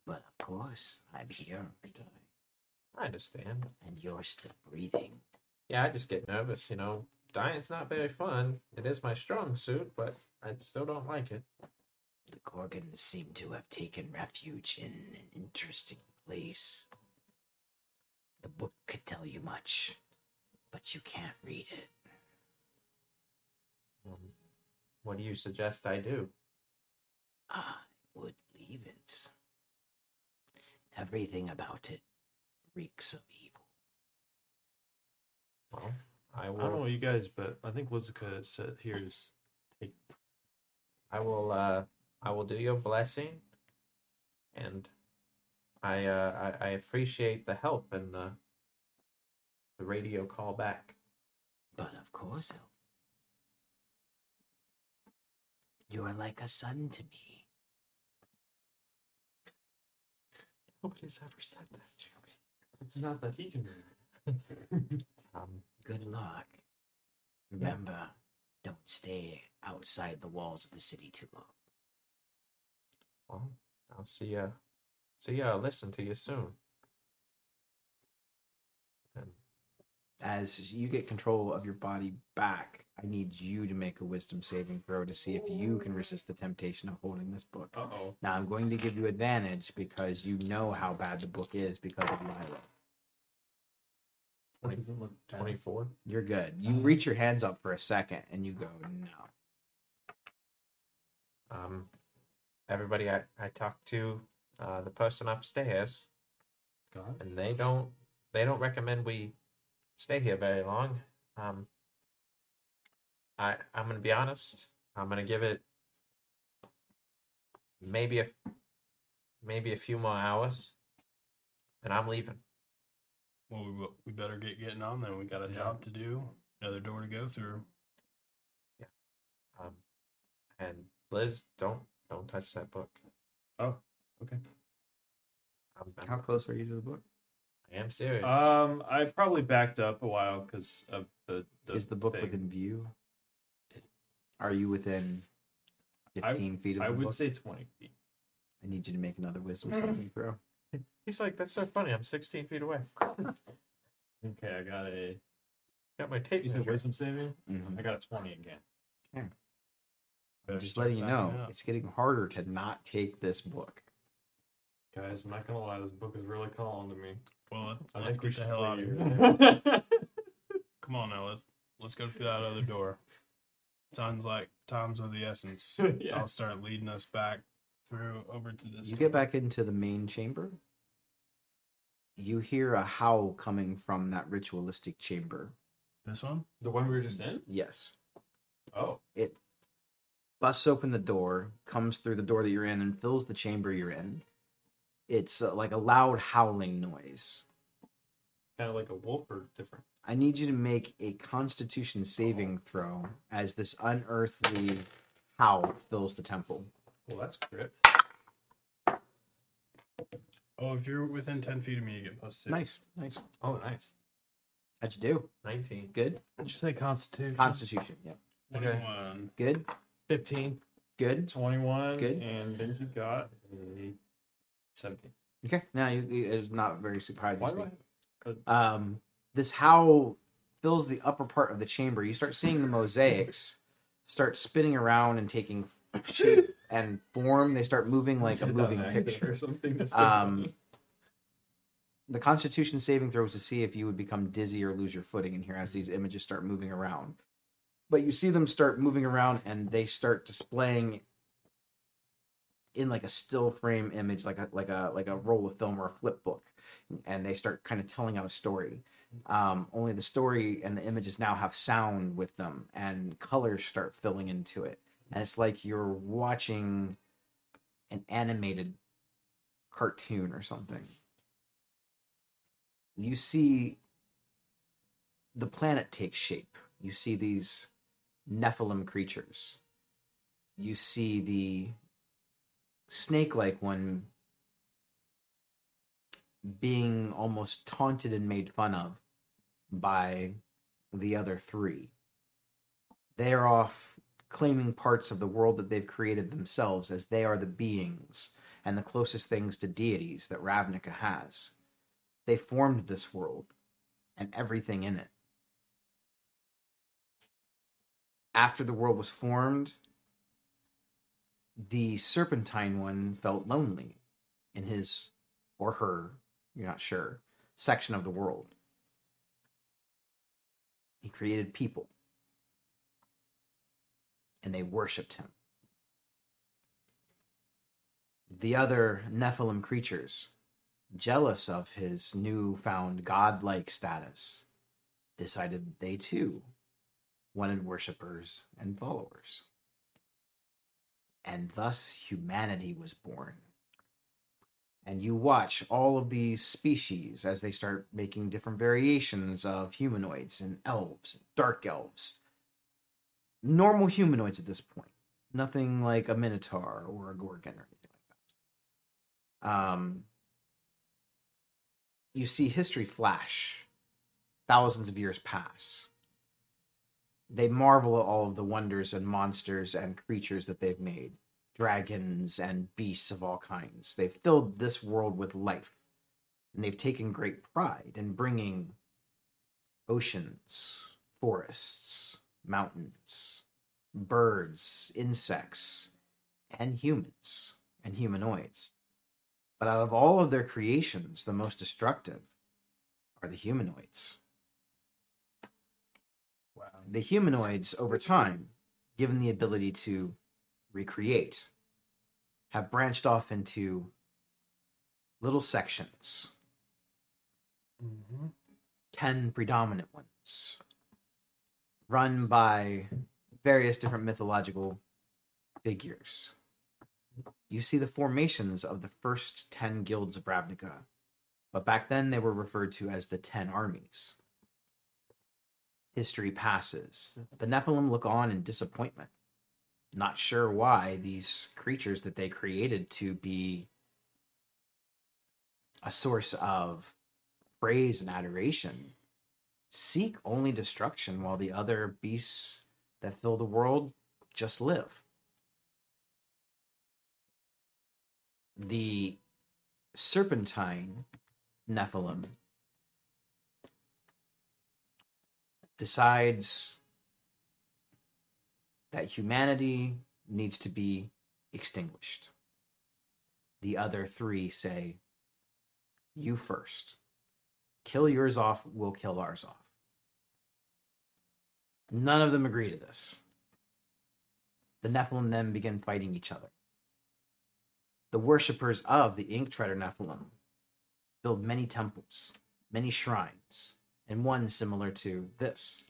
Speaker 1: But of course, I'm here every day,
Speaker 2: I understand.
Speaker 1: and you're still breathing.
Speaker 2: Yeah, I just get nervous, you know. Dying's not very fun. It is my strong suit, but I still don't like it.
Speaker 1: The Gorgons seem to have taken refuge in an interesting place. The book could tell you much, but you can't read it.
Speaker 2: Um, what do you suggest I do?
Speaker 1: I would leave it. Everything about it reeks of evil.
Speaker 2: Well, I
Speaker 3: I don't know
Speaker 2: will.
Speaker 3: you guys, but I think Lizica said here is take
Speaker 2: I will. Uh, I will do your blessing, and I, uh, I. I appreciate the help and the. The radio call back.
Speaker 1: But of course, Elf. You are like a son to me.
Speaker 2: Nobody's ever said that to me. Not that he can. um,
Speaker 1: Good luck. Remember, don't stay outside the walls of the city too long.
Speaker 2: well, I'll see ya. See ya. Listen to you soon.
Speaker 1: As you get control of your body back, I need you to make a wisdom saving throw to see if you can resist the temptation of holding this book.
Speaker 3: Uh oh.
Speaker 1: Now, I'm going to give you advantage because you know how bad the book is because of Lila.
Speaker 8: That doesn't look bad.
Speaker 2: 24.
Speaker 1: You're good. You reach your hands up for a second and you go, no.
Speaker 2: Um, everybody I, I talked to, uh, the person upstairs,
Speaker 3: God.
Speaker 2: and they don't they don't recommend we stay here very long. Um, I I'm gonna be honest. I'm gonna give it maybe a maybe a few more hours, and I'm leaving.
Speaker 4: Well, we, we better get getting on then. We got a job to do, another door to go through.
Speaker 2: Um, and Liz, don't don't touch that book.
Speaker 4: Oh, okay.
Speaker 2: I'm,
Speaker 1: How
Speaker 2: I'm,
Speaker 1: close are you to the book?
Speaker 2: I am serious.
Speaker 4: Uh,
Speaker 3: Um, I probably backed up a while because of the, the
Speaker 1: is the book
Speaker 3: thing.
Speaker 1: within view? Are you within
Speaker 3: I-
Speaker 1: 15 feet of
Speaker 3: I
Speaker 1: the
Speaker 3: would
Speaker 1: book?
Speaker 3: say twenty feet.
Speaker 1: I need you to make another wisdom saving throw.
Speaker 2: He's like, that's so funny. I'm 16 feet away.
Speaker 3: Okay, I got a.
Speaker 2: Got my tape.
Speaker 3: You said
Speaker 2: measure.
Speaker 3: wisdom saving.
Speaker 1: Mhm.
Speaker 3: I got a twenty again.
Speaker 1: Okay.
Speaker 3: Better
Speaker 1: Just
Speaker 3: start
Speaker 1: letting you
Speaker 3: backing
Speaker 1: know,
Speaker 3: up.
Speaker 1: it's getting harder to not take this book.
Speaker 3: guys. I'm not gonna lie, this book is really calling to me.
Speaker 4: Well,
Speaker 3: I
Speaker 4: I
Speaker 3: think
Speaker 4: think
Speaker 3: we
Speaker 4: we should
Speaker 3: should
Speaker 4: leave.
Speaker 3: leave.
Speaker 4: Come on now, let's, let's go through that other door. Sounds like times of the essence.
Speaker 3: Yeah.
Speaker 4: I'll start leading us back through over to this.
Speaker 1: You get back into the main chamber. You hear a howl coming from that ritualistic chamber.
Speaker 4: This one?
Speaker 3: The one we were just in?
Speaker 1: Yes.
Speaker 3: Oh.
Speaker 1: It busts open the door, comes through the door that you're in, and fills the chamber you're in. It's uh, like a loud howling noise.
Speaker 3: Kind of like a wolf or different.
Speaker 1: I need you to make a constitution saving throw as this unearthly howl fills the temple.
Speaker 3: Well, that's crit.
Speaker 4: Oh, if you're within 10 feet of me, you get plus two.
Speaker 1: Nice, nice.
Speaker 3: Oh, nice.
Speaker 1: How'd you do?
Speaker 6: 19.
Speaker 1: Good.
Speaker 5: Did you say Constitution?
Speaker 1: Constitution. Yep.
Speaker 4: 21.
Speaker 1: Good.
Speaker 5: Fifteen.
Speaker 1: Good.
Speaker 3: 21.
Speaker 1: Good.
Speaker 3: And then you got a 17.
Speaker 1: Okay. Now you, you- it was not very surprising.
Speaker 3: Why
Speaker 1: to
Speaker 3: do
Speaker 1: me.
Speaker 3: I
Speaker 1: um, this howl fills the upper part of the chamber. You start seeing the mosaics start spinning around and taking shape and form. They start moving like a
Speaker 3: Sit down
Speaker 1: moving
Speaker 3: next to
Speaker 1: picture.
Speaker 3: or something? That's so
Speaker 1: Um,
Speaker 3: funny.
Speaker 1: the Constitution saving throws to see if you would become dizzy or lose your footing in here as these images start moving around. But you see them start moving around and they start displaying in like a still frame image, like a like a like a roll of film or a flip book, and they start kind of telling out a story. Um, only the story and the images now have sound with them, and colors start filling into it, and it's like you're watching an animated cartoon or something you see the planet take shape. You see these Nephilim creatures. You see the snake like one being almost taunted and made fun of by the other three. They're off claiming parts of the world that they've created themselves as they are the beings and the closest things to deities that Ravnica has they formed this world and everything in it. After the world was formed, the serpentine one felt lonely in his or her, you're not sure, section of the world. He created people and they worshiped him. The other Nephilim creatures jealous of his newfound godlike status, decided they too wanted worshippers and followers. And thus humanity was born. And you watch all of these species as they start making different variations of humanoids and elves, dark elves, normal humanoids at this point. Nothing like a minotaur or a gorgon or anything like that. Um, you see history flash thousands of years pass they marvel at all of the wonders and monsters and creatures that they've made dragons and beasts of all kinds they've filled this world with life and they've taken great pride in bringing oceans forests mountains birds insects and humans and humanoids but out of all of their creations, the most destructive are the humanoids. The humanoids, over time, given the ability to recreate, have branched off into little sections.
Speaker 3: 嗯
Speaker 1: Ten predominant ones, run by various different mythological figures you see the formations of the first 10 guilds of Ravnica, but back then they were referred to as the 10 armies. History passes. The Nephilim look on in disappointment, not sure why these creatures that they created to be a source of praise and adoration seek only destruction while the other beasts that fill the world just live. the serpentine Nephilim decides that humanity needs to be extinguished. The other three say, You first. Kill yours off, we'll kill ours off. None of them agree to this. the Nephilim then begin fighting each other. The worshippers of the Ink Treader Nephilim build many temples, many shrines, and one similar to this.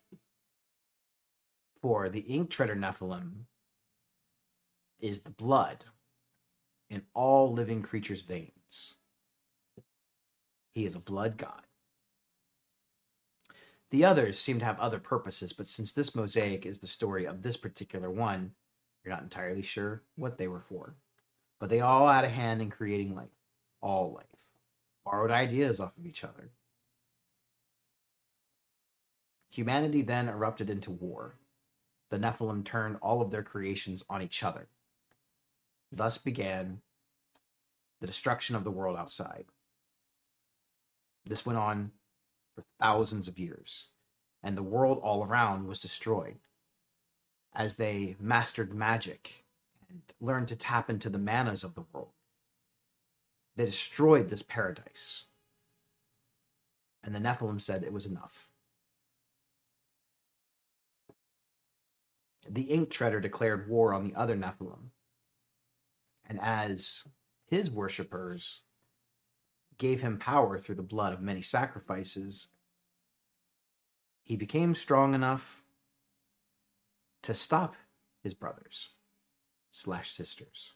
Speaker 1: For the Ink Treader Nephilim is the blood in all living creatures' veins. He is a blood god. The others seem to have other purposes, but since this mosaic is the story of this particular one, you're not entirely sure what they were for. But they all had a hand in creating life, all life, borrowed ideas off of each other. Humanity then erupted into war. The Nephilim turned all of their creations on each other. Thus began the destruction of the world outside. This went on for thousands of years, and the world all around was destroyed. As they mastered magic and learned to tap into the manas of the world, they destroyed this paradise. And the Nephilim said it was enough. The Ink Treader declared war on the other Nephilim, and as his worshippers gave him power through the blood of many sacrifices, he became strong enough to stop his brothers slash sisters.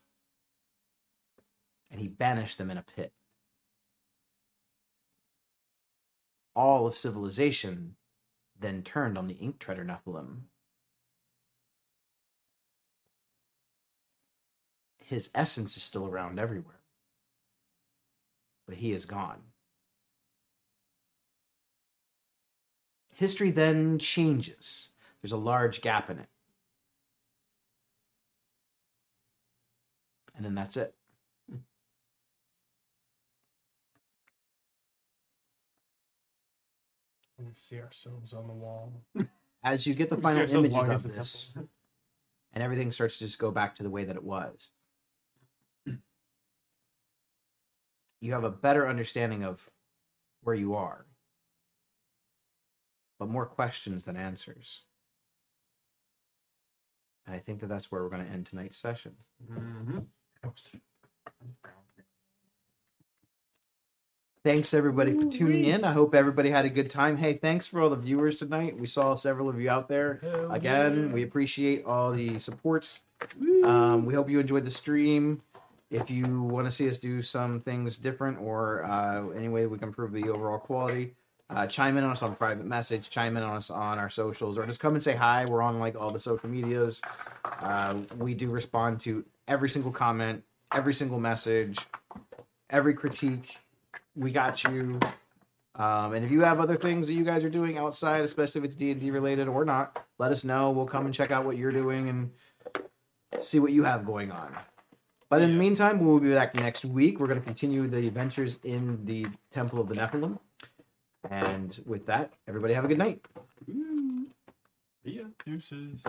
Speaker 1: And he banished them in a pit. All of civilization then turned on the Ink Treader Nephilim his essence is still around everywhere. But he is gone. History then changes. There's a large gap in it. And then that's it.
Speaker 9: We see ourselves on the wall.
Speaker 1: As you get the
Speaker 9: We see
Speaker 1: final
Speaker 9: ourselves
Speaker 1: images
Speaker 9: walking
Speaker 1: of
Speaker 9: to the
Speaker 1: this,
Speaker 9: temple.
Speaker 1: and everything starts to just go back to the way that it was, you have a better understanding of where you are, but more questions than answers. And I think that that's where we're going to end tonight's session. Thanks everybody for tuning in. I hope everybody had a good time. Hey, thanks for all the viewers tonight. We saw several of you out there. Again, we appreciate all the support. Um, we hope you enjoyed the stream. If you want to see us do some things different or uh, any way we can improve the overall quality, uh, chime in on us on private message, chime in on us on our socials, or just come and say hi. We're on like all the social medias. Uh, we do respond to every single comment, every single message, every critique we got you. Um, and if you have other things that you guys are doing outside, especially if it's D and D related or not, let us know. We'll come and check out what you're doing and see what you have going on. But in the meantime, we will be back next week. We're going to continue the adventures in the Temple of the Nephilim. And with that, everybody have a good night.
Speaker 9: Yeah, deuces.